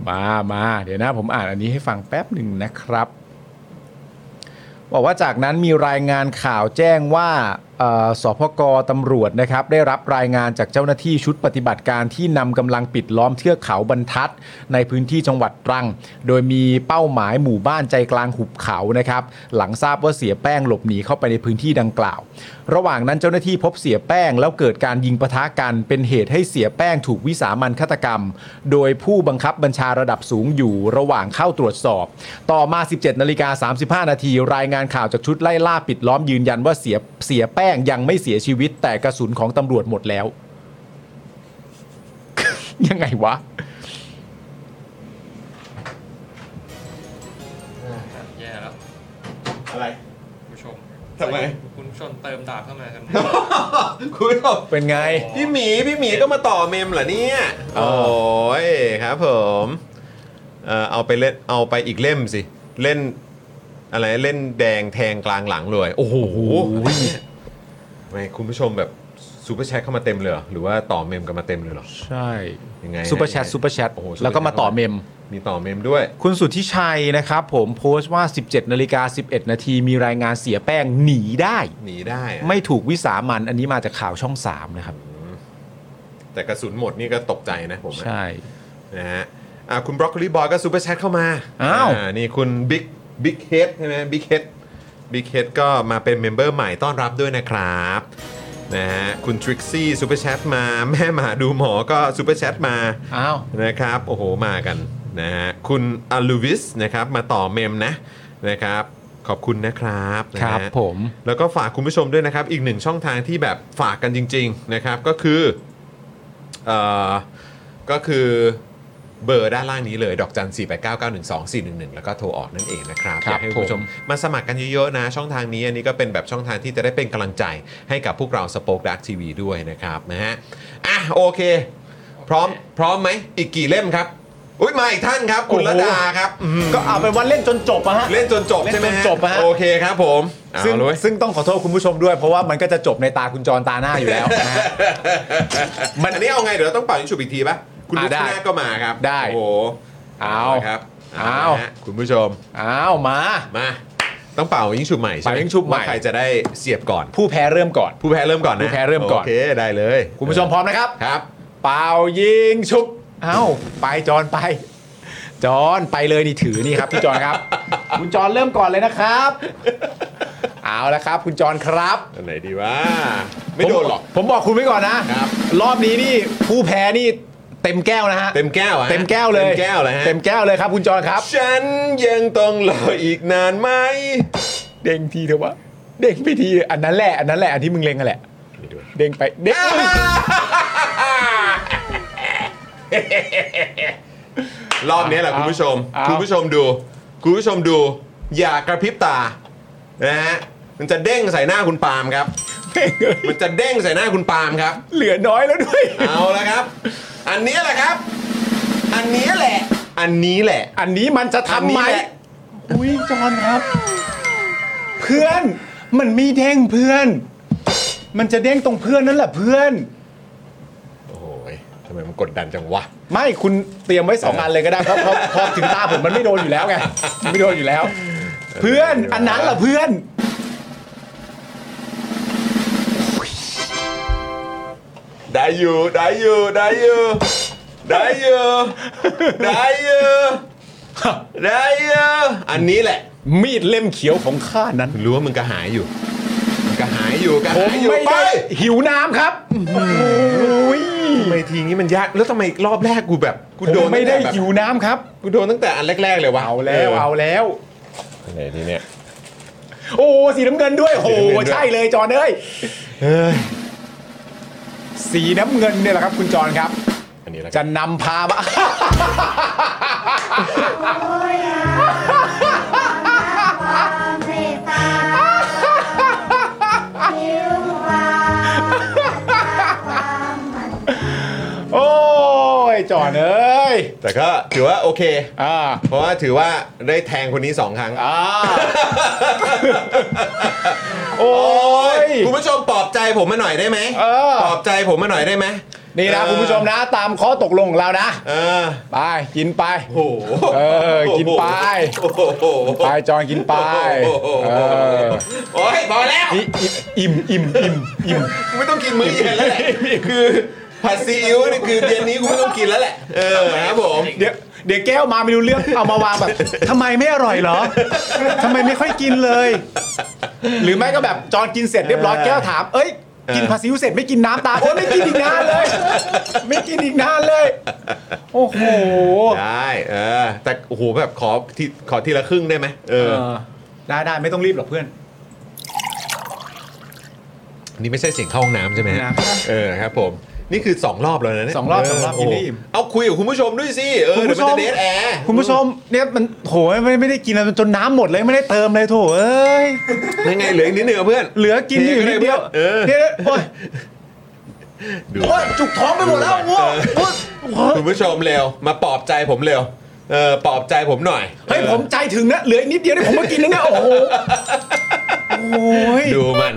Speaker 4: มามา เดี๋ยวนะผมอ่านอันนี้ให้ฟังแป๊บหนึ่งนะครับ บอกว่าจากนั้นมีรายงานข่าวแจ้งว่าเอ่อสพกตำรวจนะครับ ได้รับรายงานจากเจ้าหน้าที่ชุดปฏิบัติการที่นำกำลังปิดล้อมเทือกเขาบรรทัด ในพื้นที่จังหวัดตรัง โดยมีเป้าหมายหมู่บ้านใจกลางหุบเขานะครับ หลังทราบว่าเสียแป้งหลบหนีเข้าไปในพื้นที่ดังกล่าว ระหว่างนั้นเจ้าหน้าที่พบเสียแป้งแล้วเกิดการยิงปะทะกัน เป็นเหตุให้เสียแป้งถูกวิสามันฆาตกรรม โดยผู้บังคับบัญชาระดับสูงอยู่ระหว่างเข้าตรวจสอบ ต่อมา 17นาฬิกา35 นาที รายงานข่าวจากชุดไล่ล่าปิดล้อมยืนยันว่าเสียเสียแป้งยังไม่เสียชีวิต แต่กระสุนของตำรวจหมดแล้ว ยังไงวะ
Speaker 3: แย่แล้ว
Speaker 1: อะไร
Speaker 3: คุณผู้ชม
Speaker 1: ทำไม
Speaker 3: คุณผู้ชมเติมดาบเข้ามา ครับ
Speaker 1: คุณผู้ชม
Speaker 4: เป็นไง
Speaker 1: พี่หมีพี่หมีก็มาต่อเมมเหรอเนี่ย
Speaker 4: เอ
Speaker 1: โอ้
Speaker 4: อ
Speaker 1: ยครับผมเออเอาไปเล่นเอาไปอีกเล่มสิ เล่นอะไรเล่นแดงแทงกลางหลังเลย โอ้โหอะไรเนี่ยทำไมคุณผู้ชมแบบซูเปอร์แชทเข้ามาเต็มเลยเหรอหรือว่าต่อเมมกันมาเต็มเลยเหรอ
Speaker 4: ใช่
Speaker 1: ยังไง
Speaker 4: ซูเปอร์แชทซูเปอร์แชท
Speaker 1: โอ้โห
Speaker 4: แล้วก็มาต่อเมม
Speaker 1: มีต่อเมมด้วย
Speaker 4: คุณสุทธิชัยนะครับผมโพสต์ว่า 17นาฬิกา11 นาทีมีรายงานเสียแป้งหนีได้
Speaker 1: หนีได้อะ
Speaker 4: ไม่ถูกวิสามันอันนี้มาจากข่าวช่อง 3 นะครับ
Speaker 1: แต่กระสุนหมดนี่ก็ตกใจนะผมอะ
Speaker 4: ใช่
Speaker 1: นะฮะอ่ะคุณบรอกโคลีบอยก็ซูเปอร์แชทเข้ามา
Speaker 4: อ้าว
Speaker 1: นี่คุณบิ๊กบิ๊กเฮดใช่ไหมบิ๊กเฮดบิ๊กเฮดก็มาเป็นเมมเบอร์ใหม่ต้อนรับด้วยนะครับ นะฮะคุณทริกซี่ซูเปอร์แชทมา แม่หมาดูหมอก็ซูเปอร์แชทมา
Speaker 4: อ้าว
Speaker 1: นะครับ โอ้โหมากันนะฮะคุณอลูวิสนะครับมาต่อเมมนะนะครับ ขอบคุณนะครับนะฮะ
Speaker 4: ครับผม
Speaker 1: แล้วก็ฝากคุณผู้ชมด้วยนะครับ อีกหนึ่งช่องทางที่แบบฝากกันจริง ๆ นะครับ ก็คือเออ ก็คือเบอร์ด้านล่างนี้เลยดอกจัน 4 8 9 9 1 2 4 1 1 แล้วก็โทรออกนั่นเองนะครับ
Speaker 4: ค
Speaker 1: อ
Speaker 4: รับ
Speaker 1: ยากให้คุณผู้ชม
Speaker 4: ผม
Speaker 1: มาสมัครกันเยอะๆนะ ช่องทางนี้อันนี้ก็เป็นแบบช่องทางที่จะได้เป็นกำลังใจให้กับพวกเราสป็อคดักทีวีด้วยนะครับนะฮะอ่ะโอเค พร้อมพร้อมไหมอีกกี่เล่มครับ อุ้ยมาอีกท่านครับ คุณ
Speaker 2: โอ้
Speaker 1: ระ
Speaker 2: โห
Speaker 1: ดาครับอืม
Speaker 2: ก็เอาเป็นว่าเล่นจนจบอะฮะ
Speaker 1: เล่นจนจบใช่ไหม
Speaker 2: เล่นจนจบฮะ
Speaker 1: โอเคครับผมเอา
Speaker 4: ซึ่ง
Speaker 1: เลย
Speaker 4: ซึ่งต้องขอโทษคุณผู้ชมด้วยเพราะว่ามันก็จะจบในตาคุณจรตาหน้าอยู่แล้วนะฮะ
Speaker 1: มันอันนี้เอาไงเดี๋ยวเราต้องเป่ายิงฉุบอีกทีป่ะ คุณ
Speaker 4: อ่ะ
Speaker 1: ลูก
Speaker 4: ได้
Speaker 1: หน้าก็มาครับ
Speaker 4: ได้
Speaker 1: โอ้โห
Speaker 4: เอา
Speaker 1: ละครับ
Speaker 4: เอา
Speaker 1: ละฮะคุณผู้ชม
Speaker 4: อ้าวมา
Speaker 1: มาต้องเป่ายิงฉุบใหม่ใช่ไหม
Speaker 4: เป่ายิงฉุบใหม่
Speaker 1: ว่าใครจะได้เสียบก่อน
Speaker 4: ผู้แพ้เริ่มก่อน
Speaker 1: ผู้แพ้เริ่มก่อนนะ
Speaker 4: ผู้แพ้เริ่มก่อน
Speaker 1: โอเคได้เลย
Speaker 4: คุณผู้ชมพร้อมนะครับ
Speaker 1: ครับ
Speaker 4: เป่ายิงชุบ เอ้า ไปจอนไป จอนไปเลยนี่ถือนี่ครับ พี่จอน ครับ คุณจอนเริ่มก่อนเลยนะครับ เอาละครับ คุณจอนครับ
Speaker 1: อันไหนดีวะไม่โดนหรอก
Speaker 4: ผมผมบอกคุณไว้ก่อนนะครับ รอบนี้นี่ผู้แพ้นี่เต็มแก้วนะฮะ
Speaker 1: เต็มแก้วอะฮะ
Speaker 4: เต็มแก้วเลย
Speaker 1: เต็มแก้วเลยฮะ
Speaker 4: เต็มแก้วเลยครับ คุณจอนครับ
Speaker 1: ฉันยังต้องรออีกนานไหม
Speaker 4: เด้งทีเถอะวะเด้งไปทีเถอะอันนั้นแหละอันนั้นแหละอันที่มึงเล็งกันแหละ
Speaker 1: ไม่โดน
Speaker 4: เด้งไปเด้งอุ๊ย
Speaker 1: รอบนี้แหละคุณผู้ชม
Speaker 4: เอา
Speaker 1: คุณผู้ชมดู คุณผู้ชมดู อย่ากระพริบตา นะฮะ มันจะเด้งใส่หน้าคุณปาล์มครับ
Speaker 4: เด้งเลย
Speaker 1: มันจะเด้งใส่หน้าคุณปาล์มครับ
Speaker 4: เหลือน้อยแล้วด้วย
Speaker 1: เอาละครับ อันนี้แหละครับ อันนี้แหละ อันนี้แหละ
Speaker 4: อันนี้มันจะ
Speaker 1: อัน
Speaker 4: ทำ
Speaker 1: นี้
Speaker 4: ไหม
Speaker 1: แหละ
Speaker 4: อุ้ยจอนครับ เพื่อนมันไม่เด้งเพื่อน มันจะเด้งตรงเพื่อนนั่นแหละเพื่อน
Speaker 1: โอ้ยทำไมมันกดดันจังวะ
Speaker 4: ไม่คุณเตรียมไว้สองอันเลยก็ได้เพราะเพราะเพอถึงตาผมมันไม่โดนอยู่แล้วไงมันไม่โดนอยู่แล้ว เพื่อนอันนั้นแหละเพื่อน
Speaker 1: ได้อยู่ได้อยู่ได้อยู่ได้อยู่ได้อยู่ได้อยู่อันนี้แหละ
Speaker 4: มีดเล่มเขียวของข้านั้น
Speaker 1: รู้ว่ามึงกระหายอยู่มึงกระหายอยู่กระ
Speaker 4: ผม
Speaker 1: หายอยู่
Speaker 4: ไม่
Speaker 1: ไป
Speaker 4: ได้หิวน้ำครับโอ้ย
Speaker 1: ทำไมทีนี้มันยาก แล้วทำไมรอบแรกกูแบบกูโด
Speaker 4: ผ
Speaker 1: น
Speaker 4: มไม่ได้
Speaker 1: ตั้งแต่แบบ
Speaker 4: หิวน้ำครับ
Speaker 1: กูโดนตั้งแต่อันแรก ๆ เลยวะ
Speaker 4: เอาแล้วเอาแล้ว
Speaker 1: ไหนทีเนี้ย
Speaker 4: โอ้สีน้ำเงินด้วยโอ้
Speaker 1: สีน้ำเงินด้วย
Speaker 4: ใช่เลยจอนเอ้ยสีน้ำเงินเนี่ยแหละครับคุณจอนครับ
Speaker 1: อันนี้แล้ว
Speaker 4: จะนำพามา โอ้ยจอนเอ้ย
Speaker 1: แต่ก็ถือว่าโอเค
Speaker 4: อ่า
Speaker 1: เพราะว่าถือว่าได้แทงคนนี้สองครั้ง
Speaker 4: อ่าโอ้ย
Speaker 1: คุณผู้ชมปลอบใจผมมาหน่อยได้ไหม
Speaker 4: เออ
Speaker 1: ปลอบใจผมมาหน่อยได้ไหม
Speaker 4: นี่นะคุณผู้ชมนะตามข้อตกลงของเรานะ
Speaker 1: เออ
Speaker 4: ไปกินไป
Speaker 1: โอ้โห
Speaker 4: เออกินไป
Speaker 1: โอ้โห
Speaker 4: ไปจอนกินไป
Speaker 1: โอ้โห
Speaker 4: เออ
Speaker 1: โอ้ยพอแล้ว
Speaker 4: นี่อิ่มอิ่มอิ่มอิ่ม
Speaker 1: ไม่ต้องกินมื้อเย็นแล้วแหละคือผัดซีอิ๊วนี่คือเย็นนี้กูไม่ต้องกินแล้วแหละเออครับผม
Speaker 4: เดี๋ยวเดี๋ยวแก้วมาไม่รู้เรื่อง เอามาวางแบบทำไมไม่อร่อยเหร อทำไมไม่ค่อยกินเลย หรือไม่ก็แบบจอนกินเสร็จเรียบร้อยแก้วถาม เอ้ย กินผัดซีอิ๊วเสร็จไม่กินน้ำตามโอ้ยไม่กินอีกนานเลย ไม่กินอีกนานเลย โอ้โห
Speaker 1: ได้เออแต่โอ้โหแบบขอที่ขอทีละครึ่งได้ไหมเออ
Speaker 4: เออได้ได้ไม่ต้องรีบหรอกเพื่อน
Speaker 1: นี่ไม่ใช่เสียงเข้าห้องน้ำใช่ไหมฮะ
Speaker 4: น้ำ
Speaker 1: เออครับผม นี่คือ 2 รอบแล้วนะเนี่ย
Speaker 4: สองรอบสองรอบ
Speaker 1: เ
Speaker 4: กินได้อิ่ม
Speaker 1: โเอาคุยกับคุณผู้ชมด้วยสิเออเดี๋ยวมันจะเดทแอร์
Speaker 4: คุณผู้ชมเนี่ยมันโหไม่ไม่ได้กินอะไรจนน้ำหมดเลยไม่ได้เติมเลยโถเอ้ย
Speaker 1: ยังไงเหลืออีกนิดหนึ่งอะเพื่อน
Speaker 4: เหลือกินอยู่นิดเดียว
Speaker 1: เออ
Speaker 4: เนี่ยโอ้ย
Speaker 1: ดู
Speaker 4: โอ้ยจุกท้องไปหมดแล้วโอ้ยโอ้ยโอ้ย
Speaker 1: คุณผู้ชมเร็ว มาปลอบใจผมเร็ว เออปลอบใจผมหน่อย
Speaker 4: เฮ้ยผมใจถึงนะเหลืออีกนิดเดียวนี่ผมมากินแล้วเนี่ยโอ้โหโอ้ย
Speaker 1: ดูมัน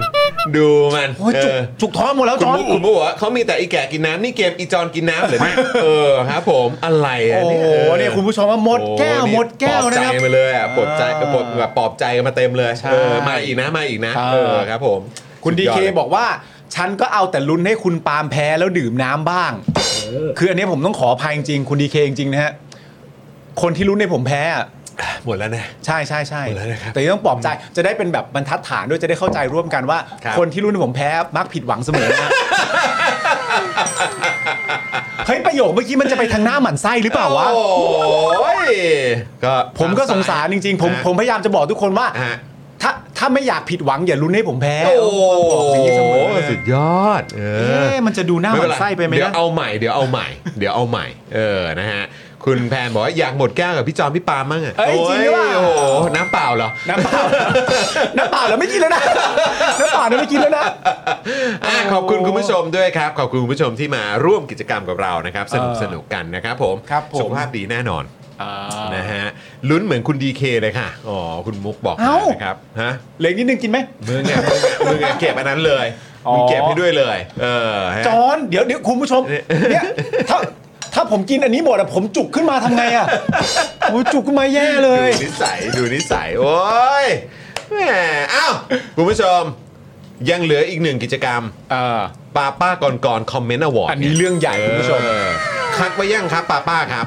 Speaker 1: ดูมัน
Speaker 4: โอ้ย
Speaker 1: เอ
Speaker 4: จุก
Speaker 1: อ
Speaker 4: จุกท้องหมดแล้ว
Speaker 1: คุณ
Speaker 4: จอน
Speaker 1: มุกคุณมุกบอกว่าเขามีแต่อีแก่กินน้ำนี่เกมอีจอนกินน้ำเหรอเนี่ยเออครับผมอะไรอะ
Speaker 4: โอ้โห
Speaker 1: ออ
Speaker 4: เนี่ยคุณผู้ชมว่าหมดแก้ว
Speaker 1: โอ้โ
Speaker 4: หมดแก้ว
Speaker 1: ปลอบ
Speaker 4: นะ
Speaker 1: ใจ
Speaker 4: ครับ
Speaker 1: มาเลยอ่ะปลอบใจ
Speaker 4: อ่า
Speaker 1: ปลอบแบบปลอบใจกันมาเต็มเลย
Speaker 4: ใช่
Speaker 1: เออมาอีกนะมาอีกนะ
Speaker 4: อ่า
Speaker 1: เออครับผม
Speaker 4: คุณ
Speaker 1: สุ
Speaker 4: ดี
Speaker 1: ย
Speaker 4: เค
Speaker 1: ลย
Speaker 4: บอกว่า ฉันก็เอาแต่ลุ้นให้คุณปาล์มแพ้แล้วดื่มน้ำบ้าง คืออันเนี้ยผมต้องขออภัยจริงๆคุณดีเคจริงๆนะฮะคนที่ลุ้นให้ผมแพ้อะ
Speaker 1: หมดแล้วนะ
Speaker 4: ใช่ใช่ใช่
Speaker 1: หมดแล้วนะครับ
Speaker 4: แต่ยังต้องปลอบใจจะได้เป็นแบบบรรทัดฐานด้วยจะได้เข้าใจร่วมกันว่า
Speaker 1: ครับ
Speaker 4: คนที่ลุ้นให้ผมแพ้มักผิดหวังเสมอนะฮะ เฮ้ยประโยคเมื่อกี้มันจะไปทางหน้าหมันไส้หรือเปล่าวะ
Speaker 1: โอ้ยก็
Speaker 4: ผมก็สงสารจริงๆ ผม
Speaker 1: ฮะ
Speaker 4: ผมพยายามจะบอกทุกคนว่า
Speaker 1: ฮะ
Speaker 4: ถ้าถ้า าไม่อยากผิดหวังอย่าลุ้นให้ผมแพ้
Speaker 1: โอ้โห
Speaker 4: บอกอย่างนี้เสมอ
Speaker 1: สุดยอดเอ
Speaker 4: เอ๊
Speaker 1: อ
Speaker 4: ะมันจะดูหน้าหมันไส้ไปไหม
Speaker 1: เดี๋ย
Speaker 4: นะ
Speaker 1: วเอาใหม่เดี๋ยวเอาใหม่ เดี๋ยวเอาใหม่ เออนะฮะ คุณแพนบอกว่าอยากหมดแก้วกับพี่จอมพี่ปามั่งอ่ะ
Speaker 4: เอ้ยจริงหรือเปล่า
Speaker 1: โอ้โหน้ำเปล่าเหรอ
Speaker 4: น้ำเปล่า น้ำเปล่าแล้วไม่กิ นแล้วนะ น้ำเปล่าแล้วไม่กินแล้วนะ
Speaker 1: อ่ะขอบคุณคุณผู้ชมด้วยครับ ขอบคุณคุณผู้ชมที่มาร่วมกิจกรรมกับเรานะครับ สนุกสนุกกันนะครับผม
Speaker 4: ครับผม
Speaker 1: สุขภาพดีแน่นอนนะฮะลุ้นเหมือนคุณดีเคเลยค่ะอ๋อคุณมุกบอกมานะครับฮะ
Speaker 4: เหลืออีกนิดนึงกินไหม
Speaker 1: มึงอ่ะมึงอ่ะเก็บอันนั้นเลยมึงเก็บให้ด้วยเลย เออฮะ
Speaker 4: จอนเดี๋ยวเดี๋ยวคุณผู้ชม
Speaker 1: เนี่ย
Speaker 4: เนี่ยถ้าถ้าผมกินอันนี้หมดอะผมจุกขึ้นมาทำไงอะโอ้ยจุกขึ้นมาแย่เลย
Speaker 1: ดูนิสัยดูนิสัย โอ้ยแหมอ้าวคุณผู้ชม ยังเหลืออีกหนึ่งกิจกรรมป้าป้าก่อนก่อนคอมเมนต์อวอร์ด
Speaker 4: อันนี้เรื่องใหญ่คุณผู้ชม
Speaker 1: คัดไว้ยังครับป้าป้าครับ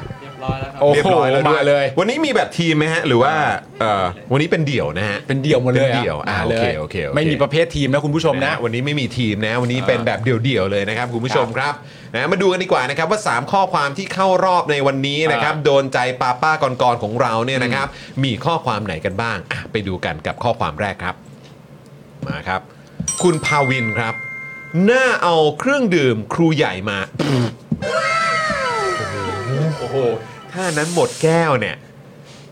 Speaker 3: เรียบร้อยแล้วครั
Speaker 1: เรียบ
Speaker 4: โอ้โห
Speaker 3: บ
Speaker 1: ร้อยแล้วด้ว
Speaker 4: มาเลย
Speaker 1: วันนี้มีแบบทีมไหมฮะ หรือว่าเอ่อวันนี้เป็นเดี่ยวนะฮะ
Speaker 4: เป็นเดี่ยวหมดเลย
Speaker 1: เป็น
Speaker 4: อะ
Speaker 1: เดี่ยวอ่ะ
Speaker 4: มา
Speaker 1: โอเคโอเคโอเค
Speaker 4: ไม่มีประเภททีมนะคุณผู้ชมนะ
Speaker 1: นะวันนี้ไม่มีทีมนะ วันนี้เป็นแบบเดี่ยวๆเลยนะครับคุณผู้ชมครับนะมาดูกันดีกว่านะครับว่า 3 ข้อความที่เข้ารอบในวันนี้นะครับโดนใจป้าป้ากรกรของเราเนี่ยนะครับ มีข้อความไหนกันบ้างอ่ะไปดูกันกับข้อความแรกครับ มาครับ คุณภาวินครับ หน้าเอาเครื่องดื่มครูใหญ่มาโอ้โหถ้านั้นหมดแก้วเนี่ย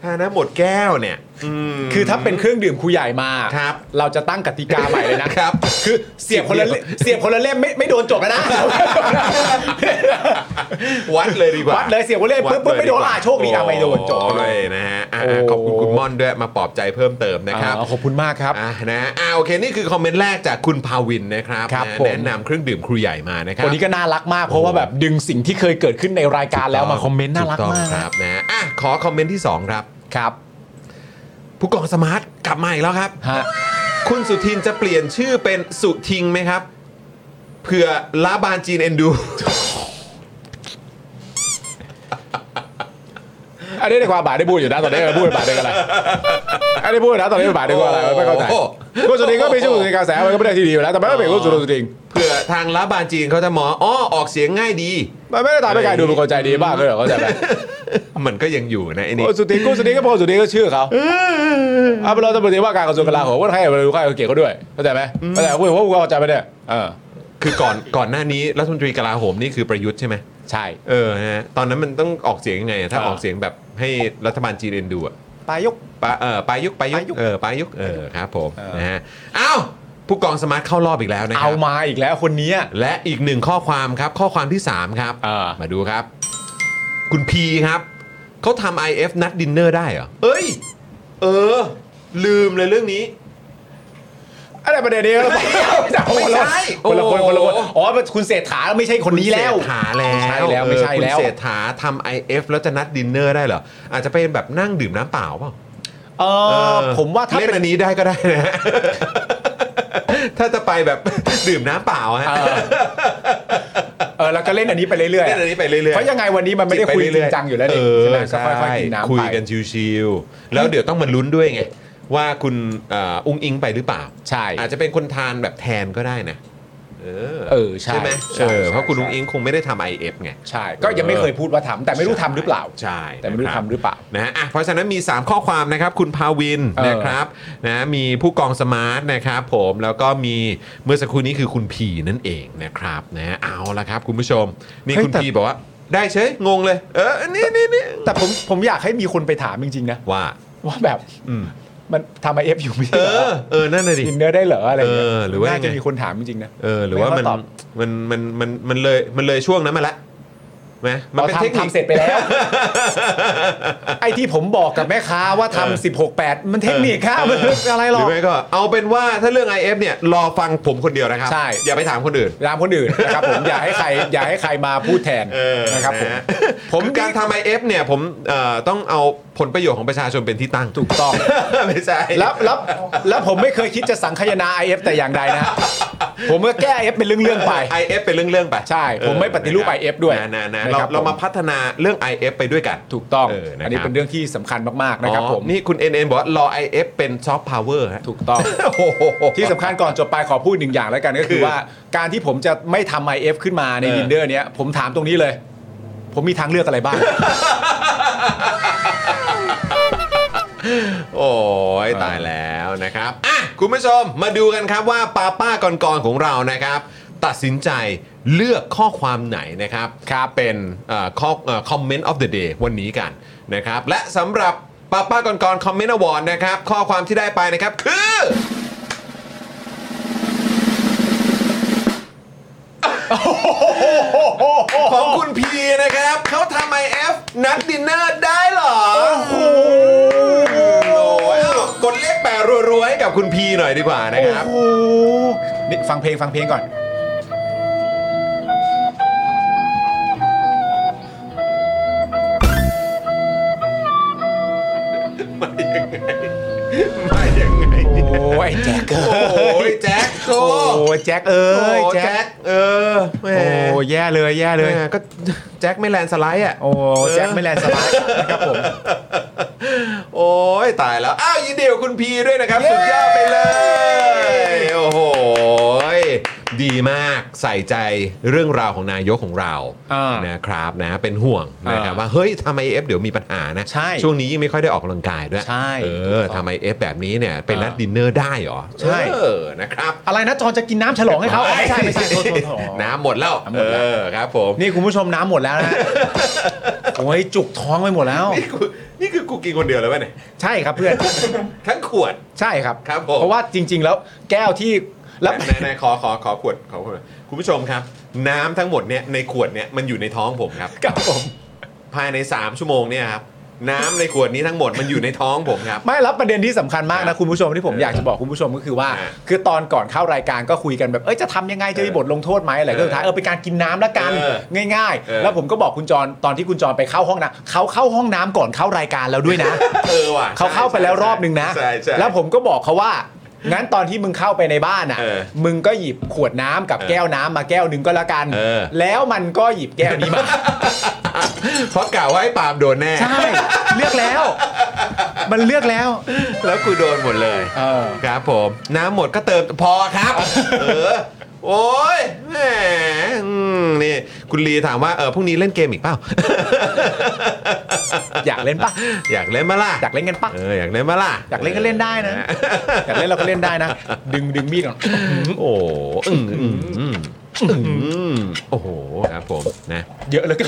Speaker 1: ถ้านั้นหมดแก้วเนี่ยอืม
Speaker 4: คือถ้าเป็นเครื่องดื่มครูใหญ่มา
Speaker 1: ครับ
Speaker 4: เราจะตั้งกติกาใหม่ เลยนะครับ คือเสียบคนละเล่มเสียบคนละเล่มไม่ไม่โดนจบแล้วนะ
Speaker 1: วัดเลยดีกว่า
Speaker 4: วัดเลยเสียงหัวเล่นปุ๊บปุ๊บไม่โดนล่ะโชคดีอ่ะไม่โดนจบไปเลย
Speaker 1: โอ้นะฮะอ่ะอ่ะขอบคุณคุณม่อนด้วยมาปลอบใจเพิ่มเติมนะครับ
Speaker 4: อ่าขอบคุณมากครับ
Speaker 1: อ่ะนะอ่ะโอเคนี่คือคอมเมนต์แรกจากคุณภาวินนะครับ
Speaker 4: ครับ
Speaker 1: นะ
Speaker 4: ผม
Speaker 1: แนะนำเครื่องดื่มครูใหญ่มานะครับ
Speaker 4: คนนี้ก็น่ารักมากเพราะว่าแบบดึงสิ่งที่เคยเกิดขึ้นในรายการแล้วมาคอมเมนต์น่ารัก
Speaker 1: ถูต้อง
Speaker 4: มาก
Speaker 1: ครับนะอ่ะขอคอมเมนต์ที่ 2 ครับ
Speaker 4: ครับ
Speaker 1: ผู้กองสมาร์ทกลับมาอีกแล้วครับ
Speaker 4: ฮะ
Speaker 1: คุณสุทินจะเปลี่ยนชื่อเป็นสุทิงไหมครับเผื่อลาบานจีนเอ็นดู
Speaker 4: อันนี้ในความบาดได้พูดอยู่นะตอนนี้พูดบาดได้กันอะไรอันนี้พูดนะตอนนี้บาดได้กันอะไรไม่เข้าใจ
Speaker 1: โอ้โห
Speaker 4: คุณสุดิงก็มีชื่ออยู่ในกระแสมันก็ไม่ได้ที่ดีอยู่แล้วแต่ไม่เป็นคุณสุดิง
Speaker 1: เผื่อทางลาบานจีนเขาจะมองอ๋อออกเสียงง่ายดี
Speaker 4: มันไม่ได้ตามไปไกลดูเป็นคนใจดีบ้างเลยเหรอเข้าใจไหม
Speaker 1: มันก็ยังอยู่นะไอ้นี่
Speaker 4: คุณสุดิงคุณสุดิงก็พอสุดิงก็ชื่อเขาเอาไปรอตำรวจว่าการกระทรวงกลาโหมว่าใครไปดูใครเกลียดเขาด้วยเข้าใจไหมเข้าใจพูดว่ากูเข้าใจไหมเนี่ยเออ
Speaker 1: คือก่อนก่อนหน้านี้รัฐมนตรีกลาโหมนี่คือประยุทธ์ใช่ไหม
Speaker 4: ใช่
Speaker 1: เออฮะตอนนั้นมันต้องออกเสียงยังไงอะถ้า
Speaker 4: อ่า
Speaker 1: ออกเสียงแบบให้รัฐบาลจีนเอ็นดูอะ
Speaker 4: ตายยก
Speaker 1: ปาเออปายุกปายุ
Speaker 4: ปายุ
Speaker 1: ก
Speaker 4: ก
Speaker 1: เออปายุกเออครับผม
Speaker 4: เออ
Speaker 1: นะฮะเอ้าวผู้กองสมาร์ทเข้ารอบอีกแล้วนะค
Speaker 4: เอา
Speaker 1: รับ
Speaker 4: มาอีกแล้วคนนี้
Speaker 1: และอีกหนึ่งข้อความครับ ข้อความที่ 3 ครับ
Speaker 4: อ่า
Speaker 1: มาดูครับ คุณพีครับเขาทำ IF นัดดินเนอร์ได้เหรอ เอ้ย เออ ลืมเลยเรื่องนี้
Speaker 4: อะไรประเด็นนี้ไม่
Speaker 1: ไม่ใช่
Speaker 4: คนละคนคนละคน
Speaker 1: โอ้โห
Speaker 4: อ๋อคุณเศรษฐาไม่ใช่คนนี้แล้ว
Speaker 1: คุณเศรษฐาแล้ว
Speaker 4: ไม่ใช่แล้วไม่ใช่
Speaker 1: เออคุณ
Speaker 4: แล้ว
Speaker 1: เศรษฐาทำ IF แล้วจะนัดดินเนอร์ได้เหรอ อาจจะเป็นแบบนั่งดื่มน้ำเปล่าเปล่า
Speaker 4: เออผมว่าถ้า
Speaker 1: เล่น
Speaker 4: เป็น
Speaker 1: อันนี้ได้ก็ได้นะฮ ะ ถ้าจะไปแบบ ดื่มน้ำเปล่าฮะ
Speaker 4: เออเออแล้วก็เล่นอันนี้ไปเรื่อย
Speaker 1: เล่นอันนี้ไปเรื่อยๆ
Speaker 4: เพราะยังไงวันนี้มันไม่ได้
Speaker 1: จิบป
Speaker 4: คุยจริ
Speaker 1: เองๆ
Speaker 4: จังอยู่แล้ว
Speaker 1: เอ
Speaker 4: นี่
Speaker 1: อ
Speaker 4: ใช่ไหมก็
Speaker 1: ใช่
Speaker 4: ค่อยๆกินน้ำไป
Speaker 1: คุยกันชิวๆแล้วเดี๋ยวต้องมาลุ้นด้วยไง ว่าคุณเอ่ออุ้งอิงไปหรือเปล่า
Speaker 4: ใช่
Speaker 1: อาจจะเป็นคนทานแบบแทนก็ได้นะ เออ
Speaker 4: เออใช่
Speaker 1: ไหม
Speaker 4: ใช่
Speaker 1: เออ
Speaker 4: ใช่
Speaker 1: เพราะคุณ
Speaker 4: ใช่
Speaker 1: อุ้งอิงคงไม่ได้ทำไอเอฟไง
Speaker 4: ใช่ ก็ยังไม่เคยพูดว่าทำแต่ไม่รู้ทำหรือเปล่า
Speaker 1: ใช่
Speaker 4: แต่ไม่รู้
Speaker 1: นะคบ
Speaker 4: ทำหรือเปล่า
Speaker 1: นะฮะอ่ะเพราะฉะนั้นมี 3 ข้อความนะครับ คุณภาวิน
Speaker 4: เออ
Speaker 1: นะครับนะมีผู้กองสมาร์ทนะครับผมแล้วก็มีเมื่อสักครู่นี้คือคุณพีนั่นเองนะครับนะฮะเอาละครับ คุณผู้ชมนี่
Speaker 4: เฮ้ย
Speaker 1: คุณ
Speaker 4: แต่
Speaker 1: พีบอกว่า ได้เชยงงเลย เออนี่นี่นี่
Speaker 4: แต่ผมผมอยากให้มีคนไปถามจริงๆนะ
Speaker 1: ว่า
Speaker 4: ว่าแบบ
Speaker 1: อืม
Speaker 4: มันทำไอเอฟอยู่ไม่
Speaker 1: เอ
Speaker 4: ใช่เหร
Speaker 1: อ
Speaker 4: อ
Speaker 1: เออนั่นน่ะดิ
Speaker 4: กินเนื้อได้เหรออะไรย่งเงี้ย
Speaker 1: เออหรือว่ายังไง
Speaker 4: น่าจะมีคนถามจริงๆนะ
Speaker 1: เออหรือว่ามัน
Speaker 4: ไม่ค่อยตอบ
Speaker 1: มันมันมันมันเลยมันเลยช่วงนั้นมาละไหมมันเป็น
Speaker 4: อา
Speaker 1: เทค
Speaker 4: ทำ
Speaker 1: นิค
Speaker 4: ทำเสร็จไปแล้ว ไอ้ที่ผมบอกกับแม่ค้าว่าทำสิบหกแปดมันเทคนิคครับ
Speaker 1: เออ
Speaker 4: อะไรห
Speaker 1: ห
Speaker 4: ร
Speaker 1: รือ อไม่ก็เอาเป็นว่าถ้าเรื่อง IF เนี่ยรอฟังผมคนเดียวนะครับ
Speaker 4: ใช่
Speaker 1: อย่าไปถามคนอื่น
Speaker 4: รามคนอื่นนะครับผม อย่าให้ใคร อย่าให้ใครมาพูดแทน
Speaker 1: เออ
Speaker 4: นะครับผม
Speaker 1: ฮ
Speaker 4: ผ
Speaker 1: ผม
Speaker 4: ม
Speaker 1: การทำไอเอฟเนี่ยผมเอ่อต้องเอาผลประโยชน์ของประชาชนเป็นที่ตั้ง
Speaker 4: ถูกต้อง
Speaker 1: ไม่ใช่
Speaker 4: แล้วแล้วแล้วผมไม่เคยคิดจะสังคายนา IF แต่อย่างใดนะ ผมก็แก้ IF เป็นเรื่อง ๆ ไป
Speaker 1: ไอเอฟเป็นเรื่องๆไป
Speaker 4: ใช่ผมไม่ปฏิรูป
Speaker 1: นะค
Speaker 4: IF ด้วย
Speaker 1: นะนะนะ
Speaker 4: นะ
Speaker 1: เรา
Speaker 4: ครับ
Speaker 1: เรา
Speaker 4: ผม
Speaker 1: มาพัฒนาเรื่อง IF ไปด้วยกัน
Speaker 4: ถูกต้อง
Speaker 1: เออนะครับ
Speaker 4: อันนี้เป็นเรื่องที่สำคัญมาก ๆ นะครับผม
Speaker 1: อ๋อนี่คุณ NN บอกว่ารอ IF เป็นซอฟต์พาวเวอร์ฮะ
Speaker 4: ถูกต้อง
Speaker 1: โอ้โห
Speaker 4: ที่สำคัญก่อนจบไปขอพูดหนึ่งอย่างแล้วกันก็
Speaker 1: คื
Speaker 4: คือ อว่าการที่ผมจะไม่ทำ IF ขึ้นมาใน
Speaker 1: เออ
Speaker 4: ดินเดอร์เนี้ยผมถามตรงนี้เลย ผมมีทางเลือกอะไรบ้าง
Speaker 1: โอ้ยตายแล้วนะครับอ่ะ คุณผู้ชมมาดูกันครับว่าป้าป้าก่อนๆของเรานะครับ ตัดสินใจเลือกข้อความไหนนะครับครับเป็นเอ่อข้อคอมเมนต์ออฟเดอะเดย์วันนี้กันนะครับและสำหรับป้าป้าก่อนๆคอมเมนต์อวอร์ดนะครับข้อความที่ได้ไปนะครับคือ ของคุณพีนะครับ เขาทำไอเอฟนัดดินเนอร์ได้เหรอ โอ้โหเอ้ากดเลขแปดรัวๆให้กับคุณพีหน่อยดีกว่านะครับ
Speaker 4: โอ้โหนี่ฟังเพลงฟังเพลงก่อน
Speaker 1: ไม่ยังไง
Speaker 4: โอ้ยแจ็ค
Speaker 1: โอ้ยแจ็คโอ้
Speaker 4: โอ้ยแจ็คเอ้
Speaker 1: โอ้
Speaker 4: ย
Speaker 1: ย
Speaker 4: แจ็
Speaker 1: แจ็
Speaker 4: ค
Speaker 1: คเออแหม
Speaker 4: โอ้ยแย่เลยแย่เลย
Speaker 1: แหมก็แจ็คไม่แลนด์สไลด์อ่ะ
Speaker 4: โอ้แจ็คไม่แลสบายนะครับผม
Speaker 1: โอ้ยตายแล้ว อ้าวยินดีกับคุณพีด้วยนะครับ สุดยอดไปเลย โอ้โหยดีมากใส่ใจเรื่องราวของนายกของเรา
Speaker 4: อ่า
Speaker 1: นะครับนะเป็นห่วงนะครับ
Speaker 4: อ่า
Speaker 1: ว่าเฮ้ยทำไอเอฟเดี๋ยวมีปัญหานะ
Speaker 4: ใช่
Speaker 1: ช่วงนี้ยิ่งไม่ค่อยได้ออกกำลังกายด้วย
Speaker 4: ใช่
Speaker 1: เออทำไอเอฟแบบนี้เนี่ยเป็นนัดดินเนอร์ได้เหรอ
Speaker 4: ใช่
Speaker 1: เออนะครับ
Speaker 4: อะไรนะจอนจะกินน้ำฉลองให้เขาอ๋อไม่ใช่ ไม่ใช่โทษโทษโทษ
Speaker 1: น้ำหมดแล้ว
Speaker 4: น้ำหม
Speaker 1: เอ
Speaker 4: ดแล้ว
Speaker 1: อครับผม
Speaker 4: นี่คุณผู้ชมน้ำหมดแล้วนะฮ ะโอ้ยจุกท้องไปหมดแล้ว
Speaker 1: นี่กูนี่คือกูกินคนเดียวเลยวะเนี่ย
Speaker 4: ใช่ครับเพื่อน
Speaker 1: ทั้งขวด
Speaker 4: ใช่ครับ
Speaker 1: ครับผม
Speaker 4: เพราะว่าจริง ๆ แล้วแก้วที่แล้ว
Speaker 1: ไหนไหนไหนขอขอขอขวดขอขวดคุณผู้ชมครับ น้ำทั้งหมดเนี่ยในขวดเนี่ยมันอยู่ในท้องผมครับ
Speaker 4: ครับผม
Speaker 1: ภายใน 3 ชั่วโมงเนี่ยครับน้ำในขวดนี้ทั้งหมดมันอยู่ในท้องผมครับ
Speaker 4: ไม่รับประเด็นที่สำคัญมาก
Speaker 1: ครั
Speaker 4: นะ
Speaker 1: บ
Speaker 4: คุณผู้ชมที่ผมอยากจะบอกคุณผู้ชมก็คือว่า
Speaker 1: อ่า
Speaker 4: คือตอนก่อนเข้ารายการก็คุยกันแบบ เอ้ยจะทำยังไงจะมีบทลงโทษไหมอะไรก็สุดท้ายเออเป็นการกินน้ำละกัน
Speaker 1: เอ
Speaker 4: ง่าย
Speaker 1: เออ
Speaker 4: ๆ แล้วผมก็บอกคุณจรตอนที่คุณจรไปเข้าห้องน้ำเขาเข้าห้องน้ำก่อนเข้ารายการแล้วด้วยนะ
Speaker 1: เออว่ะ
Speaker 4: เขาเข้าไปแล้วรอบนึงนะ
Speaker 1: ใช่ใช่
Speaker 4: แล้วผมก็บอกเขาว่า งั้นตอนที่มึงเข้าไปในบ้านอ่ะ
Speaker 1: เออ
Speaker 4: มึงก็หยิบขวดน้ำกับ
Speaker 1: เออ
Speaker 4: แก้วน้ำมาแก้วหนึ่งก็แล้วกัน
Speaker 1: เออ
Speaker 4: แล้วมันก็หยิบแก้วนี้มา
Speaker 1: เพราะกล่าวว่าให้ปาล์มโดนแน่
Speaker 4: ใช่ เลือกแล้ว มันเลือกแล้ว
Speaker 1: แล้วกูโดนหมดเลย
Speaker 4: เออ
Speaker 1: ครับผมน้ำหมดก็เติมพอครับ เออโอ้ยแหมอืมนี่คุณลีถามว่าเออพรุ่งนี้เล่นเกมอีกเปล่า
Speaker 4: อยากเล่นปะ
Speaker 1: อยากเล่นมาล่ะ
Speaker 4: อยากเล่นกันปะ
Speaker 1: เอออยากเล่นมาล่ะ
Speaker 4: อยากเล่นก็เล่นได้นะ อยากเล่นเราก็เล่นได้นะ ดึงดึงมีดก่อน
Speaker 1: โอ้อืมอืมอืมอืมโอ้โห ครับผมนะ
Speaker 4: เยอะเหลยกัน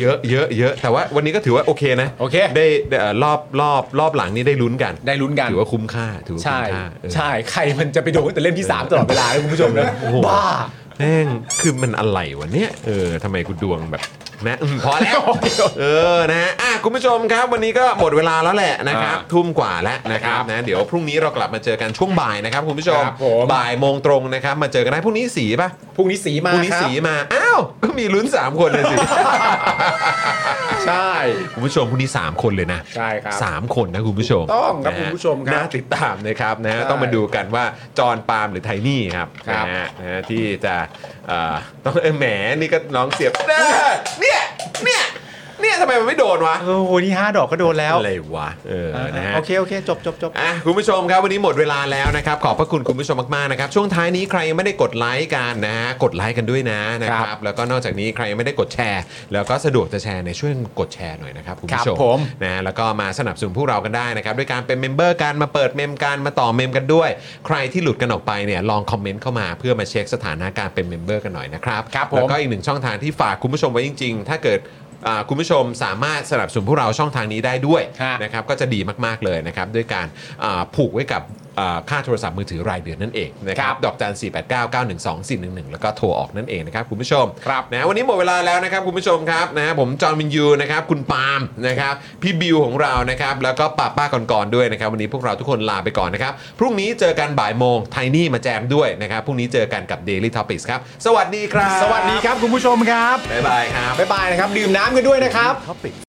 Speaker 1: เยอะเยอะเยอะ แต่ว่าวันนี้ก็ถือว่าโอเคนะ
Speaker 4: โอเค
Speaker 1: ได้ได้เอ่อรอบรอบรอบหลังนี้ได้ลุ้นกัน
Speaker 4: ได้ลุ้นกัน
Speaker 1: ถือว่าคุ้มค่า ถือว่า
Speaker 4: ใช่
Speaker 1: คุ้มค่าเออ
Speaker 4: ใช่ ใครมันจะไปโดนแต่เล่นที่ 3 ตลอดเวลาเลยคุณผู้ชมนะ
Speaker 1: โอ้โห
Speaker 4: บ้า
Speaker 1: แม่งคือมันอะไรวะเนี่ย เออทำไมกูดวงแบบนะ อืมพอแล้ว เออนะฮะอ่ะคุณผู้ชมครับ วันนี้ก็หมดเวลาแล้วแหละนะครับ
Speaker 4: อ่า
Speaker 1: ทุ่มกว่าแล้วนะครับ
Speaker 4: ครับ
Speaker 1: นะเดี๋ยวพรุ่งนี้เรากลับมาเจอกันช่วงบ่ายนะครับคุณผู้ชม
Speaker 4: ครับผม
Speaker 1: บ่ายโมงตรงนะครับ มาเจอกันได้พรุ่งนี้สีป่ะ
Speaker 4: พรุ่งนี้สีมา
Speaker 1: พรุ่งนี้
Speaker 4: ครั
Speaker 1: สี
Speaker 4: บ
Speaker 1: มา อ้าว ก็มีลุ้น 3 คนเลย สิ
Speaker 4: ใช่
Speaker 1: คุณผู้ชมพรุ่งนี้ 3 คนเลยนะ
Speaker 4: ใช่ครับ
Speaker 1: สามคนนะคุณผู้ชม
Speaker 4: ถูกต้องครับ
Speaker 1: นะฮะ
Speaker 4: คุณผู้ชมครับ
Speaker 1: น่าติดตามนะครับนะฮะ
Speaker 4: ใช่
Speaker 1: ต้องมาดูกันว่าจอร์นปาล์มหรือไทนี่ครับ
Speaker 4: ครับ
Speaker 1: นะฮะนะฮะที่จะเอ่อต้อง เอ้ยแหมนี่ก็น้องเสียบเด้อเนี่ยเนี่ยเนี่ยทำไมมันไม่โดนวะ
Speaker 4: โอ้โหนี่ห้าดอกก็โดนแล้ว
Speaker 1: อะไรวะเออนะฮะ
Speaker 4: โอเค โอเค จบจบจบ
Speaker 1: อ่ะคุณผู้ชมครับ วันนี้หมดเวลาแล้วนะครับ ขอบพระคุณคุณผู้ชมมากๆนะครับช่วงท้ายนี้ใครยังไม่ได้กดไลค์กันนะฮะกดไลค์กันด้วยนะนะค
Speaker 4: ค
Speaker 1: รั
Speaker 4: รั
Speaker 1: บบ แล้วก็นอกจากนี้ใครยังไม่ได้กดแชร์ แล้วก็สะดวกจะแชร์ในยช่วยกดแชร์หน่อยนะครับคุณผู้ช
Speaker 4: ครับผม ม
Speaker 1: นะฮะแล้วก็มาสนับสนุนพวกเรากันได้นะครับด้วยการเป็นเมมเบอร์กันมาเปิดเมมกันมาต่อเมมกันด้วย ใครที่หลุดกันออกไปเนี่ยลองคอมเมนต์เข้ามาเพื่อมาเช็คสถานะการเป็นเมมเบอร์กันหน่อยนะครับ
Speaker 4: ครับผม
Speaker 1: แล้วก็ อีกหนึ่งช่องทางที่ฝากคุณผู้ชมไว้จริง ๆ ถ้าเกิดอ่าคุณผู้ชมสามารถสนับสนุนพวกเราช่องทางนี้ได้ด้วย
Speaker 4: ฮะ
Speaker 1: นะครับก็จะดีมากๆเลยนะครับด้วยการอ่าผูกไว้กับอ่าค่าโทรศัพท์มือถือรายเดือนนั่นเองนะครั
Speaker 4: ครับ บ
Speaker 1: ดอกจัน 4 8 9 9 1 2 4 1 1 แล้วก็โทรออกนั่นเองนะครับคุณผู้ชม
Speaker 4: ครับ
Speaker 1: นะวันนี้หมดเวลาแล้วนะครับคุณผู้ชมครับนะฮะผมจอห์นวินยูนะครับคุณปาล์มนะครับพี่บิวของเรานะครับแล้วก็ป้าป้าก่อนๆด้วยนะครับวันนี้พวกเราทุกคนลาไปก่อนนะครับพรุ่งนี้เจอกันบ่ายโมงไทนี่มาแจมด้วยนะครับพรุ่งนี้เจอกันกับ Daily Topics ครับสวัสดีครับ
Speaker 4: สวัสดีครับคุณผู้ชมครับ
Speaker 1: บ๊ายบายครับ
Speaker 4: บ๊ายบายนะครับ ดื่มน้ำกันด้วยนะครับ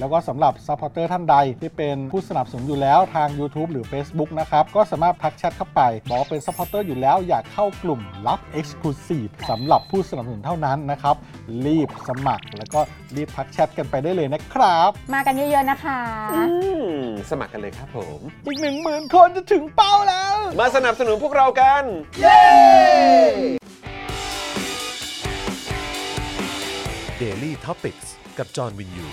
Speaker 6: แล้วก็สำหรับ Supporter ท่านใดที่เป็นผู้สนับสนุนอยู่แล้วทาง YouTube หรือ Facebook นะครับ ก็สามารถทักแชทเข้าไป บอกเป็น Supporter อยู่แล้วอยากเข้ากลุ่มลับ Exclusive สำหรับผู้สนับสนุนเท่านั้นนะครับ รีบสมัคร แล้วก็รีบทักแชทกันไปได้เลยนะครับ
Speaker 7: มากันเยอะๆนะคะ
Speaker 1: อืมสมัครกันเลยครับผม
Speaker 6: อีก 1 0,000 คนจะถึงเป้าแล้ว
Speaker 1: มาสนับสนุนพวกเรากัน
Speaker 8: Daily t o p i c กกับจอห์นวินยู